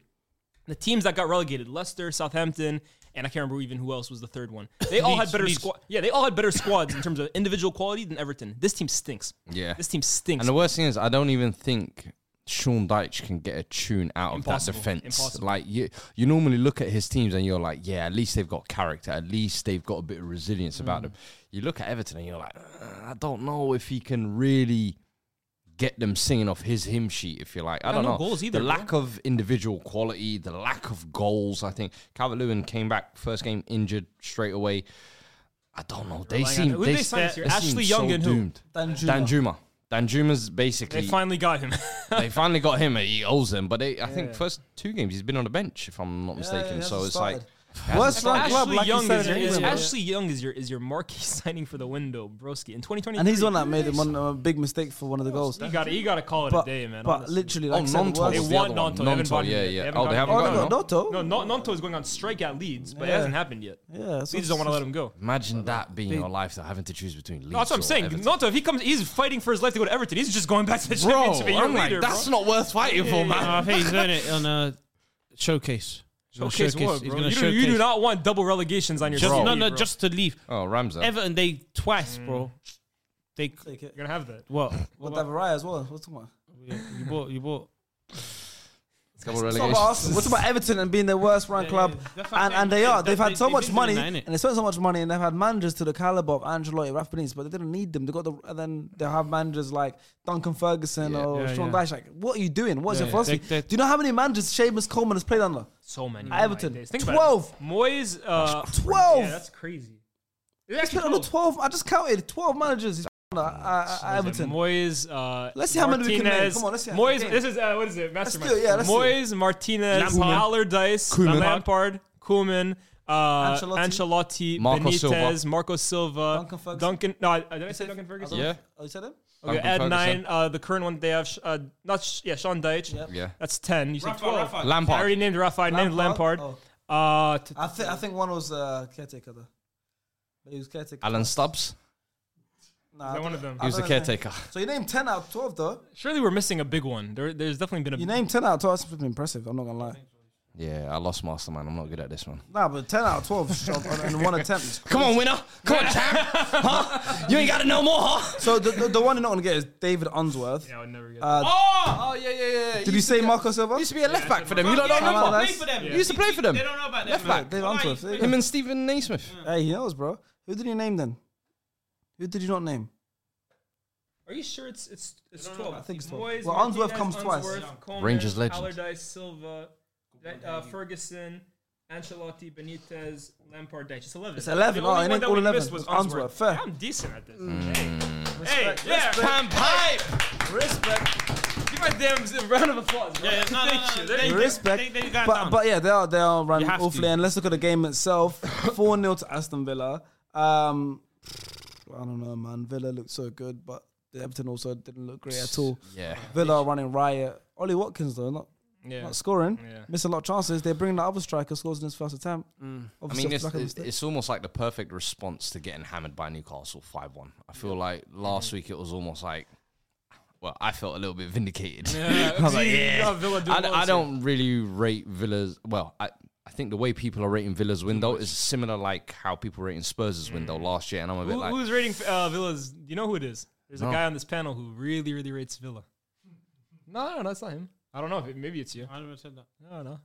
[SPEAKER 3] the teams that got relegated, Leicester, Southampton, and I can't remember even who else was the third one. They all had
[SPEAKER 5] Leeds,
[SPEAKER 3] better
[SPEAKER 5] Leeds.
[SPEAKER 3] squad. Yeah, they all had better squads in terms of individual quality than Everton. This team stinks.
[SPEAKER 4] Yeah.
[SPEAKER 3] This team stinks.
[SPEAKER 4] And the worst thing is, I don't even think Sean Dyche can get a tune out
[SPEAKER 3] Impossible.
[SPEAKER 4] of that defense.
[SPEAKER 3] Impossible.
[SPEAKER 4] Like you, you normally look at his teams and you're like, yeah, at least they've got character. At least they've got a bit of resilience
[SPEAKER 3] Mm.
[SPEAKER 4] about them. You look at Everton and you're like, "Uh, I don't know if he can really get them singing off his hymn sheet. If you like, I don't
[SPEAKER 5] no
[SPEAKER 4] know.
[SPEAKER 5] goals either,
[SPEAKER 4] the
[SPEAKER 5] bro.
[SPEAKER 4] lack of individual quality, the lack of goals. I think Calvert Lewin came back first game injured straight away. I don't know. They seem
[SPEAKER 3] Who did
[SPEAKER 4] they,
[SPEAKER 3] they sign this year?
[SPEAKER 4] they seem
[SPEAKER 3] Ashley
[SPEAKER 4] so
[SPEAKER 3] Young and who?
[SPEAKER 4] doomed.
[SPEAKER 2] Dan Juma.
[SPEAKER 4] Dan Juma. Dan Juma's basically
[SPEAKER 3] they finally got him.
[SPEAKER 4] they finally got him. He owes them, but they, I think first two games he's been on the bench, if I'm not mistaken.
[SPEAKER 2] he
[SPEAKER 4] so
[SPEAKER 2] hasn't
[SPEAKER 4] it's
[SPEAKER 2] started.
[SPEAKER 4] like
[SPEAKER 2] Worst run
[SPEAKER 3] Ashley
[SPEAKER 2] club, like you
[SPEAKER 3] Young
[SPEAKER 2] said,
[SPEAKER 3] is,
[SPEAKER 2] in
[SPEAKER 3] your, is
[SPEAKER 2] England, bro.
[SPEAKER 3] Ashley Young is your is your marquee signing for the window, broski, in 2020.
[SPEAKER 2] And he's the one that made him one a big mistake for one of the goals.
[SPEAKER 3] You got you got to call it
[SPEAKER 2] but
[SPEAKER 3] a day, man.
[SPEAKER 2] but
[SPEAKER 3] honestly.
[SPEAKER 2] literally,
[SPEAKER 4] oh
[SPEAKER 2] like I said,
[SPEAKER 4] Nonto,
[SPEAKER 2] worst-
[SPEAKER 3] They
[SPEAKER 4] was the
[SPEAKER 3] want
[SPEAKER 4] other one.
[SPEAKER 3] Nonto. They haven't
[SPEAKER 4] Nonto,
[SPEAKER 3] gotten
[SPEAKER 4] yeah,
[SPEAKER 3] him yet. They
[SPEAKER 4] yeah.
[SPEAKER 3] haven't
[SPEAKER 4] Oh,
[SPEAKER 3] gotten
[SPEAKER 4] they haven't
[SPEAKER 3] him
[SPEAKER 2] Oh
[SPEAKER 3] yet.
[SPEAKER 4] got
[SPEAKER 2] no,
[SPEAKER 4] him. no?
[SPEAKER 2] Noto.
[SPEAKER 3] no, no, Nonto's going on strike at Leeds, but
[SPEAKER 2] Yeah.
[SPEAKER 3] it hasn't happened yet.
[SPEAKER 2] Yeah, so
[SPEAKER 3] Leeds don't want to let him go.
[SPEAKER 4] Imagine that being your life, though, having to choose between Leeds.
[SPEAKER 3] No, that's what I'm
[SPEAKER 4] or
[SPEAKER 3] saying.
[SPEAKER 4] Everton.
[SPEAKER 3] Nonto, if he comes, he's fighting for his life to go to Everton. He's just going back to the
[SPEAKER 4] bro.
[SPEAKER 3] championship. a year
[SPEAKER 4] I'm like,
[SPEAKER 3] later, bro.
[SPEAKER 4] that's not worth fighting for, man.
[SPEAKER 5] No, I think he's doing it on a showcase. He's gonna
[SPEAKER 3] Showcase what,
[SPEAKER 5] He's
[SPEAKER 3] bro?
[SPEAKER 5] gonna
[SPEAKER 3] You do, you do not want double relegations on your
[SPEAKER 5] Just,
[SPEAKER 3] CV,
[SPEAKER 5] no, no,
[SPEAKER 3] bro.
[SPEAKER 5] just to leave.
[SPEAKER 4] Oh, Ramsey.
[SPEAKER 5] Everton, they twice, bro. They
[SPEAKER 2] Take it.
[SPEAKER 3] You're gonna have that.
[SPEAKER 5] what?
[SPEAKER 2] Well, Davaraya as well. What's about?
[SPEAKER 5] You bought. You bought.
[SPEAKER 4] Double
[SPEAKER 2] It's not
[SPEAKER 4] relegation.
[SPEAKER 2] about Arsenal. What's about Everton and being the worst ranked
[SPEAKER 5] Yeah,
[SPEAKER 2] club?
[SPEAKER 5] yeah, that's what I'm
[SPEAKER 2] And,
[SPEAKER 5] saying.
[SPEAKER 2] and they are.
[SPEAKER 5] They-
[SPEAKER 2] They've had
[SPEAKER 5] they-
[SPEAKER 2] so
[SPEAKER 5] they've
[SPEAKER 2] much
[SPEAKER 5] been
[SPEAKER 2] money,
[SPEAKER 5] doing that, innit?
[SPEAKER 2] and they spent so much money, and they've had managers to the caliber of Angelotti, Rafa Benitez, but they didn't need them. They got the, and then they have managers like Duncan Ferguson
[SPEAKER 4] Yeah.
[SPEAKER 2] or
[SPEAKER 5] Yeah,
[SPEAKER 2] Sean
[SPEAKER 5] yeah.
[SPEAKER 2] Dyche. Like, what are you doing? What's your
[SPEAKER 5] Yeah, yeah.
[SPEAKER 2] philosophy?
[SPEAKER 5] They- they-
[SPEAKER 2] Do you know how many managers Seamus Coleman has played under?
[SPEAKER 3] So many.
[SPEAKER 2] Everton,
[SPEAKER 3] nowadays. Think about
[SPEAKER 2] 12.
[SPEAKER 3] it. Moyes. Uh,
[SPEAKER 2] Twelve.
[SPEAKER 3] Yeah, that's crazy.
[SPEAKER 2] He's been under twelve. I just counted twelve managers. He's under at, at Everton.
[SPEAKER 3] Moyes. Uh,
[SPEAKER 2] Let's see how many we can name.
[SPEAKER 3] Martinez,
[SPEAKER 2] Come on, let's see how-
[SPEAKER 3] Moyes.
[SPEAKER 2] okay.
[SPEAKER 3] This is uh, what is it? Mastermind.
[SPEAKER 2] do it, yeah, let's do
[SPEAKER 3] Moyes, Martinez,
[SPEAKER 5] Lampard.
[SPEAKER 3] Lampard. Allardyce,
[SPEAKER 4] Koeman.
[SPEAKER 3] Lampard, Kuhlman, uh,
[SPEAKER 2] Ancelotti.
[SPEAKER 3] Ancelotti,
[SPEAKER 4] Marco
[SPEAKER 3] Benitez,
[SPEAKER 4] Silva.
[SPEAKER 3] Marco Silva,
[SPEAKER 2] Duncan Ferguson.
[SPEAKER 3] Duncan- No, I- did I say Duncan Ferguson?
[SPEAKER 4] Yeah.
[SPEAKER 2] Oh, you said him?
[SPEAKER 3] Okay,
[SPEAKER 4] Duncan
[SPEAKER 3] add
[SPEAKER 4] Ferguson.
[SPEAKER 3] nine. Uh, the current one they have, sh- uh, not sh- yeah, Sean Deitch.
[SPEAKER 4] Yeah.
[SPEAKER 3] That's ten. You said
[SPEAKER 5] Rafa,
[SPEAKER 3] twelve.
[SPEAKER 5] Rafa.
[SPEAKER 4] Lampard.
[SPEAKER 3] I already named Rafa. I named Lampard.
[SPEAKER 2] Lampard? Oh,
[SPEAKER 3] Uh, t-
[SPEAKER 2] I think I think one was uh, caretaker though. But he was caretaker.
[SPEAKER 4] Alan Stubbs.
[SPEAKER 2] Nah, I
[SPEAKER 3] that one
[SPEAKER 2] don't-
[SPEAKER 3] of them?
[SPEAKER 2] I
[SPEAKER 4] He was the
[SPEAKER 2] don't know.
[SPEAKER 4] caretaker.
[SPEAKER 2] So you named ten out of twelve though.
[SPEAKER 3] surely we're missing a big one. There, there's definitely been a.
[SPEAKER 2] You named ten out of twelve. That's pretty impressive. I'm not gonna lie.
[SPEAKER 4] Yeah, I lost Masterman. I'm not good at this one.
[SPEAKER 2] Nah, but ten out of twelve sh- on- on one attempt. is
[SPEAKER 4] Come on, winner. Come on, champ. Huh? You ain't got to know more, huh?
[SPEAKER 2] So the, the, the one you're not gonna get is David Unsworth.
[SPEAKER 3] yeah, I would never get.
[SPEAKER 2] Uh,
[SPEAKER 4] Oh, oh yeah, yeah, yeah.
[SPEAKER 2] Did you say Marco Silva?
[SPEAKER 4] Used to be a left back for them. You lot don't
[SPEAKER 2] yeah.
[SPEAKER 4] remember.
[SPEAKER 2] Come on,
[SPEAKER 5] Play for them.
[SPEAKER 4] He used to play for them.
[SPEAKER 5] They don't know about them.
[SPEAKER 4] Left
[SPEAKER 5] man.
[SPEAKER 4] back,
[SPEAKER 2] David
[SPEAKER 5] Why
[SPEAKER 2] Unsworth,
[SPEAKER 5] you
[SPEAKER 2] yeah.
[SPEAKER 5] play-
[SPEAKER 4] Him and Stephen Naismith.
[SPEAKER 2] Hey, he knows, bro. Who did you name then? Who did you not name?
[SPEAKER 3] Are you sure it's it's it's twelve?
[SPEAKER 2] I think it's 12. Well, Unsworth comes twice.
[SPEAKER 3] Coleman,
[SPEAKER 4] Rangers legend.
[SPEAKER 3] Allardyce, Silva, that, uh, Ferguson, Ancelotti, Benitez, Lampard, Deitch. It's eleven.
[SPEAKER 2] It's 11.
[SPEAKER 3] The
[SPEAKER 2] Oh,
[SPEAKER 3] only
[SPEAKER 2] I
[SPEAKER 3] one
[SPEAKER 2] named
[SPEAKER 3] that
[SPEAKER 2] all
[SPEAKER 3] we
[SPEAKER 2] 11.
[SPEAKER 3] missed was
[SPEAKER 2] It's Unsworth.
[SPEAKER 3] Unsworth.
[SPEAKER 2] Fair.
[SPEAKER 3] I'm decent at this.
[SPEAKER 4] Mm.
[SPEAKER 3] Hey, hey, yeah,
[SPEAKER 2] Respect.
[SPEAKER 3] give my damn round of applause. bro.
[SPEAKER 5] Yeah, no, no, no,
[SPEAKER 3] Thank you.
[SPEAKER 5] they-
[SPEAKER 3] There you go.
[SPEAKER 2] Respect.
[SPEAKER 5] They- they got
[SPEAKER 2] But,
[SPEAKER 5] down.
[SPEAKER 2] but yeah, they are they are running
[SPEAKER 3] have
[SPEAKER 2] awfully.
[SPEAKER 3] to.
[SPEAKER 2] And let's look at the game itself. 4 0 to Aston Villa. Um, I don't know, man. Villa looked so good, but Everton also didn't look great at all.
[SPEAKER 4] Yeah.
[SPEAKER 2] Villa are running riot. Ollie Watkins, though, not,
[SPEAKER 3] Yeah.
[SPEAKER 2] not scoring.
[SPEAKER 3] Yeah.
[SPEAKER 2] Missing a lot of chances. They're bringing the other striker, scores in his first attempt.
[SPEAKER 4] Mm. I
[SPEAKER 2] Obviously,
[SPEAKER 4] mean,
[SPEAKER 2] off
[SPEAKER 4] it's,
[SPEAKER 2] the back of a
[SPEAKER 4] it's,
[SPEAKER 2] mistake.
[SPEAKER 4] it's almost like the perfect response to getting hammered by Newcastle 5 1. I feel like
[SPEAKER 2] Mm-hmm.
[SPEAKER 4] last week it was almost like, well, I felt a little bit vindicated. I was like, yeah.
[SPEAKER 3] uh, Villa do
[SPEAKER 4] I, d-
[SPEAKER 3] well
[SPEAKER 4] I
[SPEAKER 3] this
[SPEAKER 4] don't really rate Villa's. Well, I, I think the way people are rating Villa's window is similar like how people rating Spurs' window last year. And I'm a bit
[SPEAKER 3] Mm. Who,
[SPEAKER 4] like,
[SPEAKER 3] who's rating uh, Villa's? You know who it is. There's a guy on this panel who really, really rates Villa. No, no, that's not him. I don't know. if it- Maybe it's you.
[SPEAKER 5] I never said that.
[SPEAKER 3] I don't know.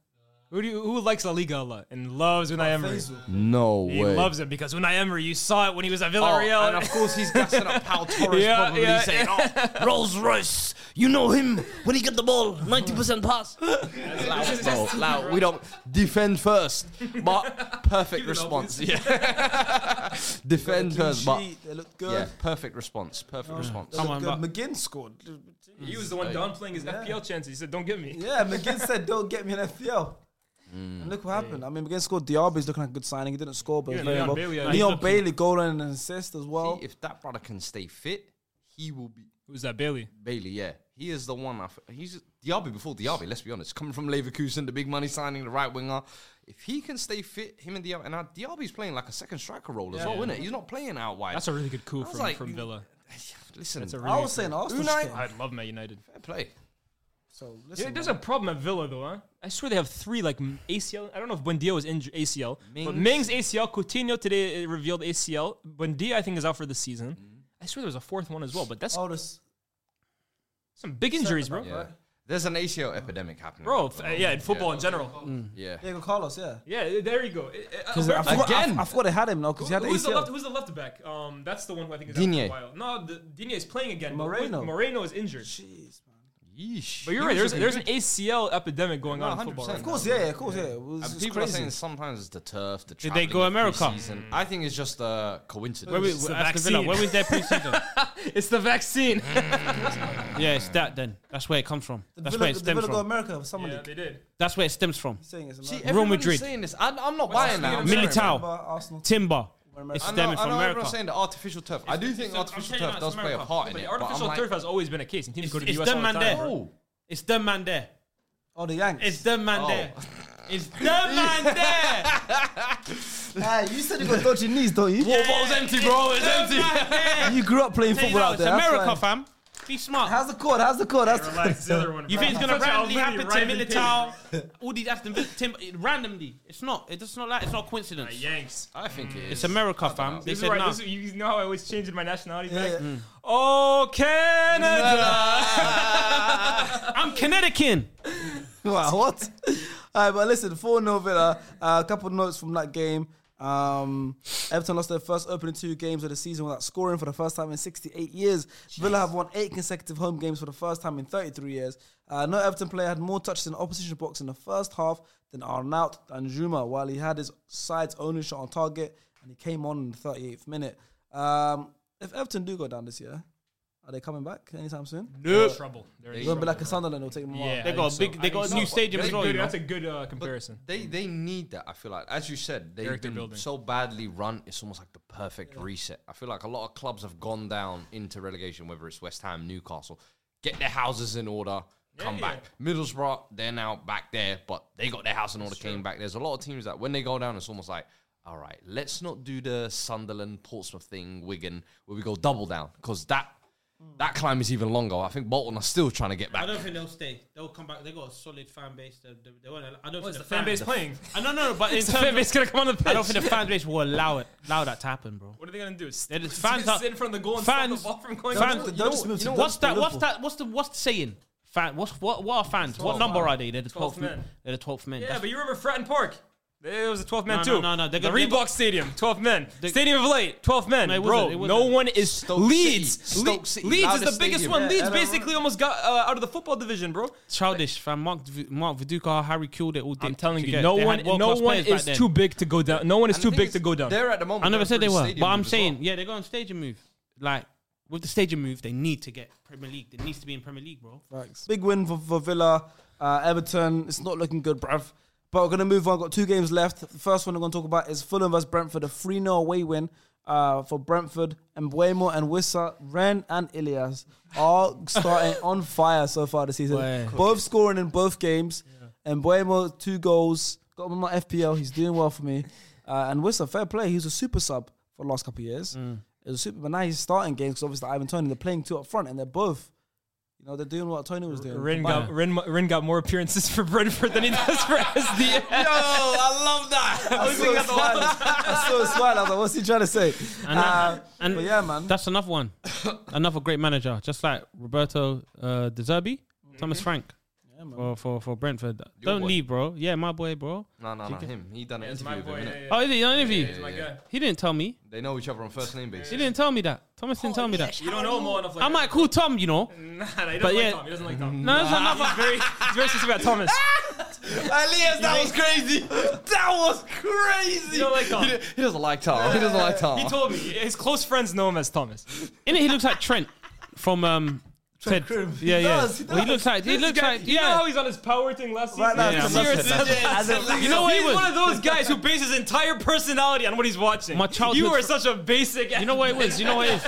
[SPEAKER 3] Who do you, who likes La Liga a lot and loves Unai Emery?
[SPEAKER 4] no
[SPEAKER 3] He
[SPEAKER 4] way.
[SPEAKER 3] loves him because Unai Emery. You saw it when he was at
[SPEAKER 4] Oh,
[SPEAKER 3] Villarreal.
[SPEAKER 4] and of course, he's gassing up Paul Torres.
[SPEAKER 3] Yeah,
[SPEAKER 4] probably
[SPEAKER 3] yeah.
[SPEAKER 4] saying, "Oh, Rolls Royce, you know him when he get the ball, ninety percent pass." loud, bro, loud. We don't defend first, but perfect response. Yeah, defend first, but
[SPEAKER 2] She- they looked good.
[SPEAKER 4] yeah, perfect response. Perfect response.
[SPEAKER 5] Come on,
[SPEAKER 2] Good.
[SPEAKER 5] but
[SPEAKER 2] McGinn scored.
[SPEAKER 3] he was the one downplaying his FPL chances. He said, "Don't give me."
[SPEAKER 2] Yeah, McGinn said, "Don't get me an FPL."
[SPEAKER 4] Mm.
[SPEAKER 2] And look what happened. I mean, McGinn scored. Diaby's looking like a good signing. He didn't score, but
[SPEAKER 3] Yeah,
[SPEAKER 2] he's very
[SPEAKER 3] Leon
[SPEAKER 2] well.
[SPEAKER 3] Bailey, I think.
[SPEAKER 2] Leon Bailey, goal and an assist as well.
[SPEAKER 4] if that brother can stay fit, he will be
[SPEAKER 3] Who's that, Bailey?
[SPEAKER 4] Bailey. Yeah, he is the one. I f- he's Diaby before Diaby. Let's be honest. Coming from Leverkusen, the big money signing, the right winger. If he can stay fit, him and Diaby, and now Diaby's playing like a second striker role as well, isn't it? He's not playing out wide.
[SPEAKER 3] That's a really good coup
[SPEAKER 4] was
[SPEAKER 3] from,
[SPEAKER 4] like,
[SPEAKER 3] from
[SPEAKER 4] you-
[SPEAKER 3] Villa.
[SPEAKER 4] listen.
[SPEAKER 3] That's a really
[SPEAKER 2] I
[SPEAKER 3] good
[SPEAKER 2] was saying
[SPEAKER 3] coup.
[SPEAKER 2] Arsenal.
[SPEAKER 4] Unai-
[SPEAKER 2] should get him.
[SPEAKER 3] I'd love Man United.
[SPEAKER 4] fair play.
[SPEAKER 2] So
[SPEAKER 3] Yeah,
[SPEAKER 2] listen,
[SPEAKER 3] there's
[SPEAKER 2] man.
[SPEAKER 3] a problem at Villa though, huh? I swear they have three like m- ACL. I don't know if Buendia was injured ACL, but Mings
[SPEAKER 4] Mings.
[SPEAKER 3] ACL, Coutinho today uh, revealed ACL. Buendia I think is out for the season.
[SPEAKER 4] Mm.
[SPEAKER 3] I swear there was a fourth one as well, but that's
[SPEAKER 2] Oh, this-
[SPEAKER 3] some big injuries, bro.
[SPEAKER 4] Yeah. There's an ACL epidemic happening.
[SPEAKER 3] Bro,
[SPEAKER 4] at
[SPEAKER 3] f-
[SPEAKER 4] the
[SPEAKER 3] uh,
[SPEAKER 4] moment.
[SPEAKER 3] yeah, in football in general.
[SPEAKER 4] Yeah.
[SPEAKER 2] Diego Carlos, yeah.
[SPEAKER 3] Yeah, th- there you go. Uh, uh,
[SPEAKER 2] I
[SPEAKER 3] Roberto-
[SPEAKER 2] forgot, I-
[SPEAKER 4] Again.
[SPEAKER 2] I, forgot they had him now because he
[SPEAKER 3] who-
[SPEAKER 2] had
[SPEAKER 3] who's, the
[SPEAKER 2] ACL.
[SPEAKER 3] left, who's the left back? Um, that's the one who I think is out for a
[SPEAKER 4] Digne.
[SPEAKER 3] while. No, the, Digne is playing again. but
[SPEAKER 2] Moreno.
[SPEAKER 3] who- Moreno is injured.
[SPEAKER 2] Jeez, man.
[SPEAKER 4] Yeesh.
[SPEAKER 3] But you're
[SPEAKER 4] He
[SPEAKER 3] right.
[SPEAKER 4] was
[SPEAKER 3] There's
[SPEAKER 4] looking
[SPEAKER 3] there's
[SPEAKER 4] good.
[SPEAKER 3] an ACL epidemic going on in football.
[SPEAKER 4] 100%.
[SPEAKER 2] Of
[SPEAKER 3] Right now.
[SPEAKER 2] course, yeah, of course, yeah. It was,
[SPEAKER 4] And
[SPEAKER 2] it's
[SPEAKER 4] people are
[SPEAKER 2] crazy.
[SPEAKER 4] saying sometimes it's the turf, the
[SPEAKER 5] Did they go America?
[SPEAKER 4] Season. I think it's just a coincidence.
[SPEAKER 5] Where we,
[SPEAKER 3] It's the
[SPEAKER 5] Aston Villa,
[SPEAKER 3] vaccine.
[SPEAKER 5] where was their preseason?
[SPEAKER 3] It's the vaccine.
[SPEAKER 5] yeah, it's that then. That's where it comes from.
[SPEAKER 2] Did
[SPEAKER 5] That's
[SPEAKER 2] Villa,
[SPEAKER 5] where it
[SPEAKER 2] did
[SPEAKER 5] stems
[SPEAKER 2] Villa go
[SPEAKER 5] from.
[SPEAKER 2] America. Somebody
[SPEAKER 3] yeah, they did.
[SPEAKER 5] That's where it stems from.
[SPEAKER 2] saying it's
[SPEAKER 4] See,
[SPEAKER 2] America.
[SPEAKER 4] everyone
[SPEAKER 5] Madrid.
[SPEAKER 4] is saying this. I, I'm not buying that. I'm
[SPEAKER 5] Militao.
[SPEAKER 4] sorry.
[SPEAKER 2] But Arsenal.
[SPEAKER 5] Timber. It's
[SPEAKER 2] America.
[SPEAKER 4] I know,
[SPEAKER 5] stemming
[SPEAKER 4] I
[SPEAKER 5] from
[SPEAKER 4] know
[SPEAKER 5] America.
[SPEAKER 4] everyone's saying the artificial turf. I do think
[SPEAKER 5] it's- I'm
[SPEAKER 4] artificial
[SPEAKER 5] telling you
[SPEAKER 4] turf
[SPEAKER 5] now,
[SPEAKER 4] does
[SPEAKER 5] it's
[SPEAKER 4] play a
[SPEAKER 5] America.
[SPEAKER 4] part in
[SPEAKER 3] But
[SPEAKER 4] it.
[SPEAKER 3] the
[SPEAKER 4] but I'm
[SPEAKER 3] artificial
[SPEAKER 4] like,
[SPEAKER 3] turf has always been a case, and teams
[SPEAKER 5] It's-
[SPEAKER 3] go to
[SPEAKER 5] it's
[SPEAKER 3] the US
[SPEAKER 5] them
[SPEAKER 3] all the
[SPEAKER 5] man
[SPEAKER 3] time.
[SPEAKER 5] there.
[SPEAKER 3] bro.
[SPEAKER 4] Oh,
[SPEAKER 5] It's them man there.
[SPEAKER 2] Oh, the Yanks.
[SPEAKER 5] It's them man
[SPEAKER 4] Oh.
[SPEAKER 5] there. It's them man there.
[SPEAKER 2] Hey, you said you got dodgy knees, don't you?
[SPEAKER 4] Whoa, ball's empty, bro. It's
[SPEAKER 5] Them
[SPEAKER 4] empty.
[SPEAKER 5] man there.
[SPEAKER 2] You grew up playing
[SPEAKER 5] Tell you
[SPEAKER 2] football
[SPEAKER 5] now,
[SPEAKER 2] out
[SPEAKER 5] It's
[SPEAKER 2] there. that's
[SPEAKER 5] America,
[SPEAKER 2] why.
[SPEAKER 5] fam. Be smart.
[SPEAKER 2] How's the court? How's the court? How's the
[SPEAKER 3] Relax, the other one.
[SPEAKER 5] You
[SPEAKER 3] bro.
[SPEAKER 5] think it's gonna
[SPEAKER 3] Such a
[SPEAKER 5] randomly
[SPEAKER 3] really
[SPEAKER 5] happen to
[SPEAKER 3] random
[SPEAKER 5] Militao? All these Aston Villa, Tim, randomly. It's not. It's not like it's not a coincidence.
[SPEAKER 3] thing. Yanks.
[SPEAKER 4] I think it is.
[SPEAKER 5] It's America, fam. They
[SPEAKER 3] This
[SPEAKER 5] said
[SPEAKER 3] is right.
[SPEAKER 5] nah.
[SPEAKER 3] This is, you know how I always changed my nationality.
[SPEAKER 2] Yeah, yeah.
[SPEAKER 3] back? Oh, Canada!
[SPEAKER 5] I'm Connecticut.
[SPEAKER 2] Wow, what? All right, but listen, 4 0 Villa. Uh, a couple of notes from that game. Um, Everton lost their first opening two games of the season without scoring for the first time in 68 years. Villa have won eight consecutive home games for the first time in 33 years. Uh, no Everton player had more touches in the opposition box in the first half than Arnaut and Juma, while he had his side's only shot on target and he came on in the 38th minute. Um, if Everton do go down this year, Are they coming back anytime soon?
[SPEAKER 5] Nope. Trouble.
[SPEAKER 2] It's gonna be like a Sunderland. They'll take them all.
[SPEAKER 5] They got a big. They got a new stadium as well. you know?
[SPEAKER 8] That's a good uh, comparison.
[SPEAKER 4] They they need that. I feel like, as you said, they've
[SPEAKER 8] Character
[SPEAKER 4] been
[SPEAKER 8] building.
[SPEAKER 4] so badly run. It's almost like the perfect reset. I feel like a lot of clubs have gone down into relegation, whether it's West Ham, Newcastle, get their houses in order, come back. Middlesbrough, they're now back there, but they got their house in order, came back. There's a lot of teams that when they go down, it's almost like. All right, let's not do the Sunderland, Portsmouth thing, Wigan, where we go double down because that that climb is even longer. I think Bolton are still trying to get back.
[SPEAKER 5] I don't think they'll stay. They'll come back. They got a solid fan base. They, they, they won't. allow- I don't think
[SPEAKER 8] Is the fan base
[SPEAKER 5] fans-
[SPEAKER 8] playing?
[SPEAKER 5] I no no no. But in
[SPEAKER 8] Is the
[SPEAKER 5] terms
[SPEAKER 8] fan
[SPEAKER 5] of-
[SPEAKER 8] base gonna come on the pitch?
[SPEAKER 5] I don't think the fan base will allow it. Allow that to happen, bro.
[SPEAKER 8] What are they gonna do?
[SPEAKER 5] They're just- fans are-
[SPEAKER 8] sit in front of the goal and stop the
[SPEAKER 5] fans-
[SPEAKER 8] ball from going.
[SPEAKER 5] fans-
[SPEAKER 8] over?
[SPEAKER 5] you
[SPEAKER 2] know- you know
[SPEAKER 5] What's that? What's that? What's the? What's the saying? Fan. What's what? What are fans? what number are they? They're the twelfth
[SPEAKER 8] 12th
[SPEAKER 5] men.
[SPEAKER 8] men.
[SPEAKER 5] They're the twelfth men.
[SPEAKER 8] Yeah,
[SPEAKER 5] That's-
[SPEAKER 8] but you remember Fratton Park? It was a 12 man
[SPEAKER 5] No,
[SPEAKER 8] too.
[SPEAKER 5] no, no, no,
[SPEAKER 8] The
[SPEAKER 5] they got- they
[SPEAKER 8] Reebok Stadium, 12 men.
[SPEAKER 5] They-
[SPEAKER 8] Stadium of Light, 12 men.
[SPEAKER 5] No, it
[SPEAKER 8] Bro,
[SPEAKER 5] wasn't, it
[SPEAKER 8] no
[SPEAKER 5] wasn't.
[SPEAKER 8] one is
[SPEAKER 4] Stoke
[SPEAKER 8] Leeds.
[SPEAKER 4] City,
[SPEAKER 8] Le-
[SPEAKER 4] Stoke City,
[SPEAKER 8] Leeds is the
[SPEAKER 4] loudest
[SPEAKER 8] biggest
[SPEAKER 4] stadium.
[SPEAKER 8] one.
[SPEAKER 4] Yeah,
[SPEAKER 8] Leeds
[SPEAKER 2] I don't
[SPEAKER 8] basically
[SPEAKER 2] know.
[SPEAKER 8] almost got uh, out of the football division, bro.
[SPEAKER 5] childish, fam. Mark, V- Mark Viduka, Harry Kuehl, they all did.
[SPEAKER 8] I'm telling you,
[SPEAKER 5] get-
[SPEAKER 8] no
[SPEAKER 5] they had
[SPEAKER 8] one, no
[SPEAKER 5] world-class
[SPEAKER 8] one
[SPEAKER 5] players back
[SPEAKER 8] is
[SPEAKER 5] then.
[SPEAKER 8] too big to go down. No one is
[SPEAKER 4] And
[SPEAKER 8] too
[SPEAKER 4] the thing
[SPEAKER 8] big
[SPEAKER 4] is,
[SPEAKER 8] to go down.
[SPEAKER 4] They're at the moment.
[SPEAKER 5] I never
[SPEAKER 4] going
[SPEAKER 5] said
[SPEAKER 4] through
[SPEAKER 5] they
[SPEAKER 4] the
[SPEAKER 5] were,
[SPEAKER 4] stadium
[SPEAKER 5] but I'm
[SPEAKER 4] move as well.
[SPEAKER 5] saying, yeah, they got on stadium move. Like with the stadium move, they need to get Premier League. They needs to be in Premier League, bro.
[SPEAKER 2] Big win for, for Villa, uh, Everton. It's not looking good, bruv. But we're gonna move on. Got two games left. The first one I'm gonna talk about is Fulham versus Brentford, a 3 0 away win uh, for Brentford. And Buemo and Wissa, Ren and Ilias are starting on fire so far this season.
[SPEAKER 5] Way.
[SPEAKER 2] Both scoring in both games. And Buemo two goals. Got him on my FPL. He's doing well for me. Uh, and Wissa, fair play. He was a super sub for the last couple of years. It was super, but now he's starting games because obviously Ivan Tony, they're playing two up front and they're both you know, they're doing what Tony was doing.
[SPEAKER 8] Rin
[SPEAKER 2] Combined.
[SPEAKER 8] got, Rin, Rin got more appearances for Brentford than he does for
[SPEAKER 4] Yo,
[SPEAKER 8] SDF.
[SPEAKER 4] I love that. I
[SPEAKER 2] I
[SPEAKER 4] was
[SPEAKER 2] saw
[SPEAKER 4] thinking
[SPEAKER 2] a
[SPEAKER 4] that's
[SPEAKER 2] smile. I saw a smile. I was like, what's he trying to say?
[SPEAKER 5] And,
[SPEAKER 2] Uh,
[SPEAKER 5] that- and
[SPEAKER 2] but yeah, man.
[SPEAKER 5] that's another one. another great manager, just like Roberto uh, De Zerbi, Thomas Frank. For, for for Brentford, don't
[SPEAKER 4] boy.
[SPEAKER 5] leave, bro. Yeah, my boy, bro.
[SPEAKER 4] No, no, no, him. He done an interview with him. innit?
[SPEAKER 5] Oh, is he? None of you.
[SPEAKER 4] my guy.
[SPEAKER 5] He didn't tell me.
[SPEAKER 4] They know each other on first name basis.
[SPEAKER 5] He didn't tell me that. Thomas didn't tell me that.
[SPEAKER 8] You don't know him well enough. Like
[SPEAKER 5] I might call Tom, you know.
[SPEAKER 8] Nah, nah, he doesn't
[SPEAKER 5] But
[SPEAKER 8] like
[SPEAKER 5] yeah.
[SPEAKER 8] Tom. He doesn't like Tom.
[SPEAKER 5] No, that's another.
[SPEAKER 8] He's very, he's very sensitive about Thomas.
[SPEAKER 4] Elias, that was crazy. That was crazy.
[SPEAKER 8] You don't like Tom.
[SPEAKER 4] He, he doesn't like Tom. He doesn't like Tom.
[SPEAKER 8] He told me his close friends know him as Thomas.
[SPEAKER 5] In it, he looks like Trent from um. Ted. Yeah, yeah.
[SPEAKER 2] does, he
[SPEAKER 5] Well, he looks like he looks like
[SPEAKER 8] You know
[SPEAKER 5] yeah.
[SPEAKER 8] how he's on his power thing last
[SPEAKER 2] Right
[SPEAKER 8] season.
[SPEAKER 2] now,
[SPEAKER 5] Yeah.
[SPEAKER 2] it's a
[SPEAKER 8] Serious.
[SPEAKER 2] must- as a-
[SPEAKER 5] You know what
[SPEAKER 8] he's
[SPEAKER 5] he was?
[SPEAKER 8] one of those guys who bases his entire personality on what he's watching.
[SPEAKER 5] My childhood
[SPEAKER 8] you are
[SPEAKER 5] fr-
[SPEAKER 8] such a basic.
[SPEAKER 5] You know what it was? You know what it is?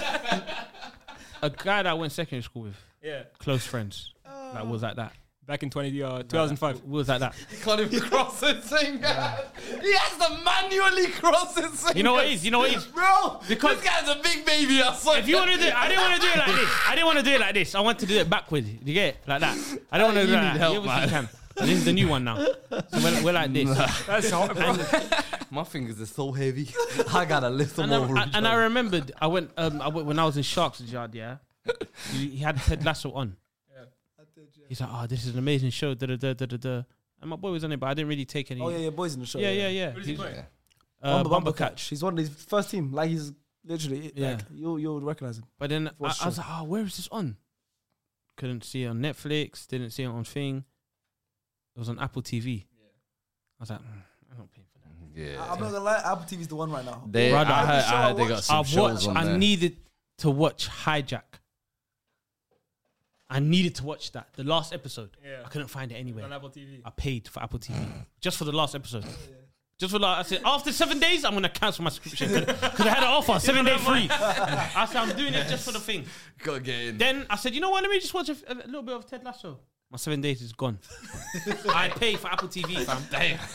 [SPEAKER 5] A guy that I went secondary school with,
[SPEAKER 8] Yeah.
[SPEAKER 5] close friends, that was like that.
[SPEAKER 8] Back in 20, uh, 2005.
[SPEAKER 5] Was like that.
[SPEAKER 4] He can't even cross his finger. He has to manually cross his finger.
[SPEAKER 5] You know what it is? You know what it is?
[SPEAKER 4] Bro,
[SPEAKER 5] Because-
[SPEAKER 4] this guy's a big baby. I swear.
[SPEAKER 5] If you want to do it, I didn't want to do it like this. I didn't want to do it like this. I want to do it backward. You get it? Like that. I don't want to
[SPEAKER 4] You
[SPEAKER 5] do
[SPEAKER 4] need
[SPEAKER 5] that.
[SPEAKER 4] help,
[SPEAKER 5] You obviously
[SPEAKER 4] man.
[SPEAKER 5] can. This is the new one now. So we're, we're like this.
[SPEAKER 8] That's hard, bro.
[SPEAKER 4] My fingers are so heavy. I gotta lift them
[SPEAKER 5] And I,
[SPEAKER 4] over.
[SPEAKER 5] I-
[SPEAKER 4] each
[SPEAKER 5] and I
[SPEAKER 4] other.
[SPEAKER 5] remembered I went, um, I went when I was in Sharks Yard, yeah. He, he had Ted Lasso on. He's like, oh, this is an amazing show. Da, da, da, da, da, da. And my boy was on it, but I didn't really take any.
[SPEAKER 2] Oh, yeah, yeah, boys in the show.
[SPEAKER 5] yeah, yeah. yeah. He's- Uh,
[SPEAKER 2] Bumba, Bumba
[SPEAKER 5] Bumper
[SPEAKER 2] Catch. He's one of his first team. Like, he's literally, yeah.
[SPEAKER 5] Yeah.
[SPEAKER 2] like, you'll, you'll recognize him.
[SPEAKER 5] But then I,
[SPEAKER 2] What's
[SPEAKER 5] I was
[SPEAKER 2] true?
[SPEAKER 5] like, oh, where is this on? Couldn't see it on Netflix. Didn't see it on Thing. It was on Apple TV. I was like, mm, I'm not paying for that.
[SPEAKER 2] I- I'm not gonna lie, Apple TV's the one right now.
[SPEAKER 4] They,
[SPEAKER 5] Brother,
[SPEAKER 4] I heard,
[SPEAKER 2] show
[SPEAKER 4] I heard
[SPEAKER 2] I
[SPEAKER 4] they got
[SPEAKER 2] watched-
[SPEAKER 4] some
[SPEAKER 5] I
[SPEAKER 4] shows
[SPEAKER 5] watched.
[SPEAKER 4] on
[SPEAKER 5] I
[SPEAKER 4] there.
[SPEAKER 5] needed to watch Hijack. I needed to watch that. The last episode.
[SPEAKER 8] Yeah.
[SPEAKER 5] I couldn't find it anywhere.
[SPEAKER 8] On Apple TV.
[SPEAKER 5] I paid for Apple TV
[SPEAKER 4] Mm.
[SPEAKER 5] just for the last episode. Just for like, I said, after seven days, I'm gonna cancel my subscription because I had an offer, seven day free. I said, I'm doing it just for the thing.
[SPEAKER 4] Gotta get in.
[SPEAKER 5] Then I said, you know what? Let me just watch a, f- a little bit of Ted Lasso. My seven days is gone. I pay for Apple TV, fam.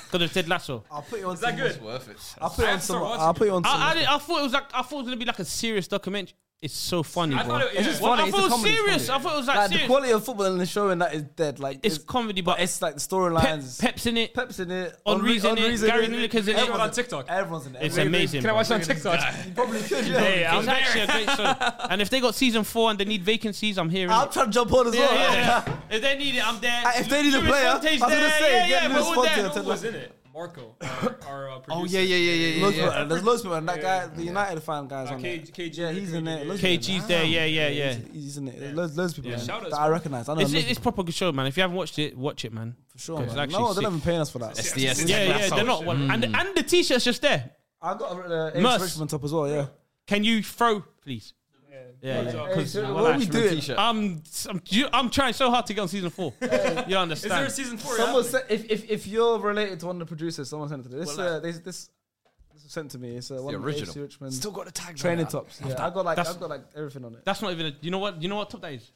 [SPEAKER 5] Because of Ted Lasso.
[SPEAKER 2] I'll put you on. Is
[SPEAKER 8] that good?
[SPEAKER 4] It's worth it.
[SPEAKER 2] I'll put you
[SPEAKER 8] I
[SPEAKER 2] on
[SPEAKER 8] have to start
[SPEAKER 2] some.
[SPEAKER 8] watching
[SPEAKER 2] I'll put you on
[SPEAKER 5] I, I,
[SPEAKER 2] some.
[SPEAKER 5] didn't- I thought it was like I thought it was gonna be like a serious documentary. It's so funny,
[SPEAKER 8] I
[SPEAKER 5] bro.
[SPEAKER 8] thought it- It's just
[SPEAKER 5] Well,
[SPEAKER 2] funny,
[SPEAKER 5] I
[SPEAKER 2] it's
[SPEAKER 5] thought
[SPEAKER 2] a
[SPEAKER 5] it was
[SPEAKER 2] comedy, it's
[SPEAKER 5] serious. I
[SPEAKER 2] comedy.
[SPEAKER 5] thought it was like,
[SPEAKER 2] Like, the
[SPEAKER 5] serious.
[SPEAKER 2] quality of football in the show and that is dead. Like
[SPEAKER 5] it's comedy, but it's
[SPEAKER 2] it's like the
[SPEAKER 5] Pep,
[SPEAKER 2] storylines.
[SPEAKER 5] Pep's in it.
[SPEAKER 2] Peps in it.
[SPEAKER 5] Henri's in it, Gary Lineker's in it.
[SPEAKER 2] everyone's
[SPEAKER 8] On TikTok.
[SPEAKER 2] Everyone's in it.
[SPEAKER 5] It's
[SPEAKER 2] Everyone's-
[SPEAKER 5] amazing.
[SPEAKER 8] Can I
[SPEAKER 5] bro.
[SPEAKER 8] watch it on TikTok?
[SPEAKER 2] You probably could. Yeah.
[SPEAKER 8] I
[SPEAKER 5] It's actually a great show. And if they got season four and they need vacancies, I'm here.
[SPEAKER 2] I'll
[SPEAKER 5] innit?
[SPEAKER 2] try to jump on as
[SPEAKER 5] yeah,
[SPEAKER 2] well.
[SPEAKER 5] yeah, yeah. If they need it, I'm there.
[SPEAKER 2] Uh, if they need a
[SPEAKER 5] Luis
[SPEAKER 2] player, I
[SPEAKER 5] Fonte's
[SPEAKER 2] was gonna
[SPEAKER 5] there.
[SPEAKER 2] say,
[SPEAKER 5] yeah,
[SPEAKER 2] get
[SPEAKER 5] yeah,
[SPEAKER 2] Luis
[SPEAKER 5] but we're there.
[SPEAKER 2] Fonte.
[SPEAKER 8] Who was in it? Marco, our, our uh, producer.
[SPEAKER 4] Oh yeah, yeah, yeah, yeah, yeah.
[SPEAKER 2] Loads of
[SPEAKER 4] yeah.
[SPEAKER 2] people- There's loads of people. And that guy, the United fan guy's
[SPEAKER 8] Uh,
[SPEAKER 2] on
[SPEAKER 8] K-
[SPEAKER 2] it.
[SPEAKER 8] KG,
[SPEAKER 2] Yeah, he's in there. Loads of people
[SPEAKER 5] KG's there. Yeah, yeah, yeah.
[SPEAKER 2] in it. He's in it. There's Loads, loads of people in it
[SPEAKER 8] Shout outs,
[SPEAKER 2] that I recognize. I know
[SPEAKER 5] It's,
[SPEAKER 2] loads of
[SPEAKER 5] it's
[SPEAKER 2] people
[SPEAKER 5] proper good show, man. If you haven't watched it, watch it, man.
[SPEAKER 2] for sure.
[SPEAKER 5] 'cause
[SPEAKER 2] man.
[SPEAKER 5] it's actually
[SPEAKER 2] No, they're
[SPEAKER 5] sick.
[SPEAKER 2] not even paying us for that.
[SPEAKER 4] SDS.
[SPEAKER 5] Yeah, yeah, they're not one. And, and the t-shirt's just there.
[SPEAKER 2] I got uh,
[SPEAKER 5] Merce.
[SPEAKER 2] Ace Richmond top as well. Yeah.
[SPEAKER 5] Can you throw, please?
[SPEAKER 3] Yeah, yeah.
[SPEAKER 2] Hey, so what are we doing?
[SPEAKER 5] I'm, I'm, you- I'm trying so hard to get on season four. you don't
[SPEAKER 3] Is there a
[SPEAKER 5] understand?
[SPEAKER 3] season four?
[SPEAKER 2] Someone
[SPEAKER 3] Yeah.
[SPEAKER 2] sent, if, if if you're related to one of the producers, someone sent it to me. this. uh, this this this was sent to me. It's uh, one of
[SPEAKER 4] original.
[SPEAKER 2] AC Richmond
[SPEAKER 4] Still got the tags.
[SPEAKER 2] training tops. Yeah, I got like
[SPEAKER 5] That's-
[SPEAKER 2] I've got like everything on it.
[SPEAKER 5] That's not even. A, you know what? You know what top that is?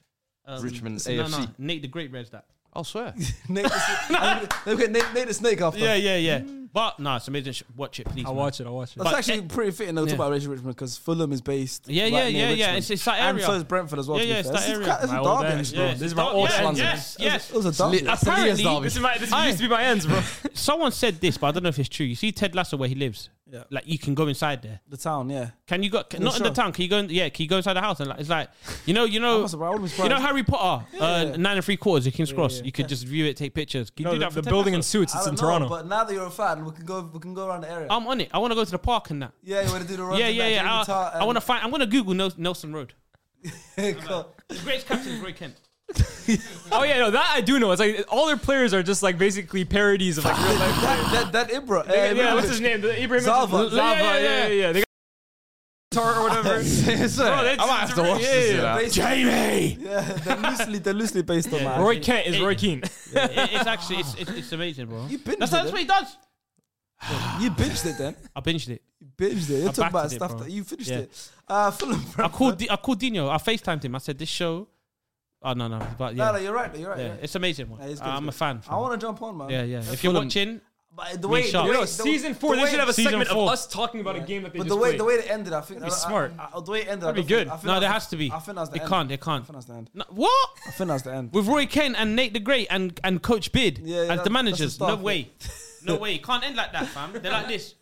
[SPEAKER 5] Um,
[SPEAKER 4] Richmond
[SPEAKER 5] No, no.
[SPEAKER 4] AFC.
[SPEAKER 5] Nate the Great reads that.
[SPEAKER 4] I swear.
[SPEAKER 2] Nate, the, I'm gonna- okay, Nate, Nate the snake after.
[SPEAKER 5] Yeah, yeah, yeah. But no, it's amazing. Sh- Watch it, please.
[SPEAKER 8] I'll
[SPEAKER 5] man.
[SPEAKER 8] watch it. I'll watch it.
[SPEAKER 2] That's
[SPEAKER 5] But-
[SPEAKER 2] actually pretty fitting though to
[SPEAKER 5] Yeah.
[SPEAKER 2] talk about Rachel Richmond because Fulham is based.
[SPEAKER 5] Yeah,
[SPEAKER 2] right
[SPEAKER 5] yeah,
[SPEAKER 2] near
[SPEAKER 5] yeah, yeah.
[SPEAKER 2] Richmond.
[SPEAKER 5] It's- it's that
[SPEAKER 2] And
[SPEAKER 5] area.
[SPEAKER 2] so is Brentford as well.
[SPEAKER 5] Yeah,
[SPEAKER 2] to be
[SPEAKER 5] yeah, it's
[SPEAKER 2] fair.
[SPEAKER 5] that
[SPEAKER 2] This is
[SPEAKER 5] area.
[SPEAKER 2] quite- this is
[SPEAKER 8] My
[SPEAKER 2] a
[SPEAKER 8] old
[SPEAKER 2] derby,
[SPEAKER 8] bench,
[SPEAKER 2] actually.
[SPEAKER 8] bro.
[SPEAKER 5] Yeah,
[SPEAKER 8] This is my old
[SPEAKER 5] yes,
[SPEAKER 8] London.
[SPEAKER 5] Yes, yes.
[SPEAKER 2] It was a derby.
[SPEAKER 4] That's the Leeds
[SPEAKER 5] Apparently,
[SPEAKER 4] derby.
[SPEAKER 3] This is my. This used to be my ends, bro.
[SPEAKER 5] Someone said this, but I don't know if it's true. You see Ted Lasso where he lives.
[SPEAKER 2] Yeah.
[SPEAKER 5] Like you can go inside there.
[SPEAKER 2] The town, yeah.
[SPEAKER 5] Can you go? Can,
[SPEAKER 2] Yeah,
[SPEAKER 5] not in
[SPEAKER 2] sure.
[SPEAKER 5] the town. Can you go? In, yeah. Can you go inside the house? And like, it's like, you know, you know,
[SPEAKER 2] must have- I wouldn't be
[SPEAKER 5] you know
[SPEAKER 2] surprised.
[SPEAKER 5] Harry Potter, uh,
[SPEAKER 2] yeah.
[SPEAKER 5] nine and three quarters. You King's Cross.
[SPEAKER 2] yeah.
[SPEAKER 5] You could just view it, take pictures. Can you
[SPEAKER 3] No,
[SPEAKER 5] do
[SPEAKER 3] the,
[SPEAKER 5] that for
[SPEAKER 3] the
[SPEAKER 5] Ted
[SPEAKER 3] building in
[SPEAKER 5] Lasso?
[SPEAKER 3] suits.
[SPEAKER 2] I
[SPEAKER 3] It's
[SPEAKER 2] don't
[SPEAKER 3] in
[SPEAKER 2] know,
[SPEAKER 3] Toronto.
[SPEAKER 2] But now that you're a fan, we can go we can go around the area.
[SPEAKER 5] I'm on it. I want to go to the park and that.
[SPEAKER 2] yeah, you want to do the run?
[SPEAKER 5] Yeah, yeah, yeah. I, want to find. I'm gonna Google Nel- Nelson Road.
[SPEAKER 2] to.
[SPEAKER 5] The greatest captain is Roy Kent.
[SPEAKER 3] Oh yeah, no, that I do know. It's like all their players are just like basically parodies of like real life.
[SPEAKER 2] That that Ibra.
[SPEAKER 3] Yeah,
[SPEAKER 2] eh,
[SPEAKER 3] yeah,
[SPEAKER 2] Ibra-
[SPEAKER 3] what's his name? The Ibrahim
[SPEAKER 2] Zava.
[SPEAKER 3] Zava,
[SPEAKER 2] Zava,
[SPEAKER 3] yeah, yeah, yeah. yeah. They got tar or whatever. Bro, that's-
[SPEAKER 4] I might have to watch
[SPEAKER 3] yeah,
[SPEAKER 4] this.
[SPEAKER 3] yeah.
[SPEAKER 4] Yeah.
[SPEAKER 2] Based-
[SPEAKER 4] Jamie.
[SPEAKER 2] Yeah, they're loosely they're loosely based on that.
[SPEAKER 3] Roy Kent is Roy Keane.
[SPEAKER 5] It- it's actually it's, it's, it's amazing, bro.
[SPEAKER 2] You binged it,
[SPEAKER 5] That's, that's what
[SPEAKER 2] then.
[SPEAKER 5] he does.
[SPEAKER 2] You binged it then.
[SPEAKER 5] I binged it.
[SPEAKER 2] You binged it. You're talking
[SPEAKER 5] backed
[SPEAKER 2] about
[SPEAKER 5] it,
[SPEAKER 2] stuff
[SPEAKER 5] bro.
[SPEAKER 2] that you finished
[SPEAKER 5] Yeah.
[SPEAKER 2] it. Uh, Fulham.
[SPEAKER 5] I
[SPEAKER 2] Brentford.
[SPEAKER 5] called. Di- I called Dino. I Facetimed him. I said, "This show." Oh no, no, but yeah,
[SPEAKER 2] No, no, you're right. You're right.
[SPEAKER 5] yeah.
[SPEAKER 2] you're right.
[SPEAKER 5] it's amazing. One.
[SPEAKER 2] Yeah, it's good,
[SPEAKER 5] I'm a
[SPEAKER 2] it's good.
[SPEAKER 5] fan.
[SPEAKER 2] I want to jump on, man.
[SPEAKER 5] Yeah, yeah. If you're
[SPEAKER 4] Fulham-
[SPEAKER 5] watching,
[SPEAKER 2] But the way, the
[SPEAKER 5] sharp.
[SPEAKER 2] way
[SPEAKER 5] You know,
[SPEAKER 2] the-
[SPEAKER 3] season
[SPEAKER 2] the
[SPEAKER 3] four, they
[SPEAKER 2] way-
[SPEAKER 3] should have a
[SPEAKER 5] season
[SPEAKER 3] segment
[SPEAKER 5] four.
[SPEAKER 3] of us talking about a game that they
[SPEAKER 2] But
[SPEAKER 3] just
[SPEAKER 2] the way
[SPEAKER 3] played.
[SPEAKER 2] the way it ended, I think that'd
[SPEAKER 3] be smart.
[SPEAKER 2] the way it ended, that'd
[SPEAKER 3] be good.
[SPEAKER 5] no, there has to be.
[SPEAKER 2] I think that's the
[SPEAKER 5] it
[SPEAKER 2] end.
[SPEAKER 5] can't. It can't.
[SPEAKER 2] I think that's the end.
[SPEAKER 5] No, what
[SPEAKER 2] I think that's the end.
[SPEAKER 5] with Roy Kane and Nate the Great and and Coach Bid
[SPEAKER 2] Yeah, yeah,
[SPEAKER 5] as
[SPEAKER 2] that's-
[SPEAKER 5] the
[SPEAKER 2] that's
[SPEAKER 5] managers?
[SPEAKER 2] the
[SPEAKER 5] no
[SPEAKER 2] staff,
[SPEAKER 5] way. No way. It can't end like that, fam. They're like this.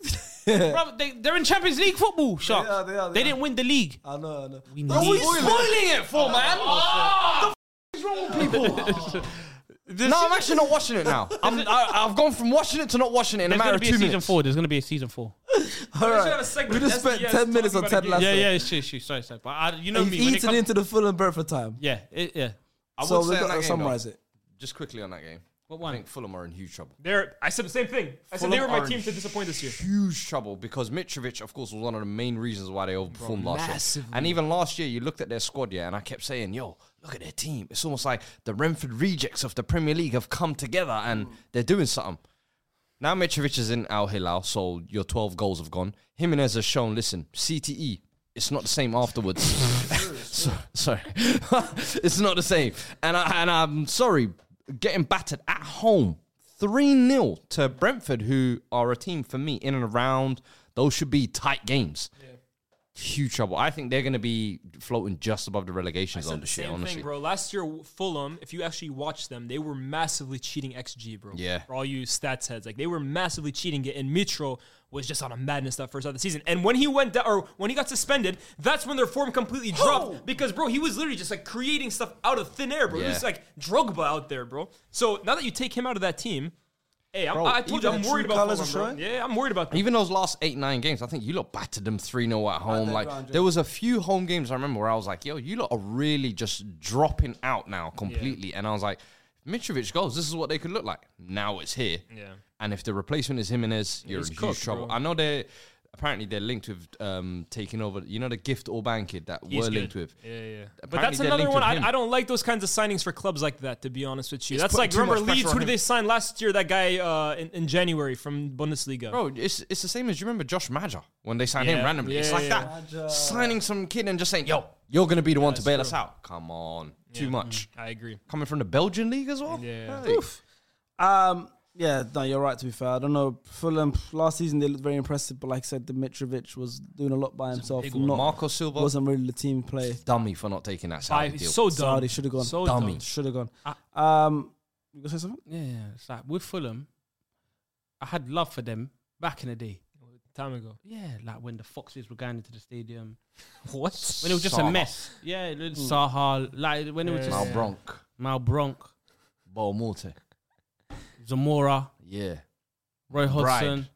[SPEAKER 5] Bro, they, they're in Champions League football. Sharks.
[SPEAKER 2] are, they are, they are.
[SPEAKER 5] didn't win the league.
[SPEAKER 2] I know, I know.
[SPEAKER 5] We
[SPEAKER 2] That's
[SPEAKER 5] need-
[SPEAKER 2] what you
[SPEAKER 5] Spoil
[SPEAKER 2] spoiling.
[SPEAKER 4] it for
[SPEAKER 2] Oh,
[SPEAKER 4] man. No, I'm actually not watching it now. I'm, I, I've gone from watching it to not watching it in
[SPEAKER 5] There's
[SPEAKER 4] a matter
[SPEAKER 5] gonna
[SPEAKER 4] of
[SPEAKER 5] be a
[SPEAKER 4] two
[SPEAKER 5] season
[SPEAKER 4] minutes.
[SPEAKER 5] four. There's gonna be a season four.
[SPEAKER 2] All
[SPEAKER 3] should have a
[SPEAKER 2] right.
[SPEAKER 3] segment.
[SPEAKER 2] We just
[SPEAKER 3] That's
[SPEAKER 2] spent
[SPEAKER 3] the-
[SPEAKER 2] ten
[SPEAKER 3] yes,
[SPEAKER 2] minutes on
[SPEAKER 3] talking about
[SPEAKER 2] Ted
[SPEAKER 3] a
[SPEAKER 2] Lasso.
[SPEAKER 5] yeah, yeah, it's true, it's true. Sorry, sorry. But I, you know
[SPEAKER 2] You've
[SPEAKER 5] me. when it
[SPEAKER 2] eaten
[SPEAKER 5] comes-
[SPEAKER 2] into the Fulham Brentford time.
[SPEAKER 5] yeah, it, yeah.
[SPEAKER 4] I
[SPEAKER 2] So
[SPEAKER 4] will say
[SPEAKER 2] we've
[SPEAKER 4] on that
[SPEAKER 2] got to
[SPEAKER 4] game,
[SPEAKER 2] summarize
[SPEAKER 4] though,
[SPEAKER 2] it.
[SPEAKER 4] Just quickly on that game.
[SPEAKER 5] What
[SPEAKER 4] I
[SPEAKER 5] one?
[SPEAKER 4] think Fulham are in huge trouble.
[SPEAKER 3] They're, I said the same thing. I said they were
[SPEAKER 4] Fulham
[SPEAKER 3] my
[SPEAKER 4] are
[SPEAKER 3] team
[SPEAKER 4] in
[SPEAKER 3] to disappoint this year.
[SPEAKER 4] Huge trouble because Mitrovic, of course, was one of the main reasons why they overperformed last year. And even last year, you looked at their squad, yeah, and I kept saying, yo, look at their team. It's almost like the Renford rejects of the Premier League have come together and they're doing something. Now Mitrovic is in Al Hilal, so your 12 goals have gone. Jimenez has shown, listen, CTE, it's not the same afterwards. so, sorry. it's not the same. And, I, and I'm sorry, getting battered at home 3 0 to Brentford, who are a team for me in and around. Those should be tight games. Huge trouble. I think they're going to be floating just above the relegation
[SPEAKER 3] I
[SPEAKER 4] zone
[SPEAKER 3] said the
[SPEAKER 4] this year,
[SPEAKER 3] same
[SPEAKER 4] honestly.
[SPEAKER 3] thing, bro. Last year, Fulham, if you actually watched them, they were massively cheating XG, bro.
[SPEAKER 4] Yeah.
[SPEAKER 3] For all you stats heads, like they were massively cheating it, and Mitro was just on a madness that first half of the season. And when he went down, or when he got suspended, that's when their form completely dropped because, bro, he was literally just like creating stuff out of thin air, bro. It
[SPEAKER 4] Yeah.
[SPEAKER 3] was like Drogba out there, bro. So now that you take him out of that team, hey, I'm,
[SPEAKER 4] Bro,
[SPEAKER 3] I told you,
[SPEAKER 2] even
[SPEAKER 3] I'm
[SPEAKER 2] the
[SPEAKER 3] worried
[SPEAKER 2] true
[SPEAKER 3] about
[SPEAKER 2] colours
[SPEAKER 3] Fulham, bro.
[SPEAKER 2] are showing.
[SPEAKER 3] Yeah, I'm worried about them.
[SPEAKER 4] Even those last eight, nine games, I think you lot battered them 3 0 at home.
[SPEAKER 2] they're
[SPEAKER 4] Like,
[SPEAKER 2] ground, yeah.
[SPEAKER 4] there was a few home games I remember where I was like, yo, you lot are really just dropping out now completely. And I was like, Mitrovic goes, this is what they could look like. Now it's here.
[SPEAKER 3] Yeah.
[SPEAKER 4] And if the replacement is Jimenez, you're
[SPEAKER 3] He's
[SPEAKER 4] in huge
[SPEAKER 3] cooked,
[SPEAKER 4] trouble.
[SPEAKER 3] bro.
[SPEAKER 4] I know they're apparently they're linked with um, taking over, you know, the gift or bank kid that we're
[SPEAKER 3] good.
[SPEAKER 4] linked with.
[SPEAKER 3] Yeah, yeah. But
[SPEAKER 4] Apparently
[SPEAKER 3] that's
[SPEAKER 4] they're
[SPEAKER 3] another
[SPEAKER 4] linked
[SPEAKER 3] one.
[SPEAKER 4] with him.
[SPEAKER 3] I, I don't like those kinds of signings for clubs like that, to be honest with you. that's
[SPEAKER 4] putting
[SPEAKER 3] like,
[SPEAKER 4] too
[SPEAKER 3] remember
[SPEAKER 4] much pressure
[SPEAKER 3] Leeds,
[SPEAKER 4] on
[SPEAKER 3] who did
[SPEAKER 4] him.
[SPEAKER 3] they sign last year? That guy uh, in, in January from Bundesliga.
[SPEAKER 4] Bro, it's it's the same as you remember Josh Maja when they signed him
[SPEAKER 3] Yeah,
[SPEAKER 4] randomly. it's
[SPEAKER 3] yeah,
[SPEAKER 4] like
[SPEAKER 3] yeah.
[SPEAKER 4] that signing some kid and just saying, "Yo, you're gonna be the one to bail us out." Come on, too much.
[SPEAKER 3] I agree.
[SPEAKER 4] Coming from the Belgian league as well.
[SPEAKER 3] Yeah.
[SPEAKER 4] Hey.
[SPEAKER 2] Um, yeah, no, you're right. To be fair, I don't know. Fulham pff, last season they looked very impressive, but like I said, Dimitrovic was doing a lot by himself. Not
[SPEAKER 4] Marco Silva
[SPEAKER 2] wasn't really the team play.
[SPEAKER 4] dummy for not taking that
[SPEAKER 3] I,
[SPEAKER 4] Saudi deal.
[SPEAKER 3] so dumb.
[SPEAKER 2] Saudi should have gone.
[SPEAKER 3] So
[SPEAKER 4] Dummy.
[SPEAKER 3] dumb. Ah.
[SPEAKER 2] Should have gone. Um, you gonna say something?
[SPEAKER 5] Yeah, yeah. It's like with Fulham, I had love for them back in the day.
[SPEAKER 3] Time ago.
[SPEAKER 5] Yeah, like when the Foxes were going into the stadium,
[SPEAKER 3] What?
[SPEAKER 5] when it was just a
[SPEAKER 4] Saha.
[SPEAKER 5] mess. Yeah, little
[SPEAKER 3] Mm.
[SPEAKER 5] Saha, like when it was just
[SPEAKER 4] Mal Bronk,
[SPEAKER 5] Malbronk,
[SPEAKER 4] Balmorte.
[SPEAKER 5] Zamora,
[SPEAKER 4] Yeah.
[SPEAKER 5] Roy Hodgson.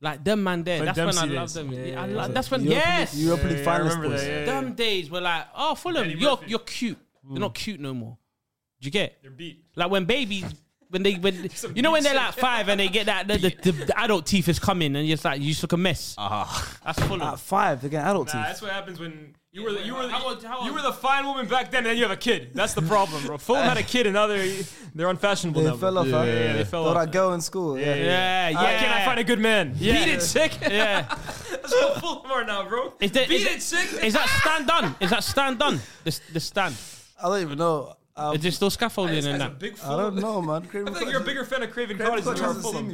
[SPEAKER 5] Like them man there.
[SPEAKER 3] When
[SPEAKER 5] that's
[SPEAKER 3] Dempsey
[SPEAKER 5] when I love
[SPEAKER 3] days.
[SPEAKER 5] them.
[SPEAKER 3] Yeah,
[SPEAKER 5] Yeah,
[SPEAKER 3] yeah,
[SPEAKER 5] I
[SPEAKER 3] yeah.
[SPEAKER 5] love, Uh, that's when
[SPEAKER 2] Europa Uh, League-
[SPEAKER 5] yes,
[SPEAKER 2] Europa League finalists.
[SPEAKER 3] remember
[SPEAKER 2] boys.
[SPEAKER 3] that, yeah.
[SPEAKER 5] them days were like, oh Fulham,
[SPEAKER 3] Eddie
[SPEAKER 5] you're
[SPEAKER 3] Murphy. Mm.
[SPEAKER 5] you're cute. They're not cute no more. Do you get?
[SPEAKER 3] They're beat.
[SPEAKER 5] Like when babies when they when you know when they're like five and they get that the, the, the, the adult teeth is coming and it's like you just look a mess. That's full
[SPEAKER 2] At
[SPEAKER 5] of.
[SPEAKER 2] five, they're getting adult
[SPEAKER 3] Nah,
[SPEAKER 2] teeth.
[SPEAKER 3] Ah, that's what happens when you were the, you were the,
[SPEAKER 5] How old- how
[SPEAKER 3] you
[SPEAKER 5] old-
[SPEAKER 3] were the fine woman back then, and you have a kid. That's the problem, bro. Fulham had a kid, and now they're they're unfashionable.
[SPEAKER 2] They
[SPEAKER 3] now,
[SPEAKER 2] fell
[SPEAKER 3] bro.
[SPEAKER 2] off.
[SPEAKER 3] Yeah,
[SPEAKER 2] huh?
[SPEAKER 3] yeah, yeah, they fell
[SPEAKER 2] Thought
[SPEAKER 3] off.
[SPEAKER 2] I'd go in school. Yeah.
[SPEAKER 5] Yeah, yeah.
[SPEAKER 3] Why can't I find a good man? Yeah. Beat it, chick.
[SPEAKER 5] Yeah.
[SPEAKER 3] That's what Fulham are now, bro.
[SPEAKER 5] Is that,
[SPEAKER 3] Beat
[SPEAKER 5] is
[SPEAKER 3] it,
[SPEAKER 5] that-
[SPEAKER 3] chick.
[SPEAKER 5] Is that stand done? Is that stand done? The, the stand.
[SPEAKER 2] I don't even know. Um,
[SPEAKER 5] Is there still scaffolding
[SPEAKER 3] This
[SPEAKER 5] in
[SPEAKER 3] guy's a
[SPEAKER 5] that?
[SPEAKER 3] big
[SPEAKER 2] I
[SPEAKER 3] Fulham.
[SPEAKER 2] don't know, man.
[SPEAKER 3] I feel like you're a bigger fan of Craven Cottage than you are of Fulham.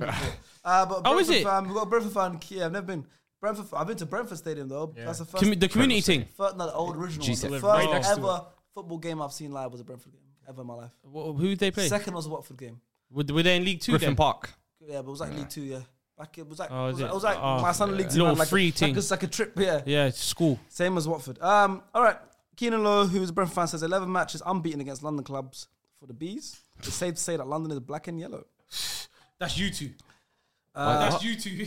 [SPEAKER 2] Uh, but
[SPEAKER 5] Oh,
[SPEAKER 2] Brentford
[SPEAKER 5] is it?
[SPEAKER 2] Fan, we've got a Brentford fan here. I've never been. Brentford, I've been to Brentford Stadium though. That's the first.
[SPEAKER 5] Commu- the community thing.
[SPEAKER 2] First, no, the old original.
[SPEAKER 4] Jesus.
[SPEAKER 2] One. The first
[SPEAKER 3] Right next to
[SPEAKER 2] ever football game I've seen live was a Brentford game ever in my life.
[SPEAKER 5] Wh- Who did they play?
[SPEAKER 2] Second was a Watford game.
[SPEAKER 5] Were, were they in League Two?
[SPEAKER 4] Griffin
[SPEAKER 5] Then?
[SPEAKER 4] Park.
[SPEAKER 2] Yeah, but it was like League Two. Yeah, like it was like
[SPEAKER 5] Oh,
[SPEAKER 2] it
[SPEAKER 5] is
[SPEAKER 2] was like,
[SPEAKER 5] it?
[SPEAKER 2] it was like
[SPEAKER 5] Oh,
[SPEAKER 2] my son League Two.
[SPEAKER 5] Little
[SPEAKER 2] man, like,
[SPEAKER 5] free
[SPEAKER 2] like
[SPEAKER 5] thing.
[SPEAKER 2] It's like a trip. Yeah.
[SPEAKER 5] Yeah, it's school.
[SPEAKER 2] Same as Watford. Um. All right. Keenan Lowe, who's a Brentford fan, says 11 matches unbeaten against London clubs for the bees. It's safe to say that London is black and yellow.
[SPEAKER 5] That's you two.
[SPEAKER 2] Uh,
[SPEAKER 4] Like,
[SPEAKER 5] That's you two.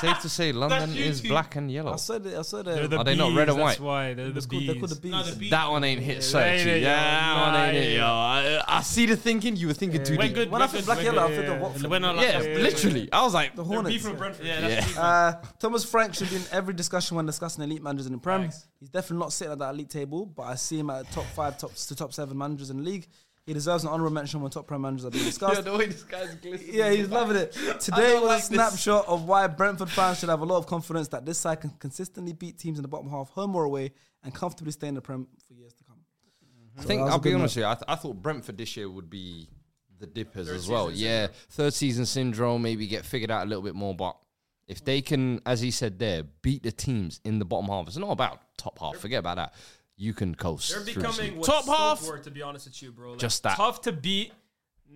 [SPEAKER 4] safe to say, London is
[SPEAKER 5] YouTube.
[SPEAKER 4] black and yellow.
[SPEAKER 2] I said it. I said
[SPEAKER 3] They're
[SPEAKER 2] it.
[SPEAKER 3] the
[SPEAKER 4] Are they not red
[SPEAKER 3] bees,
[SPEAKER 4] and
[SPEAKER 3] That's
[SPEAKER 4] white?
[SPEAKER 3] why they're the
[SPEAKER 2] It's called- they're called the
[SPEAKER 3] bees.
[SPEAKER 2] bees.
[SPEAKER 5] the bees.
[SPEAKER 4] That one ain't hit
[SPEAKER 3] that
[SPEAKER 4] search.
[SPEAKER 3] ain't
[SPEAKER 4] Yeah,
[SPEAKER 3] it, yo.
[SPEAKER 4] that one
[SPEAKER 3] Nah,
[SPEAKER 4] ain't it,
[SPEAKER 3] yeah.
[SPEAKER 4] yo. I, I see the thinking. You were thinking too
[SPEAKER 5] We're
[SPEAKER 4] deep.
[SPEAKER 5] good.
[SPEAKER 2] When I
[SPEAKER 5] we're
[SPEAKER 2] think
[SPEAKER 5] good,
[SPEAKER 2] black
[SPEAKER 5] we're
[SPEAKER 2] yellow, I
[SPEAKER 5] good.
[SPEAKER 2] think of Watford.
[SPEAKER 5] We're not like
[SPEAKER 4] Yeah, literally. I was like,
[SPEAKER 2] The
[SPEAKER 3] They're beef
[SPEAKER 2] Hornets.
[SPEAKER 3] from Brentford.
[SPEAKER 5] Yeah,
[SPEAKER 4] yeah.
[SPEAKER 5] that's
[SPEAKER 2] Uh, Thomas Frank should be in every discussion when discussing elite managers in the Prem. He's definitely not sitting at that elite table, but I see him at the top five, top to top seven managers in the league. He deserves an honorable mention when top Prem managers are being discussed.
[SPEAKER 4] way this guy's glistening.
[SPEAKER 2] Yeah, he's loving it. Today
[SPEAKER 4] don't
[SPEAKER 2] was
[SPEAKER 4] like
[SPEAKER 2] a
[SPEAKER 4] this.
[SPEAKER 2] snapshot of why Brentford fans should have a lot of confidence that this side can consistently beat teams in the bottom half, home or away, and comfortably stay in the Prem for years to come.
[SPEAKER 4] I think
[SPEAKER 2] that was
[SPEAKER 4] I'll
[SPEAKER 2] a good
[SPEAKER 4] be honest with you. I, th- I thought Brentford this year would be the dippers as well. Yeah, third season syndrome maybe get figured out a little bit more, but if they can, as he said there, beat the teams in the bottom half, it's not about top half. Forget about that. You can coast.
[SPEAKER 3] They're
[SPEAKER 4] through the
[SPEAKER 3] becoming
[SPEAKER 4] season.
[SPEAKER 3] what
[SPEAKER 5] Top
[SPEAKER 3] top
[SPEAKER 5] half.
[SPEAKER 3] were, to be honest with you, bro. Like,
[SPEAKER 4] Just that.
[SPEAKER 3] tough to beat.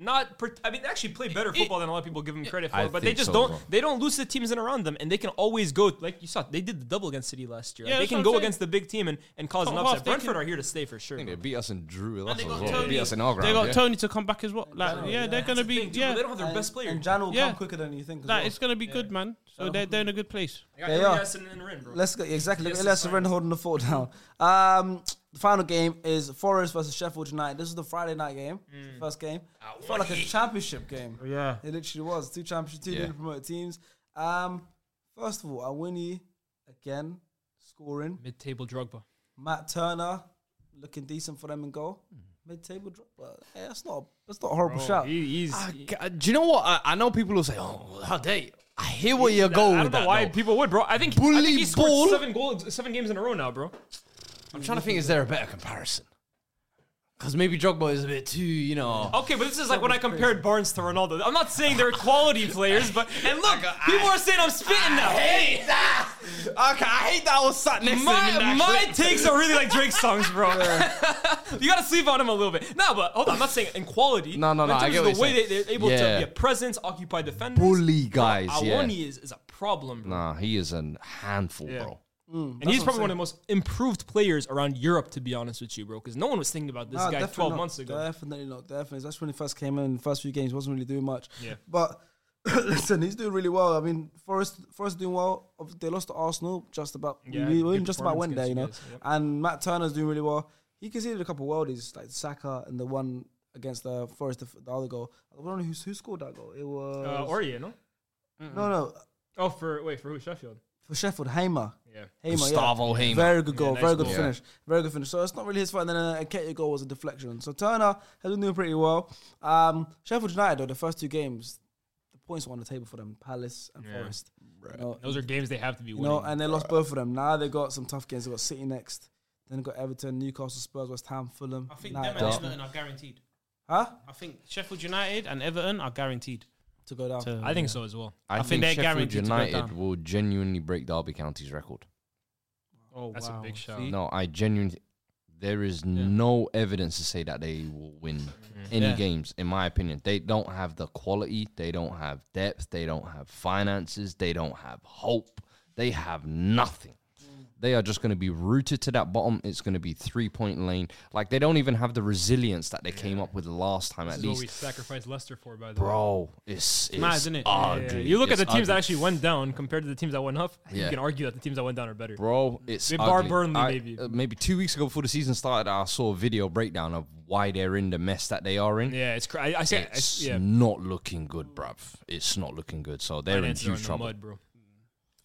[SPEAKER 3] Not, per- I mean, they actually play better football than a lot of people give them credit for.
[SPEAKER 4] I
[SPEAKER 3] but they
[SPEAKER 4] think
[SPEAKER 3] just
[SPEAKER 4] so,
[SPEAKER 3] don't.
[SPEAKER 4] bro.
[SPEAKER 3] They don't lose to the teams in around them, and they can always go. Like you saw, they did the double against City last year. Like,
[SPEAKER 5] Yeah,
[SPEAKER 3] they
[SPEAKER 5] that's
[SPEAKER 3] can
[SPEAKER 5] what
[SPEAKER 3] go
[SPEAKER 5] I'm saying.
[SPEAKER 3] against the big team and, and cause an
[SPEAKER 5] Top half,
[SPEAKER 3] upset.
[SPEAKER 5] they
[SPEAKER 3] Brentford
[SPEAKER 5] can-
[SPEAKER 3] are here to stay for sure.
[SPEAKER 4] I think
[SPEAKER 3] bro.
[SPEAKER 4] they beat us and drew with us
[SPEAKER 5] they
[SPEAKER 4] as
[SPEAKER 5] got
[SPEAKER 4] well. They beat
[SPEAKER 5] Tony-
[SPEAKER 4] us in our ground.
[SPEAKER 5] They got
[SPEAKER 4] yeah.
[SPEAKER 5] Tony to come back as well. Like, yeah, they're gonna
[SPEAKER 3] That's the
[SPEAKER 5] be.
[SPEAKER 3] thing, too,
[SPEAKER 5] yeah,
[SPEAKER 3] but they don't have their best player.
[SPEAKER 2] And Jan will
[SPEAKER 5] Yeah.
[SPEAKER 2] come quicker than you think. As
[SPEAKER 5] Like,
[SPEAKER 2] well.
[SPEAKER 5] it's gonna be good, man. So they're they're in a good place.
[SPEAKER 3] They got
[SPEAKER 2] They are.
[SPEAKER 3] Elias and, and Rin, bro.
[SPEAKER 2] Let's go. Exactly.
[SPEAKER 3] Yes,
[SPEAKER 2] Let's
[SPEAKER 3] it's
[SPEAKER 2] surrender holding the fort down. Um, the final game is Forest versus Sheffield United. This is the Friday night game. It's the First game. It felt like a championship game.
[SPEAKER 5] Yeah.
[SPEAKER 2] It literally was. Two championship, two
[SPEAKER 4] Yeah.
[SPEAKER 2] newly promoted teams. Um, first of all, Awini again scoring.
[SPEAKER 3] Mid-table Drogba.
[SPEAKER 2] Matt Turner looking decent for them in goal.
[SPEAKER 3] Hmm.
[SPEAKER 2] Mid table drop. but, Hey, that's not that's not a horrible shout.
[SPEAKER 3] He's.
[SPEAKER 4] I g- do you know what? I, I know people will say, "Oh, how dare you?" I hear where you're
[SPEAKER 3] I
[SPEAKER 4] going
[SPEAKER 3] don't know
[SPEAKER 4] with that.
[SPEAKER 3] why
[SPEAKER 4] though.
[SPEAKER 3] people would, bro. I think, I
[SPEAKER 4] Bully
[SPEAKER 3] think he scored
[SPEAKER 4] ball.
[SPEAKER 3] seven goals, seven games in a row now, bro.
[SPEAKER 4] I'm trying to think, is there a better comparison? Because maybe Drogba is a bit too, you know.
[SPEAKER 3] Okay, but this is like when I compared Barnes to Ronaldo. I'm not saying they're quality players, but and look, people are saying I'm spitting now.
[SPEAKER 4] hate that. Okay, I hate that I was sat next
[SPEAKER 3] My, my takes are really like Drake songs, bro. you gotta sleep on him a little bit. No, but hold on, I'm not saying in quality.
[SPEAKER 4] No,
[SPEAKER 3] but
[SPEAKER 4] no, no,
[SPEAKER 3] In
[SPEAKER 4] I
[SPEAKER 3] terms
[SPEAKER 4] get
[SPEAKER 3] of
[SPEAKER 4] what
[SPEAKER 3] the
[SPEAKER 4] you're
[SPEAKER 3] way
[SPEAKER 4] saying.
[SPEAKER 3] they, they're able to
[SPEAKER 4] Yeah.
[SPEAKER 3] be a presence, occupy defenders.
[SPEAKER 4] Bully guys, yeah.
[SPEAKER 3] Awoni is, is a problem, bro.
[SPEAKER 4] Nah, he is a handful, bro.
[SPEAKER 3] and he's probably one of the most improved players around Europe, to be honest with you, bro. Because no one was thinking about this
[SPEAKER 2] Nah,
[SPEAKER 3] guy
[SPEAKER 2] definitely
[SPEAKER 3] 12
[SPEAKER 2] not.
[SPEAKER 3] months ago.
[SPEAKER 2] Definitely not. Definitely. That's when he first came in. The first few games wasn't really doing much. Yeah. But listen, he's doing really well. I mean, Forest Forest doing well. Obvi- They lost to Arsenal just about.
[SPEAKER 3] Yeah,
[SPEAKER 2] we
[SPEAKER 3] good
[SPEAKER 2] we just about went
[SPEAKER 3] performance
[SPEAKER 2] there, you know.
[SPEAKER 3] against you guys,
[SPEAKER 2] And Matt Turner's doing really well. He conceded a couple of worldies like Saka and the one against the Forest, the, f- the other goal. I don't know who, who scored that goal. It was
[SPEAKER 3] Uh, Aurier, no?
[SPEAKER 2] no, no,
[SPEAKER 3] Oh, for wait, for who? Sheffield.
[SPEAKER 2] for Sheffield, Hamer.
[SPEAKER 3] Yeah.
[SPEAKER 2] Hamer,
[SPEAKER 4] Gustavo
[SPEAKER 2] yeah.
[SPEAKER 4] Hamer.
[SPEAKER 2] Very good goal,
[SPEAKER 3] nice
[SPEAKER 2] very good
[SPEAKER 3] goal.
[SPEAKER 2] finish, very good finish. So it's not really his fault. And then uh, Ketia goal was a deflection. So Turner has been doing pretty well. Um, Sheffield United, though, the first two games, the points were on the table for them Palace and Forest. You know,
[SPEAKER 3] Those are games they have to be
[SPEAKER 2] you
[SPEAKER 3] winning.
[SPEAKER 2] know, and they lost both of them. Now they got some tough games. They got City next, then they got Everton, Newcastle, Spurs, West Ham, Fulham.
[SPEAKER 5] I think
[SPEAKER 2] United,
[SPEAKER 5] them and
[SPEAKER 2] Arsenal.
[SPEAKER 5] Everton are guaranteed.
[SPEAKER 2] Huh?
[SPEAKER 5] I think Sheffield United and Everton are guaranteed.
[SPEAKER 2] To go down.
[SPEAKER 5] To,
[SPEAKER 3] I think so as well.
[SPEAKER 4] I,
[SPEAKER 5] I
[SPEAKER 4] think,
[SPEAKER 5] think they're
[SPEAKER 4] Sheffield
[SPEAKER 5] guaranteed to go
[SPEAKER 4] United
[SPEAKER 5] down.
[SPEAKER 4] will genuinely break Derby County's record.
[SPEAKER 5] Oh,
[SPEAKER 3] That's a big shout.
[SPEAKER 5] See?
[SPEAKER 4] No, I genuinely. There is no evidence to say that they will win
[SPEAKER 8] Mm.
[SPEAKER 4] any
[SPEAKER 5] Yeah.
[SPEAKER 4] games, in my opinion. They don't have the quality, they don't have
[SPEAKER 8] Mm.
[SPEAKER 4] depth, they don't have finances, they don't have hope, they have nothing. They are just going to be rooted to that bottom. It's going to be three point lane. Like they don't even have the resilience that they came up with last time. at
[SPEAKER 8] This is what we
[SPEAKER 4] least,
[SPEAKER 8] sacrificed Leicester for, by the way.
[SPEAKER 4] bro, it's it's
[SPEAKER 5] mad, isn't it? Yeah,
[SPEAKER 4] ugly.
[SPEAKER 8] You look
[SPEAKER 4] It's
[SPEAKER 8] at the teams that
[SPEAKER 4] ugly.
[SPEAKER 8] actually went down compared to the teams that went up.
[SPEAKER 4] Yeah.
[SPEAKER 8] You can argue that the teams that went down are better.
[SPEAKER 4] Bro, it's
[SPEAKER 8] With Bar
[SPEAKER 4] ugly.
[SPEAKER 8] Burnley,
[SPEAKER 4] I-
[SPEAKER 8] maybe.
[SPEAKER 4] uh, maybe two weeks ago before the season started, I saw a video breakdown of why they're in the mess that they are in.
[SPEAKER 8] Yeah, it's cra- I, I say I-
[SPEAKER 4] It's
[SPEAKER 8] yeah.
[SPEAKER 4] not looking good, bruv. It's not looking good. So they're in
[SPEAKER 8] Finances are
[SPEAKER 4] huge
[SPEAKER 8] the
[SPEAKER 4] trouble.
[SPEAKER 8] mud, bro.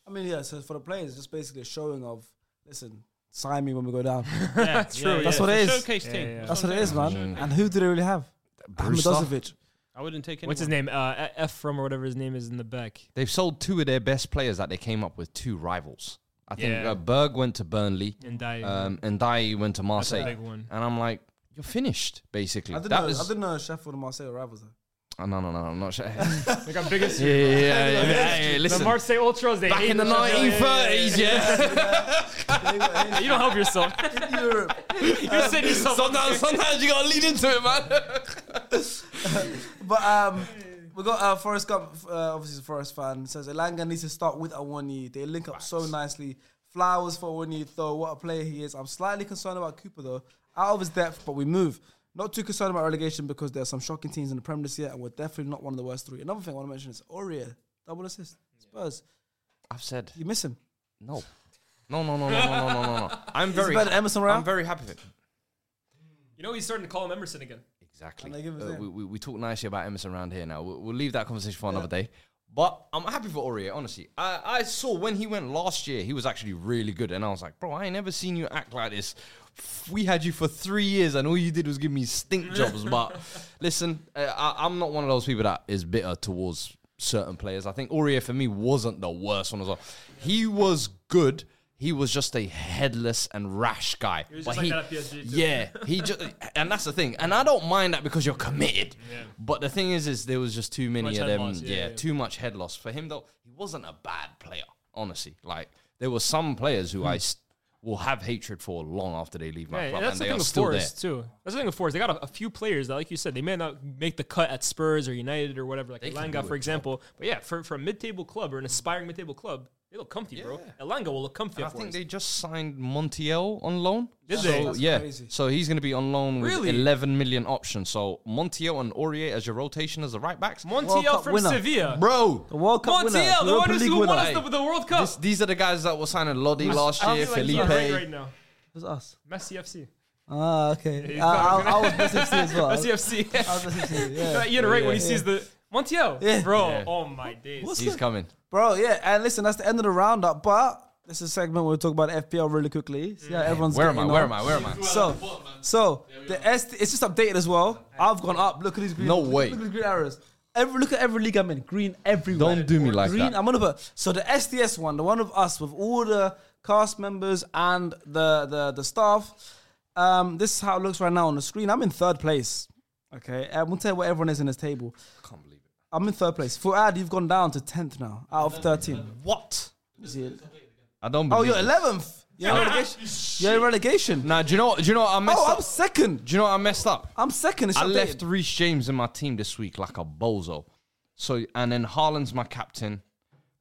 [SPEAKER 2] I mean, yeah. So for the players, it's just basically a showing of listen, sign me when we go down.
[SPEAKER 5] That's
[SPEAKER 8] true,
[SPEAKER 2] That's what it is.
[SPEAKER 5] Showcase team.
[SPEAKER 2] That's what it is, man. And who do they really have?
[SPEAKER 4] Brewster?
[SPEAKER 2] Ahmedozovic.
[SPEAKER 5] I wouldn't take anyone.
[SPEAKER 8] What's his name? Uh, F from or whatever his name is in the back.
[SPEAKER 4] They've sold two of their best players that they came up with, two rivals. I think
[SPEAKER 8] Yeah.
[SPEAKER 4] uh, Berg went to Burnley
[SPEAKER 8] And Dai.
[SPEAKER 4] um, and Dai went to
[SPEAKER 8] that's a
[SPEAKER 4] Marseille.
[SPEAKER 8] big one.
[SPEAKER 4] And I'm like, you're finished, basically.
[SPEAKER 2] I didn't,
[SPEAKER 4] that
[SPEAKER 2] know,
[SPEAKER 4] was.
[SPEAKER 2] I didn't know Sheffield and Marseille were rivals. Though.
[SPEAKER 4] Oh, no, no, no, I'm not sure.
[SPEAKER 8] They got biggest.
[SPEAKER 4] yeah, yeah, yeah, yeah, yeah,
[SPEAKER 8] The
[SPEAKER 4] Listen,
[SPEAKER 8] Marseille Ultras. They
[SPEAKER 4] back
[SPEAKER 8] hate
[SPEAKER 4] in the
[SPEAKER 8] each other. Yeah, yeah, yeah.
[SPEAKER 4] 1930s, yeah.
[SPEAKER 2] They were
[SPEAKER 8] You don't help yourself.
[SPEAKER 2] in Europe.
[SPEAKER 8] You're setting yourself. up.
[SPEAKER 4] sometimes, sometimes you gotta lean into it, man.
[SPEAKER 2] But um, we got uh, Forrest Gump, uh, obviously, he's a Forrest fan. Says Elanga needs to start with Awani. They link up so nicely. Flowers for Awani, though. What a player he is. I'm slightly concerned about Cooper, though. Out of his depth, but we move. Not too concerned about relegation because there are some shocking teams in the Premier this year, and we're definitely not one of the worst three. Another thing I want to mention is Aurea, double assist. Spurs,
[SPEAKER 4] I've said
[SPEAKER 2] you miss him.
[SPEAKER 4] no. No, no, no, no, no, no, no, no. I'm very,
[SPEAKER 2] better than Emerson Royal?
[SPEAKER 4] I'm very happy with it.
[SPEAKER 8] You know he's starting to call him Emerson again.
[SPEAKER 4] Exactly.
[SPEAKER 2] And they give us
[SPEAKER 4] Uh,
[SPEAKER 2] them.
[SPEAKER 4] we, we, we talk nicely about Emerson around here now. We'll, we'll leave that conversation for another day. But I'm happy for Aurier, honestly. I, I saw when he went last year, he was actually really good. And I was like, bro, I ain't never seen you act like this. We had you for three years and all you did was give me stink jobs. But listen, uh, I, I'm not one of those people that is bitter towards certain players. I think Aurier for me wasn't the worst one as well. He was good. He was just a headless and rash guy.
[SPEAKER 8] was
[SPEAKER 4] But
[SPEAKER 8] just like
[SPEAKER 4] he-
[SPEAKER 8] that at PSG too.
[SPEAKER 4] Yeah, yeah, he just, and that's the thing, and I don't mind that because you're committed. But the thing is, is there was just too many
[SPEAKER 8] Much
[SPEAKER 4] of
[SPEAKER 8] head
[SPEAKER 4] them.
[SPEAKER 8] loss,
[SPEAKER 4] yeah,
[SPEAKER 8] yeah, yeah.
[SPEAKER 4] too much head loss for him though. He wasn't a bad player, honestly. Like there were some players
[SPEAKER 8] Hmm.
[SPEAKER 4] who I s- will have hatred for long after they leave my
[SPEAKER 8] Yeah,
[SPEAKER 4] club,
[SPEAKER 8] that's the
[SPEAKER 4] and they
[SPEAKER 8] thing
[SPEAKER 4] are
[SPEAKER 8] with
[SPEAKER 4] still there.
[SPEAKER 8] Forest too. That's the thing with Forest. They got a, a few players that, like you said, they may not make the cut at Spurs or United or whatever, like
[SPEAKER 4] They can do a
[SPEAKER 8] Elanga,
[SPEAKER 4] job.
[SPEAKER 8] for example. But yeah, for, for a mid-table club or an aspiring mid-table club, they look comfy, bro. Elanga will look comfy.
[SPEAKER 4] And I
[SPEAKER 8] At
[SPEAKER 4] think
[SPEAKER 8] Forest.
[SPEAKER 4] they just signed Montiel on loan.
[SPEAKER 8] Did
[SPEAKER 4] so,
[SPEAKER 8] they?
[SPEAKER 2] That's
[SPEAKER 4] yeah.
[SPEAKER 2] crazy.
[SPEAKER 4] So he's going to be on loan with
[SPEAKER 8] Really?
[SPEAKER 4] 11 million options. So Montiel and Aurier as your rotation as the right backs.
[SPEAKER 2] World
[SPEAKER 8] Montiel
[SPEAKER 2] Cup
[SPEAKER 8] from
[SPEAKER 2] winner.
[SPEAKER 8] Sevilla.
[SPEAKER 4] Bro,
[SPEAKER 2] The World Cup winner,
[SPEAKER 8] Montiel, the
[SPEAKER 2] Europa
[SPEAKER 8] one who's-
[SPEAKER 2] League
[SPEAKER 8] who won
[SPEAKER 2] winner.
[SPEAKER 8] us the, the World Cup.
[SPEAKER 4] this, these are the guys that were signing Lodi last
[SPEAKER 8] I
[SPEAKER 4] year,
[SPEAKER 8] feel like he's
[SPEAKER 4] Felipe.
[SPEAKER 8] on break right now.
[SPEAKER 2] It's us.
[SPEAKER 8] Messi FC.
[SPEAKER 2] Ah, okay.
[SPEAKER 8] He's
[SPEAKER 2] I, I,
[SPEAKER 8] not-
[SPEAKER 2] I was Messi FC as well.
[SPEAKER 8] Messi FC.
[SPEAKER 2] I was Messi FC,
[SPEAKER 8] Uh,
[SPEAKER 2] Uh, yeah.
[SPEAKER 8] Ian right when he
[SPEAKER 2] yeah.
[SPEAKER 8] sees the Montiel,
[SPEAKER 2] Yeah.
[SPEAKER 8] bro.
[SPEAKER 4] Yeah.
[SPEAKER 8] Oh my days.
[SPEAKER 4] He's coming.
[SPEAKER 2] Bro, yeah, and listen, that's the end of the roundup. But this is a segment where we talk about FPL really quickly. See how everyone's
[SPEAKER 4] Where am I?
[SPEAKER 2] getting
[SPEAKER 4] Where
[SPEAKER 2] on.
[SPEAKER 4] am I? Where am I?
[SPEAKER 2] So, so the S it's just updated as well. I've gone up. Look at these green.
[SPEAKER 4] No
[SPEAKER 2] look,
[SPEAKER 4] way.
[SPEAKER 2] Look at these green arrows. Every look at every league I'm in. Green everywhere.
[SPEAKER 4] Don't do me like
[SPEAKER 2] green,
[SPEAKER 4] that.
[SPEAKER 2] I'm on about. So the SDS one, the one of us with all the cast members and the the the staff. Um, this is how it looks right now on the screen. I'm in third place. Okay, I'm gonna tell you what everyone is in this table.
[SPEAKER 4] I can't believe it.
[SPEAKER 2] I'm in third place. Fuad, you've gone down to tenth now out of thirteen.
[SPEAKER 4] What?
[SPEAKER 2] Is he-
[SPEAKER 4] I don't
[SPEAKER 2] Oh,
[SPEAKER 4] believe
[SPEAKER 2] you're
[SPEAKER 4] it.
[SPEAKER 2] eleventh. You're in relegation. You're in relegation.
[SPEAKER 4] Nah, do you know what? Do you know what I messed
[SPEAKER 2] Oh,
[SPEAKER 4] up?
[SPEAKER 2] I'm second.
[SPEAKER 4] do you know what I messed up?
[SPEAKER 2] I'm second. It's
[SPEAKER 4] I
[SPEAKER 2] updated.
[SPEAKER 4] left Reece James in my team this week like a bozo. So and then Haaland's my captain.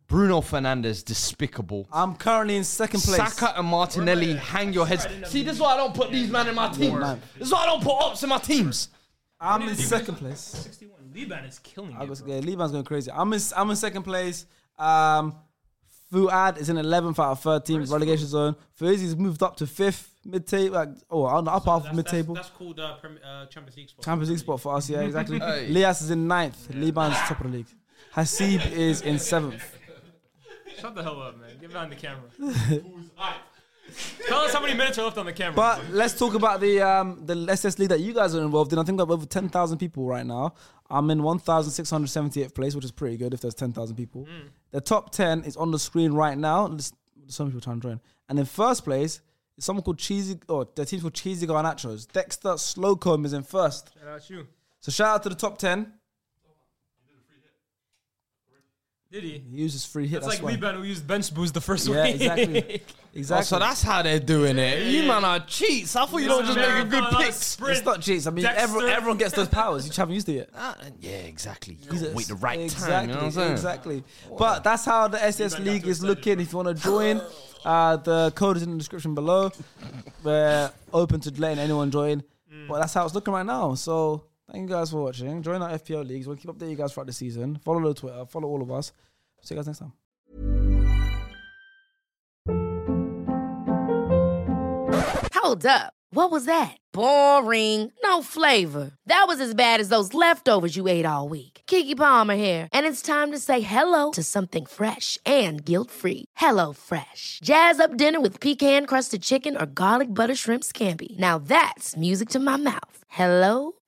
[SPEAKER 4] Bruno Fernandez despicable.
[SPEAKER 2] I'm currently in second place.
[SPEAKER 4] Saka and Martinelli, hang your heads. See, this is why I don't put these men in my team. This is why I don't put ops in my teams.
[SPEAKER 2] I'm in second place.
[SPEAKER 8] 61. Liban is killing
[SPEAKER 2] I
[SPEAKER 8] it.
[SPEAKER 2] was,
[SPEAKER 8] bro.
[SPEAKER 2] yeah, Liban's going crazy. I'm in, I'm in second place. Um, Fuad is in 11th out of 13, relegation zone. Fuizzi's moved up to fifth, mid table. Like, oh, on the up half of mid table.
[SPEAKER 5] That's called uh, Prem- uh, Champions League spot.
[SPEAKER 2] Champions League spot for us, yeah, exactly.
[SPEAKER 4] Hey.
[SPEAKER 2] Lias is in ninth. Liban's top of the league. Hasib is in seventh.
[SPEAKER 8] Shut the hell up, man. Get behind the camera. Alright. Tell us how many minutes are left on the camera.
[SPEAKER 2] But let's talk about the um, the SS League that you guys are involved in. I think I've over 10,000 people right now. I'm in 1,678th place, which is pretty good if there's 10,000 people. The top 10 is on the screen right now. There's so many people trying to join. And in first place, is someone called Cheesy, or their team's called Cheesy Garnachos. Dexter Slocum is in first.
[SPEAKER 8] Shout out you.
[SPEAKER 2] So shout out to the top 10.
[SPEAKER 8] Did he?
[SPEAKER 2] He uses free hit.
[SPEAKER 8] That's,
[SPEAKER 2] That's,
[SPEAKER 8] like
[SPEAKER 2] why.
[SPEAKER 8] Liban who used bench boost the first
[SPEAKER 2] Yeah,
[SPEAKER 8] week.
[SPEAKER 2] exactly.
[SPEAKER 4] Oh,
[SPEAKER 2] Exactly.
[SPEAKER 4] so that's how they're doing it. You man are cheats. I thought you don't just make a good
[SPEAKER 8] Marathon, not a
[SPEAKER 4] picks.
[SPEAKER 8] sprint.
[SPEAKER 2] it's not cheats. I mean,
[SPEAKER 8] Dexter.
[SPEAKER 2] everyone, everyone gets those powers. You just haven't used it yet.
[SPEAKER 4] Ah, yeah, exactly. You
[SPEAKER 2] Jesus.
[SPEAKER 4] gotta wait the right
[SPEAKER 2] exactly,
[SPEAKER 4] time. You know what I'm saying?
[SPEAKER 2] Exactly. But that's how the SS League is looking. If you want to join, Uh, the code is in the description below. We're open to letting anyone join. But that's how it's looking right now. So thank you guys for watching. Join our FPL leagues. We'll keep updating you guys throughout the season. Follow the Twitter. Follow all of us. See you guys next time.
[SPEAKER 9] Hold up. What was that? Boring. No flavor. That was as bad as those leftovers you ate all week. Kiki Palmer here, and it's time to say hello to something fresh and guilt-free. Hello Fresh. Jazz up dinner with pecan-crusted chicken or garlic butter shrimp scampi. Now that's music to my mouth. Hello